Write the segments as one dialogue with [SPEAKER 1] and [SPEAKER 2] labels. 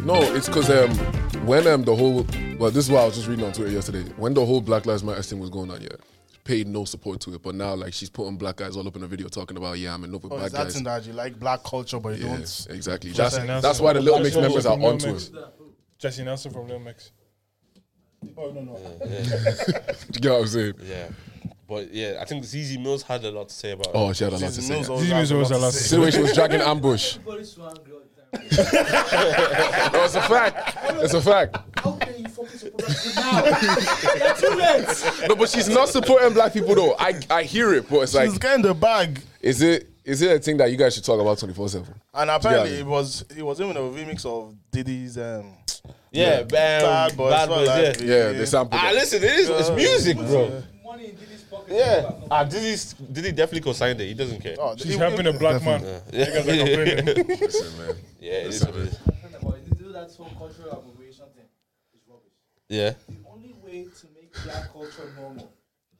[SPEAKER 1] because um, when um, the whole, well, this is what I was just reading on Twitter yesterday. When the whole Black Lives Matter thing was going on, yeah, paid no support to it. But now, like, she's putting black guys all up in a video talking about, yeah, I'm in love with
[SPEAKER 2] Oh,
[SPEAKER 1] black
[SPEAKER 2] is that
[SPEAKER 1] guys.
[SPEAKER 2] in that you like black culture, but you
[SPEAKER 1] yeah,
[SPEAKER 2] don't.
[SPEAKER 1] exactly. That's,
[SPEAKER 3] Nelson.
[SPEAKER 1] that's why the Little Mix
[SPEAKER 3] Jesse
[SPEAKER 1] members are
[SPEAKER 3] Nelson from
[SPEAKER 1] onto
[SPEAKER 3] Lil
[SPEAKER 1] it.
[SPEAKER 3] Jesse Nelson from Lil Mix.
[SPEAKER 2] Oh no no.
[SPEAKER 1] You get what I'm saying?
[SPEAKER 4] Yeah. But yeah, I think ZZ Mills had a lot to say about it.
[SPEAKER 1] Oh, she had a lot to
[SPEAKER 2] She's
[SPEAKER 1] say.
[SPEAKER 2] knows all
[SPEAKER 1] See
[SPEAKER 3] These
[SPEAKER 2] that,
[SPEAKER 3] news always
[SPEAKER 2] but
[SPEAKER 3] allow us to
[SPEAKER 1] the way she was dragging ambush.
[SPEAKER 5] Everybody's so angry all the time.
[SPEAKER 1] No, it's a fact. It's a fact.
[SPEAKER 5] How dare you fucking support us now? They're too late.
[SPEAKER 1] No, but she's not supporting black people though. I, I hear it, but it's like,
[SPEAKER 2] She's getting the bag,
[SPEAKER 1] is it is it a thing that you guys should talk about 24 seven?
[SPEAKER 2] and apparently
[SPEAKER 1] Yeah.
[SPEAKER 2] it was it was even a remix of Diddy's um,
[SPEAKER 4] Yeah, um, bad
[SPEAKER 2] Bad
[SPEAKER 4] boys.
[SPEAKER 2] Boys.
[SPEAKER 4] Bad
[SPEAKER 2] not
[SPEAKER 4] boys
[SPEAKER 2] like
[SPEAKER 4] yeah.
[SPEAKER 2] the-
[SPEAKER 1] Yeah, they sample.
[SPEAKER 4] Ah,
[SPEAKER 1] that.
[SPEAKER 4] listen, it is, it's music, bro.
[SPEAKER 5] Money in Diddy's pocket.
[SPEAKER 4] Yeah. Ah, Diddy's, Diddy definitely co-signed it. He doesn't care.
[SPEAKER 2] Oh,
[SPEAKER 3] She's
[SPEAKER 2] it-
[SPEAKER 3] helping a
[SPEAKER 2] it-
[SPEAKER 3] black man.
[SPEAKER 4] yeah.
[SPEAKER 3] Niggas are complaining.
[SPEAKER 1] Listen, man.
[SPEAKER 4] yeah, it is what it is.
[SPEAKER 5] Talking about it. They do that whole cultural appropriation thing. It's rubbish.
[SPEAKER 4] Yeah.
[SPEAKER 5] The only way to make black culture normal.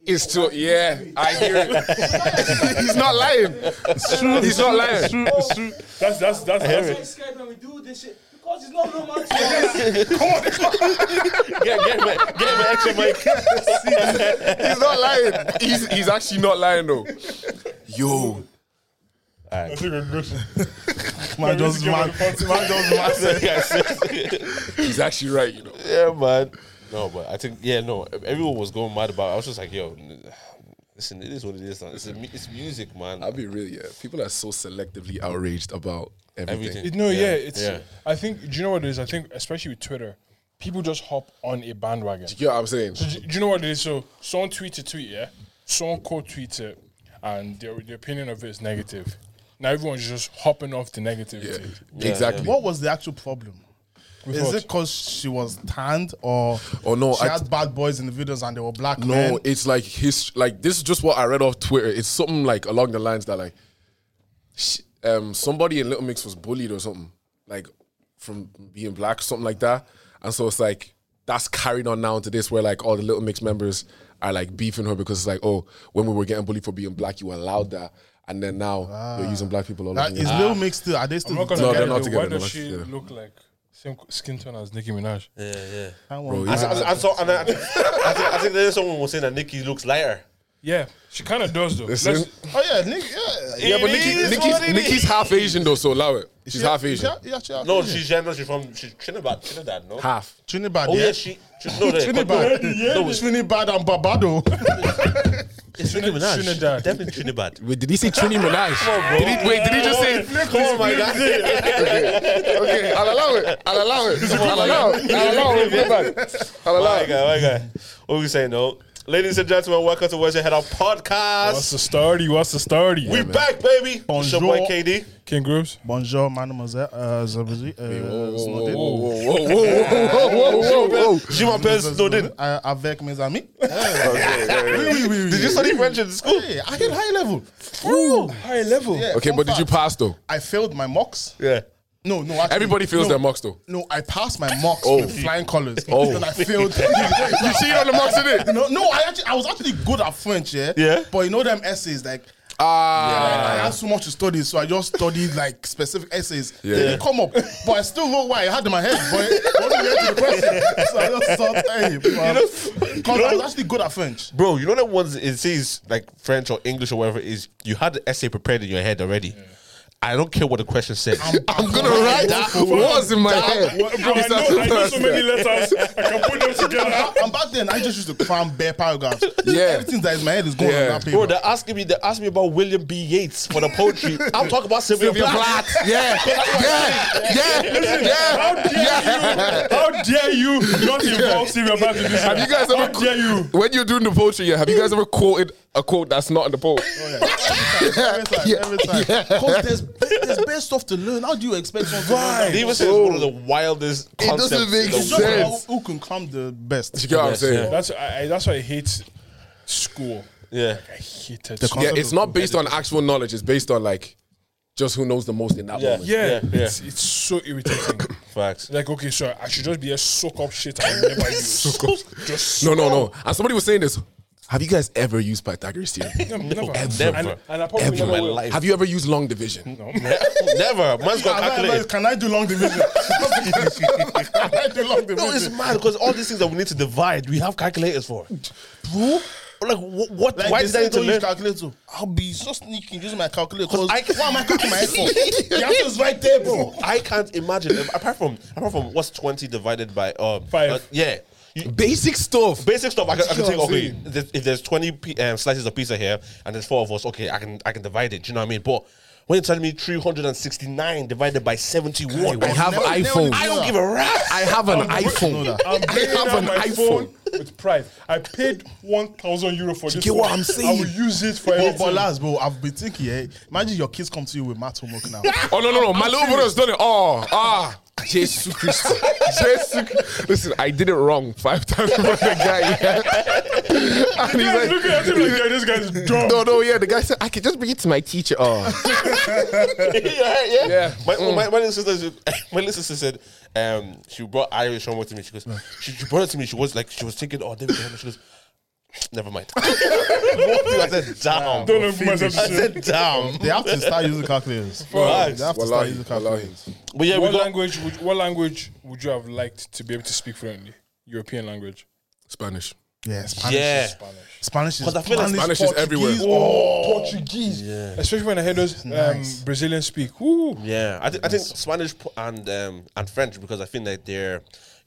[SPEAKER 1] It's too yeah. I hear it. He's not lying. It's true. He's not lying.
[SPEAKER 3] It's true. That's that's that's.
[SPEAKER 5] That's why
[SPEAKER 3] that's
[SPEAKER 5] it's scared when we do this shit because it's not normal to us.
[SPEAKER 4] Get, get, him a- get him an extra mic.
[SPEAKER 1] He's not lying. He's he's actually not lying though. Yo,
[SPEAKER 3] that's a good question.
[SPEAKER 2] Man
[SPEAKER 3] Let me
[SPEAKER 2] just
[SPEAKER 3] see
[SPEAKER 2] mad.
[SPEAKER 3] what the fuck-
[SPEAKER 2] Man just mad.
[SPEAKER 4] Yeah, seriously.
[SPEAKER 1] he's actually right. You know.
[SPEAKER 4] yeah, man. No, but I think yeah, no. Everyone was going mad about. It. I was just like, yo, n- listen, it is what it is. man. It's a, mu- it's music, man.
[SPEAKER 1] I'll be real. Yeah, people are so selectively outraged about everything.
[SPEAKER 4] Everything.
[SPEAKER 3] It- no, yeah, it's.
[SPEAKER 4] yeah.
[SPEAKER 3] I think. Do you know what it is? I think, especially with Twitter, people just hop on a bandwagon.
[SPEAKER 1] You know what I'm saying?
[SPEAKER 3] So do, do you know what it is? So someone tweets a tweet, yeah. Someone quote tweets it, and their the opinion of it is negative. Now everyone's just hopping off the
[SPEAKER 1] Yeah,
[SPEAKER 3] negativity.
[SPEAKER 1] exactly.
[SPEAKER 2] What was the actual problem? Is
[SPEAKER 3] what?
[SPEAKER 2] it because she was tanned or
[SPEAKER 1] Oh, no,
[SPEAKER 2] she
[SPEAKER 1] I-
[SPEAKER 2] had bad boys in the videos and they were black
[SPEAKER 1] No,
[SPEAKER 2] men?
[SPEAKER 1] it's like his like this is just what I read off Twitter. It's something like along the lines that like sh- um somebody in Little Mix was bullied or something like from being black something like that. And so it's like that's carried on now into this where like all the Little Mix members are like beefing her because it's like oh when we were getting bullied for being black you allowed that and then now you're using black people all
[SPEAKER 2] That
[SPEAKER 1] over.
[SPEAKER 2] is
[SPEAKER 1] the-
[SPEAKER 2] Lil Mix still? Are they still?
[SPEAKER 3] I'm not gonna
[SPEAKER 1] No,
[SPEAKER 3] lie,
[SPEAKER 1] they're not
[SPEAKER 3] though,
[SPEAKER 1] together,
[SPEAKER 3] Why
[SPEAKER 1] they're
[SPEAKER 3] does
[SPEAKER 1] not
[SPEAKER 3] she
[SPEAKER 1] together.
[SPEAKER 3] look like same skin tone as Nicki Minaj?
[SPEAKER 4] yeah, yeah.
[SPEAKER 2] I want-
[SPEAKER 1] Bro, he's-
[SPEAKER 4] And, so- and so, and I think, I think, I think there's someone was saying that Nikki looks lighter.
[SPEAKER 3] Yeah, she kind of does though.
[SPEAKER 1] Listen.
[SPEAKER 3] Let's-
[SPEAKER 2] oh yeah, Nick, yeah,
[SPEAKER 1] yeah, but Nikki,
[SPEAKER 4] It is what
[SPEAKER 1] Nikki's,
[SPEAKER 4] it
[SPEAKER 1] Nikki's half Asian though, so allow it. She's half
[SPEAKER 2] Yeah,
[SPEAKER 1] Asian.
[SPEAKER 2] yeah, she half
[SPEAKER 4] No,
[SPEAKER 2] Asian.
[SPEAKER 4] she's Jenna. She's from she's Trinidad. Trinidad, no.
[SPEAKER 1] Half.
[SPEAKER 2] Trinidad.
[SPEAKER 4] Oh yeah,
[SPEAKER 2] yeah.
[SPEAKER 4] she. she no, they-
[SPEAKER 2] Trinidad.
[SPEAKER 4] No,
[SPEAKER 2] It's
[SPEAKER 4] it's,
[SPEAKER 2] Trinidad and Barbado.
[SPEAKER 4] it's Nicki Minaj.
[SPEAKER 3] Trinidad.
[SPEAKER 4] Definitely Trinidad.
[SPEAKER 1] Wait, did he say Trini Minaj? Did he, wait, did he just say?
[SPEAKER 4] Oh my god.
[SPEAKER 1] okay, okay, I'll allow it. I'll allow it. I'll allow it. I'll allow it. Go back. I'll allow
[SPEAKER 4] My
[SPEAKER 1] it.
[SPEAKER 4] God, my God. What we saying, no? Ladies and gentlemen, welcome to Where's Your Head Out
[SPEAKER 3] What's
[SPEAKER 4] podcast.
[SPEAKER 3] the story? What's the story?
[SPEAKER 4] we back, baby. It's your boy
[SPEAKER 2] Bonjour.
[SPEAKER 4] KD.
[SPEAKER 3] King Groups.
[SPEAKER 2] Bonjour, mademoiselle. Uh, Zabuzi,
[SPEAKER 1] Oh,
[SPEAKER 2] uh, Snowden.
[SPEAKER 1] whoa, whoa, whoa, whoa, whoa, whoa, whoa.
[SPEAKER 4] Je m'appelle Snowden.
[SPEAKER 2] Uh, avec mes amis.
[SPEAKER 4] Did you study French in school?
[SPEAKER 2] Hey, I hit high level.
[SPEAKER 3] High level.
[SPEAKER 2] Yeah,
[SPEAKER 1] Okay,
[SPEAKER 2] fun
[SPEAKER 1] but did
[SPEAKER 2] fact.
[SPEAKER 1] you pass though?
[SPEAKER 2] I failed my mocks.
[SPEAKER 4] Yeah.
[SPEAKER 2] No, no. Actually,
[SPEAKER 1] Everybody feels
[SPEAKER 2] no,
[SPEAKER 1] their mocks though.
[SPEAKER 2] No, I passed my mocks with flying colors.
[SPEAKER 1] Oh.
[SPEAKER 2] Then I failed.
[SPEAKER 1] You see on the mocks in it.
[SPEAKER 2] no, no. I actually, I was actually good at French. Yeah.
[SPEAKER 4] Yeah.
[SPEAKER 2] But you know them essays like.
[SPEAKER 1] Ah,
[SPEAKER 2] I had so much to study, so I just studied like specific essays.
[SPEAKER 1] Yeah.
[SPEAKER 2] Yeah. They didn't come up, but I still wrote what I had in my head. But it wasn't related to the question, so I just thought, hey, because I was actually good at French.
[SPEAKER 4] Bro, you know that ones it says like French or English or whatever it is you had the essay prepared in your head already. I don't care what the question says.
[SPEAKER 1] I'm gonna write words in my head.
[SPEAKER 3] Bro, I know, I know so many letters. I can put them together.
[SPEAKER 2] And back then, I just used to cram bare paragraphs.
[SPEAKER 1] Yeah.
[SPEAKER 2] everything that is in my head is going
[SPEAKER 1] Yeah.
[SPEAKER 2] on that paper.
[SPEAKER 4] Bro, they're asking me. They asked me about William B. Yeats for the poetry. I'm talking about Sylvia,
[SPEAKER 1] Sylvia
[SPEAKER 4] Plath.
[SPEAKER 1] Plath. Yeah, yeah, yeah, yeah.
[SPEAKER 3] How dare you? How dare you not involve Sylvia Plath in this?
[SPEAKER 1] Have you guys
[SPEAKER 3] How
[SPEAKER 1] ever?
[SPEAKER 3] dare you? Mm.
[SPEAKER 1] When you're doing the poetry, yeah, have you guys ever quoted a quote that's not in the poem?
[SPEAKER 2] every time, every time.
[SPEAKER 1] Yeah.
[SPEAKER 2] Because there's there's bare stuff to learn. How do you expect someone to learn?
[SPEAKER 4] They even say it's one of the wildest
[SPEAKER 1] doesn't
[SPEAKER 4] concepts. in
[SPEAKER 1] make
[SPEAKER 4] the
[SPEAKER 2] It's
[SPEAKER 1] sense.
[SPEAKER 2] just
[SPEAKER 4] world.
[SPEAKER 2] about who can cram the best.
[SPEAKER 1] You get what I'm saying?
[SPEAKER 3] That's I, I, that's why I hate school.
[SPEAKER 4] Yeah.
[SPEAKER 3] I hated
[SPEAKER 2] The
[SPEAKER 3] school.
[SPEAKER 1] Yeah, it's not based on actual knowledge. It's based on like just who knows the most in that
[SPEAKER 4] Yeah.
[SPEAKER 1] moment.
[SPEAKER 3] Yeah,
[SPEAKER 4] Yeah, yeah.
[SPEAKER 3] It's, it's so irritating.
[SPEAKER 4] Facts.
[SPEAKER 3] like, okay, so I should just be a soak up shit I never use.
[SPEAKER 1] No, no, no. And somebody was saying this. Have you guys ever used Pythagoras theorem?
[SPEAKER 3] Never.
[SPEAKER 1] Ever.
[SPEAKER 3] And, and I probably
[SPEAKER 1] Ever.
[SPEAKER 3] never
[SPEAKER 4] my
[SPEAKER 3] will.
[SPEAKER 4] life.
[SPEAKER 1] Have you ever used long division?
[SPEAKER 4] Never. Man's got
[SPEAKER 2] Am I- am I-
[SPEAKER 4] calculated.
[SPEAKER 2] Can I do long division? Can I do long
[SPEAKER 4] No, it's
[SPEAKER 2] division?
[SPEAKER 4] mad because all these things that we need to divide, we have calculators for. Bro, like what? what
[SPEAKER 2] Like they
[SPEAKER 4] why did
[SPEAKER 2] say
[SPEAKER 4] I need to
[SPEAKER 2] don't use
[SPEAKER 4] learn?
[SPEAKER 2] calculator. I'll be so sneaky using my calculator.
[SPEAKER 4] 'Cause
[SPEAKER 2] Cause
[SPEAKER 4] I can-
[SPEAKER 2] why am I cooking my head for? The answer is right there, bro.
[SPEAKER 4] I can't imagine. Apart from apart from what's twenty divided by um
[SPEAKER 3] Five.
[SPEAKER 4] uh, yeah. You-
[SPEAKER 1] Basic stuff.
[SPEAKER 4] Basic stuff. I can, I can
[SPEAKER 1] That's
[SPEAKER 4] take.
[SPEAKER 1] what I'm
[SPEAKER 4] Okay, th- if there's twenty p- um, slices of pizza here, and there's four of us, okay, I can I can divide it. Do you know what I mean? But when you're telling me three hundred and sixty nine divided by seventy one,
[SPEAKER 1] I have
[SPEAKER 2] Never- never
[SPEAKER 1] iPhone.
[SPEAKER 2] knew
[SPEAKER 4] I don't
[SPEAKER 2] that.
[SPEAKER 4] give a rap.
[SPEAKER 1] I have an iPhone.
[SPEAKER 3] I'm
[SPEAKER 1] I
[SPEAKER 3] bringing
[SPEAKER 1] have
[SPEAKER 3] out
[SPEAKER 1] an
[SPEAKER 3] my
[SPEAKER 1] iPhone.
[SPEAKER 3] phone with pride. I paid one thousand euro for this.
[SPEAKER 1] get what
[SPEAKER 3] phone.
[SPEAKER 1] I'm
[SPEAKER 3] I
[SPEAKER 1] saying?
[SPEAKER 3] will use it for
[SPEAKER 2] But,
[SPEAKER 3] everything.
[SPEAKER 2] but last, bro, I've been thinking, eh? Imagine your kids come to you with math homework now.
[SPEAKER 1] Oh no no no! My little brother's done it. Oh ah, Jesus Christ, Jesus. Christ. Listen, I did it wrong five times for the guy. Yeah. And he's
[SPEAKER 3] Guys,
[SPEAKER 1] like-
[SPEAKER 3] look at him like, yeah, this guy's dumb.
[SPEAKER 1] no no yeah. The guy said I could just bring it to my teacher. Oh,
[SPEAKER 4] yeah, yeah.
[SPEAKER 1] Yeah. Mm.
[SPEAKER 4] My, my, my little sister, my little sister said, um, she brought Irish homework to me. She goes, she, she brought it to me. She was like, she was thinking, oh, David, Cameron." she goes, never mind. I said, damn.
[SPEAKER 3] Don't look for myself
[SPEAKER 4] I
[SPEAKER 3] to say.
[SPEAKER 4] said, damn.
[SPEAKER 2] They have to start using calculators.
[SPEAKER 4] Facts.
[SPEAKER 2] They have to start
[SPEAKER 1] Wallahi,
[SPEAKER 2] using
[SPEAKER 1] wallahi.
[SPEAKER 2] calculators.
[SPEAKER 4] But yeah, we
[SPEAKER 3] What
[SPEAKER 4] got
[SPEAKER 3] language would what language would you have liked to be able to speak fluently? European language.
[SPEAKER 1] Spanish.
[SPEAKER 2] Yeah, Spanish.
[SPEAKER 4] yeah.
[SPEAKER 3] Spanish.
[SPEAKER 2] Spanish is,
[SPEAKER 4] 'Cause I feel like
[SPEAKER 1] Spanish is everywhere.
[SPEAKER 2] Portuguese. Oh,
[SPEAKER 3] Portuguese. Especially when I hear those um, Brazilians speak. Ooh.
[SPEAKER 4] Yeah, I, think I think Spanish po- and um, and French because I feel like they're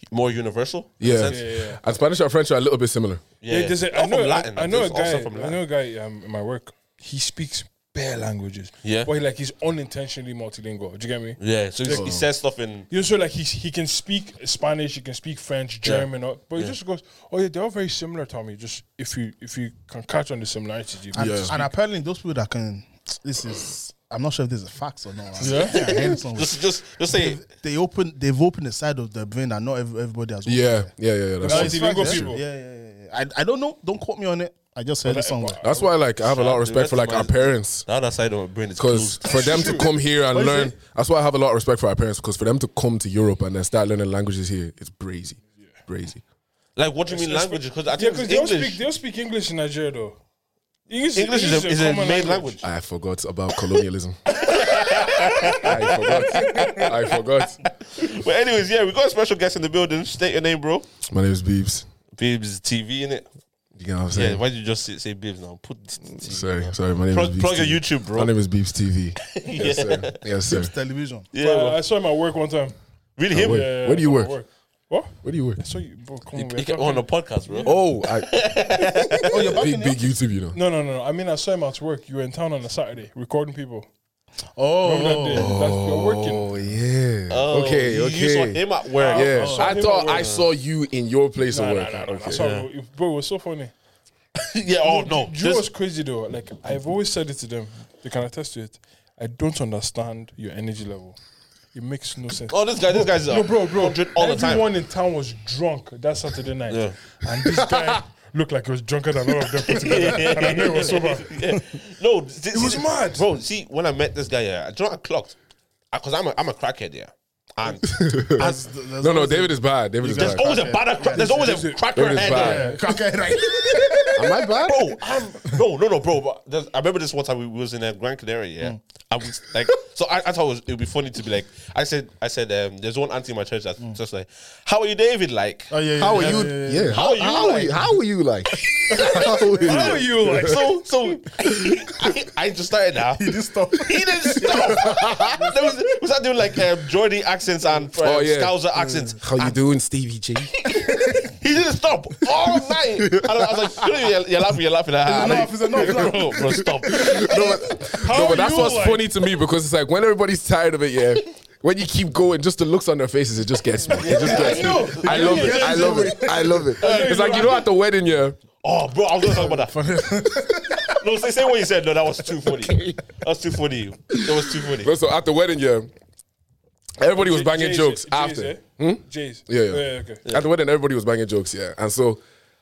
[SPEAKER 4] more universal. in a
[SPEAKER 1] Yeah.
[SPEAKER 4] sense.
[SPEAKER 1] and Spanish and French are a little bit similar.
[SPEAKER 4] yeah.
[SPEAKER 3] Yeah, there's a,
[SPEAKER 4] Not
[SPEAKER 3] I know,
[SPEAKER 4] from Latin.
[SPEAKER 3] I, I know a
[SPEAKER 4] think it's
[SPEAKER 3] guy.
[SPEAKER 4] also from
[SPEAKER 3] I
[SPEAKER 4] Latin.
[SPEAKER 3] know a guy um, in my work. He speaks bare languages.
[SPEAKER 4] Yeah.
[SPEAKER 3] but like he's unintentionally multilingual. Do you get me?
[SPEAKER 4] Yeah, so he- he says stuff in.
[SPEAKER 3] You know, so like he he can speak Spanish, he can speak French, German, or, but he just goes, oh yeah, they're all very similar, Tommy. Just if you if you can catch on the similarities, you
[SPEAKER 2] And,
[SPEAKER 1] Yeah.
[SPEAKER 2] and apparently, those people that can, this is, I'm not sure if this is facts or not.
[SPEAKER 3] Yeah.
[SPEAKER 2] I heard it somewhere.
[SPEAKER 4] Just, just, just say.
[SPEAKER 2] They've- they open, they've opened the side of the brain that not ev- everybody has. opened.
[SPEAKER 1] Yeah yeah yeah. yeah that's,
[SPEAKER 3] That's
[SPEAKER 1] true.
[SPEAKER 3] Multilingual
[SPEAKER 2] yeah.
[SPEAKER 3] people.
[SPEAKER 2] Yeah, yeah, yeah, yeah. I, I don't know. Don't quote me on it. I just heard it somewhere.
[SPEAKER 1] that's why like I have a lot of
[SPEAKER 4] Shout out
[SPEAKER 1] respect
[SPEAKER 4] to
[SPEAKER 1] for like
[SPEAKER 4] Western
[SPEAKER 1] our
[SPEAKER 4] man.
[SPEAKER 1] parents.
[SPEAKER 4] The other side of my brain is
[SPEAKER 1] Because
[SPEAKER 4] closed.
[SPEAKER 1] for them to come here and
[SPEAKER 2] you
[SPEAKER 1] learn,
[SPEAKER 2] say?
[SPEAKER 1] that's why I have a lot of respect for our parents. Because for them to come to Europe and then start learning languages here, it's brazy, brazy.
[SPEAKER 4] Like, what do you mean
[SPEAKER 3] It's- it's-
[SPEAKER 4] languages? Because I
[SPEAKER 3] yeah,
[SPEAKER 4] think
[SPEAKER 3] because
[SPEAKER 4] it's
[SPEAKER 3] they don't speak
[SPEAKER 4] English.
[SPEAKER 3] they don't speak English in Nigeria though. English,
[SPEAKER 4] English is a, is a
[SPEAKER 3] common
[SPEAKER 4] main language.
[SPEAKER 1] I forgot about colonialism. I forgot. I forgot.
[SPEAKER 4] But anyways, yeah, we got a special guest in the building. State your name, bro.
[SPEAKER 1] My name is Beebs.
[SPEAKER 4] Bibs TV in it.
[SPEAKER 1] You know what I'm
[SPEAKER 4] Yeah,
[SPEAKER 1] saying?
[SPEAKER 4] why did you just say, say Bibs now? Put t- t-
[SPEAKER 1] sorry, sorry. My name
[SPEAKER 4] plug,
[SPEAKER 1] is Beebs.
[SPEAKER 4] plug
[SPEAKER 1] TV.
[SPEAKER 4] your YouTube,
[SPEAKER 1] My
[SPEAKER 4] bro.
[SPEAKER 1] name is Beebs TV. Yes, sir. Yes, sir.
[SPEAKER 2] Television.
[SPEAKER 4] Yeah,
[SPEAKER 3] But uh,
[SPEAKER 4] bro.
[SPEAKER 3] I saw him at work one time.
[SPEAKER 4] really him.
[SPEAKER 1] wait.
[SPEAKER 4] Yeah.
[SPEAKER 1] Where do you
[SPEAKER 3] I saw him
[SPEAKER 1] work?
[SPEAKER 3] at What?
[SPEAKER 1] What do you wear?
[SPEAKER 3] I saw you, bro. Come on,
[SPEAKER 4] You
[SPEAKER 3] we're
[SPEAKER 4] get
[SPEAKER 3] talking.
[SPEAKER 4] on a podcast, bro.
[SPEAKER 1] Oh, I,
[SPEAKER 2] Oh, you're back
[SPEAKER 1] big
[SPEAKER 2] in
[SPEAKER 1] big
[SPEAKER 2] it?
[SPEAKER 1] YouTube, you know.
[SPEAKER 3] No, no, no, no. I mean, I saw him at work. You were in town on a Saturday recording people. Remember that day?
[SPEAKER 2] Oh,
[SPEAKER 3] That's, you're working.
[SPEAKER 1] Oh yeah.
[SPEAKER 4] Oh,
[SPEAKER 1] okay,
[SPEAKER 4] you-
[SPEAKER 1] okay.
[SPEAKER 4] You saw him at work.
[SPEAKER 1] yeah,
[SPEAKER 3] saw
[SPEAKER 1] I
[SPEAKER 3] him
[SPEAKER 1] thought
[SPEAKER 3] at
[SPEAKER 1] I
[SPEAKER 3] work.
[SPEAKER 1] saw you in your place
[SPEAKER 3] Nah,
[SPEAKER 1] of
[SPEAKER 3] nah,
[SPEAKER 1] work.
[SPEAKER 3] nah, nah, nah. I
[SPEAKER 1] okay.
[SPEAKER 3] saw him. Bro, it was so funny.
[SPEAKER 4] yeah. Oh no.
[SPEAKER 3] You know what's crazy though? Like I've always said it to them. They can attest to it. I don't understand your energy level. It makes no sense.
[SPEAKER 4] Oh, this guy, this guy's
[SPEAKER 3] no, bro, bro.
[SPEAKER 4] all the time.
[SPEAKER 3] Everyone in town was drunk that Saturday night,
[SPEAKER 4] Yeah.
[SPEAKER 3] and this guy looked like he was drunker than all of them put together, and I knew he was sober.
[SPEAKER 4] yeah. No, it
[SPEAKER 3] was mad.
[SPEAKER 4] bro. See, when I met this guy, yeah, do you know what I clocked? Because I'm a, I'm a crackhead, yeah, and, and
[SPEAKER 1] No, no, David is bad. David is
[SPEAKER 4] there's
[SPEAKER 1] bad.
[SPEAKER 4] always a bad, there's always a cracker
[SPEAKER 1] David is
[SPEAKER 4] head,
[SPEAKER 1] bad.
[SPEAKER 4] yeah.
[SPEAKER 1] Am I bad?
[SPEAKER 4] bro. I'm, no, no, no, bro. But there's- I remember this one time we was in a Gran Canaria, yeah, and we like, so I, I thought it, was, it would be funny to be like, I said, I said, um, there's one auntie in my church that's just like, how are you, David? Like,
[SPEAKER 2] Oh, yeah, yeah,
[SPEAKER 1] How are
[SPEAKER 2] yeah,
[SPEAKER 1] you?
[SPEAKER 2] yeah, yeah,
[SPEAKER 1] Yeah.
[SPEAKER 2] yeah.
[SPEAKER 1] How,
[SPEAKER 4] How
[SPEAKER 1] how are
[SPEAKER 4] are
[SPEAKER 1] you?
[SPEAKER 4] you
[SPEAKER 1] How are you like? How are you?
[SPEAKER 4] How are you like so so? I, I just started now. He
[SPEAKER 2] didn't stop.
[SPEAKER 4] He didn't stop. There was, we started doing like um, Jordy accents and uh,
[SPEAKER 1] Oh, yeah.
[SPEAKER 4] Scouser accents.
[SPEAKER 1] How you doing, Stevie G?
[SPEAKER 4] He didn't stop all night. And I was like, "Really? you're, you're laughing, you're laughing. And I-
[SPEAKER 2] enough, it's enough, laugh.
[SPEAKER 4] bro, bro, stop.
[SPEAKER 1] no, but,
[SPEAKER 4] How
[SPEAKER 1] no,
[SPEAKER 4] are
[SPEAKER 1] but that's
[SPEAKER 4] you
[SPEAKER 1] what's
[SPEAKER 4] like?
[SPEAKER 1] funny to me because it's like when everybody's tired of it, yeah. When you keep going, just the looks on their faces, it just gets me. It just gets me. I love it. I love it. I love it. It's like you know at the wedding, yeah.
[SPEAKER 4] Oh, bro, I was gonna talk about that. no, say, say what you said. No, that was too funny. That was too funny. That was too funny.
[SPEAKER 1] So at the wedding, yeah. Everybody was banging
[SPEAKER 3] Jays,
[SPEAKER 1] jokes
[SPEAKER 3] Jays,
[SPEAKER 1] after. Hmm?
[SPEAKER 3] eh? Jays.
[SPEAKER 1] Yeah, yeah.
[SPEAKER 3] Oh, yeah okay.
[SPEAKER 1] At the wedding, everybody was banging jokes, yeah. And so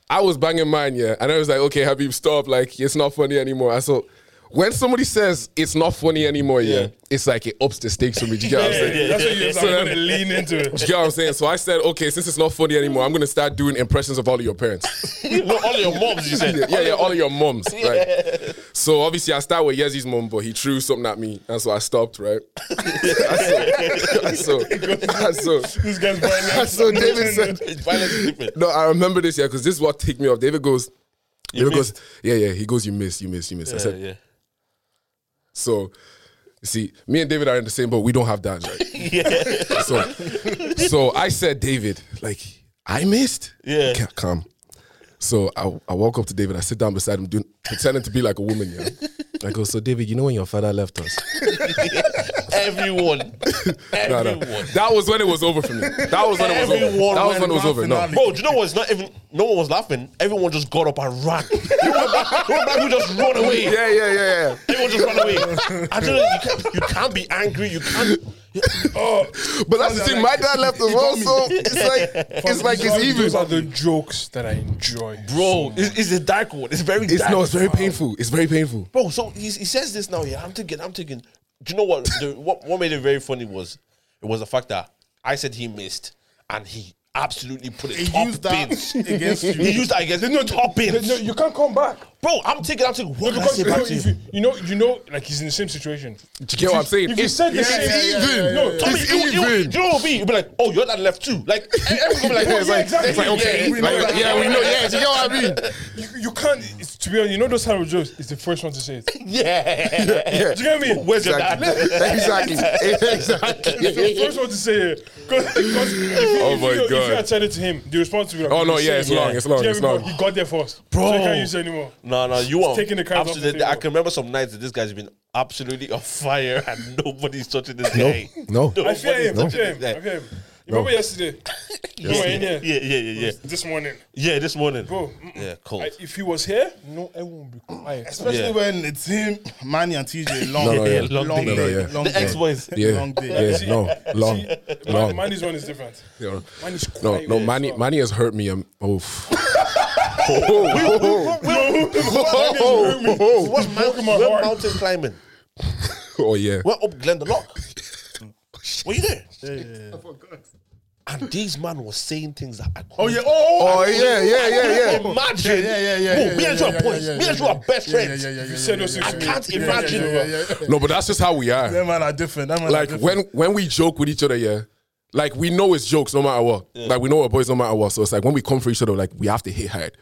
[SPEAKER 1] I was banging mine, yeah. And I was like, okay, Habib, stop. Like, it's not funny anymore. And so when somebody says it's not funny anymore, yeah,
[SPEAKER 4] Yeah.
[SPEAKER 1] it's like it ups the stakes for me. Do you get what I'm saying?
[SPEAKER 3] That's what you're
[SPEAKER 1] So
[SPEAKER 3] going to
[SPEAKER 1] then-
[SPEAKER 3] lean into it.
[SPEAKER 1] Do you get what I'm saying? So I said, okay, since it's not funny anymore, I'm gonna start doing impressions of all of your parents.
[SPEAKER 4] no, all your moms, you said.
[SPEAKER 1] yeah, yeah, yeah, all of your moms. Right. So obviously I start with Yezi's mom, but he threw something at me, and so I stopped. Right. and so, and so, and so,
[SPEAKER 3] This guy's buying
[SPEAKER 1] and so David said,
[SPEAKER 4] Violence is different.
[SPEAKER 1] no, I remember this, yeah, because this is what ticked me off. David goes, David goes, yeah, yeah. He goes, you miss, you miss, you miss. I
[SPEAKER 4] Yeah,
[SPEAKER 1] said,
[SPEAKER 4] yeah.
[SPEAKER 1] so, you see, me and David are in the same boat. We don't have that, right? So, so I said, David, like, I missed?
[SPEAKER 4] Yeah.
[SPEAKER 1] Ca- Calm. So I, I walk up to David, I sit down beside him, doing, pretending to be like a woman, yeah. I go, so David, you know when your father left us?
[SPEAKER 4] Everyone.
[SPEAKER 1] No, no.
[SPEAKER 4] Everyone.
[SPEAKER 1] That was when it was over for me. That was when it was over.
[SPEAKER 4] Everyone
[SPEAKER 1] That was
[SPEAKER 4] went
[SPEAKER 1] when it was over. No.
[SPEAKER 2] finale.
[SPEAKER 4] Bro, do you know what's not even? No one was laughing. Everyone just got up and ran. you were black, you were black, you just run away.
[SPEAKER 1] Yeah, yeah, yeah, yeah.
[SPEAKER 4] Everyone just ran away. I don't know. You can't, you can't be angry. You can't. Oh,
[SPEAKER 1] But that's the thing. My dad left us also. It's like it's like
[SPEAKER 3] these are-
[SPEAKER 1] it's even.
[SPEAKER 3] Those are the jokes that I enjoy.
[SPEAKER 4] bro, oh, it's, it's a dark one. It's very.
[SPEAKER 1] It's
[SPEAKER 4] dark.
[SPEAKER 1] no, it's very painful. It's very painful.
[SPEAKER 4] bro. So he, he says this now. Yeah, I'm thinking. I'm thinking. Do you know what? The, what what made it very funny was it was the fact that I said he missed and he absolutely put it
[SPEAKER 2] He
[SPEAKER 4] top
[SPEAKER 2] used that
[SPEAKER 4] bins.
[SPEAKER 2] against you.
[SPEAKER 4] He used that against no top bins.
[SPEAKER 3] No, you can't come back.
[SPEAKER 4] Bro, I'm thinking. I'm thinking. What did I
[SPEAKER 3] Because
[SPEAKER 4] say
[SPEAKER 3] you know,
[SPEAKER 4] back to
[SPEAKER 3] if
[SPEAKER 4] him?
[SPEAKER 3] you, you know, you know, like he's in the same situation.
[SPEAKER 1] Do you get what I'm saying?
[SPEAKER 3] If you said the
[SPEAKER 1] it's
[SPEAKER 3] same,
[SPEAKER 1] even.
[SPEAKER 3] no,
[SPEAKER 1] yeah,
[SPEAKER 4] Tommy,
[SPEAKER 1] It's
[SPEAKER 4] it would- it would-
[SPEAKER 1] even.
[SPEAKER 4] Do you know what it would be? You'd be like, oh, you're that left too. Like, everyone's gonna be like,
[SPEAKER 1] Yeah,
[SPEAKER 4] oh,
[SPEAKER 1] it's
[SPEAKER 4] yeah,
[SPEAKER 1] like,
[SPEAKER 4] exactly.
[SPEAKER 1] it's like, okay,
[SPEAKER 4] yeah,
[SPEAKER 1] like, yeah,
[SPEAKER 4] yeah,
[SPEAKER 1] we know, yeah, do you get what I mean?
[SPEAKER 3] you, you can't. It's, to be honest, you know those type of jokes. It's the first one to say it.
[SPEAKER 4] yeah.
[SPEAKER 1] Yeah.
[SPEAKER 3] Do you get me?
[SPEAKER 4] Where's your dad?
[SPEAKER 1] Exactly. exactly.
[SPEAKER 3] It's the
[SPEAKER 1] exactly.
[SPEAKER 3] first one to say it. Cause, 'cause if you-
[SPEAKER 1] Oh
[SPEAKER 3] if
[SPEAKER 1] my
[SPEAKER 3] you, If
[SPEAKER 1] God.
[SPEAKER 3] you had said it to him, the response would be like,
[SPEAKER 1] Oh, no,
[SPEAKER 3] "You
[SPEAKER 1] yeah,
[SPEAKER 3] say
[SPEAKER 1] it's
[SPEAKER 3] it."
[SPEAKER 1] long, it's long,
[SPEAKER 3] Do you
[SPEAKER 1] it's
[SPEAKER 3] get me?
[SPEAKER 1] long.
[SPEAKER 3] But He got there first,
[SPEAKER 4] Bro.
[SPEAKER 3] So I can't use it anymore.
[SPEAKER 4] No, no. You are
[SPEAKER 3] taking the cards off the
[SPEAKER 4] absolutely.
[SPEAKER 3] table.
[SPEAKER 4] I can remember some nights that this guy's been absolutely on fire and nobody's touching this guy.
[SPEAKER 1] No.
[SPEAKER 3] I feel
[SPEAKER 4] Nobody's
[SPEAKER 3] him. I
[SPEAKER 4] touching
[SPEAKER 3] feel him.
[SPEAKER 4] this
[SPEAKER 3] I
[SPEAKER 4] guy.
[SPEAKER 3] feel him. You remember yesterday? You were in
[SPEAKER 4] Yeah,
[SPEAKER 3] here
[SPEAKER 4] yeah, yeah, yeah, yeah.
[SPEAKER 3] this morning,
[SPEAKER 4] Yeah, this morning.
[SPEAKER 3] bro.
[SPEAKER 4] Yeah, cold.
[SPEAKER 3] I, if he was here, no, everyone would be quiet.
[SPEAKER 2] Especially
[SPEAKER 4] Yeah.
[SPEAKER 2] when it's him, Manny, and TJ. Long,
[SPEAKER 1] No, no, yeah.
[SPEAKER 2] long,
[SPEAKER 4] Long
[SPEAKER 2] day.
[SPEAKER 4] day.
[SPEAKER 1] No, no, yeah.
[SPEAKER 2] long
[SPEAKER 4] The
[SPEAKER 2] day.
[SPEAKER 4] ex-boys.
[SPEAKER 1] Yeah.
[SPEAKER 2] Long day.
[SPEAKER 1] Yeah. No. Long.
[SPEAKER 3] Man,
[SPEAKER 1] Long.
[SPEAKER 3] Manny's one is different.
[SPEAKER 1] No.
[SPEAKER 3] Manny's quiet.
[SPEAKER 1] No. No.
[SPEAKER 3] as
[SPEAKER 1] Manny.
[SPEAKER 3] fuck.
[SPEAKER 1] Manny has hurt me. I'm. Oh.
[SPEAKER 4] We're,
[SPEAKER 3] broken my
[SPEAKER 4] we're
[SPEAKER 3] heart.
[SPEAKER 4] Oh, mountain climbing.
[SPEAKER 1] Oh yeah.
[SPEAKER 4] We're up Glendalough. Were you there? Oh, And these man was saying things that I couldn't
[SPEAKER 2] Oh yeah. Oh,
[SPEAKER 1] Oh yeah. Yeah. Yeah. Yeah.
[SPEAKER 4] imagine.
[SPEAKER 2] Yeah, yeah, yeah, yeah,
[SPEAKER 4] Bro, me
[SPEAKER 2] yeah,
[SPEAKER 4] and you
[SPEAKER 2] yeah,
[SPEAKER 4] are
[SPEAKER 2] yeah, yeah,
[SPEAKER 4] boys. me and you are best
[SPEAKER 2] yeah, yeah,
[SPEAKER 4] friends.
[SPEAKER 2] yeah, yeah, yeah,
[SPEAKER 3] You
[SPEAKER 2] yeah,
[SPEAKER 3] said
[SPEAKER 2] yeah,
[SPEAKER 3] those
[SPEAKER 2] yeah,
[SPEAKER 3] things
[SPEAKER 4] I
[SPEAKER 3] to me.
[SPEAKER 4] can't
[SPEAKER 3] Yeah, yeah,
[SPEAKER 4] imagine.
[SPEAKER 3] yeah,
[SPEAKER 2] yeah, yeah, yeah.
[SPEAKER 1] No, but that's just how we are.
[SPEAKER 2] Them man are different. Them man
[SPEAKER 1] like
[SPEAKER 2] are different.
[SPEAKER 1] when when we joke with each other, yeah, like we know it's jokes no matter what. Like we know we're boys no matter what. So it's like when we come for each other, like we have to hit hard.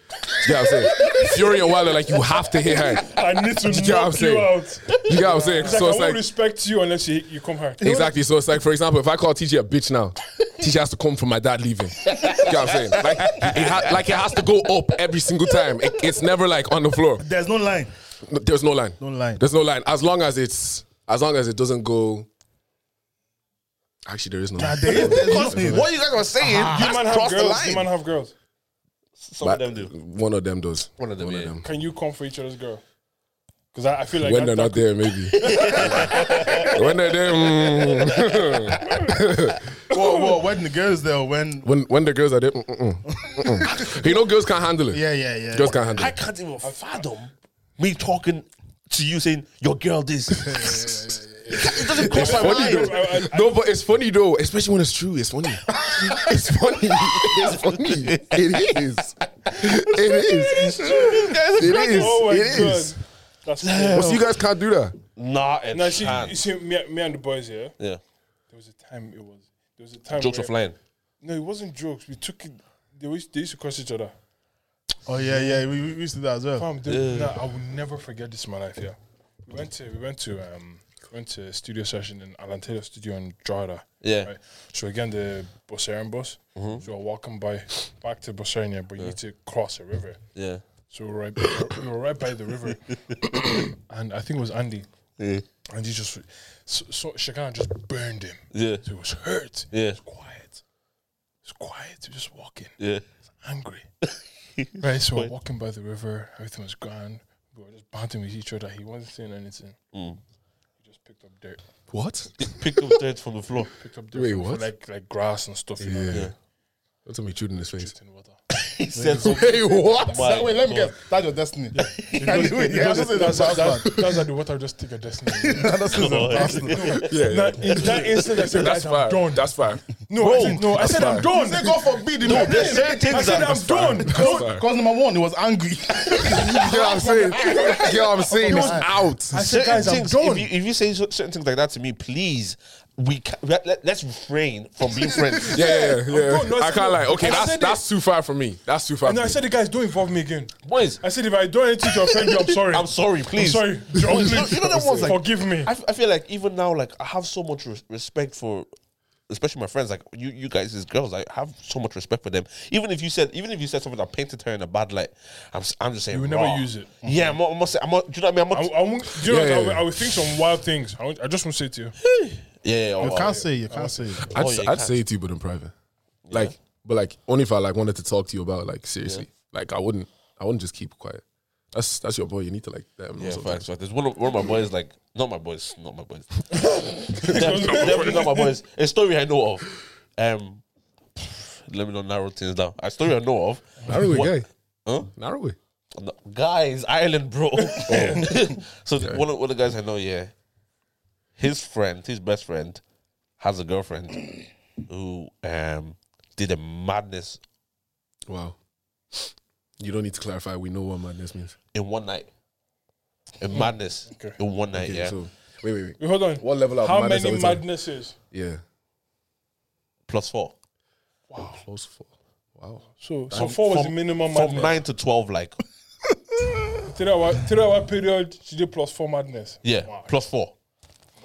[SPEAKER 1] You know what I'm saying? Fury and Wilder, like you have to hit hard.
[SPEAKER 3] I need to
[SPEAKER 1] You get what I'm
[SPEAKER 3] knock you
[SPEAKER 1] saying?
[SPEAKER 3] out.
[SPEAKER 1] You know what I'm saying?
[SPEAKER 3] It's like,
[SPEAKER 1] So
[SPEAKER 3] I
[SPEAKER 1] it's
[SPEAKER 3] won't
[SPEAKER 1] like
[SPEAKER 3] respect you unless you, you come here.
[SPEAKER 1] exactly. So it's like for example, if I call TJ a bitch now, TJ has to come from my dad leaving. You know what I'm saying? Like it, ha- like it has to go up every single time. It- it's never like on the floor.
[SPEAKER 2] there's no line.
[SPEAKER 1] No, There's no line.
[SPEAKER 2] No line.
[SPEAKER 1] There's no line. As long as it's as long as it doesn't go. Actually, there is no. line.
[SPEAKER 2] There is, there's no
[SPEAKER 4] Because what you guys were saying,
[SPEAKER 3] You man
[SPEAKER 4] that's
[SPEAKER 3] have
[SPEAKER 4] crossed the
[SPEAKER 3] girls. You
[SPEAKER 4] line.
[SPEAKER 3] man have girls.
[SPEAKER 4] Some
[SPEAKER 1] But
[SPEAKER 4] of them do.
[SPEAKER 1] One of them does.
[SPEAKER 4] One of them, yeah.
[SPEAKER 3] Can you come for each other's girl? Because I, I feel like
[SPEAKER 1] When they're
[SPEAKER 3] that-
[SPEAKER 1] not there, maybe. when they're there, mm.
[SPEAKER 2] Whoa, whoa, when the girls there, when
[SPEAKER 1] when when the girls are there, mm, mm, mm, mm. you know, girls can't handle it.
[SPEAKER 2] yeah, yeah, yeah.
[SPEAKER 1] Girls can't handle
[SPEAKER 4] I
[SPEAKER 1] it.
[SPEAKER 4] can't even fathom me talking to you saying your girl this. It doesn't cross my
[SPEAKER 1] Funny
[SPEAKER 4] mind.
[SPEAKER 1] though. no, but it's funny though, especially when it's true. It's funny. it's funny. It's funny. It is. It is. It is.
[SPEAKER 3] Oh my
[SPEAKER 1] It is. Oh,
[SPEAKER 3] god. That's cool.
[SPEAKER 1] So you guys can't do that.
[SPEAKER 4] Nah, a
[SPEAKER 3] Now, you see, you
[SPEAKER 4] chance.
[SPEAKER 3] see me, me and the boys here.
[SPEAKER 4] Yeah.
[SPEAKER 3] There was a time it was. There was a time.
[SPEAKER 4] Jokes
[SPEAKER 3] where-
[SPEAKER 4] are flying.
[SPEAKER 3] No, it wasn't jokes. We took it. They used, they used to cross each other.
[SPEAKER 2] Oh yeah, yeah. We, we we used to do that as well.
[SPEAKER 3] Fam, dude, nah, I will never forget this in my life. Yeah, we went to we went to um went to a studio session in Alantedo Studio in Drada.
[SPEAKER 4] Yeah. Mm-hmm.
[SPEAKER 3] Right? So again, the Bosarian bus. So we're walking by back to Bosarian, but you need to cross a river.
[SPEAKER 4] Yeah.
[SPEAKER 3] So we're right, we were right by the river, and I think it was Andy,
[SPEAKER 4] Yeah.
[SPEAKER 3] and he just so, so Shagan just burned him.
[SPEAKER 4] Yeah.
[SPEAKER 3] So he was hurt.
[SPEAKER 4] Yeah.
[SPEAKER 3] It's quiet. It's quiet. He was just walking
[SPEAKER 4] Yeah.
[SPEAKER 3] angry. right, so we're walking by the river, everything was grand. We were just bantering with each other. He wasn't saying anything.
[SPEAKER 4] Mm.
[SPEAKER 3] He just picked up dirt.
[SPEAKER 1] What?
[SPEAKER 4] Picked up dirt from the floor.
[SPEAKER 3] Picked up dirt
[SPEAKER 1] Wait,
[SPEAKER 3] from- from
[SPEAKER 1] what?
[SPEAKER 3] like like grass and stuff, you know,
[SPEAKER 1] Yeah. That's me shooting in his face.
[SPEAKER 3] in water.
[SPEAKER 4] he said something.
[SPEAKER 1] Hey, what?
[SPEAKER 4] My
[SPEAKER 2] Wait, let me
[SPEAKER 4] God.
[SPEAKER 2] guess. That's your destiny. Yeah,
[SPEAKER 3] Because-
[SPEAKER 2] yeah, I
[SPEAKER 3] because
[SPEAKER 2] just said
[SPEAKER 3] that's,
[SPEAKER 2] that's
[SPEAKER 3] that's,
[SPEAKER 2] bad.
[SPEAKER 3] that's, that's like the water just take a destiny.
[SPEAKER 2] That's
[SPEAKER 1] Yeah, yeah.
[SPEAKER 3] That- in that instant, I said,
[SPEAKER 1] That's
[SPEAKER 3] that's
[SPEAKER 1] fine.
[SPEAKER 3] I'm done.
[SPEAKER 1] That's fine.
[SPEAKER 3] no, I said, no, I said I'm done.
[SPEAKER 2] Say God forbid. No,
[SPEAKER 4] There's
[SPEAKER 3] I
[SPEAKER 4] certain things
[SPEAKER 3] said
[SPEAKER 4] that
[SPEAKER 3] I'm done.
[SPEAKER 1] That's fine.
[SPEAKER 2] Because number one, he was angry.
[SPEAKER 1] You know what I'm saying? You know what I'm saying? It's out.
[SPEAKER 3] I said, guys, I'm
[SPEAKER 4] things,
[SPEAKER 3] done.
[SPEAKER 4] If you, if you say so- certain things like that to me, please, we ca- let, let, let's refrain from being friends.
[SPEAKER 1] Yeah, yeah,
[SPEAKER 3] I'm
[SPEAKER 1] yeah.
[SPEAKER 3] done. No, I
[SPEAKER 1] I
[SPEAKER 3] said
[SPEAKER 1] can't
[SPEAKER 3] no.
[SPEAKER 1] lie. Okay,
[SPEAKER 3] I
[SPEAKER 1] that's
[SPEAKER 3] said
[SPEAKER 1] that's too far for me. That's too far.
[SPEAKER 3] and
[SPEAKER 1] for
[SPEAKER 3] I
[SPEAKER 1] me.
[SPEAKER 3] said, guys, don't involve me again.
[SPEAKER 4] Boys,
[SPEAKER 3] I said, if I do anything to offend you, I'm sorry.
[SPEAKER 4] I'm sorry, please.
[SPEAKER 3] sorry. John,
[SPEAKER 4] You know-
[SPEAKER 3] please.
[SPEAKER 4] you know that one's like-
[SPEAKER 3] Forgive me.
[SPEAKER 4] I, f- I feel like even now, like I have so much res- respect for, especially my friends, like you, you guys, as girls, I have so much respect for them. Even if you said, even if you said something that painted her in a bad light, I'm, s- I'm just saying.
[SPEAKER 3] You would never
[SPEAKER 4] raw.
[SPEAKER 3] use it.
[SPEAKER 4] Yeah, I'm, not- I'm not saying. I'm not, do you know what I mean?
[SPEAKER 3] I,
[SPEAKER 4] I'm not,
[SPEAKER 3] I won't, do you know,
[SPEAKER 1] Yeah,
[SPEAKER 3] what, I
[SPEAKER 1] yeah,
[SPEAKER 3] would-
[SPEAKER 1] yeah.
[SPEAKER 3] I, would think some wild things. I, would- I just want to say to you.
[SPEAKER 4] yeah, yeah,
[SPEAKER 2] You
[SPEAKER 4] oh,
[SPEAKER 2] can't say. You can't say. it.
[SPEAKER 1] I'd,
[SPEAKER 4] Oh,
[SPEAKER 1] s-
[SPEAKER 4] yeah, you
[SPEAKER 1] I'd
[SPEAKER 4] can.
[SPEAKER 1] say it to you, but in private. Like, but like only if I like wanted to talk to you about like seriously. Like I wouldn't, I wouldn't just keep quiet. That's that's your boy. You need to like let him know
[SPEAKER 4] Yeah,
[SPEAKER 1] something.
[SPEAKER 4] facts, facts. There's one of, one of my boys, like, not my boys, not my boys. definitely, definitely not my boys. A story I know of. Um, let me not narrow things down. A story I know of.
[SPEAKER 1] Narrow
[SPEAKER 4] What-
[SPEAKER 1] way, guy.
[SPEAKER 4] Huh?
[SPEAKER 1] Narrow way.
[SPEAKER 4] No, guys, Ireland, bro. so th- one, of, one of the guys I know, yeah, his friend, his best friend, has a girlfriend who um did a madness
[SPEAKER 1] Wow. You don't need to clarify. We know what madness means.
[SPEAKER 4] in one night. A madness in one night,
[SPEAKER 1] Okay,
[SPEAKER 4] yeah.
[SPEAKER 1] So wait, wait, wait.
[SPEAKER 3] Wait, Hold on.
[SPEAKER 1] What level of
[SPEAKER 3] How
[SPEAKER 1] madness are
[SPEAKER 3] many
[SPEAKER 1] we talking?
[SPEAKER 3] madnesses?
[SPEAKER 1] Yeah.
[SPEAKER 4] Plus four.
[SPEAKER 1] Close four. Wow.
[SPEAKER 3] So, so four was the minimum
[SPEAKER 4] From
[SPEAKER 3] madness.
[SPEAKER 4] nine to twelve, like
[SPEAKER 3] Three hour, three hour period, she did plus four madness.
[SPEAKER 4] Yeah,
[SPEAKER 3] Wow.
[SPEAKER 4] plus four.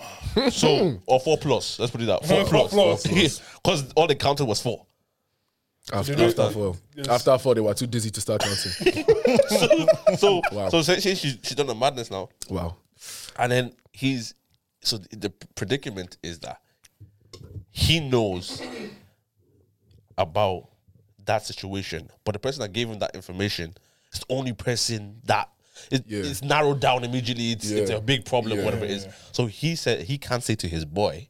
[SPEAKER 1] Hmm.
[SPEAKER 4] So or four plus. Let's put it that four
[SPEAKER 3] Four
[SPEAKER 4] plus.
[SPEAKER 3] plus.
[SPEAKER 4] Because all they counted was four.
[SPEAKER 1] After,
[SPEAKER 3] do-
[SPEAKER 1] after four.
[SPEAKER 3] Yes.
[SPEAKER 1] After four, they were too dizzy to start counting.
[SPEAKER 4] So so
[SPEAKER 1] Wow.
[SPEAKER 4] so essentially she she done a madness now,
[SPEAKER 1] wow.
[SPEAKER 4] and then he's so the the predicament is that he knows about that situation, but the person that gave him that information is the only person that. It,
[SPEAKER 1] Yeah.
[SPEAKER 4] It's narrowed down immediately. It's, it's
[SPEAKER 1] Yeah.
[SPEAKER 4] a big problem,
[SPEAKER 1] Yeah.
[SPEAKER 4] whatever it is. So he said he can't say to his boy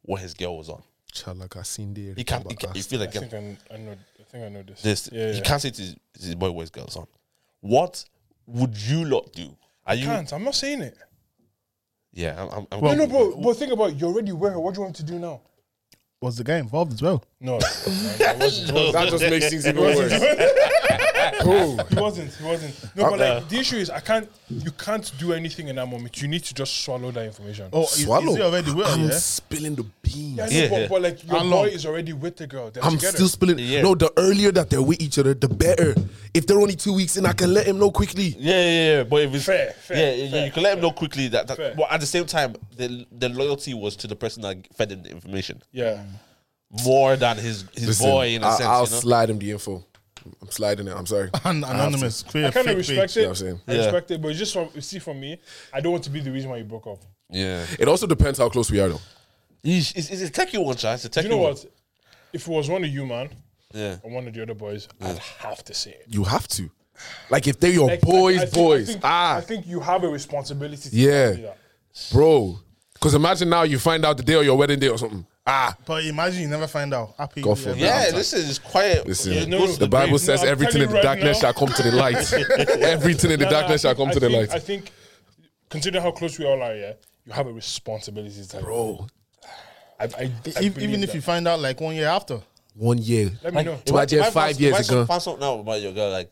[SPEAKER 4] what his girl was on.
[SPEAKER 1] Chalakasinde.
[SPEAKER 4] He can't. He, can't, he feel like
[SPEAKER 3] I think I, I know. I think I know this.
[SPEAKER 4] this.
[SPEAKER 3] Yeah,
[SPEAKER 4] You
[SPEAKER 3] yeah.
[SPEAKER 4] can't say to his, to his boy where's girls on. What would you lot do? Are you?
[SPEAKER 3] Can't. I'm not saying it.
[SPEAKER 4] Yeah, I'm. I'm, I'm
[SPEAKER 3] no, no, bro. But think about it. You're already where. What do you want to do now?
[SPEAKER 2] Was the guy involved as well?
[SPEAKER 3] No, it wasn't.
[SPEAKER 1] That just makes things even
[SPEAKER 3] It
[SPEAKER 1] worse.
[SPEAKER 3] wasn't.
[SPEAKER 1] Oh.
[SPEAKER 3] He wasn't. He wasn't. No, but
[SPEAKER 1] Uh,
[SPEAKER 3] like the issue is, I can't. You can't do anything in that moment. You need to just swallow that information.
[SPEAKER 2] Oh, is, is he already well?
[SPEAKER 1] I'm
[SPEAKER 2] Yeah.
[SPEAKER 1] spilling the beans.
[SPEAKER 3] yeah, I know,
[SPEAKER 4] yeah,
[SPEAKER 3] but,
[SPEAKER 4] yeah.
[SPEAKER 3] but like your
[SPEAKER 2] How long?
[SPEAKER 3] boy is already with the girl. They're
[SPEAKER 1] I'm
[SPEAKER 3] together.
[SPEAKER 1] still spilling.
[SPEAKER 4] Yeah.
[SPEAKER 1] No, the earlier that they're with each other, the better. If they're only two weeks in, I can let him know quickly.
[SPEAKER 4] Yeah, yeah, yeah. But if it's
[SPEAKER 3] Fair, fair,
[SPEAKER 4] yeah, yeah,
[SPEAKER 3] fair,
[SPEAKER 4] you can let him know quickly that. that
[SPEAKER 3] Fair.
[SPEAKER 4] but at the same time, the the loyalty was to the person that fed him the information
[SPEAKER 3] yeah.
[SPEAKER 1] Mm.
[SPEAKER 4] more than his his boy in a
[SPEAKER 1] I,
[SPEAKER 4] sense.
[SPEAKER 1] will
[SPEAKER 4] you know?
[SPEAKER 1] slide him the info. I'm sliding it. I'm sorry.
[SPEAKER 2] And anonymous. Clear.
[SPEAKER 3] I kind of
[SPEAKER 2] fake
[SPEAKER 3] respect
[SPEAKER 2] page.
[SPEAKER 1] You know
[SPEAKER 3] it.
[SPEAKER 1] what I'm saying?
[SPEAKER 3] I
[SPEAKER 4] Yeah.
[SPEAKER 3] respect it, but it's just from, you see, for me, I don't want to be the reason why you broke up.
[SPEAKER 4] yeah,
[SPEAKER 1] It also depends how close we are, though.
[SPEAKER 4] Yeesh, it's, it's a techie one, Chad. It's a techie
[SPEAKER 3] You know
[SPEAKER 4] one.
[SPEAKER 3] what? If it was one of you, man,
[SPEAKER 4] Yeah.
[SPEAKER 3] or one of the other boys, I'd have to say it.
[SPEAKER 1] You have to. Like, if they're your
[SPEAKER 3] Like, I-
[SPEAKER 1] boys,
[SPEAKER 3] I think-
[SPEAKER 1] boys.
[SPEAKER 3] I think,
[SPEAKER 1] ah,
[SPEAKER 3] I think you have a responsibility. To
[SPEAKER 1] Yeah.
[SPEAKER 3] do that.
[SPEAKER 1] bro. Because imagine now you find out the day of your wedding day or something. Ah,
[SPEAKER 2] But imagine you never find out. Happy.
[SPEAKER 1] God forbid.
[SPEAKER 4] Yeah, this is quiet.
[SPEAKER 1] listen.
[SPEAKER 4] It
[SPEAKER 3] no,
[SPEAKER 4] goes to
[SPEAKER 1] the Bible
[SPEAKER 4] grave.
[SPEAKER 3] No,
[SPEAKER 1] says
[SPEAKER 3] I'm
[SPEAKER 1] everything
[SPEAKER 3] telling
[SPEAKER 1] in the
[SPEAKER 3] you right
[SPEAKER 1] darkness
[SPEAKER 3] now.
[SPEAKER 1] shall come to the light. everything in the
[SPEAKER 3] No, no,
[SPEAKER 1] darkness
[SPEAKER 3] I
[SPEAKER 1] shall
[SPEAKER 3] think-
[SPEAKER 1] come
[SPEAKER 3] I
[SPEAKER 1] to the
[SPEAKER 3] think- I
[SPEAKER 1] light.
[SPEAKER 3] think, consider how close we all are, yeah, you have a responsibility to
[SPEAKER 1] Bro,
[SPEAKER 3] I, I, I
[SPEAKER 2] If,
[SPEAKER 3] believe
[SPEAKER 2] even if
[SPEAKER 3] that.
[SPEAKER 2] you find out like one year after.
[SPEAKER 1] one year.
[SPEAKER 3] Let me know.
[SPEAKER 1] To my dear
[SPEAKER 4] If I
[SPEAKER 1] five
[SPEAKER 4] find-
[SPEAKER 1] years
[SPEAKER 4] if I
[SPEAKER 1] ago.
[SPEAKER 4] Find something out about your girl, like,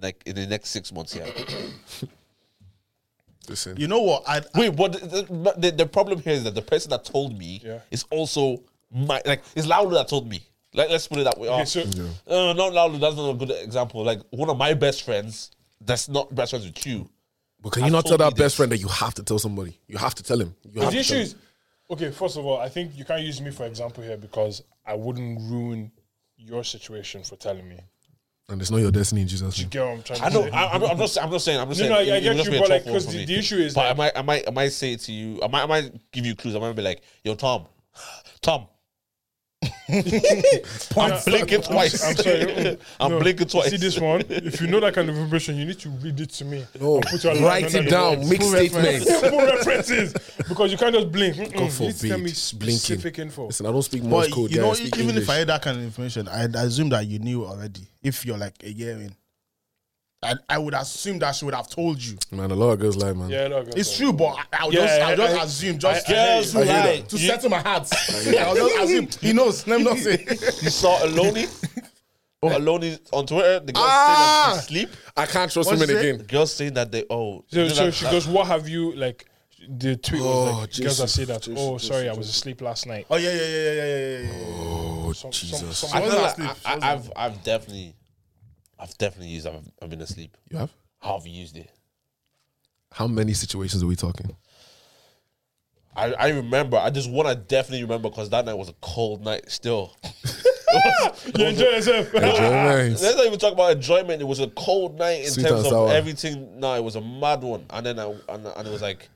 [SPEAKER 4] like in the next six months, yeah.
[SPEAKER 1] Listen.
[SPEAKER 2] You know what? I
[SPEAKER 4] Wait, but the, the, the, the problem here is that the person that told me
[SPEAKER 3] Yeah.
[SPEAKER 4] is also my like it's Laulu that told me. Like, let's put it that way.
[SPEAKER 3] Okay,
[SPEAKER 4] Oh,
[SPEAKER 3] so-
[SPEAKER 4] uh, not Laulu. That's not a good example. Like one of my best friends that's not best friends with you.
[SPEAKER 1] But can you
[SPEAKER 4] I've
[SPEAKER 1] not tell
[SPEAKER 4] told
[SPEAKER 1] that
[SPEAKER 4] you
[SPEAKER 1] best
[SPEAKER 4] this.
[SPEAKER 1] friend that you have to tell somebody? You have to tell him. You have
[SPEAKER 3] the
[SPEAKER 1] to
[SPEAKER 3] issue
[SPEAKER 1] tell him.
[SPEAKER 3] is, okay, first of all, I think you can't use me for example here because I wouldn't ruin your situation for telling me.
[SPEAKER 1] And it's not your destiny in Jesus'
[SPEAKER 3] You
[SPEAKER 1] name.
[SPEAKER 3] get what I'm trying
[SPEAKER 4] I
[SPEAKER 3] to
[SPEAKER 4] know.
[SPEAKER 3] say?
[SPEAKER 4] I, I'm, not- I'm not. I'm not saying. I'm not
[SPEAKER 3] No,
[SPEAKER 4] saying.
[SPEAKER 3] no, I-
[SPEAKER 4] it
[SPEAKER 3] I
[SPEAKER 4] would
[SPEAKER 3] get
[SPEAKER 4] just
[SPEAKER 3] you,
[SPEAKER 4] be a
[SPEAKER 3] but,
[SPEAKER 4] tough
[SPEAKER 3] like,
[SPEAKER 4] one
[SPEAKER 3] 'cause
[SPEAKER 4] for
[SPEAKER 3] the-
[SPEAKER 4] me.
[SPEAKER 3] the issue is,
[SPEAKER 4] But
[SPEAKER 3] like-
[SPEAKER 4] I might. I might. I might say it to you. I might. I might give you clues. I might be like, "Yo, Tom, Tom, I'm blinking twice.
[SPEAKER 3] I'm sorry.
[SPEAKER 4] I'm
[SPEAKER 3] No,
[SPEAKER 4] blinking twice.
[SPEAKER 3] See this one? If you know that kind of information, you need to read it to me.
[SPEAKER 1] No,
[SPEAKER 3] and put your line
[SPEAKER 1] write
[SPEAKER 3] under
[SPEAKER 1] it
[SPEAKER 3] the
[SPEAKER 1] down.
[SPEAKER 3] words.
[SPEAKER 1] Make statements.
[SPEAKER 3] Simple references because you can't just blink. Mm-mm,
[SPEAKER 1] God
[SPEAKER 3] you need to tell me
[SPEAKER 1] forbid,
[SPEAKER 3] specific
[SPEAKER 1] blinking.
[SPEAKER 3] info.
[SPEAKER 1] Listen, I don't speak Morse
[SPEAKER 2] But
[SPEAKER 1] code.
[SPEAKER 2] you
[SPEAKER 1] there, I
[SPEAKER 2] know,
[SPEAKER 1] speak
[SPEAKER 2] even
[SPEAKER 1] English.
[SPEAKER 2] if I had that kind of information, I'd assume that you knew already. If you're like a year in, I, I would assume that she would have told you.
[SPEAKER 1] man, a lot of girls lie, man.
[SPEAKER 3] Yeah, no, go-
[SPEAKER 2] It's true, but I, I would
[SPEAKER 3] Yeah,
[SPEAKER 2] just, I,
[SPEAKER 3] I-
[SPEAKER 2] would just
[SPEAKER 3] I-
[SPEAKER 2] assume just
[SPEAKER 3] I- I-
[SPEAKER 2] to-
[SPEAKER 1] I hear that.
[SPEAKER 2] to settle my heart. I would just assume he knows. Let me not say.
[SPEAKER 4] You saw Aloni. Oh, Aloni on Twitter. The girl
[SPEAKER 1] Ah!
[SPEAKER 4] saying that she's asleep.
[SPEAKER 1] I can't trust
[SPEAKER 2] What'd
[SPEAKER 1] women
[SPEAKER 2] you say?
[SPEAKER 1] again.
[SPEAKER 4] The girl saying that they oh.
[SPEAKER 3] So,
[SPEAKER 4] you know
[SPEAKER 3] so
[SPEAKER 4] that-
[SPEAKER 3] she
[SPEAKER 4] that-
[SPEAKER 3] goes, "What have you like?" The tweet was
[SPEAKER 1] Oh,
[SPEAKER 3] like, "Girls that
[SPEAKER 1] Jesus,
[SPEAKER 3] say that.
[SPEAKER 1] Jesus,
[SPEAKER 3] oh,
[SPEAKER 1] Jesus,
[SPEAKER 3] sorry, I was asleep last night."
[SPEAKER 2] Oh yeah, yeah, yeah, yeah, yeah, yeah, yeah. yeah.
[SPEAKER 1] Oh
[SPEAKER 3] Some- some-
[SPEAKER 1] Jesus!
[SPEAKER 3] some-
[SPEAKER 4] I feel
[SPEAKER 2] wasn't
[SPEAKER 4] like
[SPEAKER 2] asleep.
[SPEAKER 4] I, I, I've I've definitely, I've definitely used. I've, I've been asleep.
[SPEAKER 1] you have
[SPEAKER 4] How have you used it?
[SPEAKER 1] how many situations are we talking?
[SPEAKER 4] I, I remember. I just want to definitely remember because that night was a cold night. Still, It was-
[SPEAKER 3] you enjoy yourself.
[SPEAKER 1] Nice.
[SPEAKER 4] let's not even talk about enjoyment. It was a cold night in
[SPEAKER 1] Sweet
[SPEAKER 4] terms
[SPEAKER 1] and
[SPEAKER 4] of
[SPEAKER 1] sour.
[SPEAKER 4] everything. No, it was a mad one. And then I and, and it was like,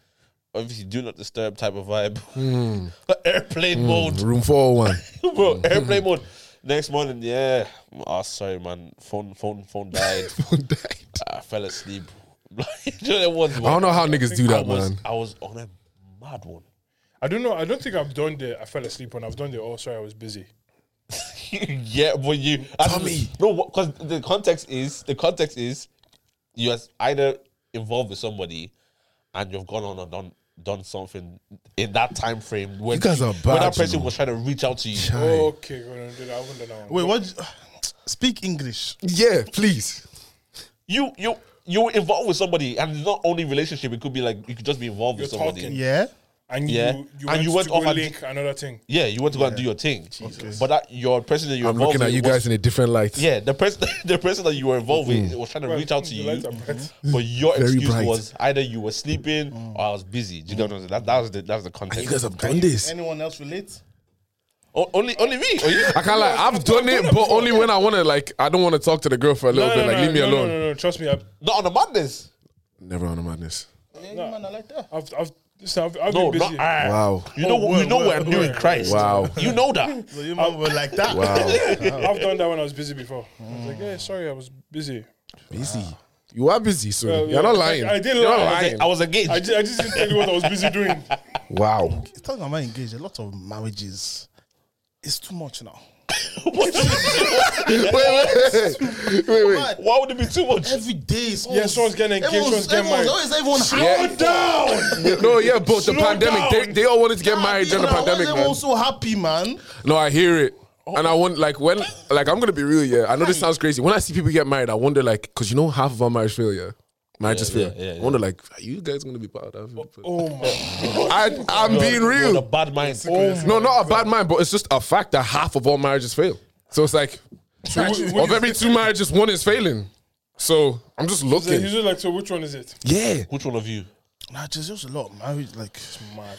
[SPEAKER 4] obviously, do not disturb type of vibe.
[SPEAKER 3] Hmm.
[SPEAKER 4] airplane mode,
[SPEAKER 1] Room four hundred one.
[SPEAKER 4] bro.
[SPEAKER 1] Mm.
[SPEAKER 4] Airplane mode. Next morning, yeah. Oh, sorry, man. Phone, phone, phone died.
[SPEAKER 1] Someone died.
[SPEAKER 4] I fell asleep. Like, you know, it was-
[SPEAKER 1] I don't know how niggas do
[SPEAKER 4] I
[SPEAKER 1] that,
[SPEAKER 4] was,
[SPEAKER 1] man.
[SPEAKER 4] I was on a mad one.
[SPEAKER 3] I don't know. I don't think I've done the. I fell asleep when I've done the. Oh, sorry, I was busy.
[SPEAKER 4] yeah, but you I don't-
[SPEAKER 1] Tommy.
[SPEAKER 4] No, because the context is the context is you are either involved with somebody and you've gone on and done done something in that time frame when
[SPEAKER 1] You guys are
[SPEAKER 4] when
[SPEAKER 1] bad,
[SPEAKER 4] that
[SPEAKER 1] you
[SPEAKER 4] person
[SPEAKER 1] know.
[SPEAKER 4] was trying to reach out to you.
[SPEAKER 3] Okay, go on, do that. I wouldn't know.
[SPEAKER 2] Wait, what? Speak English.
[SPEAKER 1] Yeah, please.
[SPEAKER 4] You you you were involved with somebody and it's not only relationship, it could be like you could just be involved with
[SPEAKER 3] You're
[SPEAKER 4] somebody.
[SPEAKER 3] talking.
[SPEAKER 2] Yeah.
[SPEAKER 3] And
[SPEAKER 4] Yeah.
[SPEAKER 3] you, you
[SPEAKER 4] And
[SPEAKER 3] went,
[SPEAKER 4] you went
[SPEAKER 3] to
[SPEAKER 4] off
[SPEAKER 3] go
[SPEAKER 4] and-
[SPEAKER 3] link another thing.
[SPEAKER 4] Yeah, you want to go and do your thing. But that your person that you're
[SPEAKER 1] I'm
[SPEAKER 4] involved
[SPEAKER 1] looking at
[SPEAKER 4] with
[SPEAKER 1] you
[SPEAKER 4] was-
[SPEAKER 1] guys in a different light.
[SPEAKER 4] Yeah, the person the person that you were involved with was trying to reach out to
[SPEAKER 3] the
[SPEAKER 4] you, Mm-hmm.
[SPEAKER 3] lights are bright.
[SPEAKER 4] but your
[SPEAKER 1] Very
[SPEAKER 4] excuse
[SPEAKER 1] bright.
[SPEAKER 4] was either you were sleeping or I was busy. Do you know what I'm saying? That, that was the that was the
[SPEAKER 1] You
[SPEAKER 4] context.
[SPEAKER 1] guys have done this.
[SPEAKER 2] Anyone else relate?
[SPEAKER 4] O- only only me. Oh, you?
[SPEAKER 1] I can't lie. I've done it, but only when I want to. Like, I don't want to talk to the girl for a little
[SPEAKER 3] No,
[SPEAKER 1] bit.
[SPEAKER 3] no,
[SPEAKER 1] like,
[SPEAKER 3] no,
[SPEAKER 1] leave me
[SPEAKER 3] no,
[SPEAKER 1] alone.
[SPEAKER 3] No, no, no. Trust me. I've,
[SPEAKER 4] Not on a madness.
[SPEAKER 1] Never on a madness.
[SPEAKER 2] Yeah, no. man, I like that.
[SPEAKER 3] I've, I've, listen, I've, I've
[SPEAKER 4] No,
[SPEAKER 3] been
[SPEAKER 4] not
[SPEAKER 3] busy.
[SPEAKER 4] I.
[SPEAKER 1] Wow.
[SPEAKER 4] You know
[SPEAKER 2] Oh,
[SPEAKER 4] you know
[SPEAKER 2] word,
[SPEAKER 4] what I'm
[SPEAKER 2] word,
[SPEAKER 4] doing,
[SPEAKER 2] word.
[SPEAKER 4] Christ.
[SPEAKER 1] Wow.
[SPEAKER 4] You know that.
[SPEAKER 2] So you man were like that.
[SPEAKER 1] Wow.
[SPEAKER 3] I've done that when I was busy before. I was like, yeah, sorry, I was busy.
[SPEAKER 1] busy. You are busy, so
[SPEAKER 3] Well,
[SPEAKER 1] you're not
[SPEAKER 3] I-
[SPEAKER 1] lying.
[SPEAKER 3] I didn't
[SPEAKER 1] You're not
[SPEAKER 3] lie.
[SPEAKER 1] lying.
[SPEAKER 4] I was engaged.
[SPEAKER 3] I just, I just didn't tell you what I was busy doing.
[SPEAKER 1] Wow.
[SPEAKER 2] He's talking about engaged. A lot of marriages, it's too much now.
[SPEAKER 1] wait, wait, wait, wait.
[SPEAKER 4] Why would it be too much? Oh,
[SPEAKER 2] Every day is
[SPEAKER 3] Yeah, someone's getting engaged, someone's getting
[SPEAKER 2] everyone's,
[SPEAKER 3] married.
[SPEAKER 2] always everyone happy.
[SPEAKER 1] No, yeah, but the
[SPEAKER 3] Slow
[SPEAKER 1] pandemic, they,
[SPEAKER 3] down.
[SPEAKER 1] they all wanted to get married
[SPEAKER 2] Happy,
[SPEAKER 1] during the
[SPEAKER 2] man.
[SPEAKER 1] pandemic,
[SPEAKER 2] Everyone's
[SPEAKER 1] man.
[SPEAKER 2] so happy, man.
[SPEAKER 1] No, I hear it.
[SPEAKER 3] Oh.
[SPEAKER 1] And I want like when like I'm gonna be real, yeah. I know this sounds crazy. When I see people get married, I wonder like because you know half of our marriage failure, marriages
[SPEAKER 4] Yeah, yeah,
[SPEAKER 1] fail.
[SPEAKER 4] yeah, yeah.
[SPEAKER 1] I wonder like are you guys gonna be part of that?
[SPEAKER 3] Oh my!
[SPEAKER 1] I, I'm being real.
[SPEAKER 4] With a bad mind.
[SPEAKER 1] no, not a bad mind, but it's just a fact that half of all marriages fail. So it's like of every two marriages, one is failing. So I'm just
[SPEAKER 3] So he's
[SPEAKER 1] looking.
[SPEAKER 3] just like, so which one is it?
[SPEAKER 1] Yeah.
[SPEAKER 4] Which one of you?
[SPEAKER 2] Nah, there's just a lot of marriage. Like,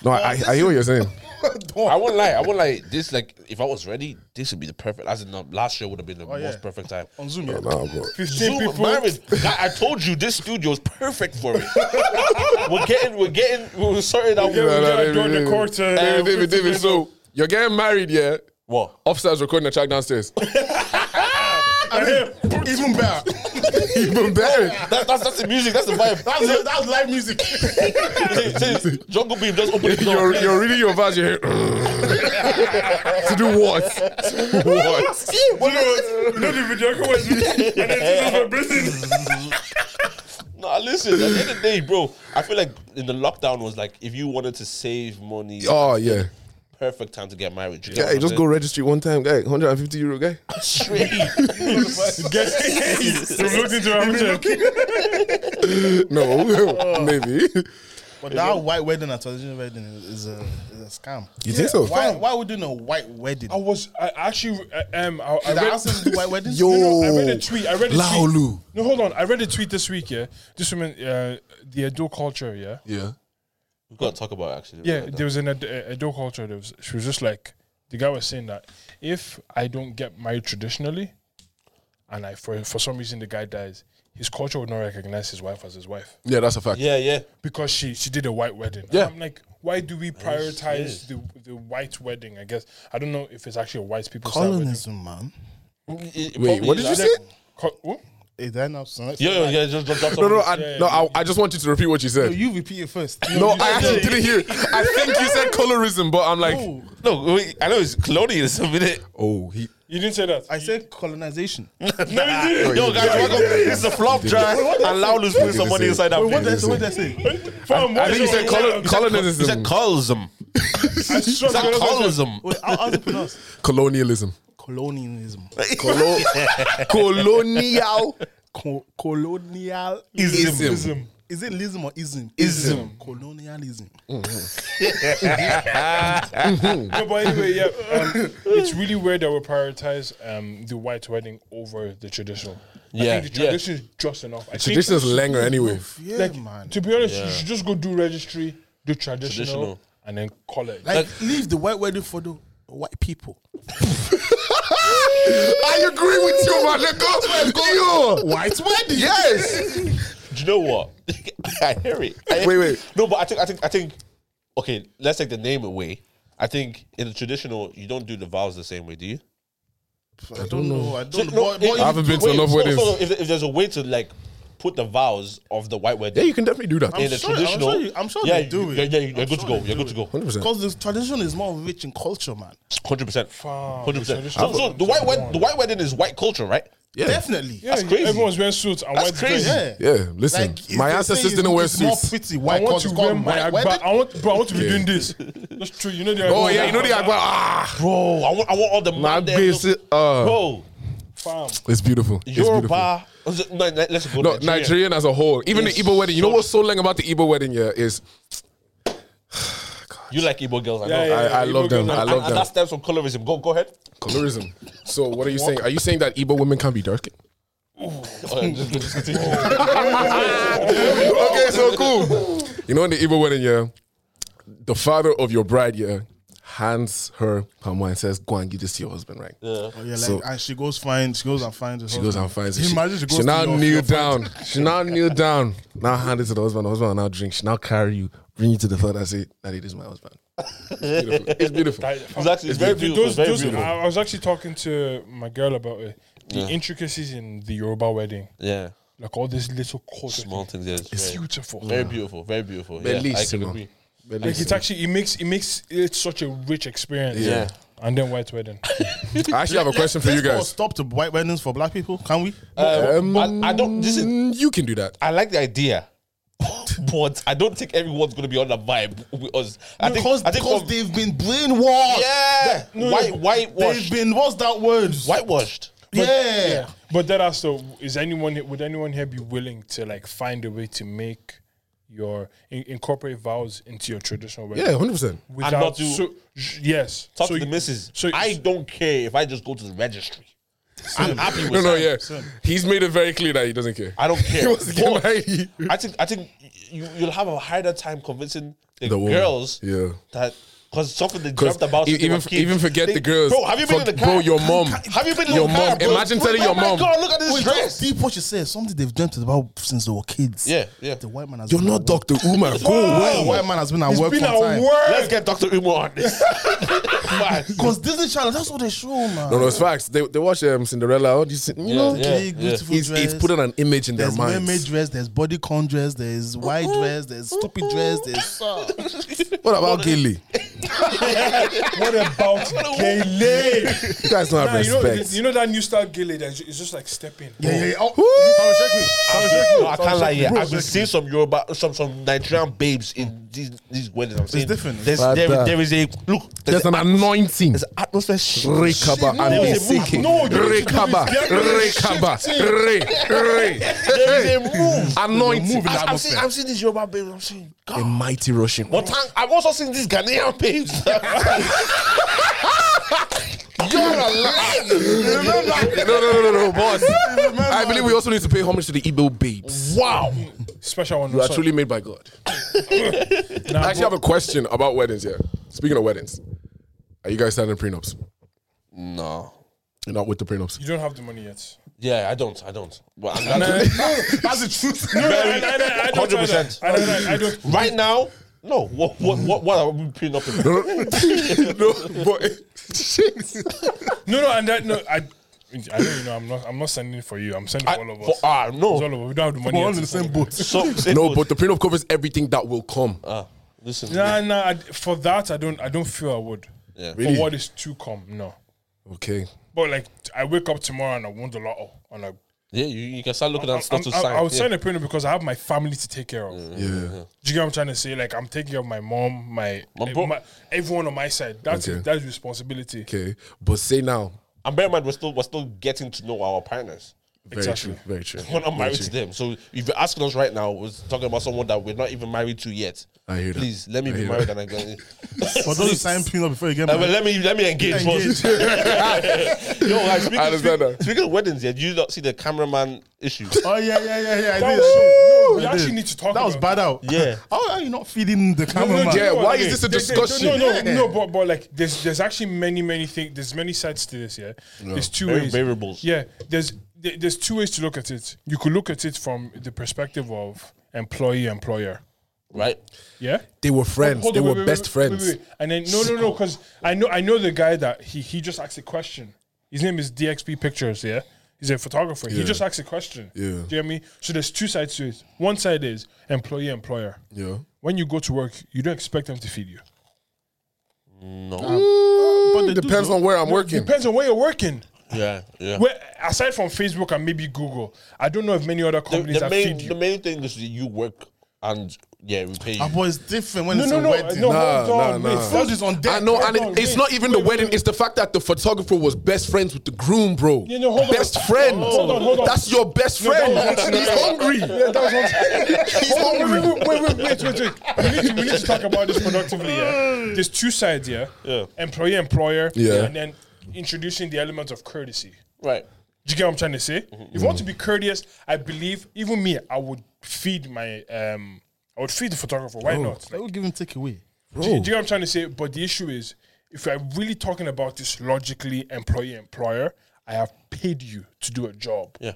[SPEAKER 1] No, I, I, I hear what you're saying.
[SPEAKER 4] I won't lie. I won't lie. This like, if I was ready, this would be the perfect. As in, uh, last year would have been
[SPEAKER 1] Oh,
[SPEAKER 4] the
[SPEAKER 2] yeah.
[SPEAKER 4] most perfect time.
[SPEAKER 2] on Zoom, yeah.
[SPEAKER 1] Nah, bro.
[SPEAKER 3] Fifteen
[SPEAKER 4] Zoom
[SPEAKER 3] people.
[SPEAKER 4] marriage. I, I told you this studio is perfect for it. we're getting, we're getting, we're sorting out.
[SPEAKER 3] Yeah,
[SPEAKER 1] No,
[SPEAKER 3] we
[SPEAKER 1] no,
[SPEAKER 3] got
[SPEAKER 1] David,
[SPEAKER 3] during the
[SPEAKER 1] David.
[SPEAKER 3] court. uh,
[SPEAKER 1] David, David,
[SPEAKER 3] 15
[SPEAKER 1] David,
[SPEAKER 3] people.
[SPEAKER 1] so you're getting married, yeah?
[SPEAKER 4] What?
[SPEAKER 1] Officer's recording a track downstairs.
[SPEAKER 3] I mean,
[SPEAKER 2] Even better.
[SPEAKER 1] Even better.
[SPEAKER 4] That, that's that's the music. That's the vibe.
[SPEAKER 2] That's that's live music.
[SPEAKER 4] Say- say, Jungle Beam just opened the door.
[SPEAKER 1] You're, you're reading your verse, you're here. to do what? To do what?
[SPEAKER 3] you know the video call was me, and then just vibrating.
[SPEAKER 4] Nah, listen. At the end of the day, bro, I feel like in the lockdown was like if you wanted to save money,
[SPEAKER 1] Oh, yeah.
[SPEAKER 4] perfect time to get married. You know
[SPEAKER 1] Yeah,
[SPEAKER 4] what I'm
[SPEAKER 1] just go registry one time, guy. 150 euro, guy.
[SPEAKER 4] saying?
[SPEAKER 3] You've looked into our picture.
[SPEAKER 1] No, maybe.
[SPEAKER 2] But that white wedding and traditional wedding is, is, a, is a scam.
[SPEAKER 1] You think so?
[SPEAKER 2] Why, why would you know white wedding?
[SPEAKER 3] I was I actually uh, um I, I
[SPEAKER 2] Is that
[SPEAKER 3] read,
[SPEAKER 2] answer to Oh, white weddings?
[SPEAKER 1] Yo.
[SPEAKER 3] No, no, I read a tweet. I read a
[SPEAKER 1] Laolu.
[SPEAKER 3] tweet. No, hold on. I read a tweet this week. Yeah, this woman, uh, the Edo culture. Yeah,
[SPEAKER 1] Yeah.
[SPEAKER 4] We've got to talk about it, actually.
[SPEAKER 3] yeah. There was an Ed- uh, Edo culture. There was, she was just like the guy was saying that if I don't get married traditionally, and I for for some reason the guy dies, his culture would not recognize his wife as his wife
[SPEAKER 1] Yeah, that's a fact.
[SPEAKER 4] yeah, yeah.
[SPEAKER 3] because she she did a white wedding.
[SPEAKER 1] Yeah.
[SPEAKER 3] I'm like, why do we prioritize the the white wedding? I guess I don't know if it's actually a white people style wedding.
[SPEAKER 2] Colonism, man.
[SPEAKER 1] Wait, what did you
[SPEAKER 3] Is
[SPEAKER 1] say?
[SPEAKER 3] that- co- what?
[SPEAKER 2] Is that not so?
[SPEAKER 4] Yo, yo, yeah, just, just, just
[SPEAKER 1] No, no, I, no. I, I just want you to repeat what you said.
[SPEAKER 2] you repeat it first.
[SPEAKER 1] No, I actually didn't hear. I think you said colorism, but I'm like,
[SPEAKER 4] no. Wait, I know it's colonialism, isn't it?
[SPEAKER 1] oh, he.
[SPEAKER 3] You didn't say that.
[SPEAKER 2] I said colonization.
[SPEAKER 4] Yo, guys, welcome. This is a flop drive, and Laulu's putting some money inside that.
[SPEAKER 2] What
[SPEAKER 4] thing.
[SPEAKER 2] did I say? What did I say?
[SPEAKER 3] Fam,
[SPEAKER 1] I
[SPEAKER 3] what
[SPEAKER 1] think you
[SPEAKER 3] is
[SPEAKER 1] said
[SPEAKER 3] it?
[SPEAKER 1] color,
[SPEAKER 4] Is that
[SPEAKER 1] colonism.
[SPEAKER 4] colorism?
[SPEAKER 3] I swear
[SPEAKER 4] Is
[SPEAKER 3] to
[SPEAKER 4] that
[SPEAKER 3] God, that's what I said.
[SPEAKER 4] colorism?
[SPEAKER 2] Wait, how, how's it pronounced?
[SPEAKER 1] Colonialism.
[SPEAKER 2] Colonialism.
[SPEAKER 1] Colo- colonial.
[SPEAKER 2] Co- colonial.
[SPEAKER 1] Ism.
[SPEAKER 2] Is it lism or ism? Colonialism.
[SPEAKER 3] No, but anyway, yeah, um, it's really weird that we prioritize um, the white wedding over the traditional.
[SPEAKER 4] Yeah,
[SPEAKER 3] I think the
[SPEAKER 4] yeah.
[SPEAKER 3] tradition is just enough. I think,
[SPEAKER 1] Tradition is langer anyway.
[SPEAKER 2] Yeah,
[SPEAKER 3] like,
[SPEAKER 2] man.
[SPEAKER 3] to be honest, you should just go do registry, do traditional,
[SPEAKER 4] Traditional.
[SPEAKER 3] and then call it.
[SPEAKER 2] like, leave the white wedding for the white people.
[SPEAKER 1] I agree with you, man. Let go. Go you.
[SPEAKER 2] White wedding.
[SPEAKER 1] Yes.
[SPEAKER 4] Do you know what? I hear it. I hear-
[SPEAKER 1] Wait, wait.
[SPEAKER 4] No, but I think I think I think. Okay, let's take the name away. I think in the traditional, you don't do the vows the same way, do you?
[SPEAKER 2] I don't know. I
[SPEAKER 4] So,
[SPEAKER 2] don't know.
[SPEAKER 4] no,
[SPEAKER 2] But- but
[SPEAKER 4] if-
[SPEAKER 1] I haven't been to enough
[SPEAKER 4] so-
[SPEAKER 1] weddings.
[SPEAKER 4] so if, if there's a way to like put the vows of the white
[SPEAKER 1] Yeah,
[SPEAKER 4] wedding
[SPEAKER 1] you can definitely do that.
[SPEAKER 4] in the
[SPEAKER 2] sure- I'm
[SPEAKER 4] traditional,
[SPEAKER 2] sure you- I'm sure
[SPEAKER 4] yeah,
[SPEAKER 2] they do
[SPEAKER 4] you-
[SPEAKER 2] it.
[SPEAKER 4] Yeah, yeah, you're
[SPEAKER 2] I'm
[SPEAKER 4] good
[SPEAKER 2] sure
[SPEAKER 4] to go.
[SPEAKER 2] they
[SPEAKER 4] You're
[SPEAKER 2] do
[SPEAKER 4] good to go.
[SPEAKER 1] 100%.
[SPEAKER 2] Because the tradition is more rich in culture, man.
[SPEAKER 4] Hundred percent.
[SPEAKER 3] Fuck,
[SPEAKER 4] Hundred percent.
[SPEAKER 3] traditional
[SPEAKER 4] So so the white wed- the white wedding is white culture, right?
[SPEAKER 1] Yeah.
[SPEAKER 2] Definitely.
[SPEAKER 3] yeah,
[SPEAKER 4] that's crazy.
[SPEAKER 3] Everyone's wearing suits. And
[SPEAKER 4] That's
[SPEAKER 3] white
[SPEAKER 4] crazy.
[SPEAKER 3] dress.
[SPEAKER 2] Yeah.
[SPEAKER 1] Yeah, listen.
[SPEAKER 2] Like, if
[SPEAKER 1] my
[SPEAKER 2] they
[SPEAKER 1] ancestors
[SPEAKER 2] say
[SPEAKER 1] didn't wear
[SPEAKER 2] it's more
[SPEAKER 1] suits.
[SPEAKER 2] pretty.
[SPEAKER 3] I
[SPEAKER 2] Why?
[SPEAKER 3] want
[SPEAKER 2] Because
[SPEAKER 3] to
[SPEAKER 2] it's
[SPEAKER 3] wear
[SPEAKER 2] called
[SPEAKER 3] my
[SPEAKER 2] white
[SPEAKER 3] agba.
[SPEAKER 2] wedding.
[SPEAKER 3] I want, bro, I want to be doing this. That's true. You know the.
[SPEAKER 1] Oh
[SPEAKER 3] agba-
[SPEAKER 1] yeah, you know the agba. Ah,
[SPEAKER 4] Bro, I want I want all the
[SPEAKER 1] my
[SPEAKER 4] man there.
[SPEAKER 1] basic. Uh,
[SPEAKER 4] Bro,
[SPEAKER 3] Fam.
[SPEAKER 1] it's beautiful. It's beautiful.
[SPEAKER 4] Yoruba. No, no, let's go.
[SPEAKER 1] No, Nigerian as a whole, even the
[SPEAKER 4] It's
[SPEAKER 1] Igbo wedding. You know
[SPEAKER 4] so-
[SPEAKER 1] what's so long about the Igbo wedding? Yeah, is
[SPEAKER 4] You like Igbo girls, I know.
[SPEAKER 3] Yeah,
[SPEAKER 1] I,
[SPEAKER 3] yeah, yeah,
[SPEAKER 1] I
[SPEAKER 3] Igbo
[SPEAKER 1] love them.
[SPEAKER 3] girls are-
[SPEAKER 1] I
[SPEAKER 4] And,
[SPEAKER 1] love
[SPEAKER 4] and
[SPEAKER 1] them.
[SPEAKER 4] that stems from colorism. Go, go ahead.
[SPEAKER 1] Colorism. So what are you saying? Are you saying that Igbo women can be dark?
[SPEAKER 4] Oh, yeah, just- just continue.
[SPEAKER 1] okay, so cool. You know, in the Igbo wedding, yeah, the father of your bride, yeah, hands her palm wine and says, "Go and give this to your husband, right?"
[SPEAKER 2] Oh, yeah, like,
[SPEAKER 1] So-
[SPEAKER 2] and she goes find. She goes and finds.
[SPEAKER 1] She goes and finds it. She,
[SPEAKER 2] Imagine she goes
[SPEAKER 1] she
[SPEAKER 2] to
[SPEAKER 1] now
[SPEAKER 2] your-
[SPEAKER 1] kneel
[SPEAKER 2] your
[SPEAKER 1] down. She now kneel down. Now hand it to the husband. The husband will now drink. She now carry you, bring you to the father and say, "That it is my husband." It's beautiful. It's beautiful.
[SPEAKER 4] It's actually it's very beautiful.
[SPEAKER 3] Those,
[SPEAKER 4] It's very
[SPEAKER 3] those,
[SPEAKER 4] beautiful.
[SPEAKER 3] I I was actually talking to my girl about it. The intricacies in the Yoruba wedding,
[SPEAKER 4] yeah,
[SPEAKER 3] like all these little culture
[SPEAKER 4] small things. Yeah, it's very,
[SPEAKER 3] beautiful.
[SPEAKER 4] very beautiful. Very beautiful. Yeah, I
[SPEAKER 1] Bellissimo.
[SPEAKER 4] can agree.
[SPEAKER 3] Like it's
[SPEAKER 1] Bellissimo.
[SPEAKER 3] actually it makes it makes it such a rich experience.
[SPEAKER 4] Yeah.
[SPEAKER 3] And then white wedding.
[SPEAKER 1] I actually have a question for you
[SPEAKER 2] Let's put a
[SPEAKER 1] guys.
[SPEAKER 2] Stop to white weddings for black people. Can we?
[SPEAKER 4] Um, I, I don't. This is.
[SPEAKER 1] Mm, You can do that.
[SPEAKER 4] I like the idea. But I don't think everyone's gonna be on that vibe with us. I think,
[SPEAKER 2] because
[SPEAKER 4] I think
[SPEAKER 2] because
[SPEAKER 4] of-
[SPEAKER 2] they've been brainwashed.
[SPEAKER 4] yeah, white,
[SPEAKER 2] They've
[SPEAKER 4] whitewashed,
[SPEAKER 2] been what's that word?
[SPEAKER 4] whitewashed.
[SPEAKER 2] yeah.
[SPEAKER 3] But that also is anyone he- would anyone here be willing to like find a way to make your in, incorporate vows into your traditional wedding?
[SPEAKER 1] Yeah, hundred percent.
[SPEAKER 3] Without
[SPEAKER 4] not do-
[SPEAKER 3] so, sh- yes.
[SPEAKER 4] Talk
[SPEAKER 3] so
[SPEAKER 4] to the
[SPEAKER 3] you-
[SPEAKER 4] missus.
[SPEAKER 3] so-
[SPEAKER 4] I don't care if I just go to the registry. I'm happy with
[SPEAKER 1] No, no,
[SPEAKER 4] that.
[SPEAKER 1] yeah. He's made it very clear that he doesn't care.
[SPEAKER 4] I don't
[SPEAKER 1] He
[SPEAKER 4] care.
[SPEAKER 1] wants to get
[SPEAKER 4] But
[SPEAKER 1] married.
[SPEAKER 4] I think I think you you'll have a harder time convincing the,
[SPEAKER 1] The woman.
[SPEAKER 4] girls
[SPEAKER 1] Yeah.
[SPEAKER 4] that because something they
[SPEAKER 1] 'Cause
[SPEAKER 4] dreamt about
[SPEAKER 1] e-
[SPEAKER 4] since they
[SPEAKER 1] even
[SPEAKER 4] were kids.
[SPEAKER 1] even forget
[SPEAKER 4] They-
[SPEAKER 1] the girls.
[SPEAKER 4] Bro, have you been
[SPEAKER 1] Fuck,
[SPEAKER 4] in the car?
[SPEAKER 1] Bro, your mom.
[SPEAKER 4] Have you been in
[SPEAKER 1] your
[SPEAKER 4] the car,
[SPEAKER 1] mom?
[SPEAKER 4] bro?
[SPEAKER 1] Imagine
[SPEAKER 4] Bro,
[SPEAKER 1] telling
[SPEAKER 4] oh
[SPEAKER 1] your
[SPEAKER 4] my
[SPEAKER 1] mom.
[SPEAKER 4] God, look at this
[SPEAKER 2] Wait, that's
[SPEAKER 4] dress.
[SPEAKER 2] deep what you said. Something they've dreamt about since they were kids.
[SPEAKER 4] Yeah, yeah.
[SPEAKER 2] The white man has
[SPEAKER 1] You're
[SPEAKER 2] been
[SPEAKER 1] not
[SPEAKER 2] at work.
[SPEAKER 1] Doctor Uma. Go
[SPEAKER 2] The
[SPEAKER 1] away.
[SPEAKER 2] white man has Oh, been at
[SPEAKER 3] It's
[SPEAKER 2] work
[SPEAKER 3] been
[SPEAKER 2] for
[SPEAKER 3] a
[SPEAKER 2] time.
[SPEAKER 3] word.
[SPEAKER 4] Let's get Dr. Umo on this. Man.
[SPEAKER 2] Because Disney Channel, that's what they show, man.
[SPEAKER 1] No, no, it's facts. They they watch um, Cinderella. All these, you know,
[SPEAKER 4] Yeah,
[SPEAKER 2] Big,
[SPEAKER 4] yeah.
[SPEAKER 2] beautiful
[SPEAKER 1] it's,
[SPEAKER 2] dress.
[SPEAKER 1] it's putting an image in their
[SPEAKER 2] there's mermaid
[SPEAKER 1] minds.
[SPEAKER 2] dress, there's bodycon dress, there's white dress, there's stupid dress, there's
[SPEAKER 1] What about Gilly?
[SPEAKER 3] What about Gele?
[SPEAKER 1] You guys don't have
[SPEAKER 3] Nah, you, know,
[SPEAKER 1] respect.
[SPEAKER 3] th- you know that new style Gele that is just like stepping.
[SPEAKER 2] yeah, yeah, yeah. Oh,
[SPEAKER 4] I've been- no, I can't lie. Yeah,
[SPEAKER 2] Bro,
[SPEAKER 4] I've been seeing some Yoruba, some some Nigerian babes in these these weddings. I'm saying
[SPEAKER 2] different.
[SPEAKER 4] There's,
[SPEAKER 1] But,
[SPEAKER 4] there,
[SPEAKER 1] uh,
[SPEAKER 4] there is a look. There's,
[SPEAKER 1] There's
[SPEAKER 4] an
[SPEAKER 1] an anointing.
[SPEAKER 4] atmosphere. sh-
[SPEAKER 1] Rekaba and
[SPEAKER 4] There's a move.
[SPEAKER 1] Isiki.
[SPEAKER 4] No, there is
[SPEAKER 1] Rekaba. Rekaba. Re. Re.
[SPEAKER 4] a move.
[SPEAKER 1] Anointing.
[SPEAKER 4] I- I'm seeing, I'm seeing these Yoruba babes. I'm saying God.
[SPEAKER 1] A mighty Russian.
[SPEAKER 4] But thank- I've also seen these Ghanaian babes. You're alive.
[SPEAKER 1] No, no, no, no, no, boss. I believe we also need to pay homage to the Igbo babes.
[SPEAKER 4] Wow.
[SPEAKER 3] Special one.
[SPEAKER 1] You are
[SPEAKER 3] sorry.
[SPEAKER 1] truly made by God.
[SPEAKER 3] Nah,
[SPEAKER 1] I actually have a question about weddings. Yeah. Speaking of weddings, are you guys signing prenups?
[SPEAKER 4] No.
[SPEAKER 1] You're not with the prenups.
[SPEAKER 3] You don't have the money yet.
[SPEAKER 4] Yeah, I don't. I don't. But I'm glad
[SPEAKER 3] That's the truth. No, no, no, no, I don't.
[SPEAKER 4] 100%.
[SPEAKER 3] I don't. I don't.
[SPEAKER 4] right now, No, what what what, what are we putting up? In?
[SPEAKER 1] no, but
[SPEAKER 3] No, no, and that no, I. I know you know I'm not. I'm not sending it for you. I'm sending
[SPEAKER 4] I,
[SPEAKER 3] for all of us.
[SPEAKER 4] for, ah,
[SPEAKER 3] It's all
[SPEAKER 4] no.
[SPEAKER 3] of us. We don't have the money.
[SPEAKER 2] We're
[SPEAKER 3] yet
[SPEAKER 2] all
[SPEAKER 3] to
[SPEAKER 2] in the
[SPEAKER 3] send
[SPEAKER 2] same
[SPEAKER 3] it.
[SPEAKER 2] boat.
[SPEAKER 4] So,
[SPEAKER 1] no, but the prenup covers everything that will come.
[SPEAKER 4] ah, listen.
[SPEAKER 3] Nah, nah. I, for that, I don't. I don't feel I would.
[SPEAKER 4] Yeah.
[SPEAKER 1] Really?
[SPEAKER 3] For what is to come, no.
[SPEAKER 1] Okay.
[SPEAKER 3] But like, I wake up tomorrow and I won the lotto, and I,
[SPEAKER 4] Yeah, you, you can start looking
[SPEAKER 3] I'm,
[SPEAKER 4] at stuff to
[SPEAKER 3] I'm-
[SPEAKER 4] sign.
[SPEAKER 3] I would
[SPEAKER 4] yeah.
[SPEAKER 3] sign a printer because I have my family to take care of.
[SPEAKER 1] Yeah.
[SPEAKER 3] Do you get what I'm trying to say? Like, I'm taking care of my mom, my,
[SPEAKER 4] My
[SPEAKER 3] my,
[SPEAKER 4] bro-
[SPEAKER 3] everyone on my side. That's
[SPEAKER 1] Okay.
[SPEAKER 3] that's responsibility.
[SPEAKER 1] Okay. But say now.
[SPEAKER 4] And bear in mind, we're still we're still getting to know our partners.
[SPEAKER 1] Very
[SPEAKER 3] Exactly.
[SPEAKER 1] true. Very true.
[SPEAKER 4] We're not married to them. So if you're asking us right now, we're talking about someone that we're not even married to yet.
[SPEAKER 1] I hear that.
[SPEAKER 4] Please let me
[SPEAKER 1] I
[SPEAKER 4] be
[SPEAKER 1] hear
[SPEAKER 4] married and I go.
[SPEAKER 2] But don't you sign prenup before you get
[SPEAKER 4] Uh, but
[SPEAKER 2] married?
[SPEAKER 4] let me let me engage, first. Yo, guys,
[SPEAKER 1] I
[SPEAKER 4] speaking,
[SPEAKER 1] understand
[SPEAKER 4] speak-
[SPEAKER 1] that.
[SPEAKER 4] speaking of weddings, yeah, do you not see the cameraman issue?
[SPEAKER 2] Oh yeah, yeah, yeah, yeah. I
[SPEAKER 3] That
[SPEAKER 2] did.
[SPEAKER 3] was so- no, we
[SPEAKER 2] I
[SPEAKER 3] actually
[SPEAKER 2] did.
[SPEAKER 3] need to talk
[SPEAKER 2] That was
[SPEAKER 3] about
[SPEAKER 2] bad out.
[SPEAKER 4] Yeah.
[SPEAKER 2] How are you not feeding the
[SPEAKER 3] No, no,
[SPEAKER 2] cameraman?
[SPEAKER 3] do you
[SPEAKER 1] Yeah,
[SPEAKER 3] know what,
[SPEAKER 1] why
[SPEAKER 3] like,
[SPEAKER 1] is this a
[SPEAKER 3] they- they- they-
[SPEAKER 1] discussion?
[SPEAKER 3] no, no,
[SPEAKER 2] Yeah.
[SPEAKER 3] no. But but like, there's there's actually many many things. There's many sides to this. Yeah, there's two
[SPEAKER 4] Very
[SPEAKER 3] ways.
[SPEAKER 4] variables.
[SPEAKER 3] Yeah, there's there- there's two ways to look at it. You could look at it from the perspective of employee employer.
[SPEAKER 4] Right?
[SPEAKER 3] Yeah.
[SPEAKER 1] They were friends.
[SPEAKER 3] Hold
[SPEAKER 1] they
[SPEAKER 3] on,
[SPEAKER 1] were
[SPEAKER 3] wait, wait,
[SPEAKER 1] best
[SPEAKER 3] wait, wait,
[SPEAKER 1] friends.
[SPEAKER 3] wait, wait. And then no, no, no, because I know I know the guy that he he just asked a question. His name is DXP Pictures. Yeah, he's a photographer. He just asked a question.
[SPEAKER 1] Yeah.
[SPEAKER 3] do you hear me? So there's two sides to it. One side is employee employer.
[SPEAKER 1] Yeah.
[SPEAKER 3] When you go to work, you don't expect them to feed you.
[SPEAKER 4] No.
[SPEAKER 1] But it depends on where I'm working.
[SPEAKER 3] Depends on where you're working.
[SPEAKER 4] Yeah. Yeah.
[SPEAKER 3] Where aside from Facebook and maybe Google, I don't know if many other
[SPEAKER 4] The,
[SPEAKER 3] companies
[SPEAKER 4] the
[SPEAKER 3] that
[SPEAKER 4] main
[SPEAKER 3] feed you.
[SPEAKER 4] the main thing is that you work and yeah, we pay you.
[SPEAKER 2] Ah, but it's different when
[SPEAKER 3] No,
[SPEAKER 2] it's
[SPEAKER 3] no,
[SPEAKER 2] a
[SPEAKER 3] no,
[SPEAKER 2] wedding.
[SPEAKER 3] no.
[SPEAKER 1] Nah,
[SPEAKER 3] hold on,
[SPEAKER 1] nah,
[SPEAKER 3] wait,
[SPEAKER 1] nah.
[SPEAKER 3] first-
[SPEAKER 2] Food is on deck.
[SPEAKER 1] I know, and
[SPEAKER 3] on,
[SPEAKER 1] it, it's
[SPEAKER 3] wait,
[SPEAKER 1] not even the
[SPEAKER 3] wait,
[SPEAKER 1] wedding. It's the fact that the photographer was best friends with the groom, bro.
[SPEAKER 3] Yeah, no, hold on. Oh,
[SPEAKER 1] best friend.
[SPEAKER 3] Hold on, hold on.
[SPEAKER 1] That's your best friend.
[SPEAKER 3] that was-
[SPEAKER 1] He's hungry.
[SPEAKER 3] Yeah, that was what-
[SPEAKER 1] He's
[SPEAKER 3] Hold on,
[SPEAKER 1] hungry.
[SPEAKER 3] Wait, wait, wait, wait, wait, wait. We need to, we need to talk about this productively. Yeah, there's two sides. Yeah,
[SPEAKER 4] Yeah.
[SPEAKER 3] employee, employer.
[SPEAKER 1] Yeah.
[SPEAKER 3] and then introducing the element of courtesy.
[SPEAKER 4] right.
[SPEAKER 3] Do you get what I'm trying to say?
[SPEAKER 4] Mm-hmm.
[SPEAKER 3] If you want to be courteous, I believe even me, I would feed my um, I would feed the photographer. Why
[SPEAKER 1] Oh.
[SPEAKER 3] not?
[SPEAKER 2] They will give him takeaway.
[SPEAKER 3] Do you,
[SPEAKER 4] Oh.
[SPEAKER 3] do you know what I'm trying to say? But the issue is, if I'm really talking about this logically, employee employer, I have paid you to do a job.
[SPEAKER 4] Yeah.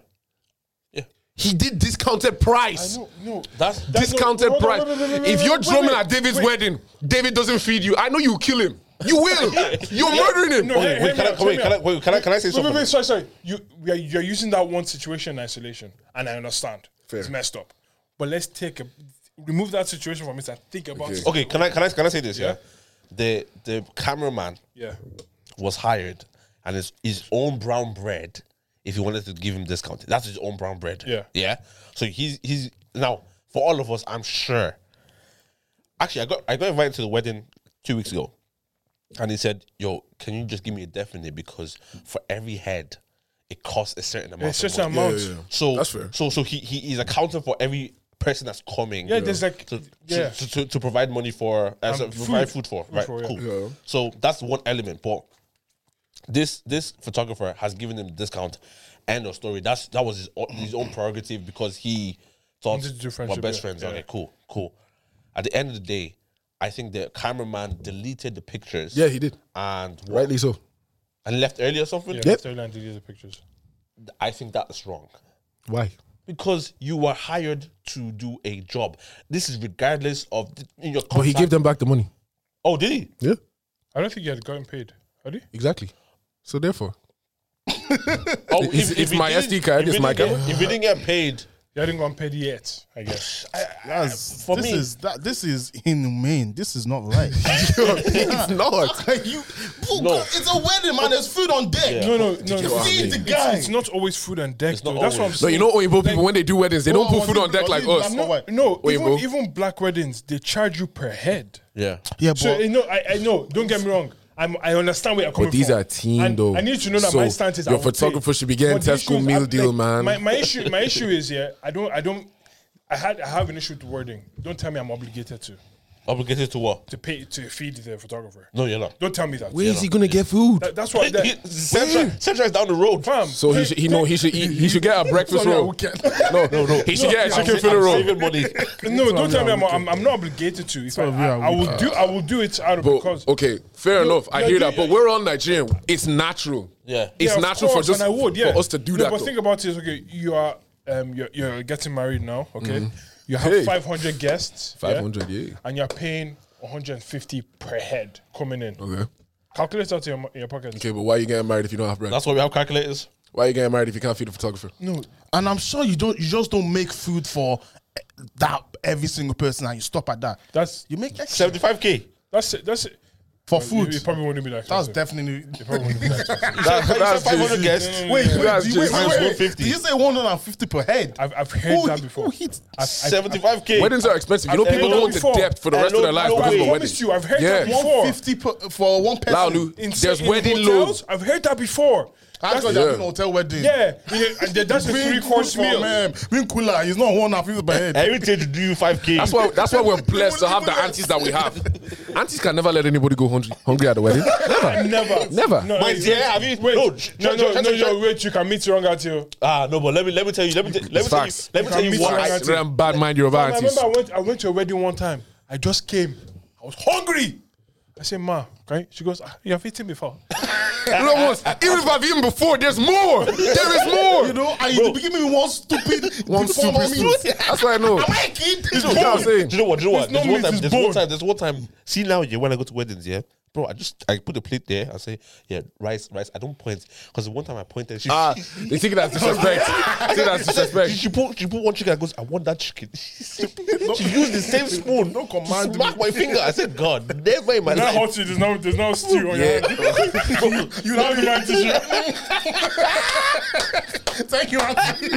[SPEAKER 1] He did discounted price.
[SPEAKER 3] No, no,
[SPEAKER 4] That's
[SPEAKER 3] That's not-
[SPEAKER 1] Discounted
[SPEAKER 3] hold on,
[SPEAKER 1] price.
[SPEAKER 3] wait, wait, wait, wait,
[SPEAKER 1] If
[SPEAKER 3] wait,
[SPEAKER 1] you're
[SPEAKER 3] wait,
[SPEAKER 1] drumming
[SPEAKER 3] wait.
[SPEAKER 1] at David's
[SPEAKER 3] Wait.
[SPEAKER 1] wedding, David doesn't feed you. I know you will kill him. You will. You're murdering him.
[SPEAKER 3] No,
[SPEAKER 4] Wait,
[SPEAKER 3] hey, hey, man,
[SPEAKER 4] wait, can I, wait,
[SPEAKER 3] tell
[SPEAKER 4] can
[SPEAKER 3] me-
[SPEAKER 4] I, wait, can I, can I say
[SPEAKER 3] Wait,
[SPEAKER 4] something?
[SPEAKER 3] wait, wait, sorry, sorry. You, we are, you're using that one situation in isolation, and I understand. It's messed up. But let's take a, remove that situation from it and think about it.
[SPEAKER 4] Okay, can I, can I, can I say this? Yeah. The the cameraman
[SPEAKER 3] Yeah.
[SPEAKER 4] was hired, and his his own brown bread. If you wanted to give him discount, that's his own brown bread.
[SPEAKER 3] Yeah.
[SPEAKER 4] yeah. So he's he's now for all of us. I'm sure. Actually, I got I got invited to the wedding two weeks ago, and he said, "Yo, can you just give me a definite because for every head, it costs a certain amount.
[SPEAKER 3] It's just
[SPEAKER 4] of
[SPEAKER 3] an
[SPEAKER 4] money."
[SPEAKER 3] amount.
[SPEAKER 1] Yeah, yeah, yeah.
[SPEAKER 4] So
[SPEAKER 1] That's fair.
[SPEAKER 4] So so he he is accounting for every person that's coming.
[SPEAKER 3] Yeah, there's like-
[SPEAKER 4] to,
[SPEAKER 3] yeah. Um,
[SPEAKER 4] to, to, to provide money for uh, so
[SPEAKER 3] food.
[SPEAKER 4] provide food for right
[SPEAKER 3] for, yeah.
[SPEAKER 4] cool. So that's one element, but this this photographer has given him discount. End of story. That's that was his own, his own prerogative because he thought
[SPEAKER 3] Wanted to do
[SPEAKER 4] we're
[SPEAKER 3] friendship,
[SPEAKER 4] best
[SPEAKER 3] yeah,
[SPEAKER 4] friends.
[SPEAKER 3] yeah.
[SPEAKER 4] Okay, cool, cool. At the end of the day, I think the cameraman deleted the pictures.
[SPEAKER 1] Yeah, he did.
[SPEAKER 4] and what,
[SPEAKER 1] Rightly so.
[SPEAKER 4] and left early or something.
[SPEAKER 3] Yeah,
[SPEAKER 1] Yep.
[SPEAKER 3] Storyline did the other pictures.
[SPEAKER 4] I think that's wrong
[SPEAKER 1] Why?
[SPEAKER 4] because you were hired to do a job. This is regardless of the, in your contract.
[SPEAKER 1] But he gave them back the money.
[SPEAKER 4] Oh, did he?
[SPEAKER 1] Yeah,
[SPEAKER 3] I don't think he had gotten paid. Had he?
[SPEAKER 1] exactly. So therefore,
[SPEAKER 4] Oh,
[SPEAKER 1] It's- it's
[SPEAKER 4] he
[SPEAKER 1] my
[SPEAKER 4] didn't-
[SPEAKER 1] SD card,
[SPEAKER 4] if
[SPEAKER 1] it's
[SPEAKER 4] he
[SPEAKER 1] my
[SPEAKER 4] didn't
[SPEAKER 1] camera.
[SPEAKER 4] Get, if he didn't get paid,
[SPEAKER 3] He hadn't gotten paid yet, I guess.
[SPEAKER 2] That's,
[SPEAKER 4] for
[SPEAKER 2] this
[SPEAKER 4] me-
[SPEAKER 2] is that. This is inhumane. This is not right.
[SPEAKER 1] it's not.
[SPEAKER 2] you, no. it's a wedding, man. There's food on deck.
[SPEAKER 3] no, no, no.
[SPEAKER 1] you
[SPEAKER 3] no.
[SPEAKER 1] what I mean?
[SPEAKER 2] Feed the
[SPEAKER 3] It's-
[SPEAKER 2] guy.
[SPEAKER 3] It's not always food and deck.
[SPEAKER 4] not
[SPEAKER 3] Though. That's what I'm
[SPEAKER 4] always.
[SPEAKER 1] No,
[SPEAKER 3] saying.
[SPEAKER 1] you know Oyibo people when they do weddings, they
[SPEAKER 3] Oh,
[SPEAKER 1] don't
[SPEAKER 2] Well,
[SPEAKER 1] put food on
[SPEAKER 2] was it-
[SPEAKER 1] deck like
[SPEAKER 2] was it
[SPEAKER 1] us.
[SPEAKER 2] black or white?
[SPEAKER 3] No, even,
[SPEAKER 1] Oyibo.
[SPEAKER 3] even black weddings, they charge you per head.
[SPEAKER 4] yeah,
[SPEAKER 2] Yeah, but
[SPEAKER 3] So you know, I, I know. Don't get me wrong. I'm, I understand where you're coming
[SPEAKER 1] But these
[SPEAKER 3] from.
[SPEAKER 1] are team,
[SPEAKER 3] And
[SPEAKER 1] though.
[SPEAKER 3] I need to know that
[SPEAKER 1] So
[SPEAKER 3] my stance is. I
[SPEAKER 1] your
[SPEAKER 3] would
[SPEAKER 1] photographer
[SPEAKER 3] pay.
[SPEAKER 1] should be getting
[SPEAKER 3] But the
[SPEAKER 1] Tesco
[SPEAKER 3] issue is,
[SPEAKER 1] meal
[SPEAKER 3] I'm-
[SPEAKER 1] deal, man.
[SPEAKER 3] My, my issue, my issue is yeah. I don't, I don't. I had, I have an issue with wording. Don't tell me I'm obligated to
[SPEAKER 4] obligated to what?
[SPEAKER 3] to pay to feed the photographer.
[SPEAKER 4] No, you're not.
[SPEAKER 3] Don't tell me that.
[SPEAKER 1] Where is he gonna get food?
[SPEAKER 3] That- that's why. That,
[SPEAKER 4] Central, Central is down the road.
[SPEAKER 3] fam,
[SPEAKER 1] So he
[SPEAKER 3] take-
[SPEAKER 1] should, he know he should eat. He should get a breakfast
[SPEAKER 2] Sorry, I
[SPEAKER 1] roll.
[SPEAKER 2] will get-
[SPEAKER 1] No, no, no. He should get a
[SPEAKER 4] I'm
[SPEAKER 1] chicken
[SPEAKER 4] sa-
[SPEAKER 1] fillet
[SPEAKER 4] I'm
[SPEAKER 1] roll.
[SPEAKER 4] Saving money.
[SPEAKER 3] No, don't tell me I'm,
[SPEAKER 2] we
[SPEAKER 3] I'm, I'm not obligated to. If I,
[SPEAKER 2] So we are
[SPEAKER 3] I, I will do, I will do it out of because.
[SPEAKER 1] But okay, fair enough. I
[SPEAKER 3] yeah,
[SPEAKER 1] hear
[SPEAKER 3] yeah,
[SPEAKER 1] that, but
[SPEAKER 3] yeah.
[SPEAKER 1] we're all Nigerian. It's natural.
[SPEAKER 4] Yeah.
[SPEAKER 1] it's
[SPEAKER 3] Yeah, of
[SPEAKER 1] natural
[SPEAKER 3] course,
[SPEAKER 1] for just
[SPEAKER 3] and I would, yeah.
[SPEAKER 1] for us to do
[SPEAKER 3] no,
[SPEAKER 1] that.
[SPEAKER 3] But
[SPEAKER 1] though.
[SPEAKER 3] think about it. Okay, you are um, you're, you're getting married now. Okay, You have
[SPEAKER 1] Mm-hmm. Hey.
[SPEAKER 3] 500 guests. yeah?
[SPEAKER 1] 500, yeah.
[SPEAKER 3] And you're paying 150 per head coming in.
[SPEAKER 1] Okay.
[SPEAKER 3] Calculate out your, mo- your pocket.
[SPEAKER 1] Okay, but why are you getting married if you don't have bread?
[SPEAKER 4] That's why we have calculators.
[SPEAKER 1] Why are you getting married if you can't feed a photographer?
[SPEAKER 2] No, and I'm sure you don't. You just don't make food for eh, that every single person, and you stop at that.
[SPEAKER 3] That's
[SPEAKER 2] You make extra
[SPEAKER 4] Seventy-five k.
[SPEAKER 3] that's it. That's it.
[SPEAKER 2] for
[SPEAKER 3] Food.
[SPEAKER 2] food.
[SPEAKER 3] It probably wouldn't be that
[SPEAKER 2] That's
[SPEAKER 3] expensive.
[SPEAKER 2] definitely.
[SPEAKER 3] It probably wouldn't be that expensive.
[SPEAKER 1] That's
[SPEAKER 4] Five hundred
[SPEAKER 1] JC.
[SPEAKER 4] guests.
[SPEAKER 3] Mm.
[SPEAKER 2] Wait, wait,
[SPEAKER 1] That's
[SPEAKER 2] wait,
[SPEAKER 1] just-
[SPEAKER 2] wait,
[SPEAKER 4] Times
[SPEAKER 2] wait,
[SPEAKER 4] 150.
[SPEAKER 2] Did you say 150 per head?
[SPEAKER 3] I've, I've heard
[SPEAKER 2] Who-
[SPEAKER 3] that before.
[SPEAKER 2] Who hits?
[SPEAKER 3] I've,
[SPEAKER 4] Seventy-five k.
[SPEAKER 1] Weddings are expensive. You know,
[SPEAKER 3] I've
[SPEAKER 1] people
[SPEAKER 3] heard
[SPEAKER 1] go
[SPEAKER 3] that
[SPEAKER 1] into
[SPEAKER 3] before.
[SPEAKER 1] debt for the
[SPEAKER 4] I
[SPEAKER 1] rest of
[SPEAKER 4] know-
[SPEAKER 1] their life
[SPEAKER 4] no
[SPEAKER 1] because of a
[SPEAKER 4] way.
[SPEAKER 3] I
[SPEAKER 1] wedding.
[SPEAKER 3] promised you, I've heard
[SPEAKER 1] Yeah.
[SPEAKER 3] that before.
[SPEAKER 2] 150 per, for one person.
[SPEAKER 1] Laulu,
[SPEAKER 3] In-
[SPEAKER 1] there's
[SPEAKER 3] in
[SPEAKER 1] wedding
[SPEAKER 3] hotels,
[SPEAKER 1] loads.
[SPEAKER 3] I've heard that before.
[SPEAKER 2] That's because
[SPEAKER 1] Yeah.
[SPEAKER 2] they're doing hotel wedding.
[SPEAKER 3] Yeah, yeah, and then that's a
[SPEAKER 2] Bring
[SPEAKER 3] three
[SPEAKER 2] food
[SPEAKER 3] course
[SPEAKER 2] for
[SPEAKER 3] meal.
[SPEAKER 2] man. Bring cooler. He's not 150 per head.
[SPEAKER 4] Heritage do you five k.
[SPEAKER 1] That's why. That's why we're blessed to have the aunties that we have. Aunties can never let anybody go hungry, hungry at the wedding. Never.
[SPEAKER 3] Never,
[SPEAKER 1] Never.
[SPEAKER 4] My
[SPEAKER 3] you-
[SPEAKER 4] dear, have you-
[SPEAKER 3] Wait,
[SPEAKER 4] No,
[SPEAKER 3] no,
[SPEAKER 4] ch- ch-
[SPEAKER 3] no, no,
[SPEAKER 4] ch-
[SPEAKER 3] no,
[SPEAKER 4] ch-
[SPEAKER 3] yo, wait. You can meet your out here.
[SPEAKER 4] Ah no, but let me let me tell you. Let me t- let me tell you.
[SPEAKER 1] facts.
[SPEAKER 4] Let me tell you
[SPEAKER 3] You
[SPEAKER 4] what.
[SPEAKER 3] can
[SPEAKER 4] I-
[SPEAKER 3] mix
[SPEAKER 1] It's them bad mind your
[SPEAKER 3] I
[SPEAKER 1] aunties.
[SPEAKER 3] remember I went, I went to a wedding one time. I just came. I was hungry. I said, Ma, can you? She goes, "Ah, You have eaten before.
[SPEAKER 1] You know what? Even if I've eaten before, there's more. There is more.
[SPEAKER 2] You know, and you give me one stupid
[SPEAKER 1] One
[SPEAKER 2] before
[SPEAKER 1] super
[SPEAKER 2] mommy.
[SPEAKER 1] spoon. That's what I know.
[SPEAKER 2] Am I a kid?
[SPEAKER 1] You know what I'm saying?
[SPEAKER 4] Do you know what? Do you know what?
[SPEAKER 3] It's not
[SPEAKER 4] There's one
[SPEAKER 3] meat, it's
[SPEAKER 4] time. There's one
[SPEAKER 3] bone.
[SPEAKER 4] time. There's one time. See now, yeah. When I go to weddings, yeah, bro, I just I put the plate there. I say, yeah, rice, rice. I don't point because the one time I pointed, she
[SPEAKER 1] Ah, they think that's disrespect. They think that's
[SPEAKER 4] She,
[SPEAKER 1] disrespect.
[SPEAKER 4] she put she put one chicken and goes, I want that chicken. she used the same spoon. No command. Smack my finger. I said, God, never in my
[SPEAKER 3] That
[SPEAKER 4] life.
[SPEAKER 3] hot seat, there's no, there's no stew on your
[SPEAKER 1] Yeah.
[SPEAKER 3] You don't have the right tissue.
[SPEAKER 2] Thank you, auntie.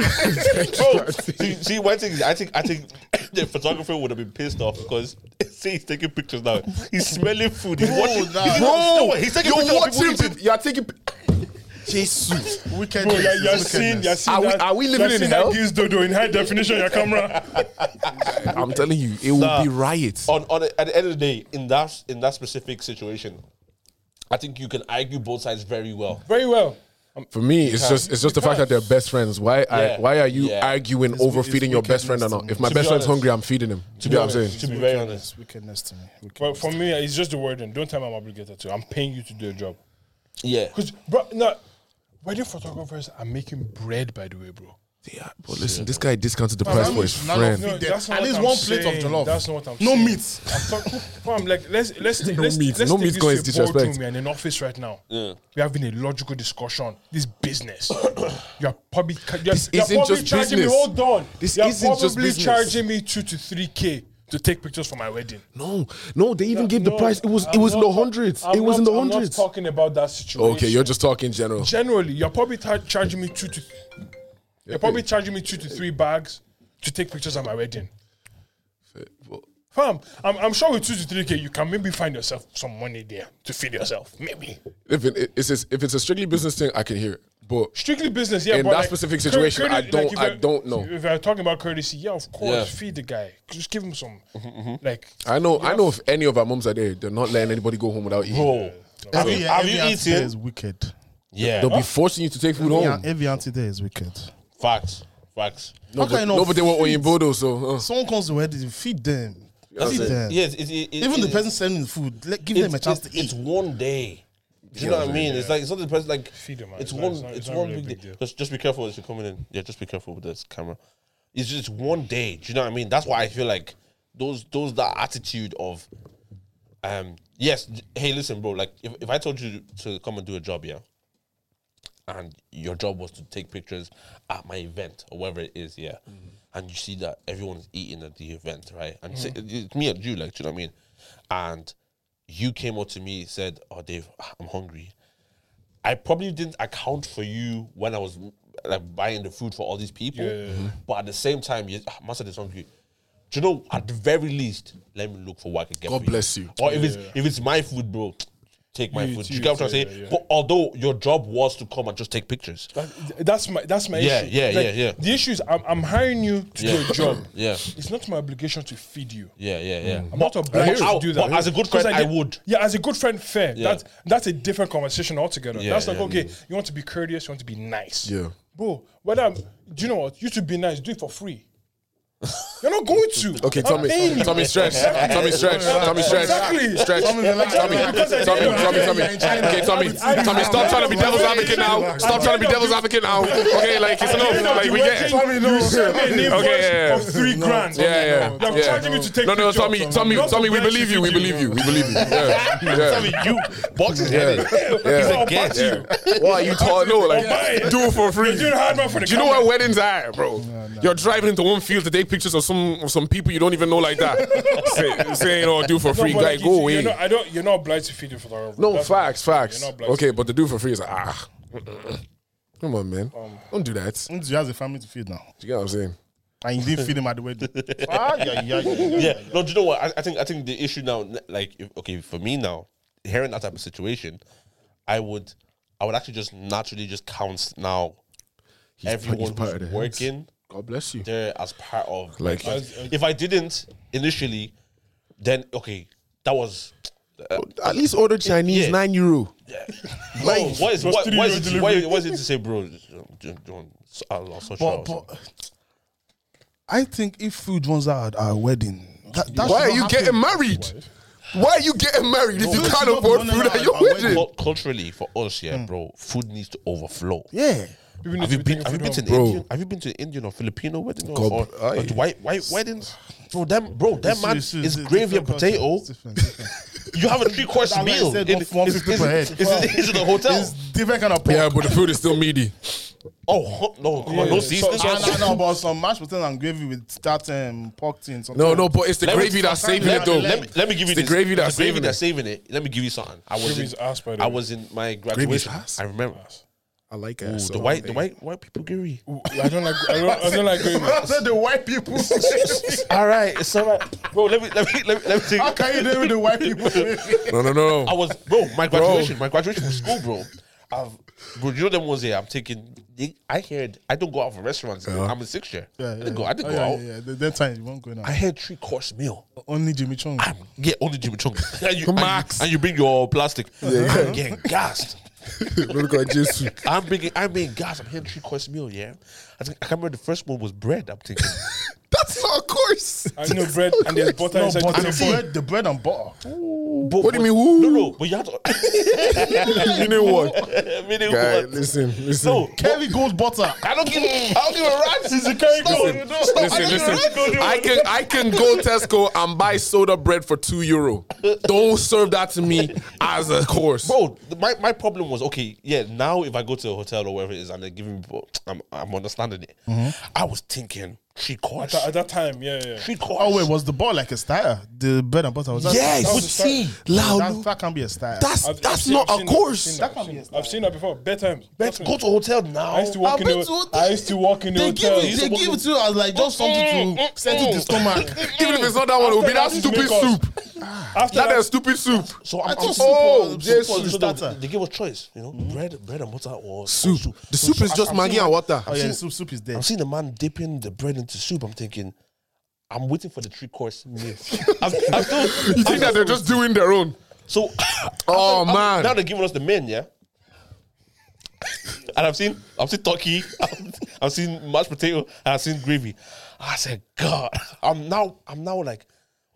[SPEAKER 4] Bro, see, see, one thing is, I think I think the photographer would have been pissed off because see, he's taking pictures now. He's smelling food. He's watching.
[SPEAKER 2] nah.
[SPEAKER 4] He's, no,
[SPEAKER 1] Bro,
[SPEAKER 4] wait, he's taking
[SPEAKER 1] you're
[SPEAKER 4] pictures of
[SPEAKER 1] watching.
[SPEAKER 4] people
[SPEAKER 1] People,
[SPEAKER 4] eating.
[SPEAKER 1] you're taking. Jesus.
[SPEAKER 2] Wicked.
[SPEAKER 3] Bro, you're, you're
[SPEAKER 2] wickedness.
[SPEAKER 3] seeing, you're seeing
[SPEAKER 1] Are we-
[SPEAKER 3] that,
[SPEAKER 1] are we living
[SPEAKER 3] you're
[SPEAKER 1] in
[SPEAKER 3] seeing
[SPEAKER 1] hell?
[SPEAKER 3] That gives dodo in high definition on your camera.
[SPEAKER 1] I'm telling you, it will
[SPEAKER 4] Nah. Oh,
[SPEAKER 1] be riots.
[SPEAKER 4] On on at the end of the day, in that in that specific situation, I think you can argue both sides very well.
[SPEAKER 3] Very well.
[SPEAKER 1] For me, it's just it's just the fact that they're best friends. Why
[SPEAKER 4] Yeah.
[SPEAKER 1] I, why are you
[SPEAKER 4] Yeah.
[SPEAKER 1] arguing over feeding your best friend or not? If my best friend's
[SPEAKER 4] honest.
[SPEAKER 1] hungry, I'm feeding him. Do you know what I'm
[SPEAKER 4] To
[SPEAKER 1] saying?
[SPEAKER 4] be very honest,
[SPEAKER 2] wickedness to me. Wicked.
[SPEAKER 3] But for me, it's just the wording. Don't tell me I'm obligated to. I'm paying you to do a job.
[SPEAKER 4] yeah.
[SPEAKER 3] Because, bro, no, wedding photographers are making bread, by the way, bro.
[SPEAKER 1] Yeah, but listen, this guy discounted the price for his
[SPEAKER 2] none of
[SPEAKER 1] friend.
[SPEAKER 3] No,
[SPEAKER 2] Feed them.
[SPEAKER 3] that's not
[SPEAKER 2] At
[SPEAKER 3] what
[SPEAKER 2] least
[SPEAKER 3] I'm
[SPEAKER 2] one plate of
[SPEAKER 3] saying.
[SPEAKER 2] jollof.
[SPEAKER 3] That's not what I'm
[SPEAKER 2] No
[SPEAKER 3] saying.
[SPEAKER 2] meat.
[SPEAKER 3] I'm talking, fam, like, let's, let's, take, let's,
[SPEAKER 1] meat.
[SPEAKER 3] let's
[SPEAKER 1] No
[SPEAKER 3] take
[SPEAKER 1] meat
[SPEAKER 3] this
[SPEAKER 1] going is
[SPEAKER 3] to a
[SPEAKER 1] disrespect.
[SPEAKER 3] boardroom and in office right now. We're having a logical discussion. This business. You're probably, ca- you're,
[SPEAKER 1] This
[SPEAKER 3] you're
[SPEAKER 1] isn't
[SPEAKER 3] probably
[SPEAKER 1] just
[SPEAKER 3] charging
[SPEAKER 1] business.
[SPEAKER 3] me, hold on.
[SPEAKER 1] This
[SPEAKER 3] you're
[SPEAKER 1] isn't just
[SPEAKER 3] probably
[SPEAKER 1] business.
[SPEAKER 3] charging me two to three K to take pictures for my wedding.
[SPEAKER 1] No, no, they even gave the
[SPEAKER 3] No,
[SPEAKER 1] price. It was it
[SPEAKER 3] I'm
[SPEAKER 1] was in the
[SPEAKER 3] not-
[SPEAKER 1] hundreds.
[SPEAKER 3] I'm
[SPEAKER 1] It was in
[SPEAKER 3] not-
[SPEAKER 1] the
[SPEAKER 3] I'm not
[SPEAKER 1] hundreds.
[SPEAKER 3] talking about that situation.
[SPEAKER 1] Okay, you're just talking general.
[SPEAKER 3] generally you're probably tar- charging me two to you're probably charging me two to three bags to take pictures at my wedding. Fam, I'm, I'm sure with two to three k you can maybe find yourself some money there to feed yourself. Maybe
[SPEAKER 1] If it, it's it's- if it's a strictly business thing, I can hear it. But
[SPEAKER 3] strictly business, yeah.
[SPEAKER 1] In
[SPEAKER 3] but
[SPEAKER 1] that
[SPEAKER 3] like,
[SPEAKER 1] specific
[SPEAKER 3] cour-
[SPEAKER 1] situation,
[SPEAKER 3] courtesy-
[SPEAKER 1] I don't-
[SPEAKER 3] if
[SPEAKER 1] I
[SPEAKER 3] you're-
[SPEAKER 1] don't know.
[SPEAKER 3] If you're talking about courtesy, yeah, of course,
[SPEAKER 4] Yeah.
[SPEAKER 3] feed the guy. Just give him some.
[SPEAKER 1] Mm-hmm,
[SPEAKER 3] Like
[SPEAKER 1] I know I know if any of our moms are there, they're not letting anybody go home without eating.
[SPEAKER 4] Bro, have you, have you eaten?
[SPEAKER 2] Is wicked.
[SPEAKER 4] Yeah.
[SPEAKER 1] They'll be forcing you to take food
[SPEAKER 2] Yeah,
[SPEAKER 1] home.
[SPEAKER 2] every auntie there is wicked.
[SPEAKER 4] Facts. Facts.
[SPEAKER 2] No,
[SPEAKER 1] But, no, but they were Oyinbo though, so uh,
[SPEAKER 2] Someone comes to wedding, feed them. Feed them.
[SPEAKER 4] Yes, it's, it, it,
[SPEAKER 2] Even the
[SPEAKER 4] it-
[SPEAKER 2] person selling the food, let, give
[SPEAKER 4] it's-
[SPEAKER 2] them a chance
[SPEAKER 4] it's-
[SPEAKER 2] to eat.
[SPEAKER 4] It's one day. Do you know what I mean? It's like it's not the person like
[SPEAKER 3] Feed them, man.
[SPEAKER 4] it's
[SPEAKER 3] It's not-
[SPEAKER 4] one
[SPEAKER 3] it's not-
[SPEAKER 4] it's
[SPEAKER 3] it's not
[SPEAKER 4] one
[SPEAKER 3] really a
[SPEAKER 4] big,
[SPEAKER 3] big
[SPEAKER 4] day.
[SPEAKER 3] deal.
[SPEAKER 4] Just just be careful as you're coming in. Yeah, just be careful with this camera. It's just one day. Do you know what I mean? That's why I feel like those those that attitude of um yes, j- hey listen, bro, like if, if I told you to come and do a job, yeah, and your job was to take pictures at my event or wherever it is, yeah.
[SPEAKER 3] Mm-hmm.
[SPEAKER 4] And you see that everyone's eating at the event, right? And say, it's me and you, like, do you know what I mean? And you came up to me said, "Oh, Dave, I'm hungry." I probably didn't account for you when I was like buying the food for all these people,
[SPEAKER 1] Mm-hmm.
[SPEAKER 4] but at the same time, you ah, must have done something. Do you know? At the very least, let me look for what I can get.
[SPEAKER 1] God
[SPEAKER 4] for you.
[SPEAKER 1] bless you.
[SPEAKER 4] Or if it's if it's my food, bro, take my
[SPEAKER 3] You
[SPEAKER 4] food.
[SPEAKER 3] too,
[SPEAKER 4] you get what I'm
[SPEAKER 3] yeah,
[SPEAKER 4] saying?
[SPEAKER 3] yeah, yeah.
[SPEAKER 4] But although your job was to come and just take pictures,
[SPEAKER 3] that- uh, that's my that's my
[SPEAKER 4] Yeah,
[SPEAKER 3] issue.
[SPEAKER 4] yeah,
[SPEAKER 3] Like,
[SPEAKER 4] yeah, yeah.
[SPEAKER 3] The issue is I'm, I'm hiring you to
[SPEAKER 4] Yeah.
[SPEAKER 3] do a job.
[SPEAKER 4] Yeah.
[SPEAKER 3] it's not my obligation to feed you.
[SPEAKER 4] yeah, yeah, yeah.
[SPEAKER 1] Mm.
[SPEAKER 3] I'm not
[SPEAKER 4] But
[SPEAKER 3] obliged
[SPEAKER 4] I-
[SPEAKER 3] to do that.
[SPEAKER 4] but as a good friend,
[SPEAKER 3] Because
[SPEAKER 4] I
[SPEAKER 3] did-
[SPEAKER 4] would.
[SPEAKER 3] Yeah, as a good friend, fair.
[SPEAKER 4] Yeah.
[SPEAKER 3] That's that's a different conversation altogether.
[SPEAKER 4] Yeah,
[SPEAKER 3] that's like
[SPEAKER 4] yeah. Mm.
[SPEAKER 3] okay, you want to be courteous, you want to be nice.
[SPEAKER 1] Yeah.
[SPEAKER 3] bro. Whether I'm, do you know what? You should be nice. Do it for free. You're not going to.
[SPEAKER 1] Okay, Tommy.
[SPEAKER 3] paying you.
[SPEAKER 1] Tommy stretch. Tommy stretch. Tommy stretch.
[SPEAKER 3] Exactly.
[SPEAKER 1] Stretch. Tommy.
[SPEAKER 2] Tommy's
[SPEAKER 1] Tommy.
[SPEAKER 2] alive.
[SPEAKER 1] Tommy.
[SPEAKER 2] Because I
[SPEAKER 1] Tommy.
[SPEAKER 2] did it.
[SPEAKER 1] Tommy. Tommy.
[SPEAKER 2] I'm in China.
[SPEAKER 1] Okay, Tommy.
[SPEAKER 2] I'm in
[SPEAKER 1] Tommy, stop
[SPEAKER 2] China.
[SPEAKER 1] trying to be devil's
[SPEAKER 2] I'm in
[SPEAKER 1] advocate
[SPEAKER 2] China.
[SPEAKER 1] now. Stop trying to be devil's advocate now. Okay, like it's enough. Like we get. it.
[SPEAKER 2] Tommy, no.
[SPEAKER 3] You sent me an invoice
[SPEAKER 1] Okay, yeah, yeah.
[SPEAKER 3] of three grand.
[SPEAKER 1] Yeah, yeah.
[SPEAKER 3] You're
[SPEAKER 1] yeah.
[SPEAKER 3] charging me to take
[SPEAKER 1] No, no,
[SPEAKER 3] picture.
[SPEAKER 1] Tommy, Tommy,
[SPEAKER 3] Not
[SPEAKER 1] Tommy, we
[SPEAKER 3] to
[SPEAKER 1] believe you, we
[SPEAKER 3] message
[SPEAKER 1] believe you, we believe you. Yeah, yeah.
[SPEAKER 4] Tommy, you box his head. in. He's
[SPEAKER 1] Yeah.
[SPEAKER 4] a guest.
[SPEAKER 1] Yeah. What are you talking? No, like do it for free.
[SPEAKER 3] You're doing hard work for the
[SPEAKER 1] Do you know where
[SPEAKER 3] camera.
[SPEAKER 1] weddings are, bro? You're driving into one field to take pictures of some of some people you don't even know like that. Say- Saying, "Oh, do for free,
[SPEAKER 3] No, but
[SPEAKER 1] guy,
[SPEAKER 3] like,
[SPEAKER 1] go
[SPEAKER 3] you- You're
[SPEAKER 1] away."
[SPEAKER 3] not, I don't. You're not obliged to feed the photographer.
[SPEAKER 1] No,
[SPEAKER 3] That's
[SPEAKER 1] facts,
[SPEAKER 3] what I'm saying.
[SPEAKER 1] facts.
[SPEAKER 3] You're not obliged
[SPEAKER 1] Okay, but the do for free is like, ah. Come on, man.
[SPEAKER 3] Um,
[SPEAKER 1] Don't do that. Do
[SPEAKER 2] He has a family to feed now,
[SPEAKER 1] you get what I'm saying?
[SPEAKER 2] and you didn't feed him at the wedding. Ah, yeah, yeah, yeah, yeah.
[SPEAKER 4] Yeah. No, do you know what? I, I think I think the issue now, like, if, okay, for me now, hearing that type of situation, I would, I would actually just naturally just count now everyone
[SPEAKER 1] part
[SPEAKER 4] who's
[SPEAKER 1] of the heads.
[SPEAKER 4] working
[SPEAKER 1] God bless you.
[SPEAKER 4] there as part of.
[SPEAKER 1] Like-
[SPEAKER 4] because if I didn't initially, then okay, that was.
[SPEAKER 1] At least order Chinese
[SPEAKER 4] Yeah.
[SPEAKER 1] nine euro.
[SPEAKER 4] Like, what
[SPEAKER 3] was
[SPEAKER 4] is what, what is
[SPEAKER 3] studio
[SPEAKER 4] it? Why, why is it to say, bro? Don't, don't, I'll, I'll sort you
[SPEAKER 2] But,
[SPEAKER 4] out.
[SPEAKER 2] but I think if food runs out at our wedding, that, that
[SPEAKER 1] Why
[SPEAKER 2] should
[SPEAKER 1] are
[SPEAKER 2] not
[SPEAKER 1] you
[SPEAKER 2] happen.
[SPEAKER 1] getting married? Why are you getting married if you
[SPEAKER 2] Food
[SPEAKER 1] can't
[SPEAKER 2] should not
[SPEAKER 1] afford
[SPEAKER 2] run
[SPEAKER 1] food
[SPEAKER 2] out
[SPEAKER 1] at your
[SPEAKER 2] at wedding.
[SPEAKER 1] wedding?
[SPEAKER 4] Cul- culturally for us,
[SPEAKER 2] Hmm.
[SPEAKER 4] yeah, bro, food needs to overflow.
[SPEAKER 2] Yeah.
[SPEAKER 3] People need
[SPEAKER 4] Have
[SPEAKER 3] to
[SPEAKER 4] you
[SPEAKER 3] be
[SPEAKER 4] been?
[SPEAKER 3] taking
[SPEAKER 4] Have you
[SPEAKER 3] food
[SPEAKER 4] been to an
[SPEAKER 1] Bro.
[SPEAKER 4] Indian? Have you been to an Indian or Filipino wedding or,
[SPEAKER 1] God,
[SPEAKER 4] or, or
[SPEAKER 1] aye.
[SPEAKER 4] white white weddings? Bro, them bro, that
[SPEAKER 2] It's-
[SPEAKER 4] man
[SPEAKER 2] it's-
[SPEAKER 4] is
[SPEAKER 2] it's
[SPEAKER 4] gravy
[SPEAKER 2] different
[SPEAKER 4] and
[SPEAKER 2] culture.
[SPEAKER 4] potato.
[SPEAKER 2] It's different, different.
[SPEAKER 4] You have a three course
[SPEAKER 2] That's why I
[SPEAKER 4] meal.
[SPEAKER 2] said
[SPEAKER 4] in-
[SPEAKER 2] one- 150
[SPEAKER 4] it's,
[SPEAKER 2] per
[SPEAKER 4] it's,
[SPEAKER 2] head.
[SPEAKER 4] it's, it's, in the hotel.
[SPEAKER 2] It's different kind of pork.
[SPEAKER 1] Yeah, but the food is still meaty.
[SPEAKER 4] oh ho- no, come on, no
[SPEAKER 3] Yeah.
[SPEAKER 4] seasoning.
[SPEAKER 2] Ah, no, no, but some mashed potato and gravy with that um, pork thing. something
[SPEAKER 1] No,
[SPEAKER 2] like
[SPEAKER 1] no, but it's the
[SPEAKER 4] Let me-
[SPEAKER 1] gravy that's saving
[SPEAKER 4] let,
[SPEAKER 1] it though.
[SPEAKER 4] me- let me, let me give you
[SPEAKER 1] It's the
[SPEAKER 4] this.
[SPEAKER 1] gravy
[SPEAKER 4] It's
[SPEAKER 1] that's
[SPEAKER 4] the gravy
[SPEAKER 1] saving
[SPEAKER 4] that's
[SPEAKER 1] it.
[SPEAKER 4] saving it. Let me give you something. I was
[SPEAKER 3] Gravy's
[SPEAKER 4] in,
[SPEAKER 3] ass, by the
[SPEAKER 4] I
[SPEAKER 3] way.
[SPEAKER 4] was in my graduation.
[SPEAKER 1] ass?
[SPEAKER 4] I remember.
[SPEAKER 1] I like
[SPEAKER 4] Ooh,
[SPEAKER 1] it.
[SPEAKER 4] the white, the white, white people gravy.
[SPEAKER 3] I don't like. I don't, I don't like going.
[SPEAKER 2] that. That's what the white people.
[SPEAKER 4] All right, it's all right, bro. Let me, let me, let me, let me take.
[SPEAKER 2] How can you deal with the white people?
[SPEAKER 1] No, no, no.
[SPEAKER 4] I was, bro, my graduation, my graduation from school, bro. I've, bro, you know them ones here. I'm taking. I heard I don't go out for restaurants. I'm in sixth year. I didn't go. I didn't
[SPEAKER 2] Oh,
[SPEAKER 4] go
[SPEAKER 2] yeah,
[SPEAKER 4] out.
[SPEAKER 2] Yeah, yeah. The- That time you won't go now.
[SPEAKER 4] I had three course meal.
[SPEAKER 2] Only Jimmy Chung.
[SPEAKER 4] I'm yeah, only Jimmy Chung. And you,
[SPEAKER 1] Max.
[SPEAKER 4] And you, and you bring your plastic. I'm getting gassed.
[SPEAKER 1] Look at Jesus.
[SPEAKER 4] I'm bringing. I'm being gassed. I'm hearing three course meal. Yeah, I think I can't remember the first one was bread. I'm thinking.
[SPEAKER 1] That's not a course.
[SPEAKER 3] I know bread and there's butter
[SPEAKER 2] No,
[SPEAKER 3] inside.
[SPEAKER 2] but
[SPEAKER 3] the
[SPEAKER 2] the
[SPEAKER 3] thing.
[SPEAKER 2] bread, the bread and butter.
[SPEAKER 4] But-
[SPEAKER 1] What do you
[SPEAKER 4] but-
[SPEAKER 1] mean,
[SPEAKER 4] No,
[SPEAKER 1] woo?
[SPEAKER 4] no. But you had to.
[SPEAKER 1] you know what?
[SPEAKER 4] meaning
[SPEAKER 1] Guy,
[SPEAKER 4] what?
[SPEAKER 1] listen, listen.
[SPEAKER 4] No,
[SPEAKER 2] Kelly Gold butter.
[SPEAKER 4] I don't give. I don't give a rat's. Is it carry
[SPEAKER 1] Listen, listen. I can I can go Tesco and buy soda bread for two euro. Don't serve that to me as a course.
[SPEAKER 4] Bro, th- my, my problem was okay. Yeah, now if I go to a hotel or wherever it is and they're giving me, bo- I'm I'm understanding it. I was thinking three course,
[SPEAKER 3] At that time, yeah, yeah.
[SPEAKER 4] three course.
[SPEAKER 2] Oh wait, was the ball like a starter? The bread and butter was that?
[SPEAKER 1] yes,
[SPEAKER 3] that was a start.
[SPEAKER 1] see, loud.
[SPEAKER 2] That, that can be a starter.
[SPEAKER 1] That's
[SPEAKER 3] I've- I've
[SPEAKER 1] that's
[SPEAKER 3] seen-
[SPEAKER 1] not a
[SPEAKER 3] I've seen that, I've
[SPEAKER 1] course.
[SPEAKER 3] seen that, I've seen, that. I've seen that before. Bedtime.
[SPEAKER 4] Let's go to a hotel now.
[SPEAKER 3] I used to walk in
[SPEAKER 1] I've been
[SPEAKER 3] the.
[SPEAKER 1] to
[SPEAKER 3] I used to walk in the
[SPEAKER 2] They give
[SPEAKER 3] hotel.
[SPEAKER 2] it. They give it to us like just something to set it the stomach.
[SPEAKER 1] Even if it's not that one, it will be that
[SPEAKER 3] After
[SPEAKER 1] stupid
[SPEAKER 3] that,
[SPEAKER 1] soup.
[SPEAKER 3] After
[SPEAKER 1] That
[SPEAKER 3] that,
[SPEAKER 1] is stupid soup.
[SPEAKER 4] so I'm,
[SPEAKER 2] I
[SPEAKER 4] I'm,
[SPEAKER 2] thought
[SPEAKER 1] Oh,
[SPEAKER 2] soup was-
[SPEAKER 1] yes,
[SPEAKER 2] soup was
[SPEAKER 4] so
[SPEAKER 2] the
[SPEAKER 4] they,
[SPEAKER 2] starter.
[SPEAKER 4] they give us choice, you know, bread, bread and butter or or
[SPEAKER 1] Soup. The soup is just Maggi and water.
[SPEAKER 2] Oh yeah, soup soup is there.
[SPEAKER 4] I'm seeing a man dipping the bread into soup. I'm thinking, I'm waiting for the three course meal. I'm, I'm still,
[SPEAKER 1] You think that they're just doing their own?
[SPEAKER 4] So,
[SPEAKER 1] Oh,
[SPEAKER 4] after- after-
[SPEAKER 1] man.
[SPEAKER 4] now they're giving us the men, yeah. and I've seen, I've seen turkey, I've, I've seen mashed potato, and I've seen gravy. I said, God, I'm now, I'm now like,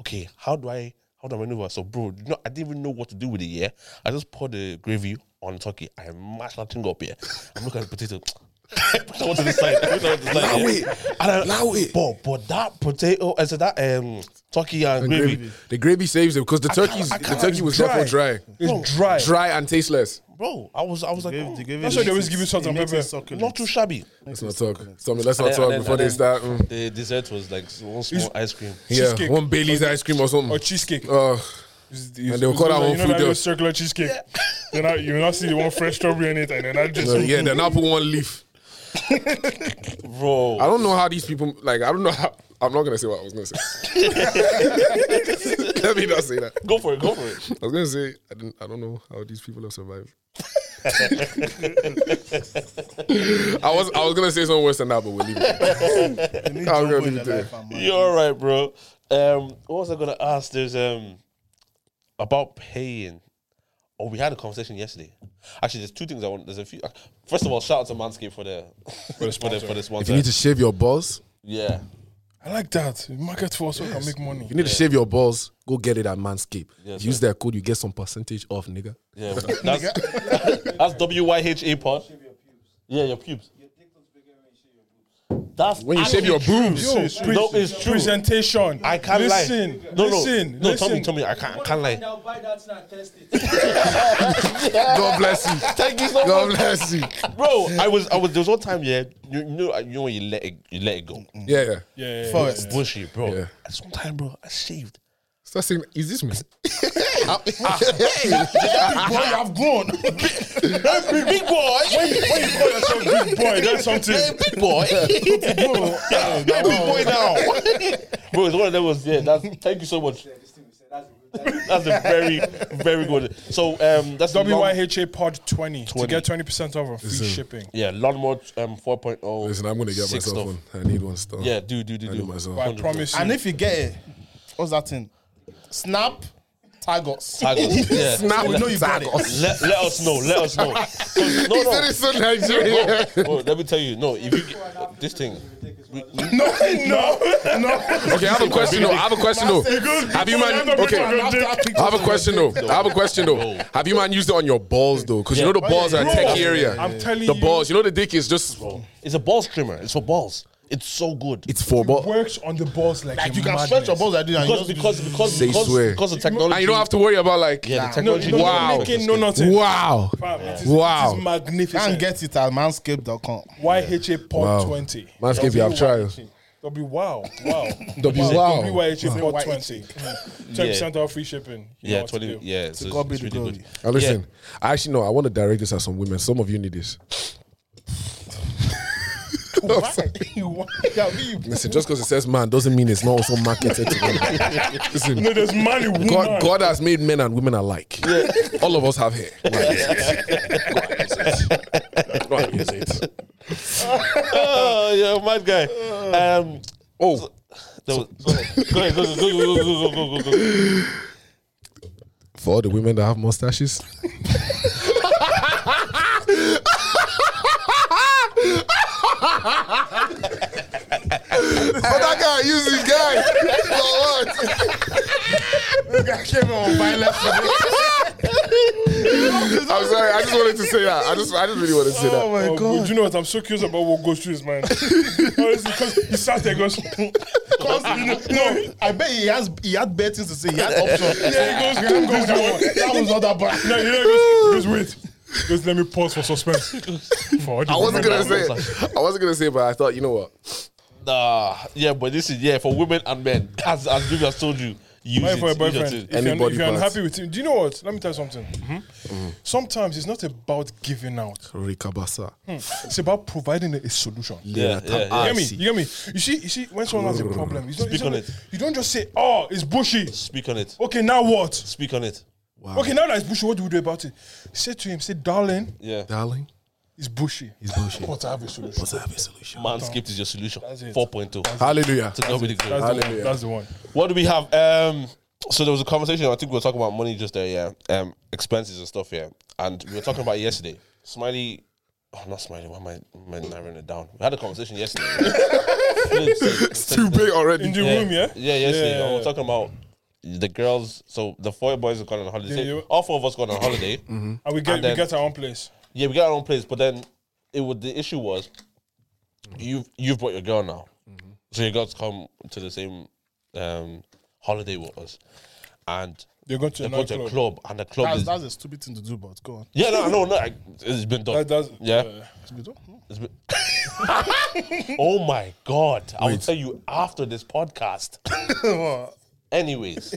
[SPEAKER 4] okay, how do I, how do I maneuver? So, bro, you know, I didn't even know what to do with it. Yeah, I just poured the gravy on turkey. I mashed that thing up. Yeah, I'm looking at the potato. I put that one to the side. I put that one to the side.
[SPEAKER 1] Allow
[SPEAKER 4] yeah.
[SPEAKER 1] it.
[SPEAKER 4] And I-
[SPEAKER 1] Allow it.
[SPEAKER 4] But, but that potato, I said that um turkey and, gravy.
[SPEAKER 1] The gravy saves it because the turkey's
[SPEAKER 4] I
[SPEAKER 1] the
[SPEAKER 4] can't-
[SPEAKER 1] turkey was therefore dry,
[SPEAKER 3] it's dry.
[SPEAKER 1] dry and tasteless.
[SPEAKER 4] bro. I was, I was like, oh.
[SPEAKER 3] That's why they always give you salt and pepper.
[SPEAKER 4] Not too shabby.
[SPEAKER 1] Let's not talk. Tommy, let's not
[SPEAKER 4] And then-
[SPEAKER 1] talk
[SPEAKER 4] and
[SPEAKER 1] before they
[SPEAKER 4] then
[SPEAKER 1] start. mm.
[SPEAKER 4] The dessert was like one small ice cream.
[SPEAKER 1] Yeah,
[SPEAKER 3] cheesecake.
[SPEAKER 1] one Bailey's ice cream or
[SPEAKER 3] or
[SPEAKER 1] something.
[SPEAKER 3] cheesecake.
[SPEAKER 1] Uh,
[SPEAKER 3] and
[SPEAKER 1] they'll call that one
[SPEAKER 3] you know
[SPEAKER 1] food
[SPEAKER 3] that little
[SPEAKER 1] dust.
[SPEAKER 3] circular cheesecake. You know, you not see the one fresh strawberry in it, and then I just
[SPEAKER 1] no, yeah, then I'll put one leaf.
[SPEAKER 4] Bro.
[SPEAKER 1] I don't know how these people like. I don't know how. I'm not gonna say what I was gonna say. Let me not say that.
[SPEAKER 4] Go for it, go for it.
[SPEAKER 1] I was gonna say I didn't. I don't know how these people have survived. I was I was gonna say something worse than that, but we'll leave it. I'll go leave it there.
[SPEAKER 4] You're all right, bro. Um, what was I gonna ask? There's um about paying. Oh, we had a conversation yesterday. Actually, there's two things I want. There's a few. uh, First of all, shout out to Manscaped for the for the sponsor. For the, sponsor.
[SPEAKER 1] shave your balls,
[SPEAKER 4] yeah.
[SPEAKER 3] I like that. Market force also can make money.
[SPEAKER 1] You need to shave your balls. Go get it at Manscaped.
[SPEAKER 4] Yes,
[SPEAKER 1] Use their code. You get some percentage off, nigga.
[SPEAKER 4] Yeah, that's that's W Y H A pod. Yeah, your pubes. That's
[SPEAKER 1] When you shave
[SPEAKER 4] actually
[SPEAKER 1] your boobs.
[SPEAKER 3] Yo, pre-
[SPEAKER 4] No, it's true.
[SPEAKER 3] Presentation.
[SPEAKER 4] I can't
[SPEAKER 3] listen,
[SPEAKER 4] lie. No, no,
[SPEAKER 3] listen,
[SPEAKER 4] no.
[SPEAKER 3] listen.
[SPEAKER 4] Tell me, tell me. I can't, I can't lie.
[SPEAKER 5] Now buy that snack, test it.
[SPEAKER 1] God bless you.
[SPEAKER 4] Thank you so
[SPEAKER 1] God
[SPEAKER 4] much.
[SPEAKER 1] bless you.
[SPEAKER 4] bro. I was, I was. There was one time, yeah. You, you know, you know when you let it, you let it go.
[SPEAKER 1] Yeah, yeah.
[SPEAKER 3] Yeah, yeah, yeah.
[SPEAKER 2] First.
[SPEAKER 4] Bushy, bro.
[SPEAKER 1] Yeah.
[SPEAKER 4] Sometime, bro, I shaved.
[SPEAKER 1] Start saying, is this me? Ah,
[SPEAKER 2] Boy, I've grown.
[SPEAKER 4] Big, big boy.
[SPEAKER 3] When you call yourself big boy, that's something.
[SPEAKER 4] Hey, big boy. Yeah, big boy now. bro, it's one of them was, yeah, that's, thank you so much. That's a very, very good. So, um, that's the long-
[SPEAKER 3] WYHA Pod 20, to
[SPEAKER 4] 20.
[SPEAKER 3] get 20% off and free shipping.
[SPEAKER 4] Yeah, lawnmower um, 4.0.
[SPEAKER 1] Listen, I'm gonna get
[SPEAKER 4] Six
[SPEAKER 1] myself
[SPEAKER 4] stuff.
[SPEAKER 1] one. I need one still.
[SPEAKER 4] Yeah, do, do, do,
[SPEAKER 1] I need
[SPEAKER 4] do.
[SPEAKER 1] myself.
[SPEAKER 3] But I promise
[SPEAKER 2] and
[SPEAKER 3] you,
[SPEAKER 2] if you get it, what's that thing? Snap, tag us.
[SPEAKER 4] Tag us. Yeah.
[SPEAKER 1] Snap
[SPEAKER 2] We know you got
[SPEAKER 1] tag
[SPEAKER 2] it.
[SPEAKER 1] us.
[SPEAKER 4] Let, let us know. Let us know. 'Cause- No,
[SPEAKER 1] He said
[SPEAKER 4] no.
[SPEAKER 1] it's so Nigerian.
[SPEAKER 4] Bro, let me tell you. No, if you get this thing, we, we,
[SPEAKER 2] No, no, no.
[SPEAKER 1] Okay, I have a question though. I have a question though. Have you man? Okay, I have a question though. I have a question though. Have you man used it on your balls though? Because you know the balls are a
[SPEAKER 3] Bro,
[SPEAKER 1] tech area.
[SPEAKER 3] I'm telling
[SPEAKER 1] the
[SPEAKER 3] you.
[SPEAKER 1] balls. You know the dick is just
[SPEAKER 4] it's a balls trimmer. It's for balls. It's so good.
[SPEAKER 1] it's for balls.
[SPEAKER 3] works on the balls like,
[SPEAKER 2] Like
[SPEAKER 3] a
[SPEAKER 2] you can
[SPEAKER 3] madness.
[SPEAKER 2] stretch your balls like this and you
[SPEAKER 4] because
[SPEAKER 2] just
[SPEAKER 4] because because
[SPEAKER 1] They
[SPEAKER 4] because,
[SPEAKER 1] swear.
[SPEAKER 4] because of technology.
[SPEAKER 1] And you don't have to worry about like
[SPEAKER 4] Yeah, the
[SPEAKER 3] No,
[SPEAKER 4] technology.
[SPEAKER 3] you don't
[SPEAKER 1] Wow.
[SPEAKER 3] make it, no nothing.
[SPEAKER 1] wow.
[SPEAKER 3] Fam, it is-
[SPEAKER 1] Wow.
[SPEAKER 3] It is
[SPEAKER 2] you
[SPEAKER 3] magnificent.
[SPEAKER 2] can get it at manscaped.com.
[SPEAKER 3] YHA Pod
[SPEAKER 1] Wow.
[SPEAKER 3] 20.
[SPEAKER 1] Manscaped, you have trial.
[SPEAKER 3] W wow, wow,
[SPEAKER 1] W- wow.
[SPEAKER 3] WYHA Pod 20. 20% off free shipping. You know
[SPEAKER 4] Yeah,
[SPEAKER 3] what to
[SPEAKER 4] twenty.
[SPEAKER 3] do.
[SPEAKER 4] Yeah, so
[SPEAKER 2] God be
[SPEAKER 4] it's
[SPEAKER 2] the
[SPEAKER 4] really
[SPEAKER 2] glory.
[SPEAKER 4] good.
[SPEAKER 1] Now listen, I actually know I want to direct this at some women. Some of you need this.
[SPEAKER 2] Why? Yeah, we-
[SPEAKER 1] Listen, just because it says man doesn't mean it's not also marketed to women. Listen,
[SPEAKER 3] No, there's money. Woman.
[SPEAKER 1] God, God has made men and women alike. All of us have hair. Go and use it. Go and use it.
[SPEAKER 4] Oh, yeah, mad guy. Um,
[SPEAKER 1] Oh,
[SPEAKER 4] so, go ahead, go ahead, go, go, go, go, go, go, go, go.
[SPEAKER 1] for all the women that have mustaches. but that guy use his guy. For what?
[SPEAKER 2] I came on violence today.
[SPEAKER 1] I'm sorry. I just wanted to say that. I just, I just really wanted to say that.
[SPEAKER 2] Oh my
[SPEAKER 3] Oh,
[SPEAKER 2] god.
[SPEAKER 3] God, you know what? I'm so curious about what goes through his mind. Honestly, because he sat there goes,
[SPEAKER 2] Because, you know, no, I bet he has he had better things to say. He had options.
[SPEAKER 3] Yeah, he goes, "Don't go that way."
[SPEAKER 2] That was not that bad.
[SPEAKER 3] No, you know, he goes, he goes, wait. He goes, let me pause for suspense. For
[SPEAKER 1] I wasn't gonna
[SPEAKER 4] Remember
[SPEAKER 1] say.
[SPEAKER 4] that
[SPEAKER 1] I wasn't gonna say, but I thought, you know what?
[SPEAKER 4] Nah, yeah, but this is yeah for women and men. As as Vivi has told you, use
[SPEAKER 3] Buy
[SPEAKER 4] it.
[SPEAKER 3] it for a
[SPEAKER 4] use your
[SPEAKER 3] boyfriend. If
[SPEAKER 4] thing.
[SPEAKER 3] you're,
[SPEAKER 1] Any body
[SPEAKER 3] if you're
[SPEAKER 1] parts.
[SPEAKER 3] unhappy with him, do you know what? Let me tell you something.
[SPEAKER 4] Mm-hmm.
[SPEAKER 3] Mm-hmm. Sometimes it's not about giving out.
[SPEAKER 1] Rikabasa.
[SPEAKER 3] It's about providing a solution.
[SPEAKER 4] Yeah, yeah, yeah.
[SPEAKER 3] You get me? You get me? You see, you see, when someone has a problem, it's not, it's
[SPEAKER 4] Speak on
[SPEAKER 3] not-
[SPEAKER 4] it.
[SPEAKER 3] you don't just say, "Oh, it's bushy."
[SPEAKER 4] Speak on it.
[SPEAKER 3] Okay, now what?
[SPEAKER 4] Speak on it.
[SPEAKER 1] Wow.
[SPEAKER 3] Okay, now that it's bushy, what do we do about it? Say to him, "Say, darling,
[SPEAKER 4] Yeah,
[SPEAKER 1] Darling,
[SPEAKER 3] it's bushy,
[SPEAKER 1] it's bullshit.
[SPEAKER 3] but I have a solution."
[SPEAKER 1] I have a solution.
[SPEAKER 4] Manscaped is your solution. oh.
[SPEAKER 3] it.
[SPEAKER 4] 4.0.
[SPEAKER 1] Hallelujah.
[SPEAKER 4] To God be the
[SPEAKER 3] That's the,
[SPEAKER 4] glory.
[SPEAKER 3] one.
[SPEAKER 1] Hallelujah.
[SPEAKER 3] that's the one.
[SPEAKER 4] What do we have? Um, so there was a conversation. I think we were talking about money just there. Yeah, um, expenses and stuff. Yeah, and we were talking about it yesterday. Smiley, oh, not Smiley. Why am I, am I narrowing it down? We had a conversation yesterday. Flip said-
[SPEAKER 1] It's too big
[SPEAKER 3] In
[SPEAKER 1] already.
[SPEAKER 3] the room, yeah.
[SPEAKER 4] Yeah, yesterday.
[SPEAKER 3] Yeah, yeah,
[SPEAKER 4] We
[SPEAKER 3] yeah.
[SPEAKER 4] were talking about the girls. So the four boys have gone on holiday.
[SPEAKER 3] Yeah, you- Mm-hmm.
[SPEAKER 4] All four of us gone on holiday.
[SPEAKER 3] And we get
[SPEAKER 4] And then-
[SPEAKER 3] we get our own place.
[SPEAKER 4] Yeah, we got our own place, but then it would the issue was you've you've brought your girl now, so your girl's come to the same um, holiday with us, and
[SPEAKER 3] They go to
[SPEAKER 4] they
[SPEAKER 3] a
[SPEAKER 4] go to a
[SPEAKER 3] nightclub.
[SPEAKER 4] club, and the club
[SPEAKER 2] That's,
[SPEAKER 4] is
[SPEAKER 2] that's a stupid thing to do, but go on.
[SPEAKER 4] yeah, no, no, no, I- it's been done.
[SPEAKER 3] That- that's-
[SPEAKER 4] yeah,
[SPEAKER 3] yeah.
[SPEAKER 2] It's been done. No.
[SPEAKER 4] It's been- oh my god, I will tell you after this podcast. Anyways,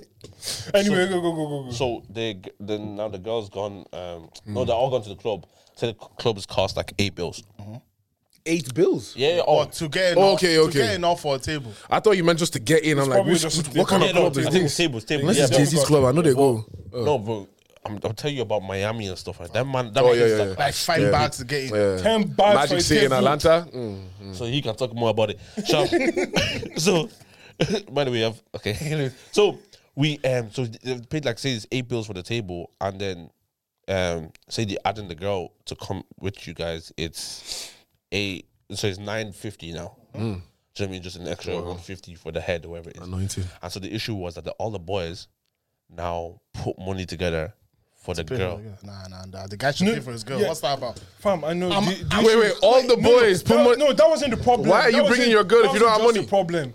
[SPEAKER 3] Anyway, go go go go go.
[SPEAKER 4] so they g- then now the girl's gone. Um, No, they're all gone to the club. So the c- club has cost like eight bills.
[SPEAKER 1] Eight bills.
[SPEAKER 4] Yeah,
[SPEAKER 2] Or
[SPEAKER 4] oh,
[SPEAKER 2] to get enough,
[SPEAKER 1] Okay, okay.
[SPEAKER 2] to get enough for a table.
[SPEAKER 1] I thought you meant just to get in. I'm like,
[SPEAKER 3] probably
[SPEAKER 1] which,
[SPEAKER 3] just-
[SPEAKER 1] which- what kind
[SPEAKER 4] yeah,
[SPEAKER 1] of
[SPEAKER 4] no, I
[SPEAKER 1] club is
[SPEAKER 4] think
[SPEAKER 1] this?
[SPEAKER 4] it's tables, tables.
[SPEAKER 1] Unless it's
[SPEAKER 4] yeah.
[SPEAKER 1] Jay Z's club, I know they go.
[SPEAKER 4] No, bro. I'm, I'll tell you about Miami and stuff. Like that man, that
[SPEAKER 1] Oh,
[SPEAKER 4] man
[SPEAKER 1] yeah,
[SPEAKER 4] is
[SPEAKER 1] yeah,
[SPEAKER 4] like-
[SPEAKER 1] yeah.
[SPEAKER 2] Like five
[SPEAKER 1] Yeah.
[SPEAKER 2] bags to get in.
[SPEAKER 1] Yeah.
[SPEAKER 3] Ten bags for
[SPEAKER 1] Magic
[SPEAKER 3] a
[SPEAKER 1] City in
[SPEAKER 3] table.
[SPEAKER 1] Atlanta. Mm.
[SPEAKER 4] so he can talk more about it. So, so by the way, I've okay. anyways, so we um, so they paid like say it's eight bills for the table, and then um, say they adding the girl
[SPEAKER 1] Hmm.
[SPEAKER 4] to come with you guys. It's eight, so it's nine fifty now. Do you know what I mean? Just an extra 150 for the head, or whatever it is.
[SPEAKER 1] Anointing.
[SPEAKER 4] And so the issue was that the, all the boys now put money together for the
[SPEAKER 2] Pay
[SPEAKER 4] girl.
[SPEAKER 2] for it, yeah. Nah, nah, nah. The guy should pay for his girl.
[SPEAKER 3] yeah.
[SPEAKER 2] What's that about?
[SPEAKER 3] Fam, I know. the- the
[SPEAKER 1] wait,
[SPEAKER 3] issue-
[SPEAKER 1] wait, all the
[SPEAKER 3] no, no,
[SPEAKER 1] boys put
[SPEAKER 3] that-
[SPEAKER 1] mon-
[SPEAKER 3] no, that wasn't the problem.
[SPEAKER 1] Why are you
[SPEAKER 3] That
[SPEAKER 1] bringing
[SPEAKER 3] wasn't-
[SPEAKER 1] your girl
[SPEAKER 3] that
[SPEAKER 1] if you don't have
[SPEAKER 3] wasn't
[SPEAKER 1] money?
[SPEAKER 3] just The problem.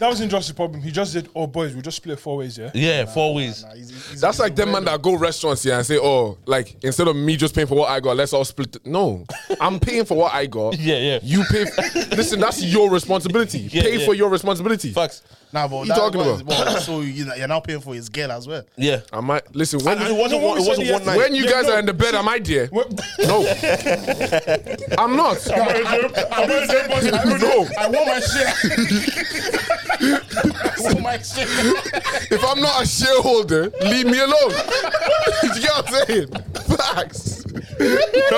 [SPEAKER 3] that wasn't just the problem. He just said, "Oh, boys, we just split four ways, yeah."
[SPEAKER 4] Yeah, four ways.
[SPEAKER 2] Nah, he's, he's,
[SPEAKER 1] That's
[SPEAKER 2] he's
[SPEAKER 1] like them man
[SPEAKER 2] weirdo.
[SPEAKER 1] that go restaurants here and say, "Oh, like instead of me just paying for what I got, let's all split." it." No, I'm paying for what I got.
[SPEAKER 4] Yeah, yeah.
[SPEAKER 1] You pay. f- Listen, that's your responsibility.
[SPEAKER 4] Yeah,
[SPEAKER 1] pay
[SPEAKER 4] yeah.
[SPEAKER 1] for your responsibility.
[SPEAKER 4] Facts.
[SPEAKER 2] Nah, but
[SPEAKER 1] you
[SPEAKER 2] that-
[SPEAKER 1] talking
[SPEAKER 2] well,
[SPEAKER 1] about?
[SPEAKER 2] well, so you know, you're now paying for his girl as well.
[SPEAKER 4] Yeah.
[SPEAKER 1] I might listen when
[SPEAKER 4] And it wasn't
[SPEAKER 3] No,
[SPEAKER 4] one, it
[SPEAKER 3] we
[SPEAKER 4] wasn't
[SPEAKER 3] said
[SPEAKER 4] one
[SPEAKER 3] yes.
[SPEAKER 4] night.
[SPEAKER 1] when you
[SPEAKER 3] Yeah,
[SPEAKER 1] guys
[SPEAKER 3] no,
[SPEAKER 1] are in the bed. Am I there? No, I'm not. No.
[SPEAKER 2] I want my share. I want my share.
[SPEAKER 1] If I'm not a shareholder, leave me alone. you get what I'm saying? Facts.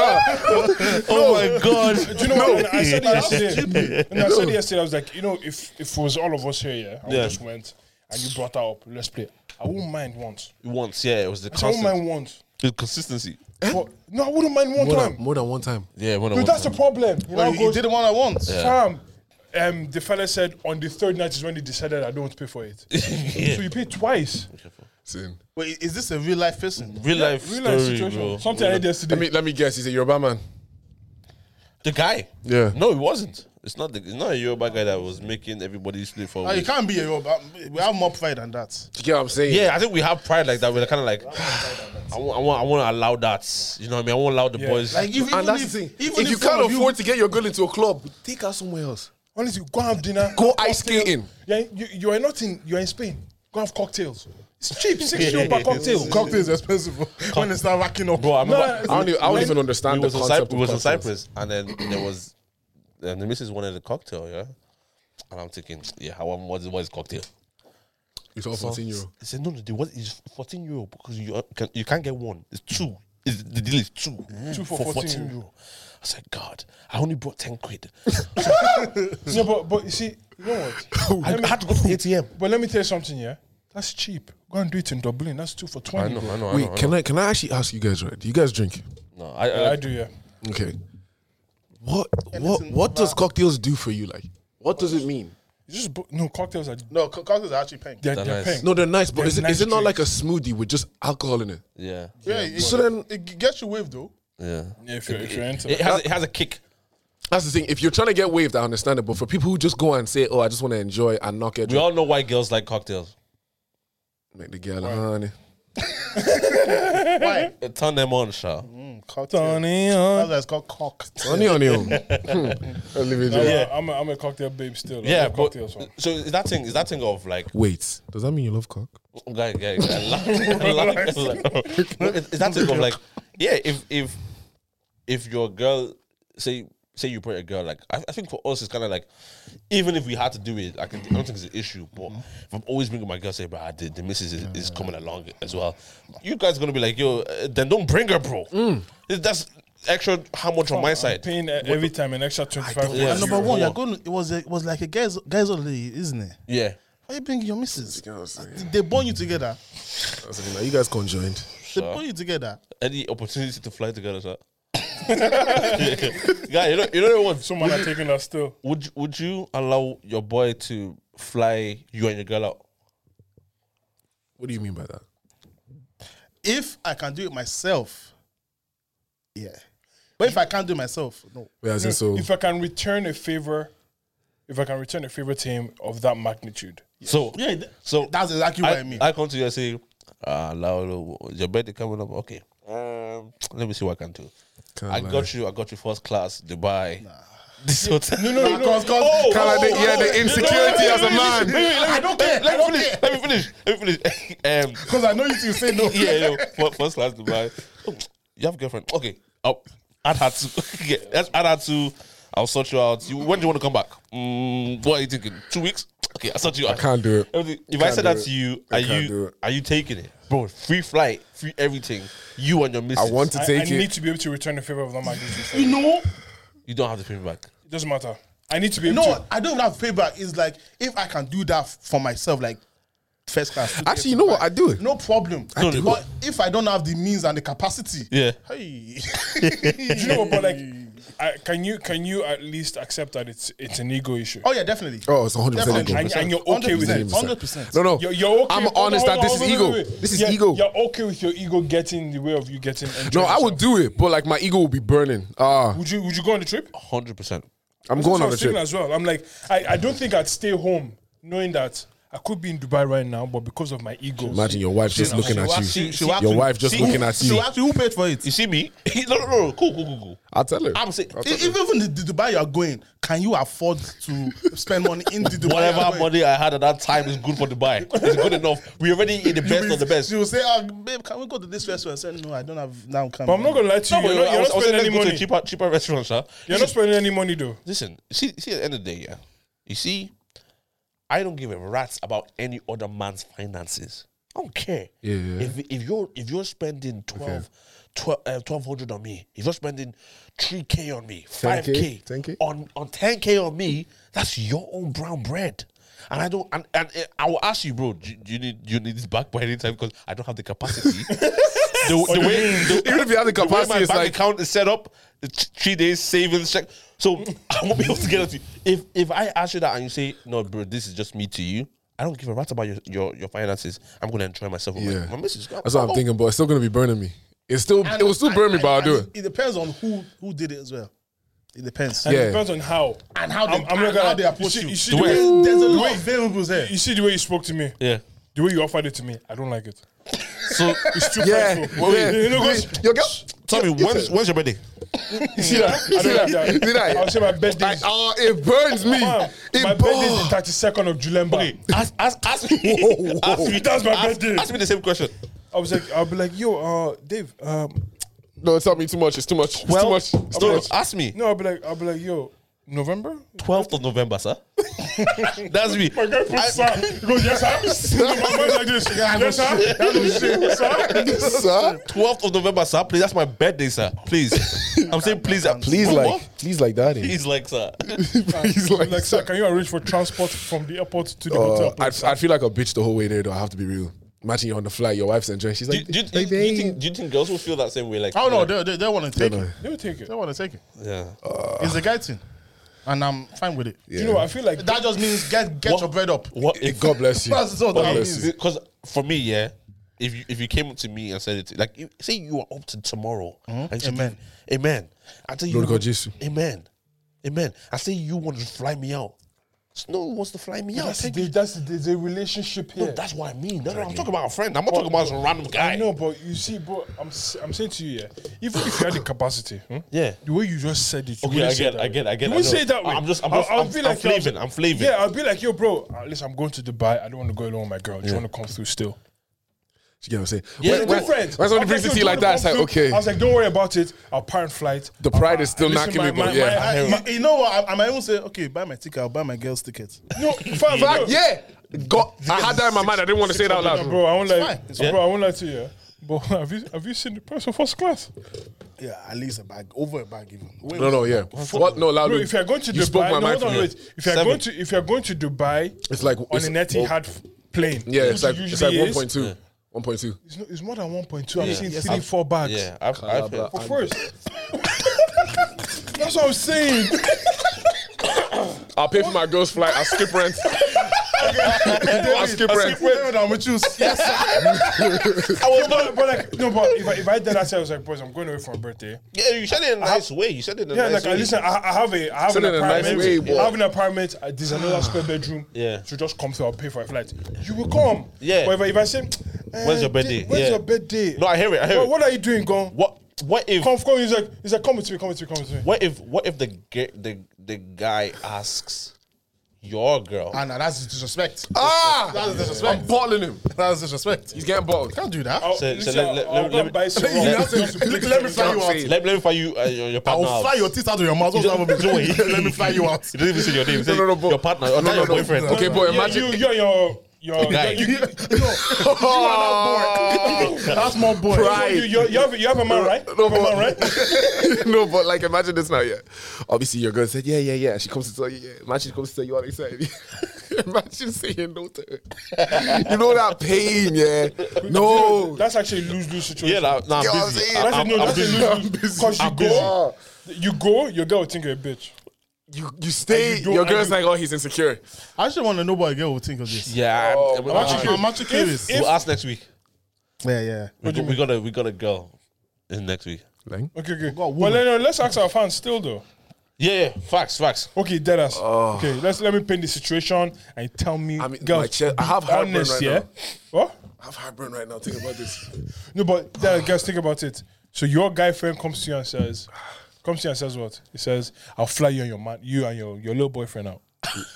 [SPEAKER 4] oh my god.
[SPEAKER 3] Do you know what? I said it yesterday. And I said it yesterday. I was like, you know, if if it was all of us here, yeah, I would
[SPEAKER 4] Yeah.
[SPEAKER 3] just went and you brought that up. Let's play. I wouldn't mind once.
[SPEAKER 4] Once, yeah, it was the
[SPEAKER 3] I wouldn't
[SPEAKER 4] constant,
[SPEAKER 3] mind once.
[SPEAKER 4] the consistency.
[SPEAKER 1] Eh?
[SPEAKER 3] But no, I wouldn't mind one
[SPEAKER 1] More
[SPEAKER 3] time.
[SPEAKER 1] than, more than one time.
[SPEAKER 4] Yeah, when I
[SPEAKER 3] Dude,
[SPEAKER 4] want
[SPEAKER 3] that's
[SPEAKER 4] to-
[SPEAKER 3] the problem. You know,
[SPEAKER 2] Well, you
[SPEAKER 3] goes,
[SPEAKER 2] did it one at once.
[SPEAKER 3] fam. Um, the fella said on the third night is when they decided I don't want to pay for it. So you pay twice.
[SPEAKER 1] Sin.
[SPEAKER 2] Wait, is this a real life person?
[SPEAKER 4] real life
[SPEAKER 3] Real
[SPEAKER 4] story,
[SPEAKER 3] life situation.
[SPEAKER 4] bro.
[SPEAKER 3] Something I did yesterday.
[SPEAKER 1] Let me let me guess. He's a Yoruba man.
[SPEAKER 4] The guy.
[SPEAKER 1] Yeah.
[SPEAKER 4] No, it wasn't. It's not the it's not a Yoruba guy that was making everybody split for.
[SPEAKER 2] Ah, you
[SPEAKER 4] weeks.
[SPEAKER 2] can't be a Yoruba. We have more pride than that.
[SPEAKER 1] You get what I'm saying?
[SPEAKER 4] Yeah, I think we have pride like that. We're kind of like, I want, I want, I want to allow that. You know what I mean? I want to allow the boys.
[SPEAKER 2] Like, if, even
[SPEAKER 1] And that's
[SPEAKER 2] if,
[SPEAKER 1] the thing.
[SPEAKER 2] even
[SPEAKER 1] If you
[SPEAKER 2] some
[SPEAKER 1] can't
[SPEAKER 2] of
[SPEAKER 1] afford to get your girl into a club, take her somewhere else.
[SPEAKER 3] Honestly, go and have dinner.
[SPEAKER 1] Go ice
[SPEAKER 3] cocktail.
[SPEAKER 1] skating.
[SPEAKER 3] Yeah, you, you are not in. You are in Spain. Go have cocktails. It's cheap, six euro per cocktail.
[SPEAKER 2] cocktails are expensive bro. when they start racking up.
[SPEAKER 4] bro, I
[SPEAKER 3] No,
[SPEAKER 4] remember
[SPEAKER 3] no,
[SPEAKER 1] I don't even, I don't
[SPEAKER 3] When-
[SPEAKER 1] even understand
[SPEAKER 4] we
[SPEAKER 1] the
[SPEAKER 4] was, in,
[SPEAKER 1] concept. of
[SPEAKER 4] Cyprus, we was in
[SPEAKER 1] cocktails.
[SPEAKER 4] Cyprus, and then there was, and the missus wanted a cocktail, yeah. And I'm thinking, yeah, I want what is, what is cocktail?
[SPEAKER 1] It's all 14 euro.
[SPEAKER 4] He said, no, no, the what is 14 euro because you are- can, you can't get one. It's two. It's, the deal is two.
[SPEAKER 3] Two for 14 euro.
[SPEAKER 4] I said, God, I only brought 10 quid.
[SPEAKER 3] No, but but you see, you know what?
[SPEAKER 4] I had to go to the ATM.
[SPEAKER 3] But let me tell you something, yeah. That's cheap. Go and do it in Dublin. That's two for
[SPEAKER 4] I
[SPEAKER 3] twenty.
[SPEAKER 4] know,
[SPEAKER 3] bro.
[SPEAKER 4] I know, I know.
[SPEAKER 1] Wait, can I can I actually ask you guys? Right? Do you guys drink?
[SPEAKER 4] No, I, I,
[SPEAKER 3] Yeah, I do, yeah.
[SPEAKER 1] Okay. What what what does cocktails do for you? Like, what does it mean?
[SPEAKER 3] It's just bu- no cocktails are
[SPEAKER 2] No, co- cocktails are actually paying.
[SPEAKER 3] they're,
[SPEAKER 4] They're
[SPEAKER 3] they're
[SPEAKER 4] nice.
[SPEAKER 3] paying.
[SPEAKER 1] No, they're nice, but
[SPEAKER 3] They're
[SPEAKER 1] is it is
[SPEAKER 3] nice
[SPEAKER 1] it not like a smoothie with just alcohol in it?
[SPEAKER 4] yeah,
[SPEAKER 2] Yeah, it,
[SPEAKER 1] So then-
[SPEAKER 2] it g- gets you waved though.
[SPEAKER 4] yeah.
[SPEAKER 3] if you're if you're into
[SPEAKER 4] It
[SPEAKER 3] that.
[SPEAKER 4] has, it has a kick.
[SPEAKER 1] That's the thing. If you're trying to get waved, I understand it. But for people who just go and say, "Oh, I just want to enjoy and not get
[SPEAKER 4] We
[SPEAKER 1] drunk,"
[SPEAKER 4] all know why girls like cocktails.
[SPEAKER 1] make the girl honey.
[SPEAKER 2] Why?
[SPEAKER 4] Uh, Turn them on, Sha.
[SPEAKER 2] Mm, cocktail.
[SPEAKER 3] Tony,
[SPEAKER 2] That's
[SPEAKER 3] huh?
[SPEAKER 2] why it's called cock.
[SPEAKER 1] Honey Hmm. on you. Yeah.
[SPEAKER 3] Yeah, I'm a, I'm a cocktail babe still. I
[SPEAKER 4] Yeah,
[SPEAKER 3] love
[SPEAKER 4] but
[SPEAKER 3] cocktails. man.
[SPEAKER 4] so is that thing is that thing of like
[SPEAKER 1] Wait, does that mean you love cock?
[SPEAKER 4] guy guy guy laugh, laugh, laugh. No, is is that thing of like yeah if if if your girl say say you put a girl like I, I think for us it's kind of like even if we had to do it I, can, I don't think it's an issue but if I'm always bringing my girl say bro I did the missus is, is coming along as well you guys gonna be like yo uh, then don't bring her bro that's extra how much on my side
[SPEAKER 3] Paying uh, every time an extra twenty five.
[SPEAKER 4] Yeah.
[SPEAKER 2] And number one,
[SPEAKER 4] Yeah.
[SPEAKER 2] you're going. It was a, it was like a guys guys only, isn't it?
[SPEAKER 4] yeah
[SPEAKER 2] Why you bring your missus?
[SPEAKER 1] You know what I'm saying?
[SPEAKER 2] They bond you together.
[SPEAKER 1] I was like, "Nah, you guys conjoined.
[SPEAKER 2] They bond you together.
[SPEAKER 4] any opportunity to fly together sir. guy you know you know what
[SPEAKER 3] Someone are taking us still.
[SPEAKER 4] Would you- would you allow your boy to fly you and your girl out?
[SPEAKER 1] What do you mean by that?
[SPEAKER 2] If I can do it myself, yeah. But if I can't do it myself, no.
[SPEAKER 1] Wait, as in, so
[SPEAKER 3] If I can return a favor, if I can return a favor to him of that magnitude,
[SPEAKER 4] So
[SPEAKER 2] Yeah, th-
[SPEAKER 4] so
[SPEAKER 2] that's exactly what I, mean.
[SPEAKER 4] I come to you and say, ah, Laolo, your birthday coming up. Okay, um, let me see what I can do.
[SPEAKER 1] Can't
[SPEAKER 4] I
[SPEAKER 1] lie.
[SPEAKER 4] got you. I got you first class Dubai. This hotel. No,
[SPEAKER 2] Nah, cause, cause,
[SPEAKER 3] oh!
[SPEAKER 1] Kinda like the- yeah, the insecurity as a man.
[SPEAKER 2] I don't care.
[SPEAKER 4] Let
[SPEAKER 2] I
[SPEAKER 4] me
[SPEAKER 2] don't
[SPEAKER 4] finish.
[SPEAKER 2] care.
[SPEAKER 4] Let me finish. Let me finish. um,
[SPEAKER 2] Because I know you two say no.
[SPEAKER 4] yeah, yo, fir- first class Dubai. Oh, You have a girlfriend. Okay. Oh, I'd had to. yeah, that's- I'd had to. I'll sort you out. You, when do you want to come back? Mm, what are you thinking? Two weeks? Okay, I'll sort you out. I
[SPEAKER 1] can't do it.
[SPEAKER 4] If I
[SPEAKER 1] Can't do
[SPEAKER 4] said that
[SPEAKER 1] it.
[SPEAKER 4] to you,
[SPEAKER 1] I
[SPEAKER 4] are
[SPEAKER 1] can't do
[SPEAKER 4] you
[SPEAKER 1] it.
[SPEAKER 4] are you taking it? Bro, free flight, free everything. You and your
[SPEAKER 1] I
[SPEAKER 4] missus.
[SPEAKER 1] want to
[SPEAKER 3] I, I
[SPEAKER 1] take
[SPEAKER 3] need
[SPEAKER 1] it.
[SPEAKER 3] to be able to return a favor of that magnitude.
[SPEAKER 2] You know,
[SPEAKER 4] You don't have to pay me back.
[SPEAKER 3] It doesn't matter. I need to be able to.
[SPEAKER 2] no, I don't have payback. It's like if I can do that for myself, like first class.
[SPEAKER 1] Actually, you know what? I do it.
[SPEAKER 2] no problem.
[SPEAKER 1] I do.
[SPEAKER 2] But if I don't have the means and the capacity,
[SPEAKER 4] Yeah.
[SPEAKER 2] hey,
[SPEAKER 3] Do you know what? But like, I, can you can you at least accept that it's it's an ego issue?
[SPEAKER 2] Oh yeah, definitely.
[SPEAKER 1] Oh, it's 100%
[SPEAKER 2] Definitely.
[SPEAKER 1] ego.
[SPEAKER 3] And, and you're okay with it.
[SPEAKER 2] 100%. 100%.
[SPEAKER 1] No, no.
[SPEAKER 3] You're, you're okay.
[SPEAKER 1] I'm
[SPEAKER 3] hold on,
[SPEAKER 1] honest
[SPEAKER 3] hold
[SPEAKER 1] that
[SPEAKER 3] on,
[SPEAKER 1] this is
[SPEAKER 3] hold on,
[SPEAKER 1] ego.
[SPEAKER 3] wait, wait.
[SPEAKER 1] This is
[SPEAKER 3] Yeah,
[SPEAKER 1] ego.
[SPEAKER 3] You're okay with your ego getting in the way of you getting.
[SPEAKER 1] No,
[SPEAKER 3] enjoying
[SPEAKER 1] I would
[SPEAKER 3] yourself.
[SPEAKER 1] do it, but like my ego will be burning. Ah,
[SPEAKER 3] Would you Would you go on the trip?
[SPEAKER 4] Hundred percent.
[SPEAKER 1] I'm going
[SPEAKER 3] I
[SPEAKER 1] on
[SPEAKER 3] was
[SPEAKER 1] a trip.
[SPEAKER 3] thinking as well. I'm like, I, I don't think I'd stay home knowing that I could be in Dubai right now, but because of my ego,
[SPEAKER 1] Imagine your wife just looking at you.
[SPEAKER 4] she- she-
[SPEAKER 1] your wife just
[SPEAKER 4] she-
[SPEAKER 1] looking at
[SPEAKER 2] So
[SPEAKER 1] you.
[SPEAKER 2] actually, who paid for it?
[SPEAKER 4] You see me? no, no, no. Cool, cool, cool, cool.
[SPEAKER 1] I'll tell her.
[SPEAKER 4] I'm saying
[SPEAKER 2] E- Even from the, the Dubai you are going, can you afford to spend money in the Dubai? you are
[SPEAKER 4] whatever
[SPEAKER 2] going?
[SPEAKER 4] money I had at that time is good for Dubai. It's good enough. We already in the best of the best.
[SPEAKER 2] She will say, oh, babe, can we go to this restaurant? I said, no, I don't have now. Come.
[SPEAKER 3] But I'm not gonna lie to you.
[SPEAKER 4] No,
[SPEAKER 3] You're
[SPEAKER 4] but
[SPEAKER 3] not, you're not
[SPEAKER 4] I was, I was
[SPEAKER 3] spending
[SPEAKER 4] saying, let's
[SPEAKER 3] any
[SPEAKER 4] go to a
[SPEAKER 3] money.
[SPEAKER 4] cheaper, cheaper restaurant, sir.
[SPEAKER 3] You're not spending any money though.
[SPEAKER 4] Listen, see, see, at the end of the day, yeah. You see, I don't give a rat's about any other man's finances. I don't care.
[SPEAKER 1] Yeah, yeah.
[SPEAKER 4] If if you're if you're spending 12, 12 uh, 1200 on me, if you're spending three k on me, five
[SPEAKER 1] 10K,
[SPEAKER 4] k,
[SPEAKER 1] 10K?
[SPEAKER 4] on on ten k on me, that's your own brown bread. And I don't, and, and uh, I will ask you, bro. Do, you- do you need do you need this back by any time? Because I don't have the capacity. the, the way, the,
[SPEAKER 1] Even if you have the
[SPEAKER 4] the way
[SPEAKER 1] capacity,
[SPEAKER 4] my
[SPEAKER 1] it's
[SPEAKER 4] bank
[SPEAKER 1] like-
[SPEAKER 4] account is set up, it's three days savings check. So I won't be able to get it to you. If if I ask you that and you say, no, bro, this is just me to you, I don't give a rat about your, your, your finances. I'm gonna enjoy myself with
[SPEAKER 1] Yeah.
[SPEAKER 4] my, my missus.
[SPEAKER 1] That's what I'm thinking, but it's still gonna be burning me. It's still it will still burn me, but I'll do it.
[SPEAKER 2] It depends on who who did it as well. It depends.
[SPEAKER 3] And
[SPEAKER 1] Yeah.
[SPEAKER 3] it depends on how
[SPEAKER 2] And how they-
[SPEAKER 3] I'm, I'm not
[SPEAKER 2] and
[SPEAKER 3] gonna-
[SPEAKER 2] how they approach
[SPEAKER 3] see-
[SPEAKER 2] you.
[SPEAKER 3] see
[SPEAKER 4] The
[SPEAKER 3] the
[SPEAKER 4] way-
[SPEAKER 3] way,
[SPEAKER 2] There's a lot of variables there.
[SPEAKER 3] you see the way you spoke to me,
[SPEAKER 4] Yeah.
[SPEAKER 3] the way you offered it to me. I don't like it.
[SPEAKER 4] So
[SPEAKER 3] It's too
[SPEAKER 1] Yeah.
[SPEAKER 3] prideful.
[SPEAKER 1] yeah.
[SPEAKER 3] You know, 'cause-
[SPEAKER 1] Your girl.
[SPEAKER 4] tell me, when's, when's your birthday?
[SPEAKER 3] you see that? I
[SPEAKER 1] See
[SPEAKER 3] don't like
[SPEAKER 1] that?
[SPEAKER 3] that.
[SPEAKER 1] See that?
[SPEAKER 3] I'll say my best
[SPEAKER 1] Like,
[SPEAKER 3] days.
[SPEAKER 1] oh, it burns me.
[SPEAKER 3] Fam,
[SPEAKER 1] It
[SPEAKER 3] my birthday is the
[SPEAKER 1] burns.
[SPEAKER 3] 32nd of July.
[SPEAKER 4] Okay, ask ask ask me.
[SPEAKER 1] Whoa,
[SPEAKER 4] ask
[SPEAKER 1] whoa.
[SPEAKER 4] me
[SPEAKER 3] That's my
[SPEAKER 4] ask-
[SPEAKER 3] birthday.
[SPEAKER 4] Ask me the same question.
[SPEAKER 3] I was like, I'll be like, yo, uh, Dave. Um,
[SPEAKER 1] No, it's not me too much. It's too much. It's too much. It's too
[SPEAKER 4] No,
[SPEAKER 1] much.
[SPEAKER 4] ask me.
[SPEAKER 3] no, I'll be like, I'll be like, yo, November.
[SPEAKER 4] 12th of November, sir. That's me.
[SPEAKER 3] My guy puts sir. He goes, yes, sir. My man's like this. Yes, sir. Yes, sir.
[SPEAKER 1] Sir?
[SPEAKER 4] 12th of November, sir. Please, that's my birthday, sir. Please. I'm saying please. uh,
[SPEAKER 1] Please
[SPEAKER 4] what,
[SPEAKER 1] like
[SPEAKER 4] what?
[SPEAKER 1] please like that. eh?
[SPEAKER 4] Please like, sir.
[SPEAKER 1] Please like
[SPEAKER 3] Like,
[SPEAKER 1] sir.
[SPEAKER 3] sir, can you arrange for transport from the airport to the
[SPEAKER 1] Uh,
[SPEAKER 3] hotel?
[SPEAKER 1] I
[SPEAKER 3] please, sir?"
[SPEAKER 1] I feel like a bitch the whole way there though. I have to be real. Imagine you're on the flight, your wife's enjoying. She's
[SPEAKER 4] Do,
[SPEAKER 1] like,
[SPEAKER 4] do, do,
[SPEAKER 1] "Hey,
[SPEAKER 4] do you
[SPEAKER 1] babe."
[SPEAKER 4] think, do you think girls will feel that same way? Like,
[SPEAKER 2] Oh no,
[SPEAKER 4] like,
[SPEAKER 2] they, they, they want to take it.
[SPEAKER 3] They will take it.
[SPEAKER 2] They want to take it.
[SPEAKER 4] yeah.
[SPEAKER 2] It's a guy thing, and I'm fine with it.
[SPEAKER 3] You know, I feel like
[SPEAKER 2] That just means get get
[SPEAKER 4] What-
[SPEAKER 2] your bread up.
[SPEAKER 4] What if?
[SPEAKER 1] God bless you.
[SPEAKER 2] That's all
[SPEAKER 1] God
[SPEAKER 2] that
[SPEAKER 1] bless
[SPEAKER 2] means.
[SPEAKER 1] you.
[SPEAKER 4] Because for me, yeah, if you if you came up to me and said it, to- like, you, say you are up to tomorrow, and you
[SPEAKER 2] Mm-hmm. Amen.
[SPEAKER 4] do- amen. I tell you,
[SPEAKER 1] Lord God Jesus.
[SPEAKER 4] amen, amen. I say you want to fly me out. No one wants to fly me out.
[SPEAKER 3] that's
[SPEAKER 4] Take
[SPEAKER 3] the, that's the, the relationship here.
[SPEAKER 4] No, that's what I mean. No, no, I'm talking about a friend. I'm not talking about some random guy.
[SPEAKER 3] I know, but you see, but I'm s- I'm saying to you, yeah, even if you had the capacity, hmm,
[SPEAKER 4] Yeah.
[SPEAKER 3] the way you just said it, you
[SPEAKER 4] Okay,
[SPEAKER 3] wouldn't
[SPEAKER 4] I
[SPEAKER 3] say
[SPEAKER 4] get-
[SPEAKER 3] it that
[SPEAKER 4] I
[SPEAKER 3] way.
[SPEAKER 4] get- I get-
[SPEAKER 3] You
[SPEAKER 4] I
[SPEAKER 3] wouldn't
[SPEAKER 4] know.
[SPEAKER 3] say it that way.
[SPEAKER 4] I'm just- I'm
[SPEAKER 3] I'll-
[SPEAKER 4] just-
[SPEAKER 3] I'll
[SPEAKER 4] I'm-
[SPEAKER 3] be
[SPEAKER 4] I'm
[SPEAKER 3] like, yo,
[SPEAKER 4] flaving, I'm flaving.
[SPEAKER 3] Yeah, I'll be like, yo, bro, uh, listen, I'm going to Dubai. I don't want to go alone with my girl. Do you want to come through still?
[SPEAKER 1] You get what I'm saying?
[SPEAKER 4] Yeah,
[SPEAKER 1] when,
[SPEAKER 4] the
[SPEAKER 1] when,
[SPEAKER 3] difference.
[SPEAKER 1] when somebody
[SPEAKER 3] I'm
[SPEAKER 1] brings it
[SPEAKER 3] like,
[SPEAKER 1] to you
[SPEAKER 3] yo,
[SPEAKER 1] like
[SPEAKER 3] do you
[SPEAKER 1] that, it's like,
[SPEAKER 3] wanna come through?
[SPEAKER 1] okay.
[SPEAKER 3] I was like, don't worry about it. I'll parent flight.
[SPEAKER 1] The pride is still
[SPEAKER 3] Listen,
[SPEAKER 1] knocking me,
[SPEAKER 3] my-
[SPEAKER 1] but
[SPEAKER 3] my-
[SPEAKER 1] yeah.
[SPEAKER 3] my-
[SPEAKER 2] I, you, you know what? I, I might even say, okay, buy my ticket. I'll buy my girl's ticket.
[SPEAKER 3] No, fam,
[SPEAKER 1] Fuck,
[SPEAKER 3] yo,
[SPEAKER 1] yeah. God, I had that in my mind. I didn't want to say it out
[SPEAKER 3] Nah,
[SPEAKER 1] loud.
[SPEAKER 3] bro, I won't lie.
[SPEAKER 2] fine.
[SPEAKER 4] fine.
[SPEAKER 3] Bro, I won't lie to you. yeah. But have you have you seen the price of first class?
[SPEAKER 2] Yeah, at least a bag, over a bag even. Wait,
[SPEAKER 1] No, no, yeah. What? No, loud.
[SPEAKER 3] Bro, if you're going to
[SPEAKER 1] you
[SPEAKER 3] Dubai,
[SPEAKER 1] spoke my
[SPEAKER 3] no,
[SPEAKER 1] mind.
[SPEAKER 3] hold on,
[SPEAKER 1] for me.
[SPEAKER 3] wait. If you're
[SPEAKER 4] Seven.
[SPEAKER 3] going to if you're going to Dubai,
[SPEAKER 1] It's like
[SPEAKER 3] on
[SPEAKER 1] it's-
[SPEAKER 3] an Etihad plane.
[SPEAKER 1] Yeah,
[SPEAKER 3] which
[SPEAKER 1] it's like it's like
[SPEAKER 3] usually
[SPEAKER 1] one
[SPEAKER 3] is,
[SPEAKER 1] point two. One point two.
[SPEAKER 3] It's, no, it's more than one point two. I've seen
[SPEAKER 4] Yes,
[SPEAKER 3] three,
[SPEAKER 4] I've-
[SPEAKER 3] four bags.
[SPEAKER 4] Yeah, I've, I've heard.
[SPEAKER 3] But first, that's what I'm saying.
[SPEAKER 1] I'll pay for my girl's flight. I'll skip rent. I'll skip rent.
[SPEAKER 2] David, I'm with you. Yes,
[SPEAKER 3] I was but, but like no, but if I, if I did that, I was like, boys, I'm going away for a birthday.
[SPEAKER 4] Yeah, you said it in a nice way. You said it in a
[SPEAKER 3] Yeah,
[SPEAKER 4] nice
[SPEAKER 3] like I
[SPEAKER 4] way.
[SPEAKER 3] listen, I, I have a I have
[SPEAKER 1] Send
[SPEAKER 3] an
[SPEAKER 1] it a nice
[SPEAKER 3] apartment.
[SPEAKER 1] way, boy.
[SPEAKER 3] I have an apartment. uh, There's another spare bedroom.
[SPEAKER 4] Yeah.
[SPEAKER 3] so just come through. I'll pay for a flight. You will come.
[SPEAKER 4] Yeah.
[SPEAKER 3] But if I, if I say, eh,
[SPEAKER 4] When's
[SPEAKER 3] di-
[SPEAKER 4] your birthday?
[SPEAKER 3] When's
[SPEAKER 4] Yeah.
[SPEAKER 3] your birthday?
[SPEAKER 4] No, I hear it, I hear
[SPEAKER 3] what,
[SPEAKER 4] it.
[SPEAKER 3] What are you doing, gone?
[SPEAKER 4] What? What if?
[SPEAKER 3] Come, come. He's like, he's like, come with me, come with me, come with me.
[SPEAKER 4] What if? What if the ge- the the guy asks your girl?
[SPEAKER 2] ah, nah, that's disrespect.
[SPEAKER 1] Ah,
[SPEAKER 2] That's disrespect.
[SPEAKER 1] I'm bottling him.
[SPEAKER 2] That's disrespect. You
[SPEAKER 1] He's getting bottled.
[SPEAKER 2] can't do that.
[SPEAKER 3] I'll,
[SPEAKER 4] So- so
[SPEAKER 3] listen,
[SPEAKER 4] let- let-
[SPEAKER 3] I'll go
[SPEAKER 4] let- let
[SPEAKER 3] and
[SPEAKER 4] me-
[SPEAKER 3] buy some
[SPEAKER 2] You
[SPEAKER 3] rum
[SPEAKER 2] have to-
[SPEAKER 3] just to
[SPEAKER 2] let-
[SPEAKER 3] play
[SPEAKER 2] let me
[SPEAKER 3] some
[SPEAKER 2] fly you
[SPEAKER 3] games.
[SPEAKER 2] out.
[SPEAKER 1] Say it.
[SPEAKER 4] let, me- let me find you uh, your,
[SPEAKER 2] I
[SPEAKER 4] your partner.
[SPEAKER 2] will fly
[SPEAKER 4] out.
[SPEAKER 2] your teeth out of your mouth. Don't have a
[SPEAKER 4] No way.
[SPEAKER 2] Let me fly you out.
[SPEAKER 4] He doesn't even say your name. He
[SPEAKER 1] No,
[SPEAKER 4] said
[SPEAKER 1] no, no, but-
[SPEAKER 4] your partner, or
[SPEAKER 1] No,
[SPEAKER 4] not
[SPEAKER 1] no,
[SPEAKER 4] your
[SPEAKER 1] no.
[SPEAKER 4] boyfriend.
[SPEAKER 1] Okay, but
[SPEAKER 3] Yeah,
[SPEAKER 1] imagine
[SPEAKER 3] you, you're your your,
[SPEAKER 4] guy.
[SPEAKER 3] you, you,
[SPEAKER 2] That's more boy.
[SPEAKER 3] you,
[SPEAKER 1] Pride.
[SPEAKER 3] you, you, have, you have a man, right?
[SPEAKER 1] No,
[SPEAKER 3] you have a man, right?
[SPEAKER 1] but, no, but like imagine this now, yeah. Obviously your girl said, Yeah, yeah, yeah. She comes to tell you, yeah. Imagine she comes to tell you all excited. imagine saying no to her. you know that pain, yeah. No.
[SPEAKER 3] That's actually lose lose situation.
[SPEAKER 4] Yeah, nah, nah,
[SPEAKER 1] You know what
[SPEAKER 4] I'm
[SPEAKER 1] I'm
[SPEAKER 4] busy.
[SPEAKER 1] saying?
[SPEAKER 4] I'm,
[SPEAKER 3] that's
[SPEAKER 4] I'm,
[SPEAKER 3] a, no,
[SPEAKER 4] I'm
[SPEAKER 3] that's
[SPEAKER 4] busy.
[SPEAKER 3] a lose lose. Because you
[SPEAKER 4] I'm
[SPEAKER 3] go, you go, your girl will think you're a bitch.
[SPEAKER 1] You you stay,
[SPEAKER 3] And you don't-
[SPEAKER 1] your
[SPEAKER 3] and
[SPEAKER 1] girl's
[SPEAKER 3] you-
[SPEAKER 1] like, Oh, he's insecure.
[SPEAKER 2] I actually want to know what a girl would think of this.
[SPEAKER 4] Yeah, I'm, I'm actually
[SPEAKER 2] I'm actually curious.
[SPEAKER 4] We'll ask next week.
[SPEAKER 2] Yeah, yeah.
[SPEAKER 4] We, got, we got a we got a girl in next week.
[SPEAKER 1] Like
[SPEAKER 3] Okay,
[SPEAKER 2] got
[SPEAKER 3] okay.
[SPEAKER 2] a
[SPEAKER 3] But
[SPEAKER 2] woman.
[SPEAKER 3] then, uh, let's ask our fans still though.
[SPEAKER 4] Yeah, yeah, facts, facts.
[SPEAKER 3] Okay, dead ass. Okay, let's let me paint the situation and tell me.
[SPEAKER 1] Oh. I mean,
[SPEAKER 3] girl,
[SPEAKER 1] my chest- I have
[SPEAKER 3] be
[SPEAKER 1] heartburn
[SPEAKER 3] honest,
[SPEAKER 1] right
[SPEAKER 3] yeah.
[SPEAKER 1] now.
[SPEAKER 3] What?
[SPEAKER 1] I have heartburn right now thinking about this.
[SPEAKER 3] No, but that, guys, think about it. So your guy friend comes to you and says, comes to you and says what? He says, "I'll fly you and your man, you and your your little boyfriend out."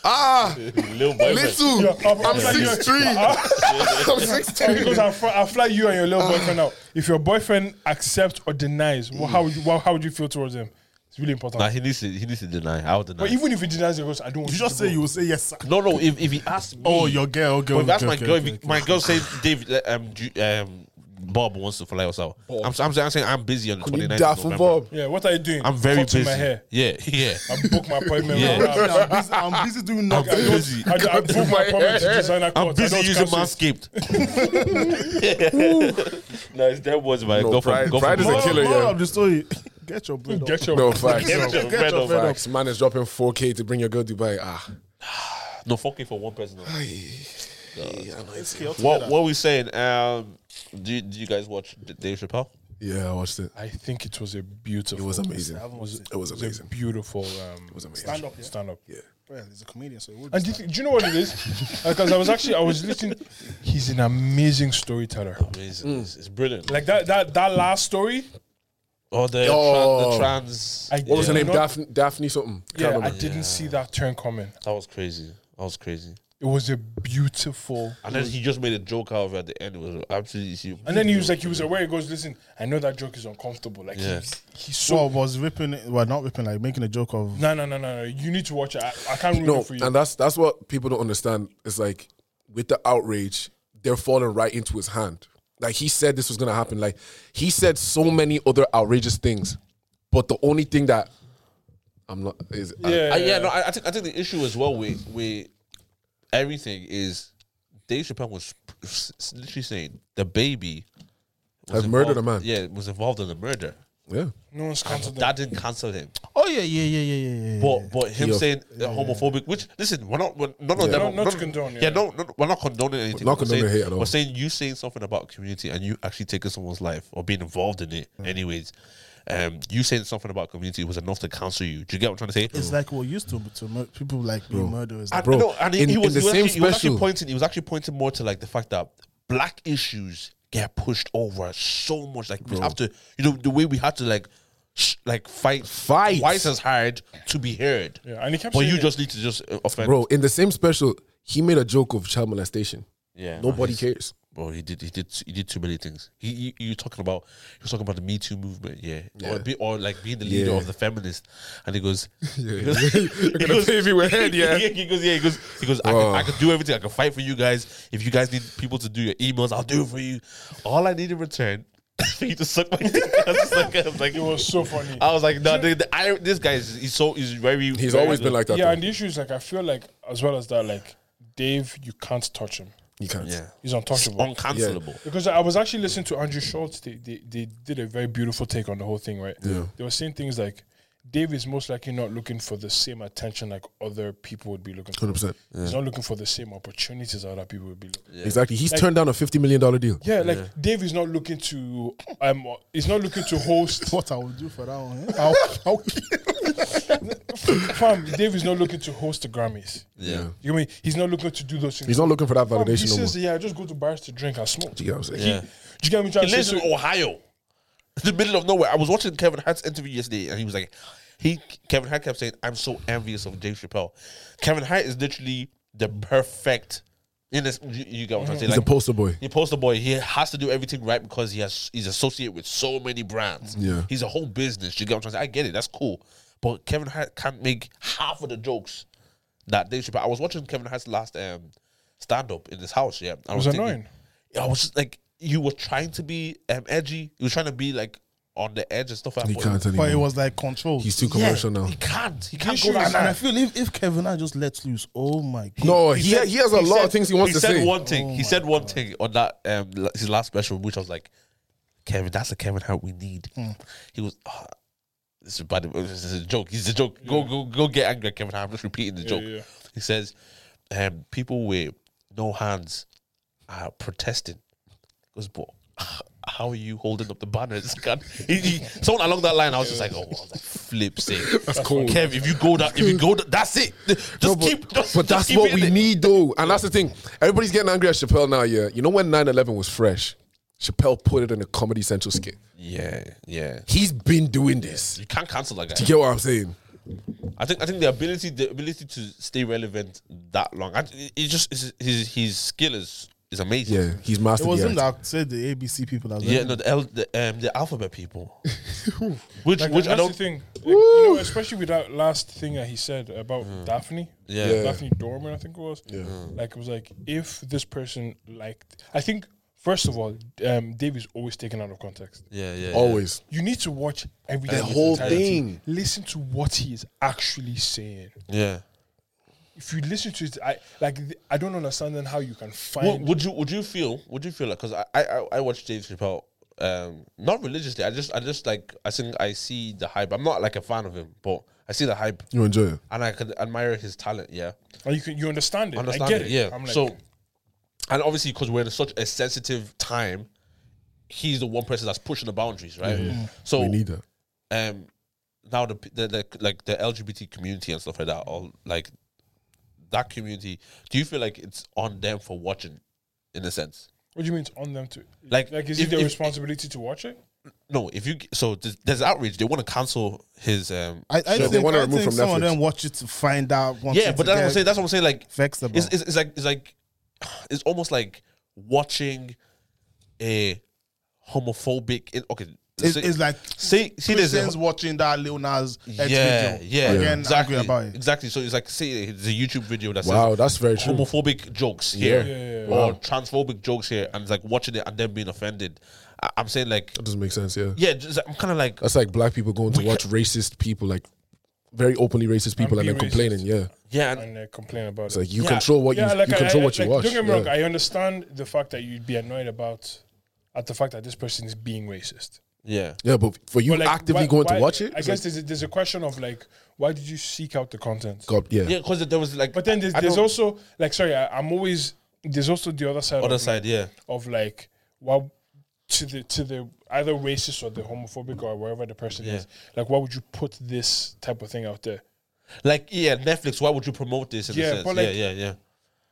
[SPEAKER 1] ah
[SPEAKER 4] Little boy.
[SPEAKER 1] little
[SPEAKER 3] Yeah, I'm-
[SPEAKER 1] I'm
[SPEAKER 3] I'm like,
[SPEAKER 1] six three. I'm six
[SPEAKER 3] He goes,
[SPEAKER 1] three.
[SPEAKER 3] I'll, fly, I'll fly you and your little boyfriend out. If your boyfriend accepts or denies, well, how would you, well, how would you feel towards him? It's really important.
[SPEAKER 4] Nah, he needs to he needs to deny. I'll deny.
[SPEAKER 3] but even if he denies, he goes, I don't want
[SPEAKER 2] You
[SPEAKER 3] you.
[SPEAKER 2] just
[SPEAKER 3] to
[SPEAKER 2] say
[SPEAKER 3] go."
[SPEAKER 2] you will say yes. Sir.
[SPEAKER 4] no, no. If if he asks me,
[SPEAKER 2] Oh, your girl, girl.
[SPEAKER 4] But that's
[SPEAKER 2] girl,
[SPEAKER 4] my
[SPEAKER 2] girl,
[SPEAKER 4] girl.
[SPEAKER 2] girl,
[SPEAKER 4] if my girl says Dave, uh, um, Ju- um, Bob wants to fly us out. I'm, I'm, saying- I'm saying I'm busy on the 29th of
[SPEAKER 1] Daffy
[SPEAKER 4] November.
[SPEAKER 1] Bob.
[SPEAKER 3] Yeah, what are you doing?
[SPEAKER 4] I'm very
[SPEAKER 3] Cut
[SPEAKER 4] busy.
[SPEAKER 3] My hair.
[SPEAKER 4] Yeah, yeah.
[SPEAKER 3] I booked my appointment.
[SPEAKER 4] Yeah.
[SPEAKER 3] right now.
[SPEAKER 2] I'm busy, I'm busy doing nothing.
[SPEAKER 4] I'm busy.
[SPEAKER 3] I, I booked my appointment to designer
[SPEAKER 4] I'm
[SPEAKER 3] clothes. I
[SPEAKER 4] busy
[SPEAKER 3] don't
[SPEAKER 4] using
[SPEAKER 3] cancel.
[SPEAKER 4] Manscaped. no, it's that was my
[SPEAKER 1] No,
[SPEAKER 4] go for
[SPEAKER 1] pride-
[SPEAKER 4] go
[SPEAKER 1] pride is
[SPEAKER 4] for
[SPEAKER 1] a
[SPEAKER 4] broke.
[SPEAKER 2] Moral-
[SPEAKER 1] killer,
[SPEAKER 2] moral
[SPEAKER 1] yeah.
[SPEAKER 2] of the story. Get your bread up.
[SPEAKER 3] Get your
[SPEAKER 1] No facts.
[SPEAKER 4] Get
[SPEAKER 2] Get
[SPEAKER 4] your
[SPEAKER 2] your
[SPEAKER 4] bread
[SPEAKER 2] bread
[SPEAKER 4] up.
[SPEAKER 2] up.
[SPEAKER 1] Facts. Man is dropping 4K to bring your girl Dubai. Ah.
[SPEAKER 4] No, fucking for one person. though.
[SPEAKER 1] Yeah,
[SPEAKER 4] What what we saying? Um, do you, do you guys watch D- Dave Chappelle?
[SPEAKER 1] yeah, I watched it.
[SPEAKER 3] I think it was a beautiful.
[SPEAKER 1] It was amazing.
[SPEAKER 2] was-
[SPEAKER 1] It was
[SPEAKER 3] It was a
[SPEAKER 1] amazing.
[SPEAKER 3] beautiful. Um, it
[SPEAKER 1] was amazing.
[SPEAKER 3] Stand up. Stand up.
[SPEAKER 2] Well, he's a comedian, so he would.
[SPEAKER 3] And do you, think- do you know what it is? Because I was actually I was listening. He's an amazing storyteller.
[SPEAKER 4] Amazing. It's, it's brilliant.
[SPEAKER 3] Mm. Like that that that last story.
[SPEAKER 4] oh, the,
[SPEAKER 1] Oh.
[SPEAKER 4] Tran, the trans.
[SPEAKER 3] I
[SPEAKER 1] What was her
[SPEAKER 3] did
[SPEAKER 1] name?
[SPEAKER 3] not-
[SPEAKER 1] Daphne, Daphne something. Can't
[SPEAKER 3] Yeah, I
[SPEAKER 1] remember.
[SPEAKER 3] didn't see that turn coming.
[SPEAKER 4] that was crazy. That was crazy.
[SPEAKER 3] It was a beautiful.
[SPEAKER 4] And then he just made a joke out of it at the end. It was absolutely. she-
[SPEAKER 3] And then he was like, he was aware. He goes, listen, I know that joke is uncomfortable. Like
[SPEAKER 4] Yeah.
[SPEAKER 3] he's, he's so.
[SPEAKER 2] So was ripping, well, not ripping, like making a joke of.
[SPEAKER 3] No, no, no, no, no. You need to watch it. I, I can't ruin
[SPEAKER 1] No,
[SPEAKER 3] it for you.
[SPEAKER 1] and that's that's what people don't understand. It's like with the outrage, they're falling right into his hand. Like he said this was gonna happen. Like he said so many other outrageous things, but the only thing that I'm not is I-
[SPEAKER 3] yeah,
[SPEAKER 4] I- yeah, no, I, I think I think the issue as well with with everything is Dave Chappelle was s- s- literally saying the baby was
[SPEAKER 1] Has murdered
[SPEAKER 4] involved-
[SPEAKER 1] a man.
[SPEAKER 4] Yeah, was involved in the murder.
[SPEAKER 1] yeah.
[SPEAKER 3] no one's counted that.
[SPEAKER 4] That didn't cancel him,
[SPEAKER 2] Oh yeah, yeah, yeah, yeah, yeah, yeah.
[SPEAKER 4] but but him
[SPEAKER 1] Yeah.
[SPEAKER 4] saying uh, homophobic. Which listen, we're not we're, none of them.
[SPEAKER 3] Not- not
[SPEAKER 4] none-
[SPEAKER 3] to condone,
[SPEAKER 4] Yeah,
[SPEAKER 3] yeah.
[SPEAKER 4] no, no, we're not condoning anything.
[SPEAKER 1] Not
[SPEAKER 4] We're
[SPEAKER 1] condoning
[SPEAKER 4] saying-
[SPEAKER 1] hate at all.
[SPEAKER 4] We're saying you saying something about community and you actually taking someone's life or being involved in
[SPEAKER 1] Mm.
[SPEAKER 4] it. Anyways, um, you saying something about community was enough to cancel you. Do you get what I'm trying to say?
[SPEAKER 2] It's like we're used to, to mur- people like being murderers.
[SPEAKER 4] And,
[SPEAKER 1] Bro,
[SPEAKER 4] no, and he,
[SPEAKER 1] in-
[SPEAKER 4] he
[SPEAKER 1] in
[SPEAKER 4] was,
[SPEAKER 1] the
[SPEAKER 4] he was
[SPEAKER 1] same
[SPEAKER 4] actually, he was actually
[SPEAKER 1] special-
[SPEAKER 4] pointing. He was actually pointing more to like the fact that black issues get pushed over so much. Like we have to, you know, the way we had to like, sh- like fight,
[SPEAKER 1] Fight.
[SPEAKER 4] twice as hard to be heard.
[SPEAKER 3] Yeah, and he kept
[SPEAKER 4] But
[SPEAKER 3] saying
[SPEAKER 4] you
[SPEAKER 3] it.
[SPEAKER 4] just need to just uh, offend.
[SPEAKER 1] Bro, in the same special, he made a joke of child molestation.
[SPEAKER 4] yeah,
[SPEAKER 1] Nobody
[SPEAKER 4] cares.
[SPEAKER 1] cares.
[SPEAKER 4] Bro, he did, he did, he did too many things. He, you, you talking about, he was talking about the Me Too movement, yeah, Or, be, or like being the leader
[SPEAKER 1] Yeah.
[SPEAKER 4] of the feminist, and he goes, he
[SPEAKER 1] You're
[SPEAKER 4] goes, he
[SPEAKER 1] gonna
[SPEAKER 4] goes-
[SPEAKER 1] pave me with head, yeah. Oh.
[SPEAKER 4] he goes, yeah, he goes, he goes, I
[SPEAKER 1] Bro.
[SPEAKER 4] can, I can do everything. I can fight for you guys. If you guys need people to do your emails, I'll do it for you. All I need in return is for you to suck my dick. I was, just like, I was like,
[SPEAKER 3] It was so funny.
[SPEAKER 4] I was like, no, the, the, ir- this guy is he's so he's very.
[SPEAKER 1] He's
[SPEAKER 4] very-
[SPEAKER 1] always been like that.
[SPEAKER 3] yeah,
[SPEAKER 1] though.
[SPEAKER 3] and the issue is like I feel like as well as that, like Dave, you can't touch him.
[SPEAKER 1] you can't.
[SPEAKER 4] yeah,
[SPEAKER 3] He's untouchable.
[SPEAKER 4] uncancelable.
[SPEAKER 3] Because I was actually listening to Andrew Schultz. They, they they did a very beautiful take on the whole thing, right? Yeah. They were saying things like Dave is most likely not looking for the same attention like other people would be looking for.
[SPEAKER 1] 100%.
[SPEAKER 3] He's not looking for the same opportunities other people would be looking. Yeah,
[SPEAKER 1] Exactly. He's turned down a fifty million dollar deal.
[SPEAKER 3] like Dave is not looking to um he's not looking to host
[SPEAKER 2] what I would do for that one? eh? I'll, I'll kill
[SPEAKER 3] fam, Dave is not looking to host the Grammys.
[SPEAKER 4] Yeah.
[SPEAKER 3] You know what I mean he's not looking to do those things.
[SPEAKER 1] He's not looking for that
[SPEAKER 3] Fam, he
[SPEAKER 1] validation no more.
[SPEAKER 3] says, yeah, I just go to bars to drink and smoke.
[SPEAKER 1] Do you get what I'm saying?
[SPEAKER 4] Yeah.
[SPEAKER 3] Do you get me trying
[SPEAKER 4] He
[SPEAKER 3] to
[SPEAKER 4] lives
[SPEAKER 3] say?
[SPEAKER 4] in
[SPEAKER 3] So-
[SPEAKER 4] Ohio, the middle of nowhere. I was watching Kevin Hart's interview yesterday, and he was like, he Kevin Hart kept saying, "I'm so envious of Dave Chappelle." Kevin Hart is literally the perfect. In this, you, you get what I'm saying?
[SPEAKER 1] He's a poster boy.
[SPEAKER 4] He poster boy. He has to do everything right because he has he's associated with so many brands.
[SPEAKER 1] Yeah.
[SPEAKER 4] he's a whole business. You get what I'm saying? I get it. That's cool. But Kevin Hart can't make half of the jokes that Dave Chappelle. I was watching Kevin Hart's last um, stand up in his house. Yeah, I
[SPEAKER 3] was
[SPEAKER 4] thinking-
[SPEAKER 3] annoying.
[SPEAKER 4] Yeah, I was just like, you were trying to be um, edgy. You were trying to be like on the edge and stuff. like
[SPEAKER 1] He
[SPEAKER 4] that,
[SPEAKER 1] can't
[SPEAKER 2] But it
[SPEAKER 1] anymore.
[SPEAKER 2] was like controlled.
[SPEAKER 1] He's too commercial now.
[SPEAKER 4] He can't. He
[SPEAKER 2] And,
[SPEAKER 4] can't go
[SPEAKER 2] and
[SPEAKER 4] that
[SPEAKER 2] I feel if, if Kevin I just lets loose, oh my god.
[SPEAKER 1] No, he, he has a lot
[SPEAKER 4] said-
[SPEAKER 1] of things he wants to
[SPEAKER 4] said
[SPEAKER 1] say.
[SPEAKER 4] One thing.
[SPEAKER 3] Oh
[SPEAKER 4] he said one thing on that um, la- his last special, which I was like, Kevin, that's the Kevin Hart we need.
[SPEAKER 1] Hmm.
[SPEAKER 4] He was. "Ah, this is bad. This is a joke. He's a joke. Go go go get angry, at Kevin Hart. I'm just repeating the joke.
[SPEAKER 3] yeah.
[SPEAKER 4] He says, um, "People with no hands are protesting." He goes, but how are you holding up the banners? God, he, he, someone along that line, I was just like, oh, wow, that flip sake. That's
[SPEAKER 1] cold.
[SPEAKER 4] Kev, if you go that, if you go that, that's it. Just
[SPEAKER 1] No, but,
[SPEAKER 4] keep. Just,
[SPEAKER 1] but
[SPEAKER 4] just
[SPEAKER 1] that's
[SPEAKER 4] keep
[SPEAKER 1] what
[SPEAKER 4] hitting
[SPEAKER 1] we
[SPEAKER 4] it.
[SPEAKER 1] need, though. And that's the thing. Everybody's getting angry at Chappelle now, yeah. You know when 9 11 was fresh? Chappelle put it in a Comedy Central skit.
[SPEAKER 4] Yeah, yeah.
[SPEAKER 1] He's been doing this.
[SPEAKER 4] You can't cancel that
[SPEAKER 1] You
[SPEAKER 4] guy.
[SPEAKER 1] get what I'm saying?
[SPEAKER 4] I think I think the ability the ability to stay relevant that long. I, it just it's, his his skill is is amazing.
[SPEAKER 1] Yeah, he's
[SPEAKER 2] It
[SPEAKER 1] mastered
[SPEAKER 2] was
[SPEAKER 1] the
[SPEAKER 2] him
[SPEAKER 1] act.
[SPEAKER 2] that said the ABC people as well.
[SPEAKER 4] Yeah, no, the, L, the um the alphabet people, which
[SPEAKER 3] Like,
[SPEAKER 4] which
[SPEAKER 3] that's
[SPEAKER 4] I
[SPEAKER 3] the
[SPEAKER 4] don't.
[SPEAKER 3] thing. Like, you know, especially with that last thing that he said about Daphne.
[SPEAKER 4] Mm. Yeah. Mm.
[SPEAKER 1] Yeah.
[SPEAKER 3] Daphne Dorman, I think it was. Yeah. Like it was like if this person liked I think first of all, um Dave is always taken out of context.
[SPEAKER 4] Yeah, yeah, yeah.
[SPEAKER 1] Always.
[SPEAKER 3] You need to watch everything. in its
[SPEAKER 1] whole
[SPEAKER 3] entirety.
[SPEAKER 1] thing.
[SPEAKER 3] Listen to what he is actually saying.
[SPEAKER 4] yeah.
[SPEAKER 3] If you listen to it, I like th- I don't understand then how you can find
[SPEAKER 4] Would, would you would you feel would you feel like because I, I I watch Dave Chappelle um not religiously I just I just like I think I see the hype I'm not like a fan of him but I see the hype
[SPEAKER 1] You enjoy it.
[SPEAKER 4] and I could admire his talent yeah
[SPEAKER 3] or you can you understand it.
[SPEAKER 4] understand
[SPEAKER 3] I get it.
[SPEAKER 4] it, yeah
[SPEAKER 3] I'm like
[SPEAKER 4] so and obviously because we're in such a sensitive time he's the one person that's pushing the boundaries right Mm. so
[SPEAKER 1] We need that.
[SPEAKER 4] um now the, p- the the like the LGBT community and stuff like that, all like that community. Do you feel like it's on them for watching, in a sense?
[SPEAKER 3] what do you mean it's on them to
[SPEAKER 4] Like,
[SPEAKER 3] like is
[SPEAKER 4] if-
[SPEAKER 3] it their
[SPEAKER 4] if-
[SPEAKER 3] responsibility to watch it?
[SPEAKER 4] No, if you g- so there's, there's outrage. They want to cancel his. um
[SPEAKER 2] I, I
[SPEAKER 1] they
[SPEAKER 2] think,
[SPEAKER 1] wanna
[SPEAKER 2] I
[SPEAKER 1] remove
[SPEAKER 2] think
[SPEAKER 1] from
[SPEAKER 2] some
[SPEAKER 1] Netflix.
[SPEAKER 2] of them watch it to find out. want
[SPEAKER 4] Yeah,
[SPEAKER 2] it
[SPEAKER 4] but
[SPEAKER 2] to
[SPEAKER 4] that's what I'm
[SPEAKER 2] get
[SPEAKER 4] saying. That's what I'm saying. Like
[SPEAKER 2] vexed about.
[SPEAKER 4] it's, it's, it's like it's like it's almost like watching a homophobic. In, okay,
[SPEAKER 2] It's-
[SPEAKER 4] say-
[SPEAKER 2] it's like
[SPEAKER 4] say see there's a-
[SPEAKER 2] Christians watching that Lil Nas X
[SPEAKER 4] yeah,
[SPEAKER 2] video.
[SPEAKER 4] yeah,
[SPEAKER 2] again,
[SPEAKER 4] exactly,
[SPEAKER 2] angry about it.
[SPEAKER 4] exactly. So it's like say it's a YouTube video that says
[SPEAKER 1] Wow, that's very true.
[SPEAKER 4] homophobic jokes here
[SPEAKER 3] yeah, yeah.
[SPEAKER 4] or transphobic jokes here, and it's like watching it and then being offended. I- I'm saying like,
[SPEAKER 1] That doesn't make sense, yeah.
[SPEAKER 4] yeah, just, I'm kind of like,
[SPEAKER 1] That's like black people going to watch racist people, like very openly racist people, and
[SPEAKER 3] be
[SPEAKER 1] then
[SPEAKER 3] racist.
[SPEAKER 1] complaining, yeah.
[SPEAKER 4] yeah, and,
[SPEAKER 3] And they complain about
[SPEAKER 1] It's
[SPEAKER 3] it.
[SPEAKER 1] like you
[SPEAKER 4] Yeah.
[SPEAKER 1] control what you, you control what you
[SPEAKER 3] like,
[SPEAKER 1] watch.
[SPEAKER 3] Don't get me wrong.
[SPEAKER 1] yeah.
[SPEAKER 3] I understand the fact that you'd be annoyed about at the fact that this person is being racist.
[SPEAKER 4] yeah,
[SPEAKER 1] yeah, but for you
[SPEAKER 3] But, like,
[SPEAKER 1] actively
[SPEAKER 3] why-
[SPEAKER 1] going
[SPEAKER 3] why-
[SPEAKER 1] to watch it,
[SPEAKER 3] I
[SPEAKER 1] it's
[SPEAKER 3] guess there's a, there's a question of like, why did you seek out the content?
[SPEAKER 1] like, God, yeah.
[SPEAKER 4] yeah, because there was like,
[SPEAKER 3] But then there's,
[SPEAKER 4] I
[SPEAKER 3] there's
[SPEAKER 4] don't-
[SPEAKER 3] also like, sorry, I, I'm always there's also the other side.
[SPEAKER 4] other
[SPEAKER 3] of,
[SPEAKER 4] side, yeah,
[SPEAKER 3] of like, well, to the to the either racist or the homophobic or wherever the person
[SPEAKER 4] Yeah.
[SPEAKER 3] is. Like, why would you put this type of thing out there?
[SPEAKER 4] like yeah, Netflix. Why would you promote this? In a
[SPEAKER 3] Yeah,
[SPEAKER 4] sense?
[SPEAKER 3] but, like,
[SPEAKER 4] yeah, yeah, yeah.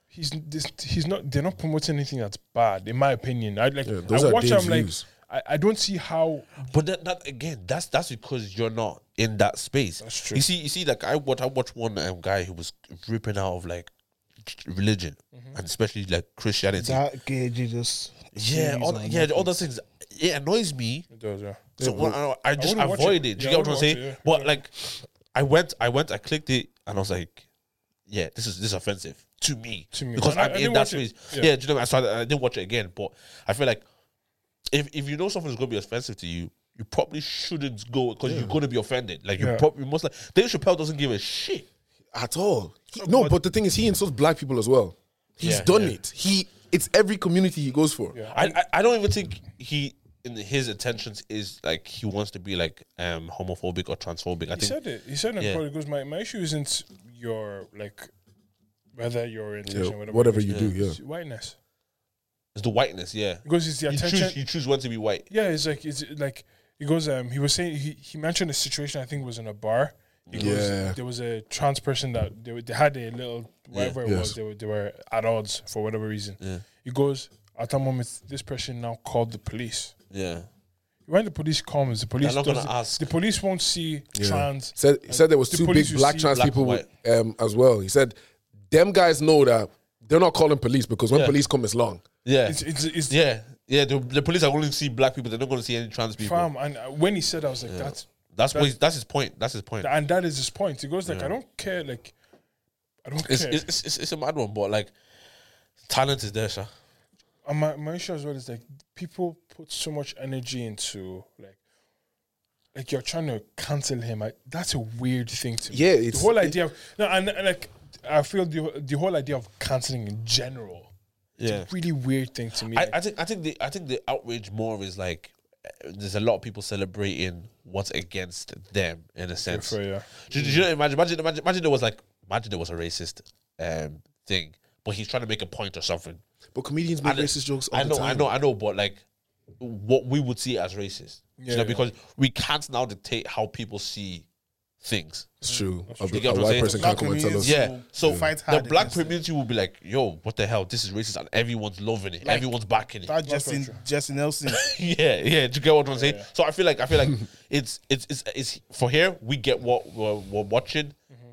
[SPEAKER 3] he's this, he's not they're not promoting anything that's bad in my opinion i like
[SPEAKER 1] those
[SPEAKER 3] i
[SPEAKER 1] are
[SPEAKER 3] watch it, i'm
[SPEAKER 1] Dave's
[SPEAKER 3] like
[SPEAKER 1] views.
[SPEAKER 3] I, I don't see how
[SPEAKER 4] But that, that again, that's that's because you're not in that space. That's
[SPEAKER 3] true.
[SPEAKER 4] You see, you see, like I watch, I watched one um, guy who was ripping out of like religion and especially like Christianity.
[SPEAKER 2] That gay Jesus.
[SPEAKER 4] yeah, all, yeah, all those things. It annoys me.
[SPEAKER 3] it does yeah
[SPEAKER 4] So when I, I just
[SPEAKER 3] wouldn't watch
[SPEAKER 4] avoid
[SPEAKER 3] it.
[SPEAKER 4] it. Do you
[SPEAKER 3] Yeah, I
[SPEAKER 4] get what I'm
[SPEAKER 3] wouldn't
[SPEAKER 4] saying?
[SPEAKER 3] watch it, yeah.
[SPEAKER 4] But like, I went, I went, I clicked it, and I was like, "Yeah, this is this is offensive to me,
[SPEAKER 3] To me.
[SPEAKER 4] because
[SPEAKER 3] And I-
[SPEAKER 4] I'm
[SPEAKER 3] I
[SPEAKER 4] in
[SPEAKER 3] didn't
[SPEAKER 4] that
[SPEAKER 3] watch it.
[SPEAKER 4] space."
[SPEAKER 3] Yeah.
[SPEAKER 4] Yeah. do you know? What I, mean? so I, I didn't watch it again, but I feel like if if you know something's going to be offensive to you, you probably shouldn't go because you're going to be offended. Like you
[SPEAKER 3] Yeah.
[SPEAKER 4] probably most like Dave Chappelle doesn't give a shit.
[SPEAKER 1] at all. He- no, but the thing is, he insults black people as well. He's
[SPEAKER 4] Yeah,
[SPEAKER 1] done
[SPEAKER 4] yeah.
[SPEAKER 1] it. He it's every community he goes for.
[SPEAKER 3] Yeah.
[SPEAKER 4] I, I I don't even think he. In his intentions is like he wants to be like um homophobic or transphobic. I
[SPEAKER 3] he
[SPEAKER 4] think
[SPEAKER 3] said it he said it
[SPEAKER 4] Yeah.
[SPEAKER 3] probably goes my, my issue isn't your like whether your
[SPEAKER 1] Yeah,
[SPEAKER 3] orientation whatever,
[SPEAKER 1] whatever
[SPEAKER 3] it is,
[SPEAKER 1] you do, yeah.
[SPEAKER 3] it's whiteness
[SPEAKER 4] it's the whiteness, yeah.
[SPEAKER 3] because it's the
[SPEAKER 4] You
[SPEAKER 3] attention
[SPEAKER 4] choose you choose when to be white.
[SPEAKER 3] yeah it's like it's like he goes um he was saying he, he mentioned a situation i think was in a bar he
[SPEAKER 1] Yeah.
[SPEAKER 3] goes, there was a trans person that they, were- they had a little whatever it was
[SPEAKER 1] Yes.
[SPEAKER 3] they were, they were at odds for whatever reason he goes at that moment this person now called the police
[SPEAKER 4] Yeah.
[SPEAKER 3] when the police comes, the police
[SPEAKER 4] They're not gonna
[SPEAKER 3] doesn't-
[SPEAKER 4] ask.
[SPEAKER 3] The police won't see trans.
[SPEAKER 1] Said he said there was
[SPEAKER 3] The
[SPEAKER 1] two
[SPEAKER 3] police
[SPEAKER 1] big
[SPEAKER 3] you
[SPEAKER 1] black
[SPEAKER 3] see-
[SPEAKER 1] trans
[SPEAKER 4] Black
[SPEAKER 1] people
[SPEAKER 4] and white.
[SPEAKER 1] with- um, as well. He said them guys know that they're not calling police because when
[SPEAKER 4] Yeah.
[SPEAKER 1] police come, it's long.
[SPEAKER 4] Yeah.
[SPEAKER 3] It's it's, it's
[SPEAKER 4] yeah. Yeah. The, the police are going to see black people. They're not going to see any trans people.
[SPEAKER 3] farm. And uh, when he said, I was like, that's
[SPEAKER 4] That's, what he's, that's his point. That's his point.
[SPEAKER 3] and that is his point. He goes like, I don't care. Like, I don't
[SPEAKER 4] it's,
[SPEAKER 3] care.
[SPEAKER 4] it's, it's, it's a mad one, but like, Talent is there, sir.
[SPEAKER 3] And my, my issue as well is like people put so much energy into like like you're trying to cancel him. I, that's a weird thing to me.
[SPEAKER 1] Yeah,
[SPEAKER 3] the
[SPEAKER 1] it's-
[SPEAKER 3] whole idea of no, and, and like I feel the the whole idea of canceling in general,
[SPEAKER 4] Yeah.
[SPEAKER 3] really weird thing to me.
[SPEAKER 4] I,
[SPEAKER 3] Like,
[SPEAKER 4] I think I think the I think the outrage more is like uh, there's a lot of people celebrating what's against them in a sense.
[SPEAKER 3] for you.
[SPEAKER 4] Do, do you know, imagine, imagine, imagine, imagine there was like, imagine there was a racist um, thing, but he's trying to make a point or something.
[SPEAKER 1] But comedians
[SPEAKER 4] I
[SPEAKER 1] make
[SPEAKER 4] know-
[SPEAKER 1] racist jokes all
[SPEAKER 4] I
[SPEAKER 1] the
[SPEAKER 4] know,
[SPEAKER 1] time.
[SPEAKER 4] I know, I know, but like, what we would see as racist, you know,
[SPEAKER 3] yeah.
[SPEAKER 4] because we can't now dictate how people see things.
[SPEAKER 1] It's true. A,
[SPEAKER 4] You get
[SPEAKER 1] a
[SPEAKER 4] what I'm
[SPEAKER 1] white
[SPEAKER 4] saying?
[SPEAKER 1] person
[SPEAKER 4] Black
[SPEAKER 1] can't come and tell us.
[SPEAKER 2] comedians-
[SPEAKER 4] Yeah, so
[SPEAKER 2] Fight
[SPEAKER 4] the
[SPEAKER 2] hard
[SPEAKER 4] black
[SPEAKER 2] against it.
[SPEAKER 4] community will be like, "Yo, what the hell? This is racist," and everyone's loving it. everyone's backing it.
[SPEAKER 2] That Justin, Justin Nelson.
[SPEAKER 4] yeah, yeah. Do you get what I'm saying? So I feel like I feel like it's it's it's, it's for here we get what we're, we're watching.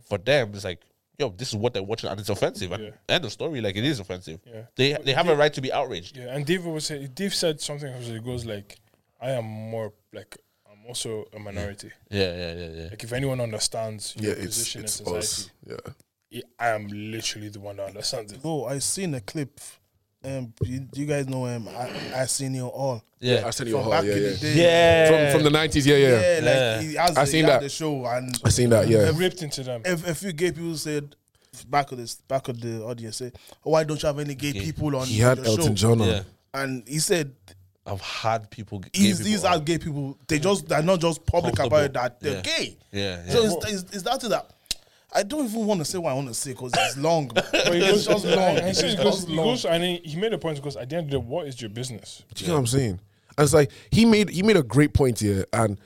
[SPEAKER 4] For them, it's like yo, this is what they're watching, and it's offensive. And end of story. Like it is offensive.
[SPEAKER 3] Yeah.
[SPEAKER 4] They they have a right to be outraged.
[SPEAKER 3] Yeah, and Dave was say Dave said something. It goes like, "I am more like I'm also a minority.
[SPEAKER 4] Yeah, yeah, yeah, yeah.
[SPEAKER 3] Like if anyone understands
[SPEAKER 1] Yeah,
[SPEAKER 3] your
[SPEAKER 1] it's
[SPEAKER 3] position
[SPEAKER 1] it's
[SPEAKER 3] in
[SPEAKER 1] us.
[SPEAKER 3] society,
[SPEAKER 1] Yeah.
[SPEAKER 3] I am literally the one that understands it."
[SPEAKER 2] Bro, I seen a clip. Um, you, you guys know him. I, I seen you all.
[SPEAKER 1] I
[SPEAKER 4] Yeah,
[SPEAKER 1] sent you a
[SPEAKER 2] From
[SPEAKER 1] hall.
[SPEAKER 2] back
[SPEAKER 1] Yeah,
[SPEAKER 2] in the
[SPEAKER 1] yeah.
[SPEAKER 2] day.
[SPEAKER 4] yeah.
[SPEAKER 1] From from the nineties. Yeah, yeah.
[SPEAKER 2] Yeah, like
[SPEAKER 4] Yeah.
[SPEAKER 2] He has
[SPEAKER 1] I
[SPEAKER 2] the,
[SPEAKER 1] seen
[SPEAKER 2] he had
[SPEAKER 1] that.
[SPEAKER 2] the show and
[SPEAKER 1] I seen that. Yeah.
[SPEAKER 3] Ripped into them.
[SPEAKER 2] if a few gay people said back of this back of the audience say, why don't you have any gay people on
[SPEAKER 1] He had
[SPEAKER 2] your show?
[SPEAKER 1] Elton John on.
[SPEAKER 4] yeah.
[SPEAKER 2] And he said
[SPEAKER 4] I've had people. g- gay
[SPEAKER 2] these
[SPEAKER 4] people
[SPEAKER 2] these
[SPEAKER 4] on.
[SPEAKER 2] are gay people. They just they're not just public about it
[SPEAKER 4] Comfortable.
[SPEAKER 2] that they're
[SPEAKER 4] Yeah.
[SPEAKER 2] gay.
[SPEAKER 4] Yeah, yeah.
[SPEAKER 2] So it's, it's, it's that to that. I don't even want to say what I want to say because it's long. man.
[SPEAKER 3] But he
[SPEAKER 2] it's
[SPEAKER 3] goes,
[SPEAKER 2] just long.
[SPEAKER 3] and he
[SPEAKER 2] It's
[SPEAKER 3] says-
[SPEAKER 2] just
[SPEAKER 3] he goes, he
[SPEAKER 2] long.
[SPEAKER 3] goes- and he, he made a point because at the end of the day, what is your business?
[SPEAKER 1] Do you know what I'm saying? And it's like he made he made a great point here, and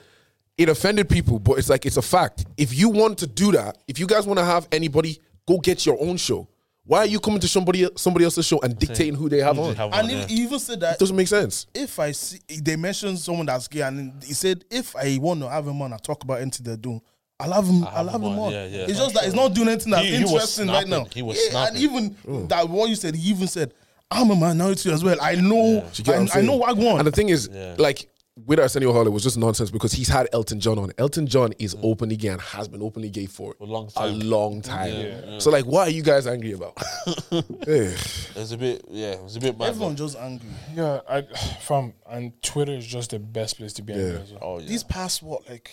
[SPEAKER 1] it offended people, but it's like it's a fact. If you want to do that, if you guys want to have anybody, go get your own show. Why are you coming to somebody somebody else's show and dictating who they have
[SPEAKER 4] They
[SPEAKER 1] on?
[SPEAKER 4] have
[SPEAKER 2] And
[SPEAKER 4] on, yeah.
[SPEAKER 2] he he even said that
[SPEAKER 1] doesn't make sense.
[SPEAKER 2] if I see they mentioned someone that's gay and he said if I want to have him on, I talk about anything they do. I'll have him. I'll have him on.
[SPEAKER 4] yeah, yeah.
[SPEAKER 2] It's just that he's not doing anything that's
[SPEAKER 4] He- he was
[SPEAKER 2] interesting right
[SPEAKER 4] snapping.
[SPEAKER 2] now.
[SPEAKER 4] He was
[SPEAKER 2] yeah, and
[SPEAKER 4] snapping.
[SPEAKER 2] even that what you said. He even said, "I'm a minority as well. I know.
[SPEAKER 1] Do you get what I'm
[SPEAKER 2] I, I
[SPEAKER 1] saying?
[SPEAKER 2] know what I want."
[SPEAKER 1] And the thing is, like with Arsenio Hall, it was just nonsense because he's had Elton John on. Elton John is openly gay and has been openly gay for a
[SPEAKER 4] Mm. long
[SPEAKER 1] A
[SPEAKER 4] time.
[SPEAKER 1] long time. So like, what are you guys angry about? Eh.
[SPEAKER 4] It's a bit. Yeah, it's a bit mad.
[SPEAKER 2] Everyone just angry.
[SPEAKER 3] Yeah, I, fam, and Twitter is just the best place to be. Yeah. As well.
[SPEAKER 4] Oh yeah.
[SPEAKER 2] These past what like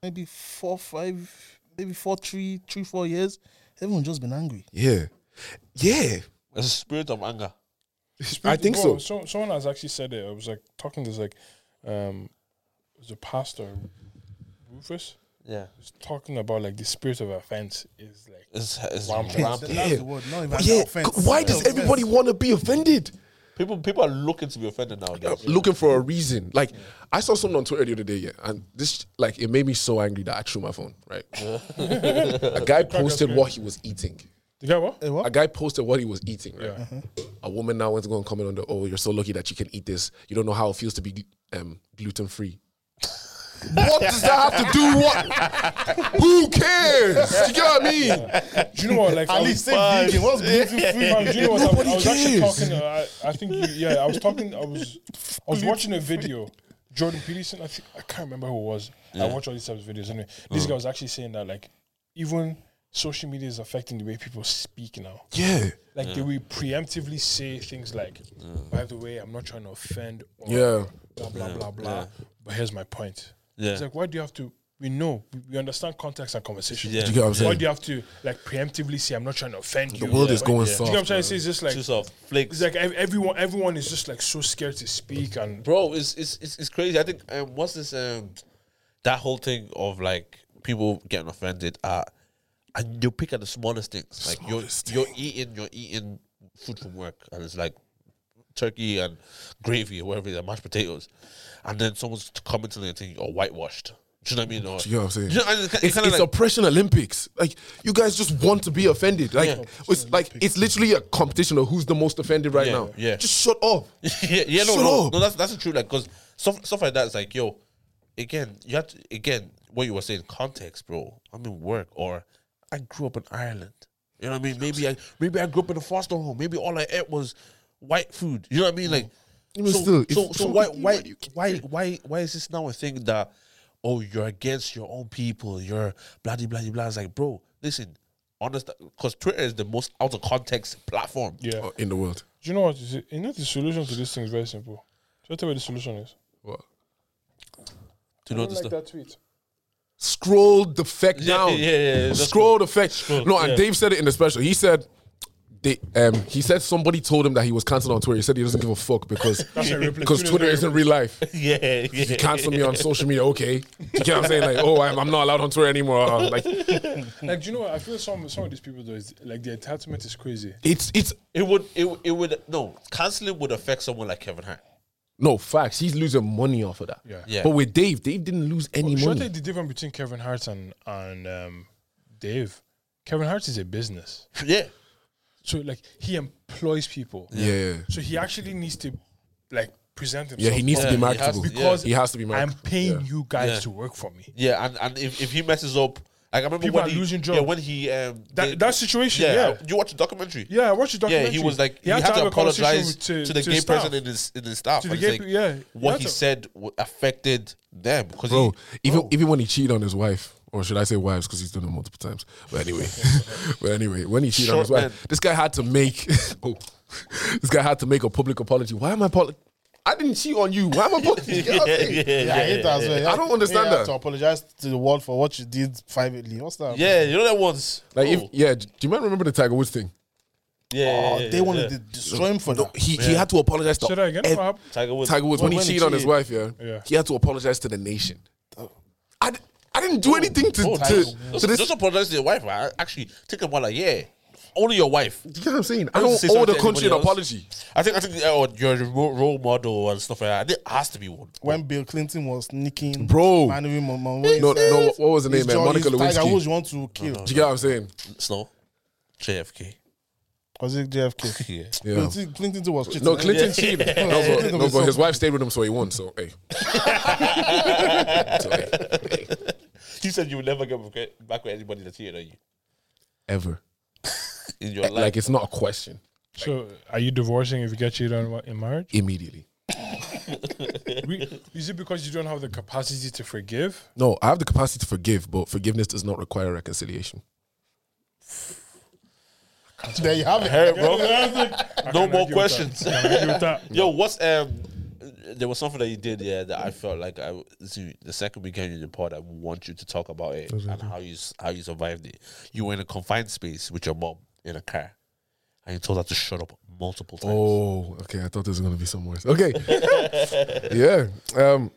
[SPEAKER 2] maybe four, five, maybe four, three, three, four years. Everyone just been angry.
[SPEAKER 1] yeah, yeah.
[SPEAKER 4] There's a spirit of anger.
[SPEAKER 1] I think so.
[SPEAKER 3] Bro, Someone has actually said it. I was like talking to this like, um, it was a pastor, Rufus,
[SPEAKER 4] Yeah.
[SPEAKER 3] was talking about like the spirit of offense is like
[SPEAKER 4] It's, it's
[SPEAKER 3] Rampant.
[SPEAKER 4] rampant.
[SPEAKER 2] That's
[SPEAKER 1] Yeah.
[SPEAKER 2] the word. Not even
[SPEAKER 1] But yeah,
[SPEAKER 2] offense.
[SPEAKER 1] c- why does
[SPEAKER 2] Offense.
[SPEAKER 1] everybody want to be offended?
[SPEAKER 4] People people are looking to be offended nowadays.
[SPEAKER 1] Looking for a reason. Like, I saw something on Twitter the other day, yeah, and this, like, it made me so angry that I threw my phone, right? a guy posted what he was eating.
[SPEAKER 3] the guy what?
[SPEAKER 2] Eh,
[SPEAKER 1] A
[SPEAKER 2] what?
[SPEAKER 1] guy posted what he was eating, right?
[SPEAKER 3] Yeah.
[SPEAKER 1] A woman now went to go and comment on the, oh, you're so lucky that you can eat this. You don't know how it feels to be gl- um, gluten free. what does that have to do? What? Who cares? You get what I mean?
[SPEAKER 3] Do you know what? Like, I
[SPEAKER 2] At
[SPEAKER 3] was-
[SPEAKER 2] least say vegan. What's gluten free?
[SPEAKER 3] Man, do you know what? I was- I,
[SPEAKER 1] Nobody
[SPEAKER 3] was actually
[SPEAKER 1] cares.
[SPEAKER 3] talking. Uh, I, I think you, yeah, I was talking. I was I was watching a video. Jordan Peterson. I think I can't remember who it was. I watch all these types of videos. Anyway, this
[SPEAKER 2] Mm.
[SPEAKER 3] guy was actually saying that like even social media is affecting the way people speak now.
[SPEAKER 1] Yeah.
[SPEAKER 3] Like they will preemptively say things like, "By the way, I'm not trying to offend." Or
[SPEAKER 1] Yeah.
[SPEAKER 3] Blah blah blah blah. But here's my point.
[SPEAKER 4] Yeah.
[SPEAKER 3] It's like why do you have to? We know we- we understand context and conversation.
[SPEAKER 4] Yeah.
[SPEAKER 1] You get what I'm
[SPEAKER 3] Why
[SPEAKER 1] saying?
[SPEAKER 3] do you have to like preemptively say I'm not trying to offend you?
[SPEAKER 1] The world is
[SPEAKER 3] Like,
[SPEAKER 1] going
[SPEAKER 3] do you know what I'm
[SPEAKER 1] soft.
[SPEAKER 3] trying to say? It's just like
[SPEAKER 4] Too soft. Flakes.
[SPEAKER 3] it's like ev- everyone everyone is just like so scared to speak and
[SPEAKER 4] bro it's it's it's, it's crazy i think um, what's this um that whole thing of like people getting offended at and you pick at the smallest things like
[SPEAKER 1] Smallest
[SPEAKER 4] you're you're eating you're eating food from work and it's like turkey and gravy or whatever it is, and mashed potatoes and then someone's commenting on your thing or oh, whitewashed do you know what i mean or,
[SPEAKER 1] Do you know what I'm saying?
[SPEAKER 4] Do you know- and it's, ki-
[SPEAKER 1] It's,
[SPEAKER 4] it's kind of
[SPEAKER 1] it's
[SPEAKER 4] like,
[SPEAKER 1] oppression Olympics. Like you guys just want to be offended. Like
[SPEAKER 4] Yeah.
[SPEAKER 1] it's like it's literally a competition of who's the most offended right
[SPEAKER 4] Yeah,
[SPEAKER 1] now.
[SPEAKER 4] yeah.
[SPEAKER 1] Just shut up.
[SPEAKER 4] yeah, yeah, no,
[SPEAKER 1] Shut
[SPEAKER 4] no,
[SPEAKER 1] up.
[SPEAKER 4] no, that's that's the truth. Like, because stuff stuff like that is like, yo, again, you have to again what you were saying, context, bro. I'm in work, or I grew up in Ireland. You know what I mean? Maybe I maybe I grew up in a foster home. Maybe all I ate was white food. You know what I mean? Like,
[SPEAKER 1] Even
[SPEAKER 4] so,
[SPEAKER 1] Mm. still, if
[SPEAKER 4] so, so
[SPEAKER 1] someone
[SPEAKER 4] why
[SPEAKER 1] eat
[SPEAKER 4] why
[SPEAKER 1] what you can
[SPEAKER 4] why why why is this now a thing that oh you're against your own people? You're bloody bloody blah. It's like, bro, listen. understand because Twitter is the most out of context platform.
[SPEAKER 3] Yeah.
[SPEAKER 1] Oh, in the world.
[SPEAKER 3] Do you know what? is it- You know the solution to this thing is very simple. Should I tell you what the solution is?
[SPEAKER 1] What?
[SPEAKER 4] Do you know this stuff?
[SPEAKER 3] that tweet.
[SPEAKER 1] Scroll the feck
[SPEAKER 4] Yeah,
[SPEAKER 1] down.
[SPEAKER 4] yeah, yeah, yeah, that's
[SPEAKER 1] Scroll the feck. no, and
[SPEAKER 4] yeah.
[SPEAKER 1] Dave said it in the special. He said. They, um, he said somebody told him that he was cancelled on Twitter. He said he doesn't give a fuck because because Twitter isn't real life.
[SPEAKER 4] Yeah, yeah.
[SPEAKER 1] Cancel me on social media, okay? Do You get what I'm saying? Like, oh, I'm, I'm not allowed on Twitter anymore. Uh, Like,
[SPEAKER 3] Hmm. Like, do you know what? I feel some some of these people though is like their entitlement is crazy.
[SPEAKER 1] it's it's
[SPEAKER 4] It would, it, would- it would, no, canceling would affect someone like Kevin Hart.
[SPEAKER 1] no facts. He's losing money off of that.
[SPEAKER 3] Yeah.
[SPEAKER 4] Yeah.
[SPEAKER 1] But with Dave, Dave didn't lose any
[SPEAKER 3] Should I
[SPEAKER 1] money.
[SPEAKER 3] tell you the difference between Kevin Hart and and um, Dave? Kevin Hart is a business,
[SPEAKER 4] Yeah.
[SPEAKER 3] so like he employs people.
[SPEAKER 1] Yeah.
[SPEAKER 3] So he actually needs to like present himself.
[SPEAKER 1] Yeah, he needs to
[SPEAKER 4] Yeah, he
[SPEAKER 1] be
[SPEAKER 4] has
[SPEAKER 1] marketable.
[SPEAKER 4] to-
[SPEAKER 1] because
[SPEAKER 4] Because
[SPEAKER 1] he has to be
[SPEAKER 3] I'm
[SPEAKER 1] marketable.
[SPEAKER 3] paying
[SPEAKER 1] Yeah.
[SPEAKER 3] you guys
[SPEAKER 4] Yeah.
[SPEAKER 3] to work for me.
[SPEAKER 4] Yeah, and, and if, if he messes up, like I remember
[SPEAKER 3] People
[SPEAKER 4] when
[SPEAKER 3] are
[SPEAKER 4] he,
[SPEAKER 3] losing
[SPEAKER 4] Yeah,
[SPEAKER 3] job.
[SPEAKER 4] when he um
[SPEAKER 3] That
[SPEAKER 4] they-
[SPEAKER 3] that situation, yeah.
[SPEAKER 4] I- you watch the documentary.
[SPEAKER 3] Yeah, I watched the
[SPEAKER 4] Yeah,
[SPEAKER 3] documentary.
[SPEAKER 4] he was like he, had, to,
[SPEAKER 3] have a conversation
[SPEAKER 4] apologize
[SPEAKER 3] with-
[SPEAKER 4] to, the gay
[SPEAKER 3] staff.
[SPEAKER 4] person in his in his staff.
[SPEAKER 3] To the
[SPEAKER 4] and
[SPEAKER 3] gay
[SPEAKER 4] it's
[SPEAKER 3] pe-
[SPEAKER 4] like,
[SPEAKER 3] yeah, he
[SPEAKER 4] what
[SPEAKER 3] had
[SPEAKER 4] he
[SPEAKER 3] to.
[SPEAKER 4] said w- affected them because
[SPEAKER 1] Bro, Oh, even
[SPEAKER 3] bro.
[SPEAKER 1] even when he cheated on his wife, or should I say wives, because he's done it multiple times. But anyway, but anyway, when he cheated on
[SPEAKER 4] Short
[SPEAKER 1] his wife,
[SPEAKER 4] man.
[SPEAKER 1] this guy had to make oh, this guy had to make a public apology. Why am I apolog- I didn't cheat on you. Why am I apologizing? Get out of here.
[SPEAKER 2] Yeah, I hate that as well.
[SPEAKER 1] I don't understand
[SPEAKER 2] You have To
[SPEAKER 1] that.
[SPEAKER 2] apologize to the world for what you did privately. What's that?
[SPEAKER 4] yeah, you know that once.
[SPEAKER 1] Like,
[SPEAKER 4] oh,
[SPEAKER 1] if, yeah, do you man remember the Tiger Woods thing?
[SPEAKER 4] yeah, yeah,
[SPEAKER 2] Oh,
[SPEAKER 4] yeah,
[SPEAKER 2] they
[SPEAKER 4] yeah.
[SPEAKER 2] wanted to destroy him for that.
[SPEAKER 1] He he had to apologize to
[SPEAKER 3] Say that again.
[SPEAKER 1] ev-
[SPEAKER 3] What happened?
[SPEAKER 4] Tiger Woods.
[SPEAKER 1] Tiger Woods when, he
[SPEAKER 2] when he
[SPEAKER 1] cheated on his
[SPEAKER 2] cheated.
[SPEAKER 1] wife. Yeah,
[SPEAKER 3] Yeah.
[SPEAKER 1] he had to apologize to the nation. I, d- I didn't do anything to
[SPEAKER 2] Oh. Tiger
[SPEAKER 1] to,
[SPEAKER 4] Just,
[SPEAKER 1] to this.
[SPEAKER 4] Oh, just apologize to your wife. man. Actually, take a while. Like, yeah, only your wife.
[SPEAKER 1] You know what I'm saying? I
[SPEAKER 4] Don't
[SPEAKER 1] don't
[SPEAKER 4] say
[SPEAKER 1] owe
[SPEAKER 4] something
[SPEAKER 1] the
[SPEAKER 4] to
[SPEAKER 1] country an
[SPEAKER 4] anybody else.
[SPEAKER 1] apology.
[SPEAKER 4] I think I think uh, your ro- role model and stuff like that. I think it has to be one.
[SPEAKER 2] When Bill Clinton was nicking,
[SPEAKER 1] Bro.
[SPEAKER 2] Manuel Mon- Mon-
[SPEAKER 1] No, no, what was the
[SPEAKER 2] his
[SPEAKER 1] name, man?
[SPEAKER 2] jaw,
[SPEAKER 1] Monica
[SPEAKER 2] his Tiger
[SPEAKER 1] Lewinsky.
[SPEAKER 2] Woods you want to kill?
[SPEAKER 1] Do you get what I'm saying?
[SPEAKER 4] Snow, JFK.
[SPEAKER 2] Was it JFK?
[SPEAKER 4] Yeah.
[SPEAKER 1] Yeah.
[SPEAKER 2] Clinton, Clinton too was cheating.
[SPEAKER 1] No, Clinton cheated. No, but-
[SPEAKER 2] Clinton was
[SPEAKER 1] no, but his
[SPEAKER 2] something.
[SPEAKER 1] wife stayed with him, so he won. So, hey. So, hey, hey.
[SPEAKER 4] He said you would never get back- back with anybody that cheated on you
[SPEAKER 1] Ever.
[SPEAKER 4] in your life.
[SPEAKER 1] Like, it's not a question.
[SPEAKER 3] So, are you divorcing if you get cheated on wa- in marriage?
[SPEAKER 1] Immediately.
[SPEAKER 3] We- Is it because you don't have the capacity to forgive?
[SPEAKER 1] No, I have the capacity to forgive, but forgiveness does not require reconciliation.
[SPEAKER 2] There you have it.
[SPEAKER 4] Hey, bro.
[SPEAKER 3] I
[SPEAKER 4] No
[SPEAKER 3] can't
[SPEAKER 4] more
[SPEAKER 3] argue with that.
[SPEAKER 4] questions.
[SPEAKER 3] I can't argue with that.
[SPEAKER 4] Yo, what's um? There was something that you did, yeah, that I felt like I see, the second we came in the pod, I want you to talk about it and how you s- how you survived it. You were in a confined space with your mom in a car, and you told her to shut up multiple times.
[SPEAKER 1] Oh, okay. I thought there was going to be some worse. Okay. yeah. Um,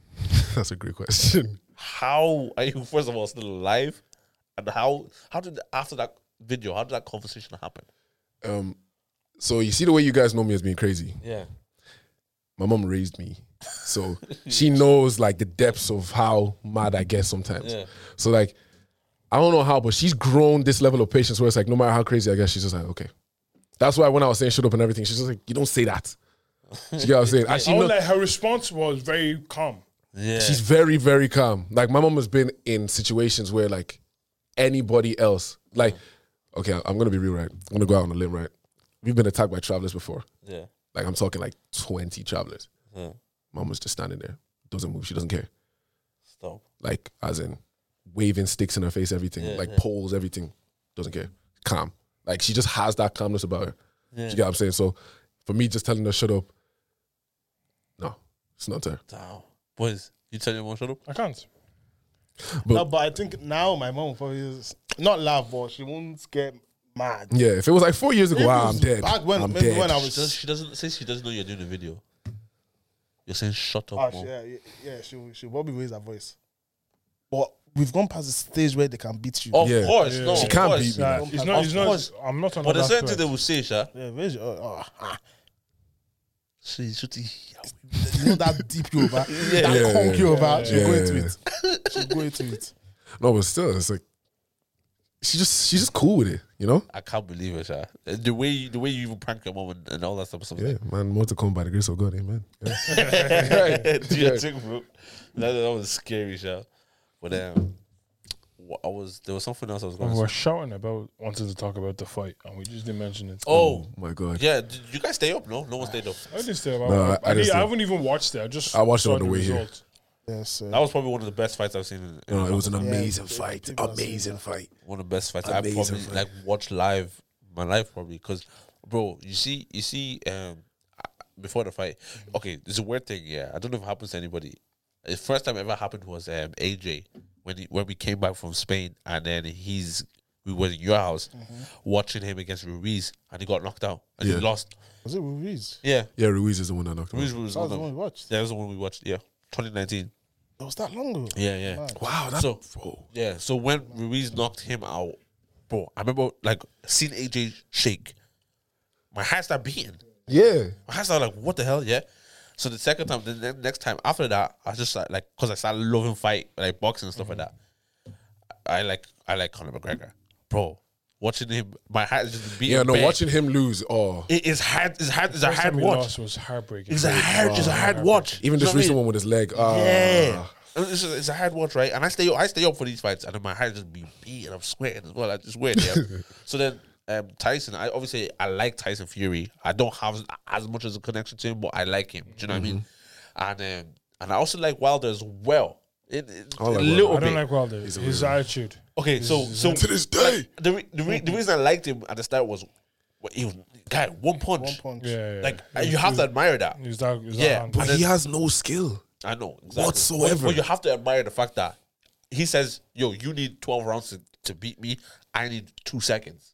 [SPEAKER 1] that's a great question.
[SPEAKER 4] How are you first of all still alive, and how how did after that video, how did that conversation happen?
[SPEAKER 1] Um, so, you see the way you guys know me as being crazy?
[SPEAKER 4] Yeah,
[SPEAKER 1] my mom raised me. So she knows like the depths of how mad I get sometimes.
[SPEAKER 4] Yeah.
[SPEAKER 1] So like I don't know how, but she's grown this level of patience where it's like no matter how crazy I get, she's just like, okay. That's why when I was saying shut up and everything, she's just like, you don't say that. Do You get what I'm saying? And she
[SPEAKER 3] I was
[SPEAKER 1] know-
[SPEAKER 3] like, her response was very calm.
[SPEAKER 4] yeah.
[SPEAKER 1] she's very, very calm. Like my mom has been in situations where like anybody else, like, okay, I- I'm gonna be real, right? I'm gonna go out on a limb, right? We've been attacked by travelers before.
[SPEAKER 4] yeah.
[SPEAKER 1] Like I'm talking like 20 travelers.
[SPEAKER 4] Yeah.
[SPEAKER 1] Mom was just standing there, doesn't move, she doesn't care.
[SPEAKER 4] Stop.
[SPEAKER 1] like as in waving sticks in her face, everything, like poles, everything. Doesn't care. Calm. Like she just has that calmness about her. Do You get what I'm saying? So for me, just telling her shut up, no, it's not her.
[SPEAKER 4] Down. Boys, you tell your mom shut up.
[SPEAKER 3] I can't.
[SPEAKER 2] No, but I think now my mom will probably is not laugh, but she won't get mad.
[SPEAKER 1] Yeah, if it was like four years ago,
[SPEAKER 2] If
[SPEAKER 1] ah,
[SPEAKER 2] it
[SPEAKER 1] I'm
[SPEAKER 2] was
[SPEAKER 1] dead.
[SPEAKER 2] back when-
[SPEAKER 1] I'm
[SPEAKER 2] maybe
[SPEAKER 1] dead.
[SPEAKER 2] when I
[SPEAKER 4] She,
[SPEAKER 2] was-
[SPEAKER 4] does, she doesn't since she doesn't know you're doing the video. You're saying shut up,
[SPEAKER 2] Ah,
[SPEAKER 4] mom.
[SPEAKER 2] she, yeah, yeah, yeah, she will- she will probably raise her voice. But we've gone past the stage where they can beat you.
[SPEAKER 4] Of
[SPEAKER 1] Yeah.
[SPEAKER 4] course,
[SPEAKER 3] Yeah.
[SPEAKER 4] no.
[SPEAKER 3] She
[SPEAKER 4] of
[SPEAKER 1] can't
[SPEAKER 4] course.
[SPEAKER 1] beat me.
[SPEAKER 3] Nah,
[SPEAKER 1] Of
[SPEAKER 3] it's not. It's not.
[SPEAKER 4] course.
[SPEAKER 3] I'm not on
[SPEAKER 4] But there's
[SPEAKER 3] that
[SPEAKER 4] certain thing
[SPEAKER 3] thread.
[SPEAKER 4] they will say, Sha.
[SPEAKER 2] Yeah, where's your, oh, oh, ah.
[SPEAKER 4] She should
[SPEAKER 2] you know that deep Yoruba, that
[SPEAKER 1] Yeah.
[SPEAKER 2] conk Yoruba. She'll go
[SPEAKER 1] Yeah.
[SPEAKER 2] into it. She'll go into it.
[SPEAKER 1] No, but still, it's like she just she's just cool with it, you know?
[SPEAKER 4] I can't believe it, Sha. The way you, the way you even prank your mom and, and all that stuff. stuff.
[SPEAKER 1] Yeah, man, more to come by the grace of God, amen. Yeah.
[SPEAKER 4] Do you think, bro? That, that was scary, Sha. But um, wha- I was there was something else I was going
[SPEAKER 3] We
[SPEAKER 4] to
[SPEAKER 3] were
[SPEAKER 4] say.
[SPEAKER 3] shouting about wanting to talk about the fight, and we just didn't mention it.
[SPEAKER 4] Oh,
[SPEAKER 1] my God.
[SPEAKER 4] yeah. Did you guys stay up? No, no one stayed up.
[SPEAKER 3] I didn't stay about.
[SPEAKER 1] No, I-
[SPEAKER 3] it.
[SPEAKER 1] I
[SPEAKER 3] I,
[SPEAKER 1] didn't
[SPEAKER 3] didn't- I
[SPEAKER 1] stay.
[SPEAKER 3] haven't even watched it. I just
[SPEAKER 1] I watched it
[SPEAKER 3] saw
[SPEAKER 1] on the way here.
[SPEAKER 3] result.
[SPEAKER 2] Yes,
[SPEAKER 4] That was probably one of the best fights I've seen. In, in
[SPEAKER 1] No,
[SPEAKER 4] a
[SPEAKER 1] it
[SPEAKER 4] long
[SPEAKER 1] was an
[SPEAKER 4] time.
[SPEAKER 1] amazing fight. Amazing fight.
[SPEAKER 4] one of the best fights
[SPEAKER 1] Amazing
[SPEAKER 4] I've probably
[SPEAKER 1] fight.
[SPEAKER 4] like watched live in my life probably because, bro, you see, you see, um, I- before the fight, okay, it's a weird thing. Yeah, I don't know if it happens to anybody. The first time it ever happened was um AJ when he, when we came back from Spain and then he's we were in your house watching him against Ruiz and he got knocked out and
[SPEAKER 1] Yeah.
[SPEAKER 4] he lost.
[SPEAKER 2] Was it Ruiz?
[SPEAKER 4] Yeah,
[SPEAKER 1] Yeah, Ruiz is the one that knocked him.
[SPEAKER 4] Ruiz
[SPEAKER 1] out.
[SPEAKER 4] was
[SPEAKER 2] That
[SPEAKER 4] one
[SPEAKER 2] was the one
[SPEAKER 4] of
[SPEAKER 2] we
[SPEAKER 4] them.
[SPEAKER 2] watched.
[SPEAKER 4] That was the one we watched. Yeah, 2019.
[SPEAKER 2] It was that long ago.
[SPEAKER 4] Yeah, yeah.
[SPEAKER 1] Wow, that's
[SPEAKER 4] So-
[SPEAKER 1] bro.
[SPEAKER 4] Yeah, so when Ruiz knocked him out, bro, I remember like seeing AJ shake. My heart started beating.
[SPEAKER 1] Yeah.
[SPEAKER 4] My heart started like, what the hell, yeah? So the second time, the ne- next time after that, I just started, like, cause I started loving fight, like boxing and stuff like
[SPEAKER 3] Mm-hmm.
[SPEAKER 4] that. I like, I like Conor McGregor, bro. Watching him, my heart is just beating.
[SPEAKER 1] Yeah, no,
[SPEAKER 4] bang.
[SPEAKER 1] watching him lose, oh
[SPEAKER 4] It is hard. It's hard. It's a
[SPEAKER 3] First
[SPEAKER 4] hard
[SPEAKER 3] time he
[SPEAKER 4] watch.
[SPEAKER 3] lost was heartbreaking.
[SPEAKER 4] It's a hard. It's a hard watch.
[SPEAKER 1] even
[SPEAKER 4] You know
[SPEAKER 1] this
[SPEAKER 4] what I mean?
[SPEAKER 1] recent one with his leg. ah.
[SPEAKER 4] Yeah. It's a, it's a hard watch, right? And I stay I stay up for these fights, and then my heart just be beating. I'm sweating as well. I just weird. Yeah. so then um, Tyson, I obviously I like Tyson Fury. I don't have as much as a connection to him, but I like him. Do you know what
[SPEAKER 1] Mm-hmm.
[SPEAKER 4] I mean? And um, and I also like Wilder as well. It,
[SPEAKER 1] like
[SPEAKER 4] it, a
[SPEAKER 1] Wilder.
[SPEAKER 4] little
[SPEAKER 3] I
[SPEAKER 4] bit.
[SPEAKER 3] don't like Wilder. His attitude.
[SPEAKER 4] okay, so so
[SPEAKER 1] To this day.
[SPEAKER 4] the re- the, re- the reason I liked him at the start was, well, he was guy one punch.
[SPEAKER 2] One punch.
[SPEAKER 3] Yeah, yeah.
[SPEAKER 4] Like you have to admire that.
[SPEAKER 3] Is that, is
[SPEAKER 4] Yeah,
[SPEAKER 3] that
[SPEAKER 1] But he has no skill.
[SPEAKER 4] I know exactly.
[SPEAKER 1] Whatsoever.
[SPEAKER 4] But, but you have to admire the fact that he says, "Yo, you need twelve rounds to, to beat me. I need two seconds."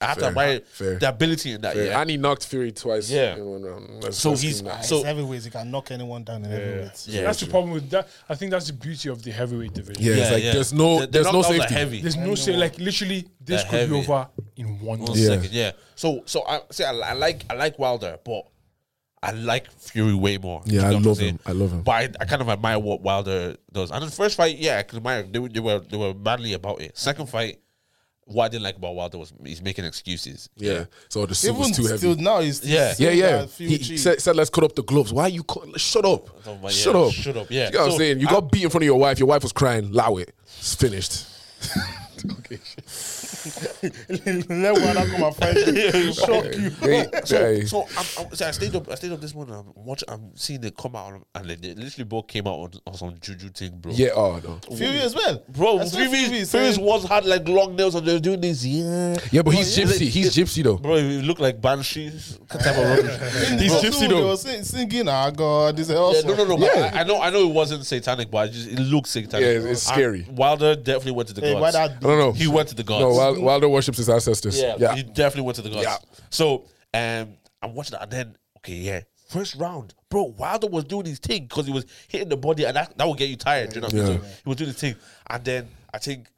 [SPEAKER 4] I have
[SPEAKER 1] Fair.
[SPEAKER 4] to admire
[SPEAKER 1] Fair.
[SPEAKER 4] the ability in that. Yeah.
[SPEAKER 1] And he knocked Fury twice
[SPEAKER 4] Yeah.
[SPEAKER 1] in one round. That's-
[SPEAKER 4] So
[SPEAKER 1] that's
[SPEAKER 4] he's
[SPEAKER 1] not-
[SPEAKER 4] so
[SPEAKER 2] it's heavyweights. You can knock anyone down in heavyweights.
[SPEAKER 4] yeah.
[SPEAKER 3] that's the problem with that. I think that's the beauty of the heavyweight division.
[SPEAKER 1] yeah, it's like there's no
[SPEAKER 4] The- the
[SPEAKER 1] there's no
[SPEAKER 4] knockdowns are
[SPEAKER 1] safety.
[SPEAKER 4] Heavy.
[SPEAKER 3] There's no say like literally this
[SPEAKER 4] They're
[SPEAKER 3] could
[SPEAKER 4] heavy.
[SPEAKER 3] be over in one
[SPEAKER 4] One
[SPEAKER 3] second.
[SPEAKER 4] second, yeah. So, so I say I, I like I like Wilder, but I like Fury way more.
[SPEAKER 1] Yeah,
[SPEAKER 4] You
[SPEAKER 1] I
[SPEAKER 4] know what I'm
[SPEAKER 1] love
[SPEAKER 4] saying?
[SPEAKER 1] him. I love him.
[SPEAKER 4] But I, I kind of admire what Wilder does. And in the first fight, yeah, I could admire they, were- they were they were madly about it. Second fight, what I didn't like about Wilder was he's making excuses.
[SPEAKER 1] Yeah. So the suit
[SPEAKER 2] Even
[SPEAKER 1] was too heavy.
[SPEAKER 2] still now, he's
[SPEAKER 4] Yeah.
[SPEAKER 1] yeah, yeah.
[SPEAKER 2] Few
[SPEAKER 1] He said, said, "Let's cut up the gloves." Why you cut? Shut up!
[SPEAKER 4] Oh, my- yeah,
[SPEAKER 1] Shut up!
[SPEAKER 4] shut up, yeah.
[SPEAKER 1] You know what I'm
[SPEAKER 4] So,
[SPEAKER 1] saying? You got beat in front of your wife. Your wife was crying. Allow it. It's finished.
[SPEAKER 2] Let one come and fight you. Shock you.
[SPEAKER 1] Wait,
[SPEAKER 4] So,
[SPEAKER 1] hey.
[SPEAKER 4] so, I'm, I'm, so I stayed up. I stayed up this morning. I'm watching. I'm seeing it come out, and they, they literally both came out on, on some juju thing, bro.
[SPEAKER 1] yeah. Oh no.
[SPEAKER 2] Fury as well.
[SPEAKER 4] bro.
[SPEAKER 2] That's what Fury
[SPEAKER 4] Fury's
[SPEAKER 2] is
[SPEAKER 4] Fury's
[SPEAKER 2] saying.
[SPEAKER 4] was had like long nails, and they're doing this. Yeah,
[SPEAKER 1] Yeah, but he's gypsy. He's gypsy though.
[SPEAKER 4] bro. You look like banshees type of rubbish.
[SPEAKER 2] In the
[SPEAKER 1] He's
[SPEAKER 2] zoo,
[SPEAKER 1] gypsy
[SPEAKER 2] They
[SPEAKER 1] though.
[SPEAKER 2] were sing- singing, "Ah God, this is
[SPEAKER 4] Yeah,
[SPEAKER 2] awesome."
[SPEAKER 4] no, no, no. but I, I know, I know it wasn't satanic, but it, just, it looked satanic.
[SPEAKER 1] Yeah, it's- it's
[SPEAKER 4] And
[SPEAKER 1] scary.
[SPEAKER 4] Wilder definitely went to the
[SPEAKER 2] Hey, why
[SPEAKER 4] gods.
[SPEAKER 1] I don't know.
[SPEAKER 4] He went to the gods.
[SPEAKER 1] no, Wil- Wilder worships his ancestors.
[SPEAKER 4] Yeah,
[SPEAKER 1] Yeah.
[SPEAKER 4] he definitely went to the gods.
[SPEAKER 1] Yeah.
[SPEAKER 4] So um, I'm watching that, and then okay, yeah, first round, bro, Wilder was doing his thing because he was hitting the body, and that, that would get you tired. You know what I mean?
[SPEAKER 1] Yeah.
[SPEAKER 4] So he was doing his thing, and then I think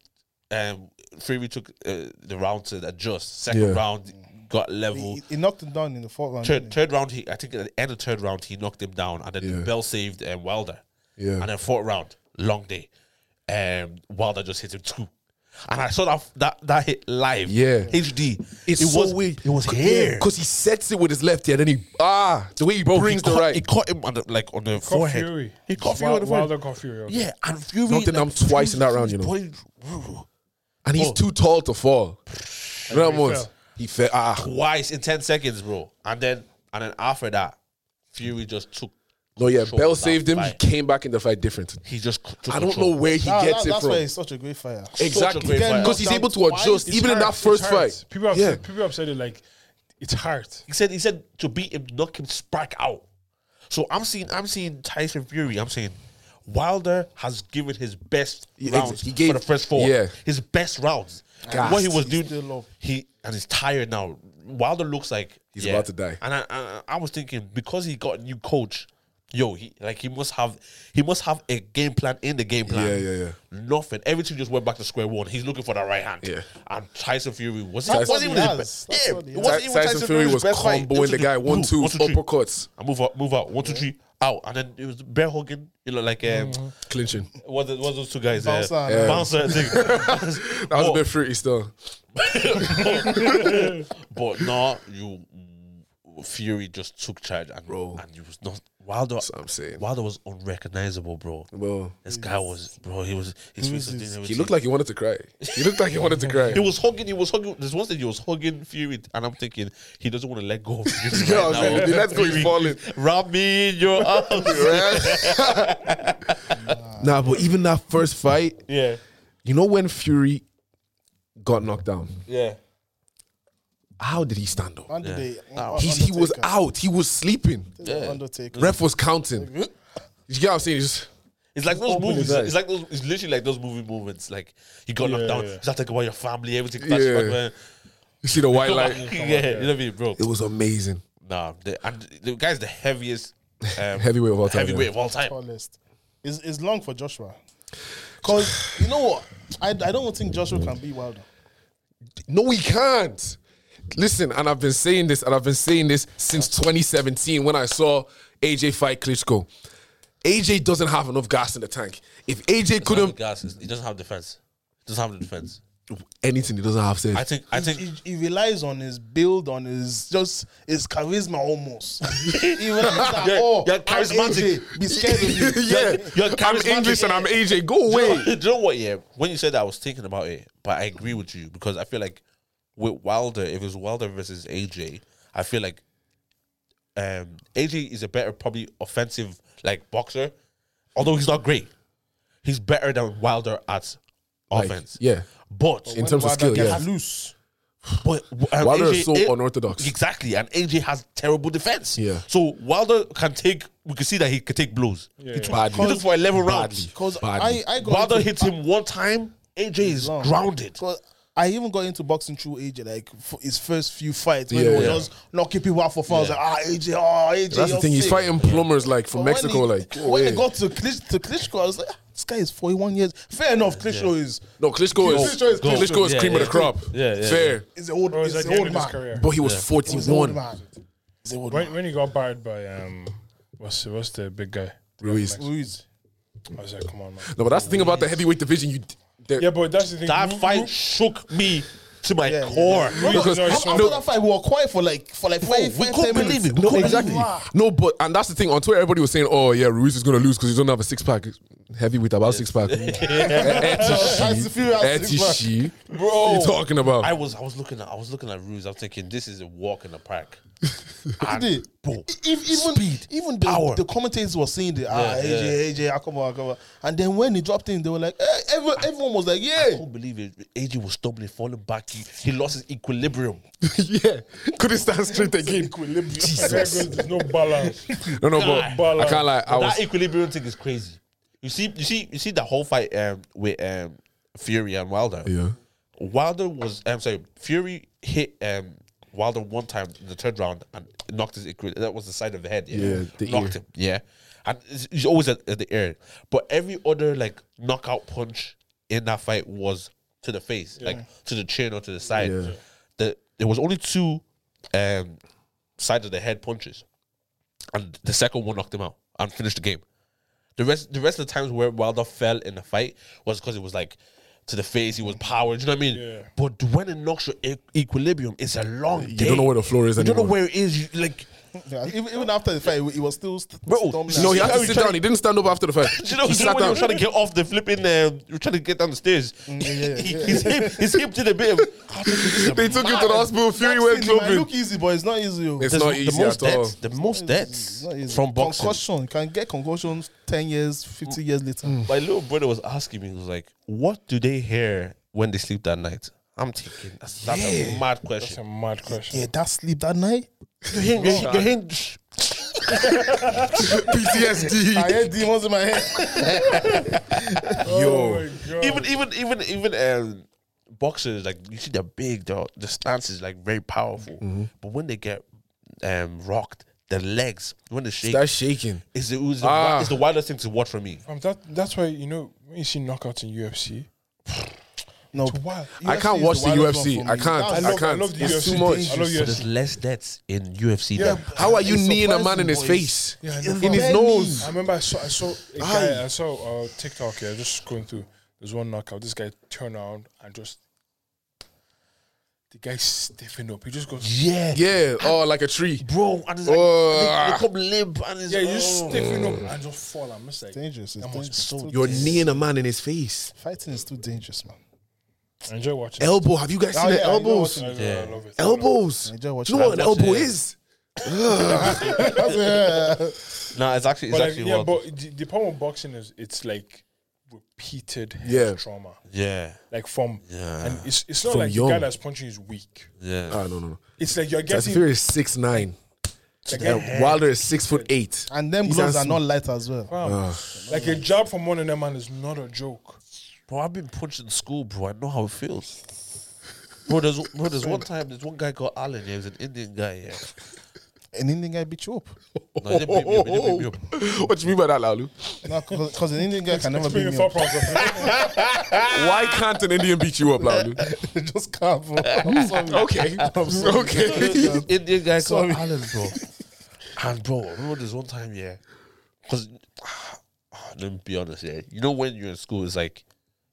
[SPEAKER 4] um, Fury took uh, the round to adjust. Second
[SPEAKER 1] Yeah.
[SPEAKER 4] round got level.
[SPEAKER 2] He, he knocked him down in the fourth round.
[SPEAKER 4] Third,
[SPEAKER 2] didn't
[SPEAKER 4] third round, he I think at the end of third round he knocked him down, and then
[SPEAKER 1] Yeah.
[SPEAKER 4] Bell saved um, Wilder.
[SPEAKER 1] Yeah.
[SPEAKER 4] And then fourth round, long day, um, Wilder just hit him two, and I saw that that, that hit live.
[SPEAKER 1] Yeah.
[SPEAKER 4] HD.
[SPEAKER 1] It's
[SPEAKER 4] it
[SPEAKER 1] so
[SPEAKER 4] was
[SPEAKER 1] weird.
[SPEAKER 4] It was here.
[SPEAKER 1] Because he sets it with his left hand, and he ah the way he
[SPEAKER 4] Bro, he
[SPEAKER 1] brings the
[SPEAKER 4] caught-
[SPEAKER 1] right.
[SPEAKER 4] He caught him on the, like on the
[SPEAKER 3] Caught
[SPEAKER 4] forehead.
[SPEAKER 3] Fury.
[SPEAKER 4] He caught Fury on
[SPEAKER 3] Wild-
[SPEAKER 4] the
[SPEAKER 3] Wilder
[SPEAKER 4] forehead.
[SPEAKER 3] caught Fury. okay.
[SPEAKER 4] Yeah, and Fury
[SPEAKER 1] Knocked him down twice in that round, you know.
[SPEAKER 4] know.
[SPEAKER 1] and he's
[SPEAKER 4] Oh.
[SPEAKER 1] too tall to fall. You know what
[SPEAKER 3] he
[SPEAKER 1] I'm saying?
[SPEAKER 3] fell.
[SPEAKER 1] He fell. Ah,
[SPEAKER 4] Twice in ten seconds, bro. And then and then after that, Fury just took.
[SPEAKER 1] no, yeah.
[SPEAKER 4] control
[SPEAKER 1] Bell
[SPEAKER 4] of that
[SPEAKER 1] saved him. He
[SPEAKER 4] fight.
[SPEAKER 1] came back in the fight different.
[SPEAKER 4] He just c- took
[SPEAKER 1] I don't know
[SPEAKER 4] control.
[SPEAKER 1] where he
[SPEAKER 2] Nah,
[SPEAKER 1] gets
[SPEAKER 2] that-
[SPEAKER 1] it
[SPEAKER 2] that's
[SPEAKER 1] from.
[SPEAKER 2] why he's such a great fighter.
[SPEAKER 4] Exactly.
[SPEAKER 1] Exactly,
[SPEAKER 4] fighter.
[SPEAKER 1] because he's able to
[SPEAKER 2] Why is
[SPEAKER 1] adjust
[SPEAKER 2] it
[SPEAKER 1] even in
[SPEAKER 3] hard,
[SPEAKER 1] that first
[SPEAKER 3] it's hard.
[SPEAKER 1] fight.
[SPEAKER 3] People have
[SPEAKER 1] yeah,
[SPEAKER 3] said, people have said it like it's hard.
[SPEAKER 4] He said he said to beat him, knock him spark out. So I'm seeing I'm seeing Tyson Fury. I'm saying Wilder has given his best
[SPEAKER 1] He-
[SPEAKER 4] rounds
[SPEAKER 1] he gave-
[SPEAKER 4] for the first four.
[SPEAKER 1] yeah.
[SPEAKER 4] His best rounds.
[SPEAKER 1] God.
[SPEAKER 4] what he was
[SPEAKER 2] He's
[SPEAKER 4] doing,
[SPEAKER 2] still up.
[SPEAKER 4] he and he's tired now. Wilder looks like
[SPEAKER 1] He's about to die.
[SPEAKER 4] And I, I I was thinking because he got a new coach, yo, he like he must have he must have a game plan in the game plan.
[SPEAKER 1] Yeah, yeah, yeah.
[SPEAKER 4] Nothing. Everything just went back to square one. He's looking for that right hand.
[SPEAKER 1] Yeah.
[SPEAKER 4] And Tyson Fury was
[SPEAKER 2] That's
[SPEAKER 4] wasn't
[SPEAKER 2] what
[SPEAKER 4] even
[SPEAKER 2] he
[SPEAKER 4] his
[SPEAKER 2] has.
[SPEAKER 4] best.
[SPEAKER 2] That's
[SPEAKER 4] Yeah,
[SPEAKER 2] what he
[SPEAKER 4] it
[SPEAKER 2] has.
[SPEAKER 4] wasn't
[SPEAKER 1] Tyson,
[SPEAKER 4] even
[SPEAKER 1] Tyson Fury was
[SPEAKER 4] best fight.
[SPEAKER 1] comboing
[SPEAKER 4] It
[SPEAKER 1] the guy one
[SPEAKER 4] boom,
[SPEAKER 1] two
[SPEAKER 4] one, two, three.
[SPEAKER 1] uppercuts,
[SPEAKER 4] I move out, move out. One, two, three, out, and then it was bear hugging. You know, like um,
[SPEAKER 1] clinching.
[SPEAKER 4] what the, what those two guys?
[SPEAKER 2] Bouncer
[SPEAKER 4] uh,
[SPEAKER 2] and, uh,
[SPEAKER 4] bouncer.
[SPEAKER 1] That
[SPEAKER 4] Thing.
[SPEAKER 1] was a bit fruity still.
[SPEAKER 4] but no, you mm, Fury just took charge and
[SPEAKER 1] Bro.
[SPEAKER 4] and he was not Wilder,
[SPEAKER 1] what I'm saying.
[SPEAKER 4] Wilder was unrecognizable, bro.
[SPEAKER 1] Well,
[SPEAKER 4] This guy was, bro. He was. His face was doing
[SPEAKER 1] he
[SPEAKER 4] everything.
[SPEAKER 1] looked like he wanted to cry. He looked like he wanted to cry.
[SPEAKER 4] He was hugging. He was hugging. There's one thing he was hugging Fury, and I'm thinking he doesn't want to let go. of Fury
[SPEAKER 1] Yeah, I
[SPEAKER 4] right
[SPEAKER 1] was
[SPEAKER 4] now.
[SPEAKER 1] like, the let's go is
[SPEAKER 4] Fury,
[SPEAKER 1] falling.
[SPEAKER 4] Wrap me in your arms.
[SPEAKER 1] nah, but even that first fight,
[SPEAKER 3] Yeah.
[SPEAKER 1] you know when Fury got knocked down,
[SPEAKER 3] Yeah.
[SPEAKER 1] how did he stand up?
[SPEAKER 2] Man, did they-
[SPEAKER 1] He, he was
[SPEAKER 2] Uh, Undertaker.
[SPEAKER 1] out. He was sleeping.
[SPEAKER 2] Undertaker.
[SPEAKER 1] Ref was counting. You get what I'm saying? He's just-
[SPEAKER 4] It's like those
[SPEAKER 1] Open
[SPEAKER 4] movies.
[SPEAKER 1] his eyes.
[SPEAKER 4] It's like those. It's literally like those movie moments. Like you got
[SPEAKER 3] Yeah,
[SPEAKER 4] knocked down.
[SPEAKER 3] yeah.
[SPEAKER 4] You start thinking about your family. Everything.
[SPEAKER 1] Yeah.
[SPEAKER 4] Yeah.
[SPEAKER 1] you see the white
[SPEAKER 4] Like,
[SPEAKER 1] light.
[SPEAKER 4] yeah, you know what I mean, bro.
[SPEAKER 1] It was amazing.
[SPEAKER 4] Nah, the, and the guy's the heaviest um,
[SPEAKER 1] Heavyweight of all time,
[SPEAKER 4] Heavyweight
[SPEAKER 1] yeah.
[SPEAKER 4] of all time.
[SPEAKER 2] tallest. It's, it's long for Joshua. Because, you know what? I, I don't think Joshua can be Wilder.
[SPEAKER 1] No, he can't. Listen, and I've been saying this, and I've been saying this since 2017 when I saw AJ fight Klitschko. AJ doesn't have enough gas in the tank. If AJ
[SPEAKER 4] Couldn't
[SPEAKER 1] couldn't
[SPEAKER 4] gas. He doesn't have defense. Doesn't have the defense.
[SPEAKER 1] anything, he doesn't have sense.
[SPEAKER 4] I think. I
[SPEAKER 2] He,
[SPEAKER 4] think.
[SPEAKER 2] he relies on his build, on his just his charisma almost. Even if he's like,
[SPEAKER 4] You're-
[SPEAKER 2] oh,
[SPEAKER 4] you're
[SPEAKER 2] I'm
[SPEAKER 4] charismatic."
[SPEAKER 2] AJ, be scared of me.
[SPEAKER 1] yeah,
[SPEAKER 4] You're
[SPEAKER 1] I'm
[SPEAKER 4] charismatic.
[SPEAKER 1] English and I'm AJ. Go
[SPEAKER 4] Do you know-
[SPEAKER 1] away.
[SPEAKER 4] do you know what? Yeah, when you said that, I was thinking about it, but I agree with you because I feel like with Wilder, if it was Wilder versus AJ, I feel like um, AJ is a better, probably offensive like boxer, although he's not great. He's better than Wilder at
[SPEAKER 1] Like,
[SPEAKER 4] offense.
[SPEAKER 1] yeah,
[SPEAKER 4] But
[SPEAKER 1] in terms of skill, yeah.
[SPEAKER 2] Loose.
[SPEAKER 4] But um,
[SPEAKER 1] Wilder is
[SPEAKER 4] AJ
[SPEAKER 1] so
[SPEAKER 4] A-
[SPEAKER 1] unorthodox.
[SPEAKER 4] Exactly, and AJ has terrible defense.
[SPEAKER 1] Yeah.
[SPEAKER 4] So Wilder can take. We can see that he can take blows. He, took,
[SPEAKER 1] Badly.
[SPEAKER 4] he took for eleven rounds.
[SPEAKER 2] Because
[SPEAKER 1] Badly.
[SPEAKER 2] I, I got
[SPEAKER 4] Wilder
[SPEAKER 2] into-
[SPEAKER 4] hits him one time. AJ is
[SPEAKER 2] long.
[SPEAKER 4] grounded.
[SPEAKER 2] 'Cause I even got into boxing through AJ, like for his first few fights when he
[SPEAKER 1] Yeah,
[SPEAKER 2] was
[SPEAKER 1] yeah.
[SPEAKER 2] just knocking people out for fun. I was like, ah, AJ, oh, AJ.
[SPEAKER 1] That's the
[SPEAKER 2] you're
[SPEAKER 1] thing. He's
[SPEAKER 2] sick.
[SPEAKER 1] fighting plumbers like from
[SPEAKER 2] But
[SPEAKER 1] Mexico.
[SPEAKER 2] when he,
[SPEAKER 1] Like, oh,
[SPEAKER 2] when
[SPEAKER 1] yeah.
[SPEAKER 2] they got to, Klitsch, to Klitschko, I was like, ah, this guy is 41 years. Fair enough, Klitschko is
[SPEAKER 1] no, Klitschko is
[SPEAKER 2] Klitschko is-
[SPEAKER 1] Klitschko is
[SPEAKER 4] Yeah,
[SPEAKER 1] cream of
[SPEAKER 4] yeah.
[SPEAKER 1] the crop.
[SPEAKER 4] Yeah, yeah,
[SPEAKER 1] fair.
[SPEAKER 2] is an old,
[SPEAKER 3] Bro, it's
[SPEAKER 2] is
[SPEAKER 3] like
[SPEAKER 2] an
[SPEAKER 3] the end
[SPEAKER 2] old
[SPEAKER 3] of his
[SPEAKER 2] man.
[SPEAKER 3] career.
[SPEAKER 1] But he was
[SPEAKER 2] He's an old
[SPEAKER 1] 41.
[SPEAKER 2] man. He's an old man.
[SPEAKER 3] When, when he got barred by um, what's what's the big guy?
[SPEAKER 1] Ruiz. No,
[SPEAKER 2] Ruiz.
[SPEAKER 3] I was like, come on, man.
[SPEAKER 1] but that's the thing about the heavyweight division. You, the-
[SPEAKER 3] Yeah, but that's the thing.
[SPEAKER 4] That
[SPEAKER 3] Ru-
[SPEAKER 4] fight
[SPEAKER 3] Ru-
[SPEAKER 4] shook me to my
[SPEAKER 2] Mm-hmm. Yeah, yeah.
[SPEAKER 4] core.
[SPEAKER 3] Ruiz is
[SPEAKER 1] Because-
[SPEAKER 3] always
[SPEAKER 1] I'm-
[SPEAKER 3] so-
[SPEAKER 1] I'm
[SPEAKER 2] After that fight, we were quiet for like for like five,
[SPEAKER 4] we
[SPEAKER 2] five,
[SPEAKER 4] couldn't
[SPEAKER 2] ten minutes.
[SPEAKER 4] believe it. We
[SPEAKER 1] No,
[SPEAKER 4] couldn't
[SPEAKER 1] exactly.
[SPEAKER 4] believe
[SPEAKER 1] No, but and that's the thing. On Twitter, everybody was saying, "Oh yeah, Ruiz is gonna lose because he doesn't have a six pack. Heavyweight about six pack.
[SPEAKER 2] Tyson Fury has six pack.
[SPEAKER 1] Etishi, bro, what are you talking about?
[SPEAKER 4] I was I was looking at I was looking at Ruiz. I was thinking this is a walk in the park.
[SPEAKER 2] Did-
[SPEAKER 4] bro,
[SPEAKER 2] e- even
[SPEAKER 4] speed,
[SPEAKER 2] even the,
[SPEAKER 4] power.
[SPEAKER 2] the commentators were saying the ah
[SPEAKER 4] Yeah,
[SPEAKER 2] AJ AJ Akoma Akoma, and then when he dropped in, they were like, eh, everyone, everyone was like,
[SPEAKER 4] I
[SPEAKER 2] yeah,
[SPEAKER 4] can't believe it. AJ was stumbling, falling back. He, he lost his equilibrium.
[SPEAKER 1] yeah, couldn't stand straight again.
[SPEAKER 3] There
[SPEAKER 1] Jesus,
[SPEAKER 3] goes- There's no balance.
[SPEAKER 1] no, no, but
[SPEAKER 3] God.
[SPEAKER 1] I can't lie. I
[SPEAKER 4] that
[SPEAKER 1] was
[SPEAKER 4] equilibrium thing is crazy. You see, you see, you see the whole fight um, with um, Fury and Wilder.
[SPEAKER 1] Yeah.
[SPEAKER 4] Wilder was I'm sorry, Fury hit um, Wilder one time in the third round and knocked his equi- that was the side of the head. Yeah,
[SPEAKER 1] Yeah, the
[SPEAKER 4] knocked
[SPEAKER 1] ear.
[SPEAKER 4] him. Yeah, and it's- he's always at, at the air. But every other like knockout punch in that fight was to the face, like to the chin or to the side.
[SPEAKER 1] Yeah.
[SPEAKER 4] The there was only two um, side of the head punches and the second one knocked him out and finished the game. The rest, the rest of the times where Wilder fell in the fight was because it was like to the face, he was powered. You know what I mean?
[SPEAKER 3] Yeah.
[SPEAKER 4] But when it knocks your e- equilibrium, it's a long day.
[SPEAKER 1] You don't know where the floor is
[SPEAKER 4] You don't know
[SPEAKER 1] anymore.
[SPEAKER 4] where it is. You, like,
[SPEAKER 2] Yeah, even, even after the fight, he was still st-
[SPEAKER 4] Bro,
[SPEAKER 2] stumbling.
[SPEAKER 1] no, he had
[SPEAKER 4] how
[SPEAKER 1] to
[SPEAKER 4] he
[SPEAKER 1] sit
[SPEAKER 4] tried-
[SPEAKER 1] down. He didn't stand up after the fight.
[SPEAKER 4] you know,
[SPEAKER 1] he
[SPEAKER 4] you know
[SPEAKER 1] sat
[SPEAKER 4] when
[SPEAKER 1] down.
[SPEAKER 4] you're
[SPEAKER 1] Mm,
[SPEAKER 4] trying to get off the flipping, uh, you're trying to get down the stairs. He- His hip, his hip did a bit. Of,
[SPEAKER 1] They took him to the hospital. Fury went
[SPEAKER 2] Boxing, it might
[SPEAKER 1] clubbing.
[SPEAKER 2] look easy, but it's not easy. yo.
[SPEAKER 1] It's
[SPEAKER 4] There's
[SPEAKER 1] not
[SPEAKER 4] the
[SPEAKER 1] easy
[SPEAKER 4] most
[SPEAKER 1] at all.
[SPEAKER 4] deaths, the most deaths
[SPEAKER 2] It's not easy.
[SPEAKER 4] from boxing.
[SPEAKER 2] Concussion can get concussions ten years, fifty years later.
[SPEAKER 4] My little brother was asking me, he was like, "What do they hear when they sleep that night?" I'm thinking that's, that's a mad question.
[SPEAKER 3] It's a mad question.
[SPEAKER 2] Yeah, that sleep that night.
[SPEAKER 4] Your hand, your hand- your hand- shh.
[SPEAKER 2] I
[SPEAKER 1] PTSD.
[SPEAKER 2] had demons in my head.
[SPEAKER 1] Yo,
[SPEAKER 4] even even even even um, boxers like you see they're big, they're, the stance is like very powerful,
[SPEAKER 3] Mm-hmm.
[SPEAKER 4] but when they get um rocked, their legs when they shake,
[SPEAKER 1] start shaking.
[SPEAKER 4] is it was the,
[SPEAKER 1] Ah.
[SPEAKER 4] wi- it's the wildest thing to watch for me.
[SPEAKER 3] Um, that, that's why you know when you see knockouts in UFC,
[SPEAKER 2] No,
[SPEAKER 3] wild.
[SPEAKER 1] I
[SPEAKER 2] UFC
[SPEAKER 1] can't
[SPEAKER 2] is
[SPEAKER 1] watch the
[SPEAKER 2] wildest one
[SPEAKER 1] UFC.
[SPEAKER 2] for
[SPEAKER 1] I
[SPEAKER 2] me.
[SPEAKER 1] can't.
[SPEAKER 2] That's-
[SPEAKER 1] I,
[SPEAKER 3] love- I
[SPEAKER 1] can't.
[SPEAKER 3] love the
[SPEAKER 1] it's
[SPEAKER 3] UFC
[SPEAKER 1] too much.
[SPEAKER 3] dangerous. I love
[SPEAKER 4] So there's less deaths in UFC.
[SPEAKER 3] Yeah,
[SPEAKER 4] than-
[SPEAKER 1] How are you
[SPEAKER 2] It's
[SPEAKER 1] kneeing a man
[SPEAKER 2] surprising,
[SPEAKER 1] in his
[SPEAKER 2] boys.
[SPEAKER 1] face,
[SPEAKER 3] Yeah, I know.
[SPEAKER 1] in his
[SPEAKER 2] Barely.
[SPEAKER 1] nose?
[SPEAKER 3] I remember I saw I saw a guy I saw uh, TikTok here just scrolling through. There's one knockout. This guy turned around and just The guy stiffened up. He just goes,
[SPEAKER 4] Yeah,
[SPEAKER 1] Yeah, oh, like a tree.
[SPEAKER 4] bro. And it's like
[SPEAKER 1] Oh.
[SPEAKER 4] they, they come limp and it's
[SPEAKER 3] yeah, you just
[SPEAKER 4] oh.
[SPEAKER 3] stiffen up and just fall. I'm just like,
[SPEAKER 2] dangerous. It's
[SPEAKER 3] That
[SPEAKER 2] dangerous.
[SPEAKER 3] was so
[SPEAKER 2] It's too
[SPEAKER 1] You're
[SPEAKER 2] dangerous.
[SPEAKER 1] kneeing a man in his face.
[SPEAKER 2] Fighting is too dangerous, man.
[SPEAKER 3] enjoy watching.
[SPEAKER 1] Elbow. Have you guys seen
[SPEAKER 2] Oh, yeah,
[SPEAKER 1] the
[SPEAKER 2] I know
[SPEAKER 1] elbows?
[SPEAKER 2] what
[SPEAKER 3] I,
[SPEAKER 2] you-
[SPEAKER 3] yeah. I love it.
[SPEAKER 1] Elbows.
[SPEAKER 2] I
[SPEAKER 1] Do
[SPEAKER 2] enjoy watching
[SPEAKER 1] you know what
[SPEAKER 2] that.
[SPEAKER 1] an elbow
[SPEAKER 4] Watch it.
[SPEAKER 1] is?
[SPEAKER 4] No,
[SPEAKER 3] But like,
[SPEAKER 4] it's actually it's actually
[SPEAKER 3] yeah,
[SPEAKER 4] well-
[SPEAKER 3] but the, the problem with boxing is it's like repeated head
[SPEAKER 1] Yeah.
[SPEAKER 3] trauma,
[SPEAKER 4] yeah,
[SPEAKER 3] like from,
[SPEAKER 4] Yeah.
[SPEAKER 3] and it's it's not
[SPEAKER 1] From
[SPEAKER 3] like the guy
[SPEAKER 1] young.
[SPEAKER 3] that's punching is weak.
[SPEAKER 4] yeah.
[SPEAKER 1] Ah, no, no, no.
[SPEAKER 3] It's like you're
[SPEAKER 1] Tyson
[SPEAKER 3] getting
[SPEAKER 1] Fury is six nine.
[SPEAKER 3] like,
[SPEAKER 1] And Wilder is six foot eight.
[SPEAKER 2] And them
[SPEAKER 1] He's
[SPEAKER 2] gloves are
[SPEAKER 1] handsome.
[SPEAKER 2] not light as well.
[SPEAKER 3] like a jab from one of them man is not a joke.
[SPEAKER 4] Bro, I've been punched in school, bro. I know how it feels. Bro, there's bro, there's one time there's one guy called Alan. Yeah, he was an Indian guy. Yeah,
[SPEAKER 2] An Indian guy beat you up.
[SPEAKER 4] no, he didn't beat me up. He didn't beat me up.
[SPEAKER 1] What do you mean by that, Lalu?
[SPEAKER 2] No, because an Indian guy can never beat
[SPEAKER 3] Speaking
[SPEAKER 2] me
[SPEAKER 3] thought
[SPEAKER 2] up.
[SPEAKER 3] process,
[SPEAKER 2] Ah.
[SPEAKER 1] Why can't an Indian beat you up, Lalu?
[SPEAKER 2] Just calm. bro. I'm sorry.
[SPEAKER 1] Okay. Okay.
[SPEAKER 4] Indian guy
[SPEAKER 2] Sorry.
[SPEAKER 4] called Alan, bro. And bro, I remember this one time, yeah. Cause let me be honest, yeah. You know when you're in school, it's like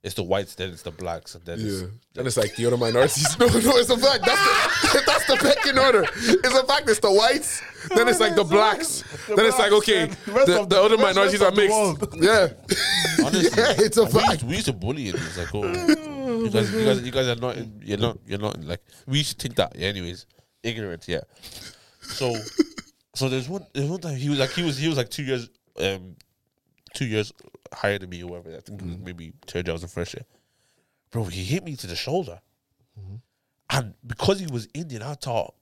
[SPEAKER 4] it's the whites, then it's the blacks, and then
[SPEAKER 1] Yeah.
[SPEAKER 4] it's
[SPEAKER 1] And it's like the other minorities. No, no, it's a fact. That's the, that's the pecking order. It's a fact. It's the whites. Then it's like the blacks. then it's like, okay,
[SPEAKER 2] the rest
[SPEAKER 1] the,
[SPEAKER 2] of
[SPEAKER 1] the
[SPEAKER 2] the-
[SPEAKER 1] other
[SPEAKER 2] rest-
[SPEAKER 1] minorities
[SPEAKER 2] rest
[SPEAKER 1] are
[SPEAKER 2] of the
[SPEAKER 1] mixed.
[SPEAKER 2] world.
[SPEAKER 1] Yeah.
[SPEAKER 4] honestly.
[SPEAKER 1] yeah, it's a
[SPEAKER 4] we, used,
[SPEAKER 1] fact.
[SPEAKER 4] we used to bully it. It's like, oh, you guys, you guys, you guys are not, in, you're not, you're not in, like. We used to think that, yeah. Anyways, ignorant, yeah. So, so there's one, there's one time he was like, he was, he was like two years, um, two years higher than me or whatever. I think it was maybe third year I was in first year. Bro, he hit me to the shoulder, and because he was Indian, I thought,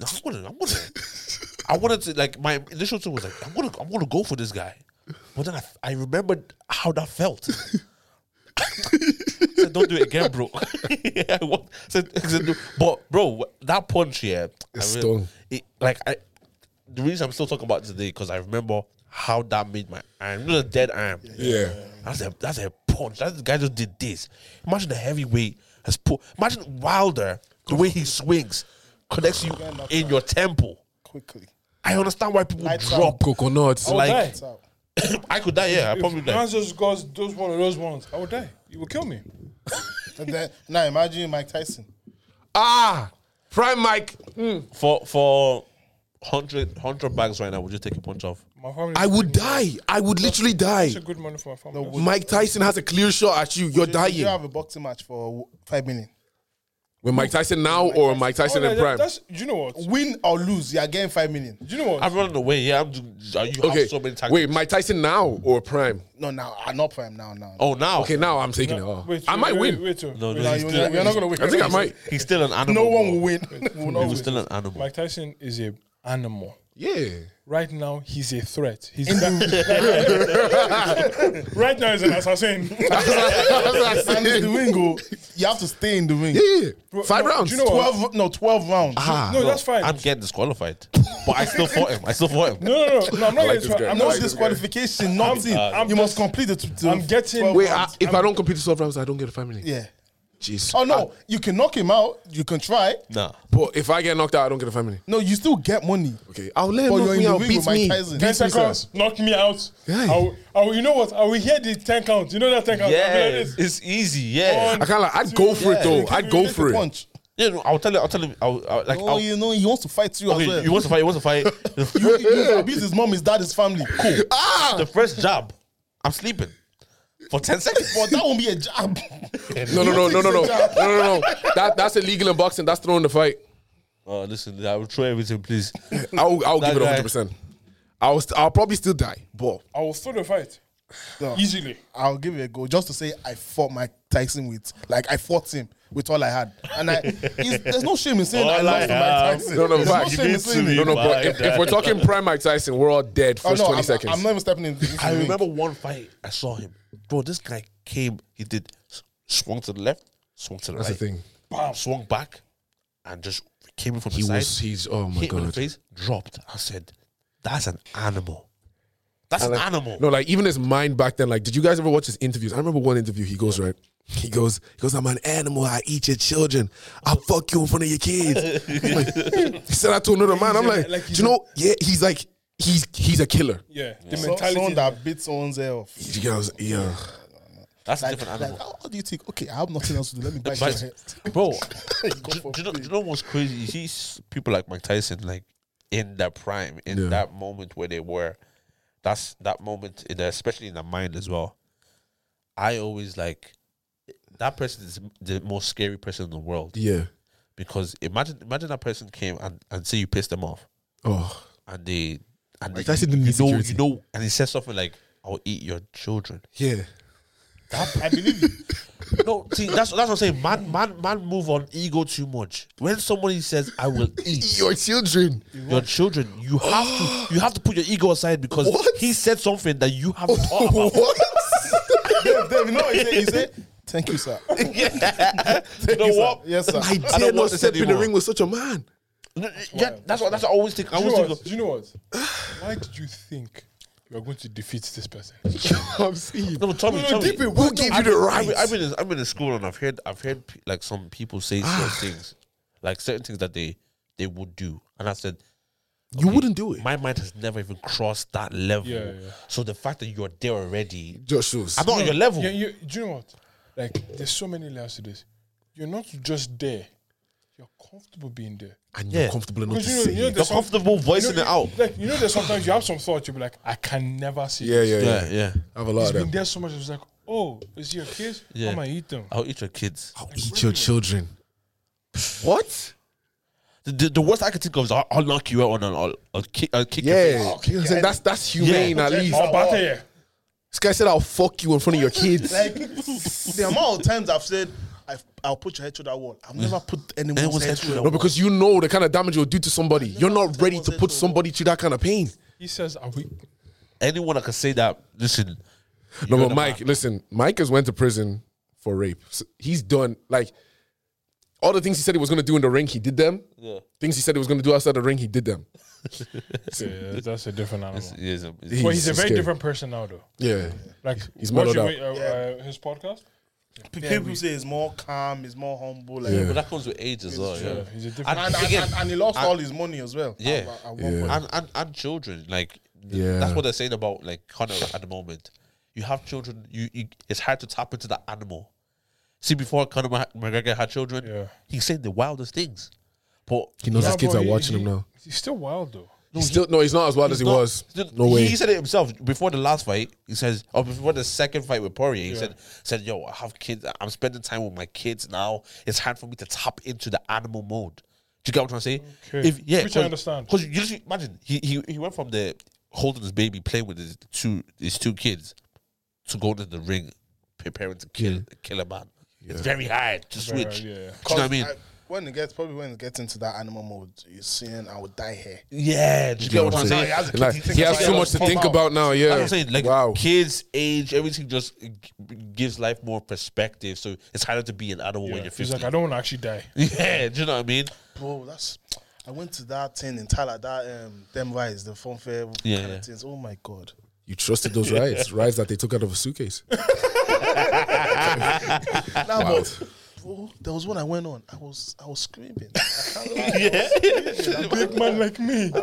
[SPEAKER 4] "No, I'm gonna, I'm gonna. I wanted to like my initial thought was like I'm gonna I'm gonna go for this guy, but then I, I remembered how that felt. I said, don't do it again, bro. I wa- said, I said, "No." but bro, that punch here, yeah,
[SPEAKER 1] It
[SPEAKER 4] I
[SPEAKER 1] stung.
[SPEAKER 4] it- like I, the reason I'm still talking about it today because I remember how that made my arm, not a dead arm.
[SPEAKER 1] Yeah.
[SPEAKER 4] That's a that's a punch. That guy just did this. Imagine the heavyweight has put. Imagine Wilder the way he swings connects you in your temple.
[SPEAKER 2] Quickly.
[SPEAKER 4] I understand why people drop.
[SPEAKER 1] Coconuts.
[SPEAKER 4] Like
[SPEAKER 3] die.
[SPEAKER 2] It's out.
[SPEAKER 4] I could die. Yeah, I probably
[SPEAKER 3] if
[SPEAKER 4] die.
[SPEAKER 3] man just goes those one of those ones, I would die. You would kill me.
[SPEAKER 2] And then, now imagine Mike Tyson.
[SPEAKER 1] Ah, Prime Mike.
[SPEAKER 4] For for hundred hundred bags right now, would you take a punch off?
[SPEAKER 3] My family.
[SPEAKER 1] I would die. I would literally die.
[SPEAKER 3] It's a good money for my family.
[SPEAKER 1] Mike Tyson has a clear shot at you. You're
[SPEAKER 2] Did you
[SPEAKER 1] dying.
[SPEAKER 2] have a boxing match for five million?
[SPEAKER 1] With Mike Tyson now or Mike Tyson in
[SPEAKER 3] no, Oh, that-
[SPEAKER 1] Prime?
[SPEAKER 3] that's you know what. Do
[SPEAKER 2] Win or lose, you are getting five million.
[SPEAKER 3] you know what?
[SPEAKER 4] I'm running away. Yeah, I'm. doing- Are you okay.
[SPEAKER 1] Okay.
[SPEAKER 4] have so many tactics?
[SPEAKER 1] Wait, Mike Tyson now or Prime?
[SPEAKER 2] No, now I'm not prime now. Now,
[SPEAKER 4] Oh, now.
[SPEAKER 1] Okay, now I'm taking it off.
[SPEAKER 3] Wait,
[SPEAKER 1] I
[SPEAKER 3] wait,
[SPEAKER 1] might
[SPEAKER 3] wait,
[SPEAKER 1] win.
[SPEAKER 3] Wait, wait,
[SPEAKER 4] No,
[SPEAKER 3] wait.
[SPEAKER 4] no,
[SPEAKER 2] Now
[SPEAKER 4] he's
[SPEAKER 2] you-
[SPEAKER 4] still,
[SPEAKER 2] you're not gonna win.
[SPEAKER 1] I think I might.
[SPEAKER 4] he's still an animal.
[SPEAKER 2] No one
[SPEAKER 4] bro.
[SPEAKER 2] will win. We will not
[SPEAKER 4] He was
[SPEAKER 2] win.
[SPEAKER 4] still an animal.
[SPEAKER 3] Mike Tyson is a animal.
[SPEAKER 1] Yeah.
[SPEAKER 3] Right now, he's a threat. He's right now, he's an assassin.
[SPEAKER 1] That's what I
[SPEAKER 2] And it's the
[SPEAKER 1] said.
[SPEAKER 2] ring, oh, you have to stay in the ring.
[SPEAKER 1] Yeah. Five
[SPEAKER 3] no,
[SPEAKER 1] rounds.
[SPEAKER 3] do you know what?
[SPEAKER 2] Twelve, no, twelve rounds.
[SPEAKER 1] Ah.
[SPEAKER 3] No, that's fine.
[SPEAKER 4] I'm getting disqualified, but I still fought him. I still fought him.
[SPEAKER 3] no, no, no, no. I'm not
[SPEAKER 1] like
[SPEAKER 3] getting.
[SPEAKER 1] this guy.
[SPEAKER 3] I'm
[SPEAKER 2] no
[SPEAKER 1] I
[SPEAKER 3] not
[SPEAKER 1] like this guy.
[SPEAKER 2] disqualification, nothing.
[SPEAKER 3] I'm
[SPEAKER 2] you must
[SPEAKER 3] just-
[SPEAKER 2] complete the. t- the
[SPEAKER 3] I'm getting-
[SPEAKER 2] 12
[SPEAKER 1] Wait, I,
[SPEAKER 2] rounds.
[SPEAKER 1] if I don't complete the 12 rounds, I don't get a family.
[SPEAKER 2] yeah.
[SPEAKER 1] Jeez.
[SPEAKER 2] Oh no, you can knock him out. You can try.
[SPEAKER 4] Nah.
[SPEAKER 1] But if I get knocked out, I don't get a family.
[SPEAKER 2] No, you still get money.
[SPEAKER 1] Okay. I'll let him
[SPEAKER 2] But
[SPEAKER 1] knock
[SPEAKER 2] you're in
[SPEAKER 1] me
[SPEAKER 2] the
[SPEAKER 1] out.
[SPEAKER 2] ring
[SPEAKER 1] Beat
[SPEAKER 2] with Mike
[SPEAKER 1] me.
[SPEAKER 2] Tyson.
[SPEAKER 1] Beat
[SPEAKER 3] Ten
[SPEAKER 1] me, sir.
[SPEAKER 3] seconds, knock me out.
[SPEAKER 1] Yeah.
[SPEAKER 3] I will, I will, you know what? I will hear the ten count. You know that ten count. I'll be like
[SPEAKER 4] Yeah,
[SPEAKER 3] this.
[SPEAKER 4] it's easy. Yeah,
[SPEAKER 1] I can't lie. I'd go for it, though.
[SPEAKER 2] You can
[SPEAKER 1] I'd go
[SPEAKER 2] take
[SPEAKER 1] for
[SPEAKER 2] the
[SPEAKER 1] it.
[SPEAKER 2] Punch.
[SPEAKER 4] yeah. No, I'll tell you. I'll tell him. I'll, I'll like.
[SPEAKER 2] Oh,
[SPEAKER 4] I'll,
[SPEAKER 2] you know he wants to fight you as
[SPEAKER 4] okay,
[SPEAKER 2] well.
[SPEAKER 4] you want to fight? You want to fight?
[SPEAKER 2] you, you abuse his mom, his dad, his family. Cool.
[SPEAKER 4] the first jab, I'm sleeping for ten seconds.
[SPEAKER 2] But that won't be a job.
[SPEAKER 1] No, no, no, no, no, no. No,
[SPEAKER 2] It's a jab.
[SPEAKER 1] no, no. That, that's illegal in boxing. That's throwing the fight.
[SPEAKER 4] Oh, listen, I will throw everything, please.
[SPEAKER 1] I'll, I'll
[SPEAKER 4] That
[SPEAKER 1] give it
[SPEAKER 4] guy.
[SPEAKER 1] 100%. I'll, st- I'll probably still die. But
[SPEAKER 3] I will throw the fight
[SPEAKER 2] No.
[SPEAKER 3] easily.
[SPEAKER 2] I'll give it a go just to say I fought Mike Tyson with, like I fought him with all I had, and I it's, there's no shame in saying I
[SPEAKER 4] All I
[SPEAKER 2] lost to Mike
[SPEAKER 4] have.
[SPEAKER 2] Tyson.
[SPEAKER 1] No, no,
[SPEAKER 2] there's
[SPEAKER 1] fact.
[SPEAKER 2] no
[SPEAKER 1] You
[SPEAKER 2] shame in
[SPEAKER 4] need to
[SPEAKER 2] saying
[SPEAKER 4] be-
[SPEAKER 2] it.
[SPEAKER 1] no, no,
[SPEAKER 4] Bye,
[SPEAKER 1] but if,
[SPEAKER 4] dad.
[SPEAKER 1] if we're talking prime Mike Tyson, we're all dead
[SPEAKER 2] Oh,
[SPEAKER 1] first
[SPEAKER 2] no,
[SPEAKER 1] 20
[SPEAKER 2] I'm,
[SPEAKER 1] seconds.
[SPEAKER 2] I'm not even stepping in. This
[SPEAKER 4] I
[SPEAKER 2] ring.
[SPEAKER 4] remember one fight I saw him, bro. This guy came. He did s- swung to the left, swung to the
[SPEAKER 1] That's
[SPEAKER 4] right.
[SPEAKER 1] the thing.
[SPEAKER 4] Bam, swung back, and just came in from
[SPEAKER 1] He
[SPEAKER 4] the
[SPEAKER 1] was,
[SPEAKER 4] side.
[SPEAKER 1] he's, oh my
[SPEAKER 4] hit him in the
[SPEAKER 1] God.
[SPEAKER 4] face, dropped. I said, "That's an animal. That's an animal."
[SPEAKER 1] No, like even his mind back then. Like, did you guys ever watch his interviews? I remember one interview. He goes right. He goes. He goes. I'm an animal. I eat your children. I fuck you in front of your kids. I'm like- he said that to another man. I'm
[SPEAKER 3] a-
[SPEAKER 1] like,
[SPEAKER 3] like
[SPEAKER 1] do
[SPEAKER 3] he's
[SPEAKER 1] you know? Yeah, he's like, he's he's a killer.
[SPEAKER 3] Yeah, the
[SPEAKER 2] So,
[SPEAKER 3] mentality.
[SPEAKER 2] someone that beats someone's head off.
[SPEAKER 1] He goes, yeah.
[SPEAKER 4] That's
[SPEAKER 2] Like,
[SPEAKER 4] a different
[SPEAKER 2] like,
[SPEAKER 4] animal.
[SPEAKER 2] how, how do you think? Okay, I have nothing else to do. Let me bite your
[SPEAKER 4] Bite.
[SPEAKER 2] head.
[SPEAKER 4] Bro,
[SPEAKER 2] Go
[SPEAKER 4] do,
[SPEAKER 2] for
[SPEAKER 4] do you know,
[SPEAKER 2] free.
[SPEAKER 4] do you know what's crazy? You see s- people like Mike Tyson, like in their prime, in
[SPEAKER 1] Yeah.
[SPEAKER 4] that moment where they were. That's that moment, in their, especially in their mind as well. I always like that person is the most scary person in the world
[SPEAKER 1] Yeah.
[SPEAKER 4] because imagine imagine that person came and and say you pissed them off
[SPEAKER 1] Oh.
[SPEAKER 4] and they and
[SPEAKER 1] Mike
[SPEAKER 4] they-
[SPEAKER 1] Tyson didn't
[SPEAKER 4] you
[SPEAKER 1] need
[SPEAKER 4] know
[SPEAKER 1] security.
[SPEAKER 4] you know and he says something like I'll eat your children.
[SPEAKER 1] Yeah.
[SPEAKER 2] I believe you.
[SPEAKER 4] No, see that's that's what I'm saying. Man, man, man, move on ego too much. When somebody says I will eat
[SPEAKER 1] Your children.
[SPEAKER 4] your children, you have to you have to put your ego aside because
[SPEAKER 1] What?
[SPEAKER 4] he said something that you haven't thought about.
[SPEAKER 1] What?
[SPEAKER 2] Dave, Dave, you know what he said? He said, "Thank you, sir."
[SPEAKER 4] You know what?
[SPEAKER 2] Yes, sir.
[SPEAKER 1] I
[SPEAKER 4] I
[SPEAKER 1] dare
[SPEAKER 4] don't
[SPEAKER 1] not
[SPEAKER 4] want this
[SPEAKER 1] step in the
[SPEAKER 4] anymore.
[SPEAKER 1] ring with such a man.
[SPEAKER 4] No, Yeah, that's what that's what I always think. I
[SPEAKER 3] Do you,
[SPEAKER 4] always
[SPEAKER 3] know
[SPEAKER 4] think
[SPEAKER 3] what? Do you know what? Why did you think you were going to defeat this person?
[SPEAKER 1] I'm seeing.
[SPEAKER 4] no, tell me,
[SPEAKER 1] No,
[SPEAKER 4] tell me.
[SPEAKER 1] deep in, who gave you
[SPEAKER 4] I've
[SPEAKER 1] the
[SPEAKER 4] been-
[SPEAKER 1] right?
[SPEAKER 4] I've been, I've been in, I've been in school and I've heard I've heard pe- like some people say
[SPEAKER 3] Ah.
[SPEAKER 4] certain things, like certain things that they they would do, and I said
[SPEAKER 1] you wouldn't do it.
[SPEAKER 4] my mind has never even crossed that level.
[SPEAKER 3] Yeah, yeah.
[SPEAKER 4] So the fact that you're there already,
[SPEAKER 1] Just shows.
[SPEAKER 4] I'm not on your level.
[SPEAKER 3] Yeah, you, do you know what? Like, there's so many layers to this. You're not just there. You're comfortable being there.
[SPEAKER 1] and you're
[SPEAKER 4] Yeah.
[SPEAKER 1] comfortable enough to
[SPEAKER 3] Because you know,
[SPEAKER 1] say
[SPEAKER 3] you know
[SPEAKER 1] it.
[SPEAKER 4] You're
[SPEAKER 3] there's some-
[SPEAKER 4] comfortable voicing
[SPEAKER 3] you know,
[SPEAKER 4] it out.
[SPEAKER 3] Like, you know, there's sometimes you have some thoughts. You'll be like, I can never see.
[SPEAKER 1] Yeah, yeah,
[SPEAKER 3] this.
[SPEAKER 1] yeah.
[SPEAKER 4] Yeah, yeah.
[SPEAKER 1] I have a lot
[SPEAKER 3] It's
[SPEAKER 1] of
[SPEAKER 3] been
[SPEAKER 1] them.
[SPEAKER 3] there so much. It's like, oh, is your kids?
[SPEAKER 4] Yeah.
[SPEAKER 3] I might eat them.
[SPEAKER 4] I'll eat your kids.
[SPEAKER 1] I'll eat your children. What?
[SPEAKER 4] The, the, the worst I can think of is I'll, I'll knock you out on an I'll, I'll kick I'll kick your
[SPEAKER 1] Yeah,
[SPEAKER 4] face.
[SPEAKER 1] you know what I'm saying? that's that's humane at least.
[SPEAKER 3] I'll batter you.
[SPEAKER 1] This guy said, "I'll fuck you in front of your kids."
[SPEAKER 2] Like the amount of times I've said, I've, "I'll put your head through that wall." I've never put anyone's,
[SPEAKER 4] Anyone's
[SPEAKER 2] head through that
[SPEAKER 1] no,
[SPEAKER 2] wall.
[SPEAKER 1] because you know the kind of damage you'll do to somebody. You're not
[SPEAKER 2] Someone
[SPEAKER 1] ready to
[SPEAKER 2] said
[SPEAKER 1] put
[SPEAKER 2] so.
[SPEAKER 1] somebody through that kind of pain.
[SPEAKER 3] He says, are we?
[SPEAKER 4] Anyone that can say that, listen.
[SPEAKER 1] No,
[SPEAKER 4] you're
[SPEAKER 1] but
[SPEAKER 4] the
[SPEAKER 1] Mike,
[SPEAKER 4] man.
[SPEAKER 1] listen, Mike has went to prison for rape. So he's done like all the things he said he was gonna do in the ring. He did them.
[SPEAKER 4] Yeah.
[SPEAKER 1] Things he said he was gonna do outside the ring. He did them.
[SPEAKER 3] Yeah, that's a different animal.
[SPEAKER 4] It's- it's- it's-
[SPEAKER 3] But he's
[SPEAKER 1] so
[SPEAKER 3] a very
[SPEAKER 1] scary.
[SPEAKER 3] different person now, though.
[SPEAKER 1] Yeah,
[SPEAKER 3] Like,
[SPEAKER 1] He's
[SPEAKER 3] what
[SPEAKER 1] mellowed
[SPEAKER 3] you
[SPEAKER 1] out.
[SPEAKER 3] wait, uh, uh, his podcast.
[SPEAKER 2] People say he's more calm, he's more humble. Like,
[SPEAKER 1] Yeah.
[SPEAKER 4] But that comes with age as well. Yeah.
[SPEAKER 3] He's a different.
[SPEAKER 4] And,
[SPEAKER 2] and, and,
[SPEAKER 4] again,
[SPEAKER 2] and, and he lost all his money as well.
[SPEAKER 4] Yeah.
[SPEAKER 2] At- at one point.
[SPEAKER 4] and, and and children, like th-
[SPEAKER 1] Yeah.
[SPEAKER 4] that's what they're saying about like Connor at the moment. You have children, you, you it's hard to tap into that animal. See, before Conor Ma- McGregor had children,
[SPEAKER 3] Yeah.
[SPEAKER 4] he said the wildest things. But
[SPEAKER 1] he knows
[SPEAKER 3] Nah,
[SPEAKER 1] his kids
[SPEAKER 3] bro,
[SPEAKER 1] are
[SPEAKER 3] he-
[SPEAKER 1] watching
[SPEAKER 3] he-
[SPEAKER 1] him now.
[SPEAKER 3] He's still wild, though.
[SPEAKER 1] He's still no, he's not as wild as he
[SPEAKER 4] not-
[SPEAKER 1] was.
[SPEAKER 4] th-
[SPEAKER 1] No
[SPEAKER 4] he,
[SPEAKER 1] way.
[SPEAKER 4] He said it himself before the last fight. He says, or before the second fight with Poirier, he said, said, "Yo, I have kids. I'm spending time with my kids now. It's hard for me to tap into the animal mode." Do you get what I'm trying to say?
[SPEAKER 3] Okay.
[SPEAKER 4] If yeah,
[SPEAKER 3] Which I understand.
[SPEAKER 4] Because you just imagine he, he he went from the holding his baby, playing with his two his two kids, to go to the ring, preparing to kill kill a man. It's very hard to
[SPEAKER 3] Very
[SPEAKER 4] switch.
[SPEAKER 3] hard, yeah.
[SPEAKER 4] Do you know what I
[SPEAKER 2] 'Cause
[SPEAKER 4] mean?
[SPEAKER 2] when it gets probably when it gets into that animal mode, you're seeing I would die here.
[SPEAKER 4] yeah, do you get what I'm saying?
[SPEAKER 2] has a kid,
[SPEAKER 1] Like,
[SPEAKER 2] he
[SPEAKER 1] he,
[SPEAKER 2] thinks
[SPEAKER 1] has
[SPEAKER 2] about
[SPEAKER 1] so
[SPEAKER 2] it.
[SPEAKER 1] much to
[SPEAKER 2] Come
[SPEAKER 1] think
[SPEAKER 2] out.
[SPEAKER 1] about now. Yeah,
[SPEAKER 4] That's what I'm saying. Like
[SPEAKER 1] wow.
[SPEAKER 4] kids, age, everything just g- gives life more perspective. So it's harder to be an animal when
[SPEAKER 3] Yeah.
[SPEAKER 4] you're
[SPEAKER 3] He's
[SPEAKER 4] 50.
[SPEAKER 3] like, I don't want to actually die.
[SPEAKER 4] yeah, do you know what I mean?
[SPEAKER 2] Bro, that's I went to that thing in Tyler, that um Denver is the fun fair
[SPEAKER 4] Yeah,
[SPEAKER 2] kind
[SPEAKER 4] yeah.
[SPEAKER 2] of things. Oh my god.
[SPEAKER 1] You trusted those rides, rides that they took out of a suitcase.
[SPEAKER 2] Nah, but bro, there was one I went on. I was I was screaming. I can't lie.
[SPEAKER 3] Big man like me.
[SPEAKER 2] no,